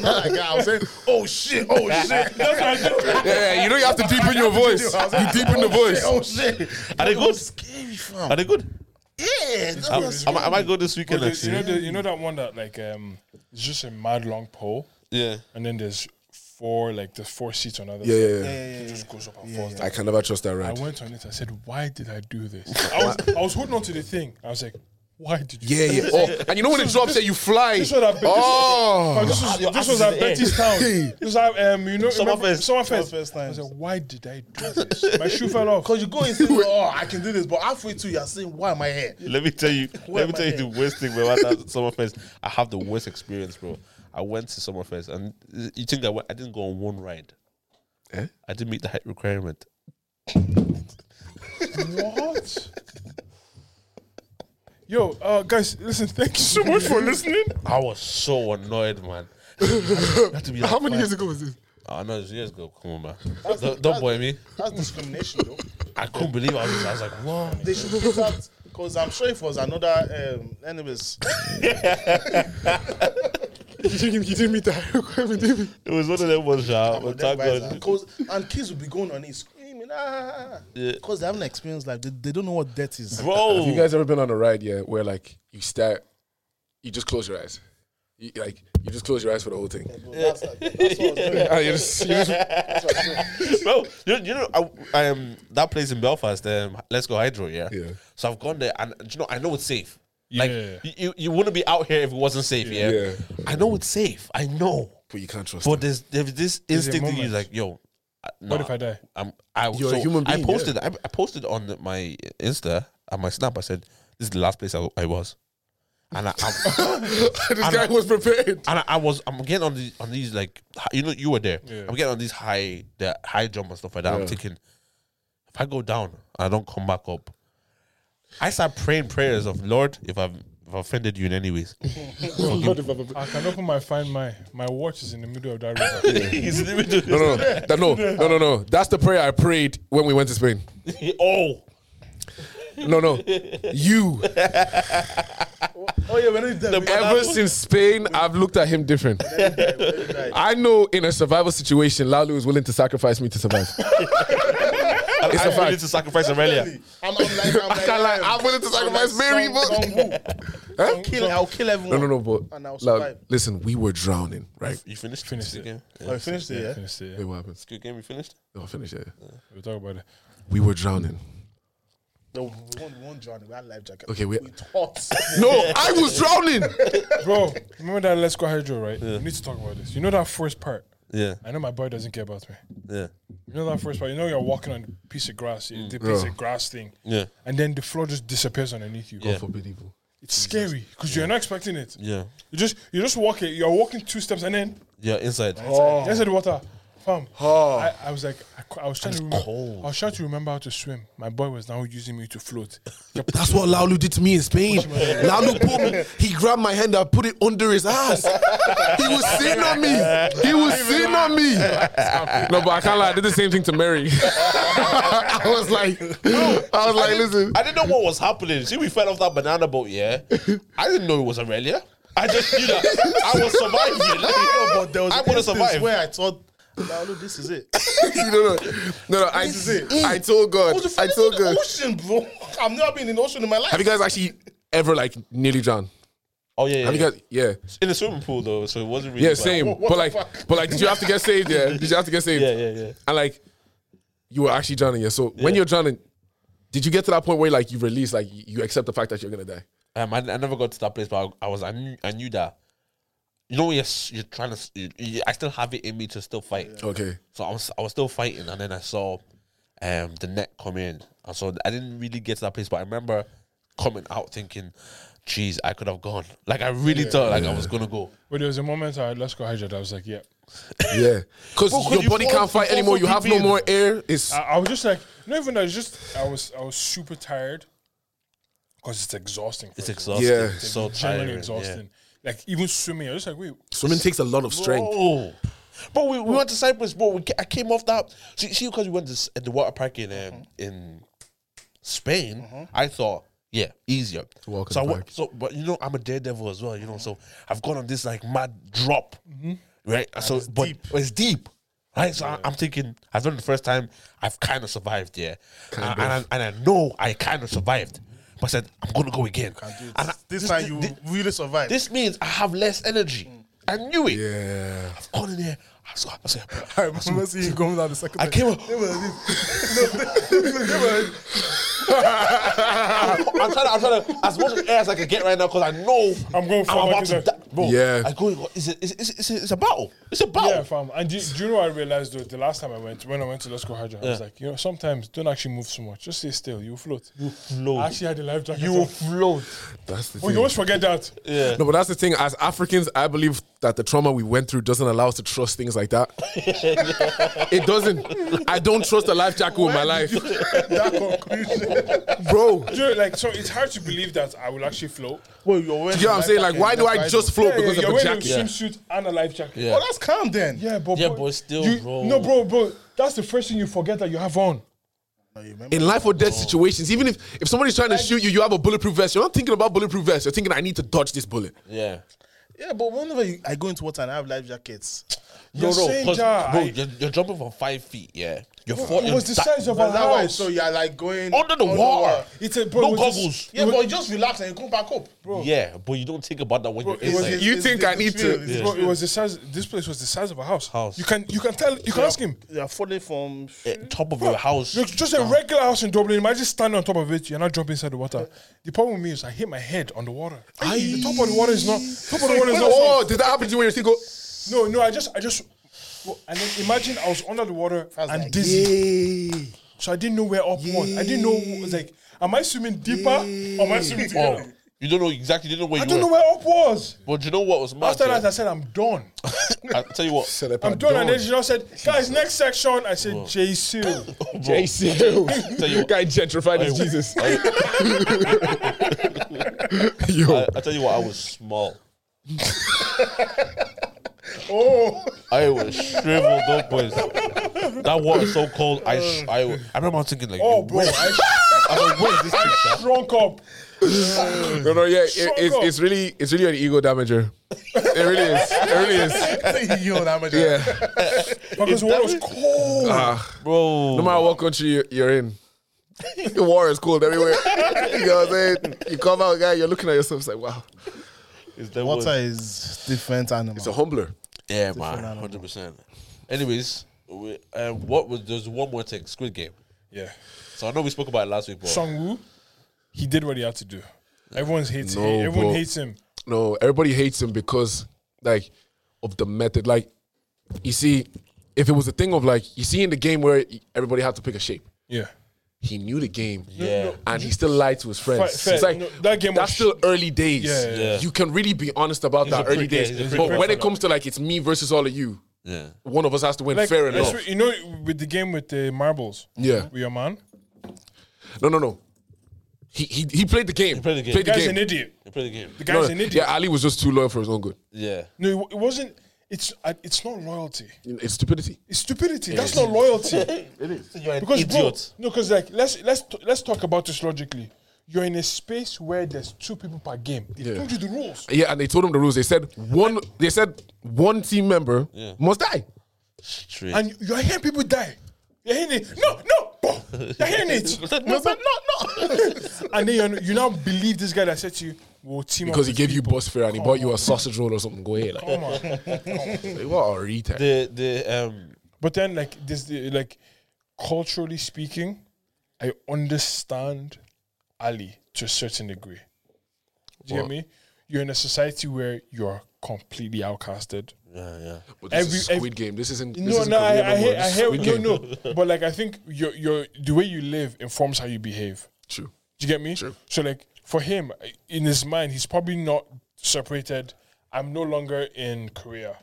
[SPEAKER 2] not like that. I was saying, oh shit, oh shit.
[SPEAKER 1] Yeah, yeah, you know you have to deepen your voice. You deepen the voice.
[SPEAKER 2] Oh shit.
[SPEAKER 4] Are they
[SPEAKER 2] That was
[SPEAKER 4] good?
[SPEAKER 2] Scary
[SPEAKER 4] Are
[SPEAKER 2] fam.
[SPEAKER 4] they good?
[SPEAKER 2] Yeah, that
[SPEAKER 4] Am,
[SPEAKER 2] was
[SPEAKER 4] am I, am I good this
[SPEAKER 3] you,
[SPEAKER 4] weekend?
[SPEAKER 3] know,
[SPEAKER 4] Actually?
[SPEAKER 3] the, you know that one that like um, it's just a mad long pole,
[SPEAKER 4] yeah.
[SPEAKER 3] and then there's four like there's four seats on either
[SPEAKER 1] Yeah, yeah,
[SPEAKER 3] side.
[SPEAKER 1] yeah.
[SPEAKER 3] It just goes up and falls down.
[SPEAKER 1] I can never trust that
[SPEAKER 3] I
[SPEAKER 1] ride.
[SPEAKER 3] went on it. I said, "Why did I do this?" I was, I was holding on to the thing. I was like, "Why did you?"
[SPEAKER 1] Yeah,
[SPEAKER 3] do
[SPEAKER 1] yeah.
[SPEAKER 3] this?"
[SPEAKER 1] Oh, and you know when it drops there, you fly.
[SPEAKER 3] This one at,
[SPEAKER 1] Oh,
[SPEAKER 3] this was,
[SPEAKER 4] Your
[SPEAKER 3] this
[SPEAKER 4] ass
[SPEAKER 3] was
[SPEAKER 4] is
[SPEAKER 3] at
[SPEAKER 4] in the air.
[SPEAKER 3] Betty's town. This was at, um, you know,
[SPEAKER 4] Summerfest.
[SPEAKER 3] Summerfest.
[SPEAKER 2] Summerfest
[SPEAKER 3] I
[SPEAKER 2] times.
[SPEAKER 3] was like, why did I do this? My shoe fell off.
[SPEAKER 2] Because you go and say, oh, I can do this, but halfway through, you're saying, why am I here?
[SPEAKER 4] Let me tell you.
[SPEAKER 2] Where
[SPEAKER 4] let me
[SPEAKER 2] am I
[SPEAKER 4] tell you the worst thing about that Summerfest. I have the worst experience, bro. I went to Summerfest, and you think I went, I didn't go on one ride.
[SPEAKER 1] Eh?
[SPEAKER 4] I didn't meet the height requirement.
[SPEAKER 3] What? Yo, uh, guys, listen. Thank you so much for listening.
[SPEAKER 4] I was so annoyed, man. You have to be like
[SPEAKER 1] how many
[SPEAKER 4] five-
[SPEAKER 1] years ago was this?
[SPEAKER 4] Oh, no, it's years ago. Come on, man. Don't, don't boy me.
[SPEAKER 2] That's discrimination, though.
[SPEAKER 4] I couldn't believe I was. I was like, what?
[SPEAKER 2] They should do that because I'm sure if it was another, um, anyways,
[SPEAKER 1] You didn't, you didn't meet that requirement, did you?
[SPEAKER 4] It was one of them ones, yeah. But thank God.
[SPEAKER 2] because and kids would be going on it screaming. mean, ah,
[SPEAKER 4] Yeah.
[SPEAKER 2] because they haven't experienced life. They, they don't know what death is.
[SPEAKER 1] Have you
[SPEAKER 4] Bro,
[SPEAKER 1] guys ever been on a ride yeah, where like you start, you just close your eyes, you, like you just close your eyes for the whole thing.
[SPEAKER 2] That's, that's what I was doing.
[SPEAKER 1] And you just- you just-
[SPEAKER 4] bro, you, you know, I, I am that place in Belfast. Um, let's go hydro, yeah.
[SPEAKER 1] Yeah.
[SPEAKER 4] So I've gone there, and do you know, I know it's safe.
[SPEAKER 3] Yeah.
[SPEAKER 4] Like you- you, you wouldn't be out here if it wasn't safe, yeah.
[SPEAKER 1] Yeah.
[SPEAKER 4] I know it's safe. I know,
[SPEAKER 1] but you can't trust.
[SPEAKER 4] but there's there's this
[SPEAKER 3] a
[SPEAKER 4] instinct in you
[SPEAKER 3] moment.
[SPEAKER 4] like, yo, I-
[SPEAKER 3] What
[SPEAKER 4] nah,
[SPEAKER 3] if I die?
[SPEAKER 4] I'm I,
[SPEAKER 1] You're a
[SPEAKER 4] so
[SPEAKER 1] human
[SPEAKER 4] I
[SPEAKER 1] being,
[SPEAKER 4] posted I, I posted on my Insta and my Snap. I said this is the last place I, I was, and I, I'm,
[SPEAKER 1] this guy was prepared.
[SPEAKER 4] and I, I was I'm getting on these on these like hi- you know you were there.
[SPEAKER 3] Yeah.
[SPEAKER 4] I'm getting on these high the high jump and stuff like that. I'm
[SPEAKER 1] Yeah.
[SPEAKER 4] thinking if I go down and I don't come back up, I start praying prayers of Lord if I've, if I've offended you in any ways.
[SPEAKER 3] I can open my find my my watch is in the middle of that river.
[SPEAKER 4] He's in the middle of this-
[SPEAKER 1] No, no, that, no, no, no, no. That's the prayer I prayed when we went to Spain.
[SPEAKER 4] oh,
[SPEAKER 1] No, no, you.
[SPEAKER 2] Oh yeah, when he died,
[SPEAKER 4] The
[SPEAKER 2] when
[SPEAKER 1] Ever since Spain, I've looked at him different.
[SPEAKER 2] he died, when he died.
[SPEAKER 1] I know in a survival situation, Lalu is willing to sacrifice me to survive.
[SPEAKER 4] I,
[SPEAKER 1] It's a
[SPEAKER 4] I
[SPEAKER 1] fact.
[SPEAKER 4] need to sacrifice Aurelia.
[SPEAKER 2] I'm, I'm like, I'm
[SPEAKER 1] I
[SPEAKER 2] like,
[SPEAKER 1] can't lie. I'm willing to sacrifice Mary, but
[SPEAKER 2] I'll kill, I'll kill
[SPEAKER 1] no,
[SPEAKER 2] everyone.
[SPEAKER 1] no, no. But
[SPEAKER 2] And I'll
[SPEAKER 1] Lalu,
[SPEAKER 2] survive.
[SPEAKER 1] listen, we were drowning, right?
[SPEAKER 4] You finished?
[SPEAKER 3] Finished
[SPEAKER 4] the
[SPEAKER 3] it.
[SPEAKER 4] game. Yeah.
[SPEAKER 2] Oh, I finished it, yeah.
[SPEAKER 3] Finished it,
[SPEAKER 1] Hey,
[SPEAKER 3] yeah.
[SPEAKER 1] what happens?
[SPEAKER 4] Good game. You finished?
[SPEAKER 1] No, I'll finish it.
[SPEAKER 3] We'll talk about it.
[SPEAKER 1] We were drowning.
[SPEAKER 2] No, we won't, we won't drown. We had life jacket.
[SPEAKER 1] Okay, we.
[SPEAKER 2] We taught.
[SPEAKER 1] No, I was drowning.
[SPEAKER 3] Bro, remember that Let's Go Hydro, right? We need to talk about this. You know that first part?
[SPEAKER 4] Yeah.
[SPEAKER 3] I know my boy doesn't care about me.
[SPEAKER 4] Yeah.
[SPEAKER 3] You know that first part? You know you're walking on a piece of grass, yeah, the piece
[SPEAKER 1] Yeah.
[SPEAKER 3] of grass thing.
[SPEAKER 4] Mm. Yeah.
[SPEAKER 3] And then the floor just disappears underneath you.
[SPEAKER 4] Yeah.
[SPEAKER 1] Forbid evil.
[SPEAKER 3] It's scary because you're not expecting it.
[SPEAKER 4] Yeah.
[SPEAKER 3] You just you just walk it. You're walking two steps and then
[SPEAKER 4] Yeah. Inside.
[SPEAKER 3] there's the water. Fam,
[SPEAKER 1] Oh.
[SPEAKER 3] I, I was like, I, cou- I was trying to remember.
[SPEAKER 4] Ah. cold.
[SPEAKER 3] I was trying to remember how to swim. My boy was now using me to float.
[SPEAKER 1] That's what Laulu did to me in Spain. Laulu pulled me. He grabbed my hand and put it under his ass. He was sitting on me. He was sitting on me. No, but I can't lie. I did the same thing to Mary. I was like, I was
[SPEAKER 4] I
[SPEAKER 1] like,
[SPEAKER 4] didn't-
[SPEAKER 1] listen.
[SPEAKER 4] I didn't know what was happening. See, we fell off that banana boat, yeah? I didn't know it was Aurelia. I just knew that I was surviving.
[SPEAKER 2] no, but there was
[SPEAKER 4] I
[SPEAKER 2] an
[SPEAKER 4] wanna
[SPEAKER 2] instance
[SPEAKER 4] survive.
[SPEAKER 2] where I thought, now look, this is it.
[SPEAKER 1] no, no, no, no. I,
[SPEAKER 2] This is it.
[SPEAKER 1] I told God.
[SPEAKER 2] Who's the
[SPEAKER 1] I
[SPEAKER 2] fuck
[SPEAKER 1] told
[SPEAKER 2] in the
[SPEAKER 1] God.
[SPEAKER 2] ocean, bro? I've never been in the ocean in my life.
[SPEAKER 1] Have you guys actually ever like nearly drowned?
[SPEAKER 4] Oh, yeah, yeah.
[SPEAKER 1] Have you
[SPEAKER 4] yeah.
[SPEAKER 1] guys? Yeah,
[SPEAKER 4] In the swimming pool, though, so it wasn't really.
[SPEAKER 1] yeah,
[SPEAKER 4] bad.
[SPEAKER 1] same.
[SPEAKER 2] What- what
[SPEAKER 1] But
[SPEAKER 2] the
[SPEAKER 1] like,
[SPEAKER 2] fuck?
[SPEAKER 1] but like, did you have to get saved? Yeah, did you have to get saved?
[SPEAKER 4] Yeah, yeah, yeah.
[SPEAKER 1] and like you were actually drowning. Yeah. So when
[SPEAKER 4] Yeah.
[SPEAKER 1] you're drowning, did you get to that point where like you release, like you you accept the fact that you're gonna die?
[SPEAKER 4] Um, I, I never got to that place, but I, I was, I knew, I knew that. You know, yes, you're trying to. s- You, you, I still have it in me to still fight.
[SPEAKER 1] Okay.
[SPEAKER 4] So I was, I was still fighting, and then I saw um, the net come in, and so I didn't really get to that place. But I remember coming out thinking, "Jeez, I could have gone." Like I really thought, like I was gonna go.
[SPEAKER 3] But there was a moment I had Let's Go Hydro. that I was like, yeah.
[SPEAKER 1] Yeah. Because
[SPEAKER 4] Bro, 'cause
[SPEAKER 1] your
[SPEAKER 4] you
[SPEAKER 1] body
[SPEAKER 4] fall-
[SPEAKER 1] can't fight
[SPEAKER 4] you fall
[SPEAKER 1] anymore.
[SPEAKER 4] for
[SPEAKER 1] You have no
[SPEAKER 4] people.
[SPEAKER 1] more air. It's
[SPEAKER 3] I, I was just like, not even that. It's just I was I was super tired because it's exhausting.
[SPEAKER 4] It's
[SPEAKER 3] first of all.
[SPEAKER 4] exhausting.
[SPEAKER 1] Yeah.
[SPEAKER 4] It's so
[SPEAKER 3] genuinely
[SPEAKER 4] tiring.
[SPEAKER 3] exhausting.
[SPEAKER 4] Yeah.
[SPEAKER 3] Like even swimming, I was just like, wait,
[SPEAKER 1] swimming takes a lot of strength.
[SPEAKER 4] Oh. Bro, we, we went to Cyprus, bro. We, ca- I came off that. See, see because we went to s- the water park in um, in Spain, I thought, yeah, easier. To
[SPEAKER 1] walk in
[SPEAKER 4] so
[SPEAKER 1] the
[SPEAKER 4] I wa-
[SPEAKER 1] park.
[SPEAKER 4] so, but you know, I'm a daredevil as well, you know. So I've gone on this like mad drop, right? so, but but it's deep, right? So I, I'm thinking, I've done it the first time, I've kind of survived, yeah. and, and, I, and I know I kind of survived. But I said, I'm going to go again.
[SPEAKER 2] Dude,
[SPEAKER 4] And I-
[SPEAKER 2] this, time you really survived.
[SPEAKER 4] This means I have less energy. I knew it.
[SPEAKER 1] Yeah.
[SPEAKER 4] I've gone in there. I was, I was like, bro,
[SPEAKER 2] I remember seeing you going down the second.
[SPEAKER 4] I came up. I'm trying to, I'm trying to, as much air as I can get right now because I know
[SPEAKER 3] I'm going for
[SPEAKER 4] about
[SPEAKER 3] it,
[SPEAKER 4] to
[SPEAKER 3] is
[SPEAKER 4] die.
[SPEAKER 3] it?
[SPEAKER 4] Bro,
[SPEAKER 1] Yeah.
[SPEAKER 4] I go, it's a, it's, it's, it's, a, it's a battle. It's a battle.
[SPEAKER 3] yeah, fam. And do, do you know what I realized though? The last time I went, when I went to Let's Go Hydro, I was like, you know, sometimes don't actually move so much. Just stay still. You will float. You
[SPEAKER 4] float.
[SPEAKER 3] I actually had a life jacket.
[SPEAKER 4] You will
[SPEAKER 3] on.
[SPEAKER 4] float.
[SPEAKER 1] That's the
[SPEAKER 3] Oh, you
[SPEAKER 1] thing.
[SPEAKER 3] always forget that.
[SPEAKER 1] No, but that's the thing. As Africans, I believe that the trauma we went through doesn't allow us to trust things like that. it doesn't. I don't trust a life jacket with my life.
[SPEAKER 2] that conclusion.
[SPEAKER 1] Bro,
[SPEAKER 3] You know, like so, it's hard to believe that I will actually float.
[SPEAKER 2] well, you're wearing.
[SPEAKER 1] you know what I'm saying? Like, why do I just float
[SPEAKER 3] Yeah,
[SPEAKER 1] because
[SPEAKER 3] you're
[SPEAKER 1] of a
[SPEAKER 3] wearing a
[SPEAKER 1] jacket?
[SPEAKER 3] swimsuit and a life jacket.
[SPEAKER 4] Yeah.
[SPEAKER 2] Oh, that's calm then.
[SPEAKER 3] Yeah, but
[SPEAKER 4] Yeah, but still,
[SPEAKER 3] you-
[SPEAKER 4] bro.
[SPEAKER 3] No, bro, bro. That's the first thing you forget that you have on.
[SPEAKER 1] in life or death situations, even if, if somebody's trying to shoot you, you have a bulletproof vest. You're not thinking about bulletproof vest. You're thinking, I need to dodge this bullet.
[SPEAKER 4] Yeah.
[SPEAKER 2] Yeah, but whenever you, I go into water and I have life jackets,
[SPEAKER 4] No,
[SPEAKER 3] You're
[SPEAKER 4] no,
[SPEAKER 3] saying
[SPEAKER 4] 'cause,
[SPEAKER 3] that
[SPEAKER 4] bro,
[SPEAKER 3] I-
[SPEAKER 4] you're, you're jumping from five feet, yeah. Your foot
[SPEAKER 3] It was the size of
[SPEAKER 2] But
[SPEAKER 3] our
[SPEAKER 2] that way,
[SPEAKER 3] house.
[SPEAKER 2] so you're like going
[SPEAKER 4] Under the water.
[SPEAKER 3] It's a bro,
[SPEAKER 4] No
[SPEAKER 3] it was just-
[SPEAKER 4] goggles.
[SPEAKER 2] Yeah, but you just relax and you come back up. Bro,
[SPEAKER 4] Yeah, but you don't think about that when you're
[SPEAKER 3] it was
[SPEAKER 4] inside.
[SPEAKER 3] his-
[SPEAKER 1] You think I need to-
[SPEAKER 2] Yeah.
[SPEAKER 3] Bro, it was the size. This place was the size of a house.
[SPEAKER 4] House.
[SPEAKER 3] You can you can tell. You can ask him.
[SPEAKER 2] They're falling from.
[SPEAKER 4] Eh, top of your house.
[SPEAKER 3] Look, just a regular house in Dublin. Imagine standing on top of it. You're not jumping inside the water. The problem with me is I hit my head on the water. The top of the water is not. Top of the water is not.
[SPEAKER 1] Oh, did that happen to you when you still go?
[SPEAKER 3] No, no. I just, I just. well, And then imagine I was under the water and dizzy. So I didn't know where up was. I didn't know it was like, am I swimming deeper or am I swimming
[SPEAKER 4] Oh,
[SPEAKER 3] together?
[SPEAKER 4] you don't know exactly. You don't know where
[SPEAKER 3] I
[SPEAKER 4] you
[SPEAKER 3] don't
[SPEAKER 4] were.
[SPEAKER 3] know where up was.
[SPEAKER 4] But you know what was mad?
[SPEAKER 3] After
[SPEAKER 4] yeah?
[SPEAKER 3] that, I said, I'm done.
[SPEAKER 4] I tell you what,
[SPEAKER 3] I'm done. And then she just said, guys, next section. I said, J. Seal.
[SPEAKER 4] Tell you
[SPEAKER 1] JC,
[SPEAKER 4] what.
[SPEAKER 1] guy gentrified as Jesus. Yo,
[SPEAKER 4] I, I tell you what, I was small. oh, I was shriveled up, boys. That water so cold. I, sh- I, I remember thinking like,
[SPEAKER 3] Oh,
[SPEAKER 4] yo,
[SPEAKER 3] bro. I
[SPEAKER 4] I was like, where is this picture?
[SPEAKER 3] shrunk up.
[SPEAKER 1] no, no, yeah, it, it's,
[SPEAKER 3] up.
[SPEAKER 1] it's really, it's really an ego damager. It really is. It really is.
[SPEAKER 2] Yo, that much.
[SPEAKER 1] Yeah. Ah,
[SPEAKER 3] Because the water was cold.
[SPEAKER 1] No
[SPEAKER 4] bro?
[SPEAKER 1] matter what country you- you're in, the war is cold everywhere. You know what I'm saying? You come out, guy, you're looking at yourself it's like, wow,
[SPEAKER 4] Is there
[SPEAKER 2] Water
[SPEAKER 4] one?
[SPEAKER 2] is different animal.
[SPEAKER 1] it's a humbler.
[SPEAKER 4] Yeah, man, hundred percent. Anyways, we, um, what was there's one more thing? Squid Game.
[SPEAKER 3] Yeah.
[SPEAKER 4] So I know we spoke about it last week, but
[SPEAKER 3] Song Woo, he did what he had to do. Everyone hates
[SPEAKER 1] No,
[SPEAKER 3] him. Everyone
[SPEAKER 1] bro.
[SPEAKER 3] hates him.
[SPEAKER 1] No, everybody hates him because like of the method. Like you see, if it was a thing of like you see in the game where everybody had to pick a shape,
[SPEAKER 3] Yeah.
[SPEAKER 1] he knew the game.
[SPEAKER 4] yeah,
[SPEAKER 1] And he still lied to his friends.
[SPEAKER 3] Fair-
[SPEAKER 1] It's like
[SPEAKER 3] no, that game
[SPEAKER 1] that's
[SPEAKER 3] was-
[SPEAKER 1] still early days.
[SPEAKER 3] Yeah, yeah,
[SPEAKER 4] yeah.
[SPEAKER 1] You can really be honest about
[SPEAKER 4] a
[SPEAKER 1] that early
[SPEAKER 4] prick, yeah,
[SPEAKER 1] days.
[SPEAKER 4] he's a prick
[SPEAKER 1] but
[SPEAKER 4] person,
[SPEAKER 1] when it comes to like it's me versus all of you,
[SPEAKER 4] yeah.
[SPEAKER 1] one of us has to win.
[SPEAKER 3] Like,
[SPEAKER 1] Fair
[SPEAKER 3] let's
[SPEAKER 1] enough.
[SPEAKER 3] re- you know, with the game with the marbles,
[SPEAKER 1] yeah.
[SPEAKER 3] with your man,
[SPEAKER 1] No, no, no. He he he played the game. He
[SPEAKER 4] played the game.
[SPEAKER 1] Played
[SPEAKER 3] the
[SPEAKER 1] the
[SPEAKER 3] guy's
[SPEAKER 1] game.
[SPEAKER 3] an idiot.
[SPEAKER 4] You play the game.
[SPEAKER 3] The
[SPEAKER 1] No,
[SPEAKER 3] guy's
[SPEAKER 1] no.
[SPEAKER 3] an idiot.
[SPEAKER 1] Yeah, Ali was just too loyal for his own good.
[SPEAKER 4] Yeah,
[SPEAKER 3] No, it, it wasn't. It's uh, it's not loyalty.
[SPEAKER 1] It's stupidity.
[SPEAKER 3] It's stupidity. That's not loyalty.
[SPEAKER 4] you're an
[SPEAKER 3] because bro,
[SPEAKER 4] idiot.
[SPEAKER 3] no, because like let's let's t- let's talk about this logically. You're in a space where there's two people per game. They
[SPEAKER 1] Yeah.
[SPEAKER 3] told you the rules.
[SPEAKER 1] Yeah, and they told him the rules. They said one. They said one team member must die.
[SPEAKER 4] Straight.
[SPEAKER 3] And you- you're hearing people die. You're hearing it. No, no. boom. You're hearing it. no, no, no. and then you're, you now believe this guy that said to you, well, team up
[SPEAKER 1] Because he
[SPEAKER 3] with
[SPEAKER 1] gave you bus fare and he bought you a sausage roll or something. Go ahead, like,
[SPEAKER 3] Come on.
[SPEAKER 1] like, what a retard.
[SPEAKER 4] the the um
[SPEAKER 3] But then, like this, the- like culturally speaking, I understand Ali to a certain degree. Do you get me? You're in a society where you're completely outcasted.
[SPEAKER 4] yeah yeah.
[SPEAKER 1] But this is
[SPEAKER 3] every- every-
[SPEAKER 1] Squid Game. This isn't. This
[SPEAKER 3] no,
[SPEAKER 1] isn't
[SPEAKER 3] no,
[SPEAKER 1] Korea
[SPEAKER 3] I, I
[SPEAKER 1] more.
[SPEAKER 3] hear,
[SPEAKER 1] This
[SPEAKER 3] I
[SPEAKER 1] is
[SPEAKER 3] hear,
[SPEAKER 1] Squid Game.
[SPEAKER 3] no, no. But like, I think your your the way you live informs how you behave.
[SPEAKER 1] True.
[SPEAKER 3] Do you get me?
[SPEAKER 1] True.
[SPEAKER 3] So like for him, in his mind, he's probably not separated. I'm no longer in Korea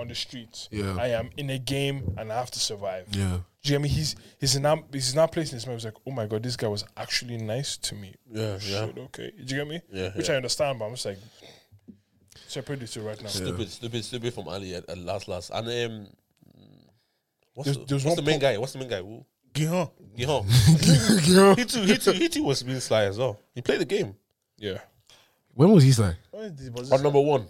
[SPEAKER 3] on the streets.
[SPEAKER 1] Yeah.
[SPEAKER 3] I am in a game and I have to survive.
[SPEAKER 1] Yeah.
[SPEAKER 3] Do you get me? He's he's now he's now placing his mind. He's like, oh my god, this guy was actually nice to me.
[SPEAKER 4] Yeah,
[SPEAKER 3] Shit, okay. Do you get me?
[SPEAKER 4] Yeah,
[SPEAKER 3] Which I understand, but I'm just like separate the two right now.
[SPEAKER 4] Stupid, stupid, stupid from Ali at, at last, last. And um, what's,
[SPEAKER 3] There's-
[SPEAKER 4] the,
[SPEAKER 3] there's
[SPEAKER 4] what's
[SPEAKER 3] one
[SPEAKER 4] the main guy? What's the main guy? Who?
[SPEAKER 2] Gihon.
[SPEAKER 4] Gihon. he too, he too, he too was being sly as well. He played the game
[SPEAKER 3] Yeah.
[SPEAKER 1] When was he like?
[SPEAKER 4] on number one,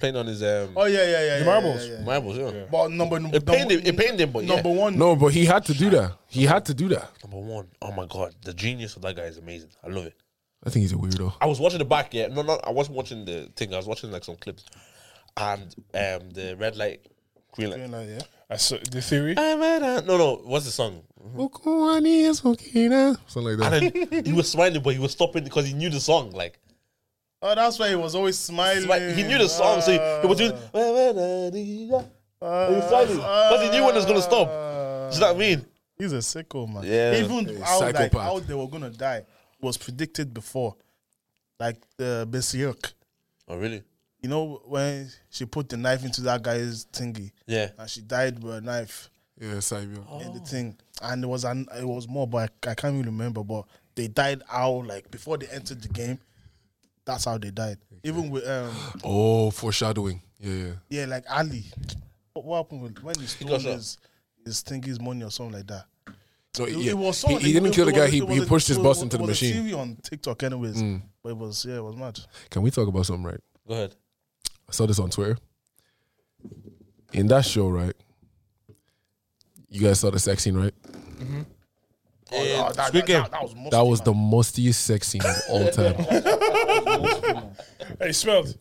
[SPEAKER 4] playing on his um
[SPEAKER 2] Oh yeah, yeah, yeah. yeah,
[SPEAKER 3] marbles.
[SPEAKER 2] yeah, yeah.
[SPEAKER 4] marbles. Yeah.
[SPEAKER 2] But number
[SPEAKER 4] It pained him. It pained him, but yeah.
[SPEAKER 2] number one.
[SPEAKER 1] No, but he had to do that. He had to do that.
[SPEAKER 4] Number one. Oh my god, the genius of that guy is amazing. I love it.
[SPEAKER 1] I think he's a weirdo.
[SPEAKER 4] I was watching the back. Yeah, no, no, I wasn't watching the thing. I was watching like some clips, and um, the red light, green light.
[SPEAKER 2] Yeah, yeah.
[SPEAKER 3] I saw the theory.
[SPEAKER 4] No, no, what's the song?
[SPEAKER 1] Something like that.
[SPEAKER 4] And then he was smiling, but he was stopping because he knew the song. Like,
[SPEAKER 2] Oh, that's why he was always smiling.
[SPEAKER 4] Like, he knew the song, so he, he was doing. he was silent because he knew when it was gonna stop. Do you know what I mean?
[SPEAKER 2] Ah. He's a sicko man.
[SPEAKER 4] Yeah.
[SPEAKER 2] Even how like
[SPEAKER 1] psychopath.
[SPEAKER 2] how they were gonna die was predicted before, like the Besiok.
[SPEAKER 4] Oh really?
[SPEAKER 2] You know when she put the knife into that guy's thingy,
[SPEAKER 4] Yeah.
[SPEAKER 2] and she died with a knife
[SPEAKER 1] Yeah, Simon.
[SPEAKER 2] in
[SPEAKER 4] Oh.
[SPEAKER 2] the thing, and it was an it was more, but I, I can't really remember. But they died out like before they entered the game. That's how they died. Even with um
[SPEAKER 1] Oh, foreshadowing. Yeah, yeah.
[SPEAKER 2] yeah, like Ali. What, what happened with, when he stole
[SPEAKER 4] got shot.
[SPEAKER 2] his his thingy's money or something like that?
[SPEAKER 1] No,
[SPEAKER 2] It,
[SPEAKER 1] yeah.
[SPEAKER 2] it was
[SPEAKER 1] he,
[SPEAKER 2] something-
[SPEAKER 1] he didn't
[SPEAKER 2] it
[SPEAKER 1] kill the
[SPEAKER 2] was-
[SPEAKER 1] guy.
[SPEAKER 2] it
[SPEAKER 1] He,
[SPEAKER 2] was
[SPEAKER 1] he
[SPEAKER 2] a-
[SPEAKER 1] pushed his
[SPEAKER 2] it
[SPEAKER 1] bus
[SPEAKER 2] was-
[SPEAKER 1] into
[SPEAKER 2] it
[SPEAKER 1] the
[SPEAKER 2] was a
[SPEAKER 1] machine. Mm.
[SPEAKER 2] TV on TikTok, anyways. But it was yeah, it was mad.
[SPEAKER 1] Can we talk about something, right?
[SPEAKER 4] Go ahead.
[SPEAKER 1] I saw this on Twitter. In that show, right? You guys saw the sex scene, right?
[SPEAKER 2] Oh, yeah, that, that,
[SPEAKER 4] speaking-
[SPEAKER 2] that, that was most
[SPEAKER 1] That was the mustiest sex scene of all time.
[SPEAKER 3] Hey, it smelled.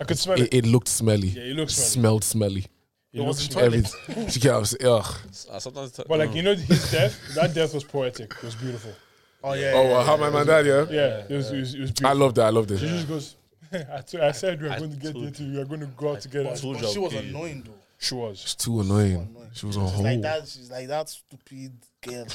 [SPEAKER 3] I could smell
[SPEAKER 1] it,
[SPEAKER 3] it.
[SPEAKER 1] it looked smelly.
[SPEAKER 3] Yeah, it looked smelly.
[SPEAKER 1] Smelled smelly.
[SPEAKER 3] It looked
[SPEAKER 2] was
[SPEAKER 3] smelly.
[SPEAKER 1] Everything. You get what I'm saying? Ugh.
[SPEAKER 4] I uh, sometimes t-
[SPEAKER 3] But like you know, his death. That death was poetic. It was beautiful.
[SPEAKER 2] Oh yeah.
[SPEAKER 1] Oh, well, how my man died, yeah?
[SPEAKER 3] Yeah, it was. It was, it was
[SPEAKER 1] I
[SPEAKER 3] beautiful.
[SPEAKER 1] love that. I love
[SPEAKER 3] She
[SPEAKER 1] that.
[SPEAKER 3] just goes. I, t- I said we are going to get
[SPEAKER 4] told
[SPEAKER 3] into. We are going to go out together.
[SPEAKER 2] But- but she was annoying though.
[SPEAKER 3] She was.
[SPEAKER 1] Too annoying. She was on
[SPEAKER 2] She's like
[SPEAKER 1] hold.
[SPEAKER 2] that. She's like that stupid girl. Like,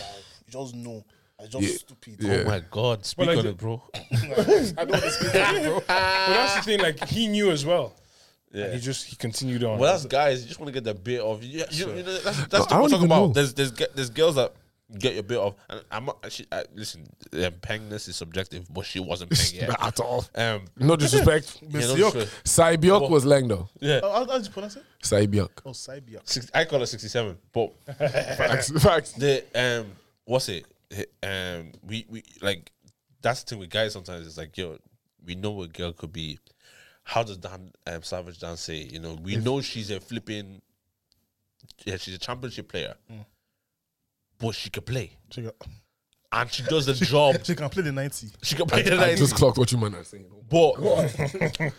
[SPEAKER 2] you just know. I just
[SPEAKER 1] Yeah,
[SPEAKER 2] stupid.
[SPEAKER 4] Oh
[SPEAKER 1] Yeah.
[SPEAKER 4] my God! Speak
[SPEAKER 3] like
[SPEAKER 4] on
[SPEAKER 3] the-
[SPEAKER 4] it, bro.
[SPEAKER 2] I know this girl, bro.
[SPEAKER 3] But that's the thing. Like he knew as well.
[SPEAKER 4] Yeah.
[SPEAKER 3] And he just he continued on.
[SPEAKER 4] Well, that's guys. You just want to get the bit off. You, you, you know, that's that's what
[SPEAKER 1] I
[SPEAKER 4] we're
[SPEAKER 1] don't
[SPEAKER 4] talking
[SPEAKER 1] even
[SPEAKER 4] about.
[SPEAKER 1] know.
[SPEAKER 4] There's there's ge- there's girls that get your bit off, and I'm not actually. I, listen, um, pangness is subjective, but she wasn't paying yet.
[SPEAKER 1] At all.
[SPEAKER 4] Um,
[SPEAKER 1] No disrespect.
[SPEAKER 4] yeah,
[SPEAKER 2] Miss
[SPEAKER 4] no
[SPEAKER 2] York.
[SPEAKER 4] disrespect.
[SPEAKER 1] Cybiok was lang though.
[SPEAKER 2] Oh, how, how do you pronounce it?
[SPEAKER 1] Cybiok.
[SPEAKER 2] Oh, Sibia.
[SPEAKER 4] Six, I call her 67, but
[SPEAKER 1] Facts. Facts.
[SPEAKER 4] the um, what's it? H- Um, we we like that's the thing with guys sometimes. It's like yo, we know what girl could be. How does Dan um, Savage Dan say? You know, we know she's a flipping. Yeah, she's a championship player, but she can play
[SPEAKER 2] She can,
[SPEAKER 4] and she does the job.
[SPEAKER 2] she can play the ninety.
[SPEAKER 4] She can play the
[SPEAKER 1] I
[SPEAKER 4] night,
[SPEAKER 1] just clocked what you man are saying.
[SPEAKER 4] but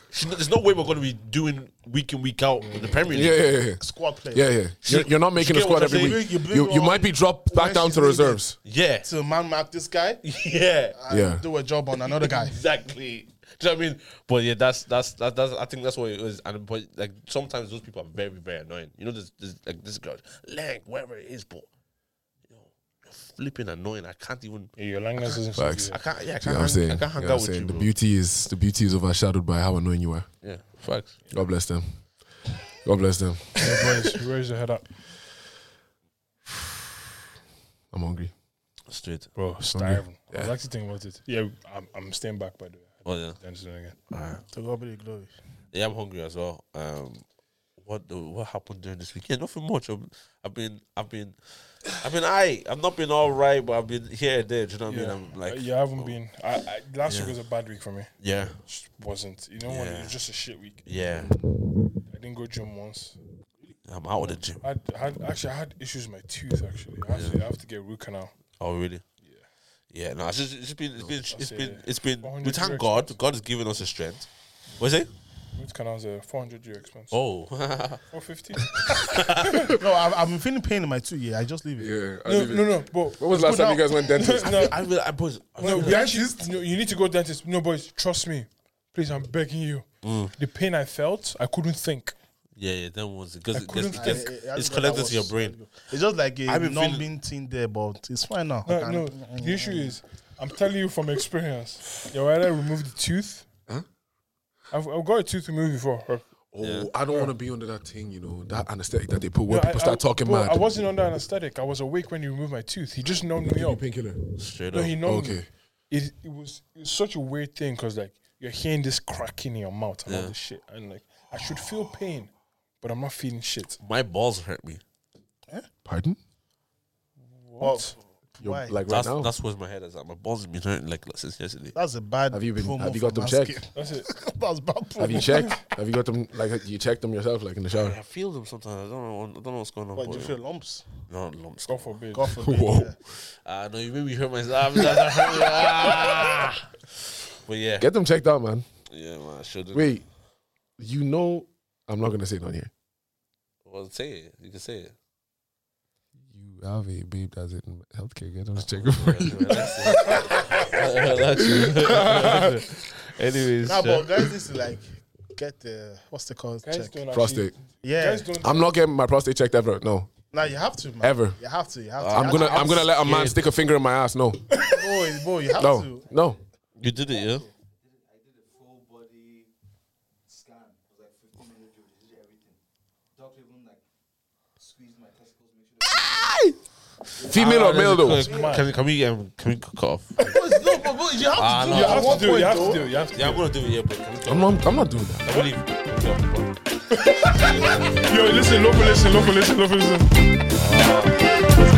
[SPEAKER 4] she, there's no way we're going to be doing week in week out in the Premier League.
[SPEAKER 1] Yeah, yeah, yeah.
[SPEAKER 2] Squad player.
[SPEAKER 1] Yeah, yeah. You're, you're not making a
[SPEAKER 4] get
[SPEAKER 1] squad
[SPEAKER 4] what I'm
[SPEAKER 1] every
[SPEAKER 4] saying?
[SPEAKER 1] week.
[SPEAKER 2] You
[SPEAKER 1] You,
[SPEAKER 2] blink
[SPEAKER 1] you,
[SPEAKER 2] on
[SPEAKER 1] might be dropped
[SPEAKER 2] when
[SPEAKER 1] back down
[SPEAKER 2] she's
[SPEAKER 1] to
[SPEAKER 2] needed.
[SPEAKER 1] reserves.
[SPEAKER 4] yeah,
[SPEAKER 2] To man mark this guy
[SPEAKER 4] yeah.
[SPEAKER 2] and
[SPEAKER 1] Yeah.
[SPEAKER 2] do a job on another guy.
[SPEAKER 4] exactly. Do you know what I mean? But yeah, that's that's that's, that's I think that's what it is. And but like sometimes those people are very very annoying. You know, this, this like this girl, Lang, wherever it is, but you know, you're flipping annoying. I can't even.
[SPEAKER 3] Yeah, your language doesn't.
[SPEAKER 1] Facts.
[SPEAKER 3] suit you.
[SPEAKER 4] I can't. Yeah, I can't.
[SPEAKER 1] You know what
[SPEAKER 4] hang,
[SPEAKER 1] I'm saying?
[SPEAKER 4] I can't hang
[SPEAKER 1] You know
[SPEAKER 4] out
[SPEAKER 1] what I'm
[SPEAKER 4] with
[SPEAKER 1] saying?
[SPEAKER 4] you.
[SPEAKER 1] The
[SPEAKER 4] Bro.
[SPEAKER 1] beauty is the beauty is overshadowed by how annoying you are.
[SPEAKER 4] yeah, facts.
[SPEAKER 1] God bless them. God bless them.
[SPEAKER 3] Yeah, boys, raise your head up,
[SPEAKER 1] I'm hungry.
[SPEAKER 4] Straight.
[SPEAKER 3] bro. Starving. I was actually thinking about it. Yeah, I'm, I'm staying back by the way.
[SPEAKER 4] Oh yeah.
[SPEAKER 3] I'm just doing it.
[SPEAKER 2] to God be the glory.
[SPEAKER 4] Yeah, I'm hungry as well. Um, what the- what happened during this weekend? Nothing much. I've, I've been I've been I've been I I've not been all right, but I've been here and there. Do you know what
[SPEAKER 3] Yeah,
[SPEAKER 4] I mean? I'm
[SPEAKER 1] Uh,
[SPEAKER 4] like
[SPEAKER 3] yeah, I haven't been. I, I last week was a bad week for me.
[SPEAKER 4] yeah
[SPEAKER 3] Just wasn't. You know what? It
[SPEAKER 4] Yeah.
[SPEAKER 3] was just a shit week.
[SPEAKER 4] yeah.
[SPEAKER 3] I didn't go gym once.
[SPEAKER 4] I'm out of the gym.
[SPEAKER 3] I had, I had actually I had issues with my tooth. Actually, I have, to, I have to get root canal.
[SPEAKER 4] Oh really? Yeah, no, it's just it's been it's been it's
[SPEAKER 3] say
[SPEAKER 4] been it's been. We
[SPEAKER 3] 400
[SPEAKER 4] thank
[SPEAKER 3] euros.
[SPEAKER 4] God. God has given us the strength. Was it?
[SPEAKER 3] Root canal's a 400 euro expense.
[SPEAKER 4] Oh,
[SPEAKER 3] 450.
[SPEAKER 2] No, I've, I've been feeling pain in my two year. I just leave it.
[SPEAKER 1] Yeah.
[SPEAKER 3] no, no, no, but
[SPEAKER 1] When was last time you guys went dentist?
[SPEAKER 3] no,
[SPEAKER 4] I really, I boys. I
[SPEAKER 3] no,
[SPEAKER 4] really-
[SPEAKER 3] we actually, no, you need to go dentist. No, boys, trust me, please. I'm begging you. The pain I felt, I couldn't think.
[SPEAKER 4] yeah, yeah. That was because it
[SPEAKER 3] couldn't
[SPEAKER 4] gets, it
[SPEAKER 2] Yeah,
[SPEAKER 4] gets,
[SPEAKER 2] yeah, yeah,
[SPEAKER 4] it's
[SPEAKER 2] that's what that
[SPEAKER 4] connected to your
[SPEAKER 2] was.
[SPEAKER 4] brain.
[SPEAKER 2] It's just like a
[SPEAKER 4] I've been
[SPEAKER 2] non being thing there, but it's fine now. I
[SPEAKER 3] No,
[SPEAKER 2] can-
[SPEAKER 3] no. The issue is, I'm telling you from experience. You either remove the tooth. I've, I've got a tooth removed before. or-
[SPEAKER 1] Oh, I don't want to be under that thing, you know, that anesthetic that they put where
[SPEAKER 3] No, I-
[SPEAKER 1] people start
[SPEAKER 3] I,
[SPEAKER 1] talking
[SPEAKER 3] well,
[SPEAKER 1] mad.
[SPEAKER 3] I wasn't under anesthetic. I was awake when he removed my tooth. He just numbed me
[SPEAKER 1] Give me
[SPEAKER 3] up.
[SPEAKER 1] painkiller.
[SPEAKER 4] Straight
[SPEAKER 3] No,
[SPEAKER 4] up.
[SPEAKER 3] he numbed me.
[SPEAKER 1] Okay.
[SPEAKER 3] It, it was it was such a weird thing because like you're hearing this cracking in your mouth and all this shit, and like I should feel pain, but I'm not feeling shit.
[SPEAKER 4] My balls hurt me.
[SPEAKER 1] Pardon?
[SPEAKER 3] What?
[SPEAKER 1] You're,
[SPEAKER 2] Why?
[SPEAKER 1] Like right
[SPEAKER 4] That's
[SPEAKER 1] now?
[SPEAKER 4] that's where my head is at. My balls have been hurting like since yesterday.
[SPEAKER 2] That's a bad.
[SPEAKER 1] Have you been-
[SPEAKER 2] promo
[SPEAKER 1] have you got
[SPEAKER 2] for
[SPEAKER 1] them
[SPEAKER 2] Manscaped.
[SPEAKER 1] checked?
[SPEAKER 3] That's it.
[SPEAKER 2] That's bad. Promo.
[SPEAKER 1] Have you checked? Have you got them? Like you checked them yourself, like in the shower?
[SPEAKER 4] I feel them sometimes. I don't know. I don't know what's going on.
[SPEAKER 2] What, do
[SPEAKER 4] but-
[SPEAKER 2] you feel lumps?
[SPEAKER 4] No lumps.
[SPEAKER 3] God forbid.
[SPEAKER 2] God forbid.
[SPEAKER 1] Whoa.
[SPEAKER 2] yeah.
[SPEAKER 4] Ah, no, you made me hurt myself. Ah. but yeah,
[SPEAKER 1] Get them checked out, man.
[SPEAKER 4] yeah, man. I shouldn't.
[SPEAKER 1] Wait, you know, I'm not gonna say it on here.
[SPEAKER 4] Well, say it. You can say it.
[SPEAKER 1] You have a babe that's in healthcare. Get them to check it for you.
[SPEAKER 4] Anyways,
[SPEAKER 2] Nah, but guys, this is like get the what's the called
[SPEAKER 3] Guys
[SPEAKER 2] check.
[SPEAKER 3] don't actually-
[SPEAKER 1] Prostate.
[SPEAKER 2] Yeah.
[SPEAKER 3] Guys don't.
[SPEAKER 1] I'm not getting my prostate checked ever. No,
[SPEAKER 2] Now you have to, man.
[SPEAKER 1] Ever.
[SPEAKER 2] You have to. You have to.
[SPEAKER 1] I'm gonna, I'm gonna let a man stick a finger in my ass. No,
[SPEAKER 2] Boy, boy, you have
[SPEAKER 1] no,
[SPEAKER 2] to.
[SPEAKER 1] no.
[SPEAKER 4] you did it, yeah.
[SPEAKER 5] did a full body scan. It was like 15 minute duration. They did everything. Doctor even like squeezed my testicles, make sure.
[SPEAKER 1] Female or male though?
[SPEAKER 4] Can, can we um, can we cut off?
[SPEAKER 2] no, but, but you have
[SPEAKER 4] Ah,
[SPEAKER 2] to
[SPEAKER 4] no.
[SPEAKER 2] do. it
[SPEAKER 3] you
[SPEAKER 2] at
[SPEAKER 3] have
[SPEAKER 2] one
[SPEAKER 3] to do. it,
[SPEAKER 2] point,
[SPEAKER 3] You have
[SPEAKER 2] though.
[SPEAKER 3] to do. it, You have to.
[SPEAKER 4] Yeah, I'm gonna do it. Yeah, but can we cut
[SPEAKER 1] I'm not, I'm not doing that.
[SPEAKER 4] off? I believe. Can we cut off?
[SPEAKER 3] Yo, listen, local, listen, local, listen, local, listen.
[SPEAKER 4] Let's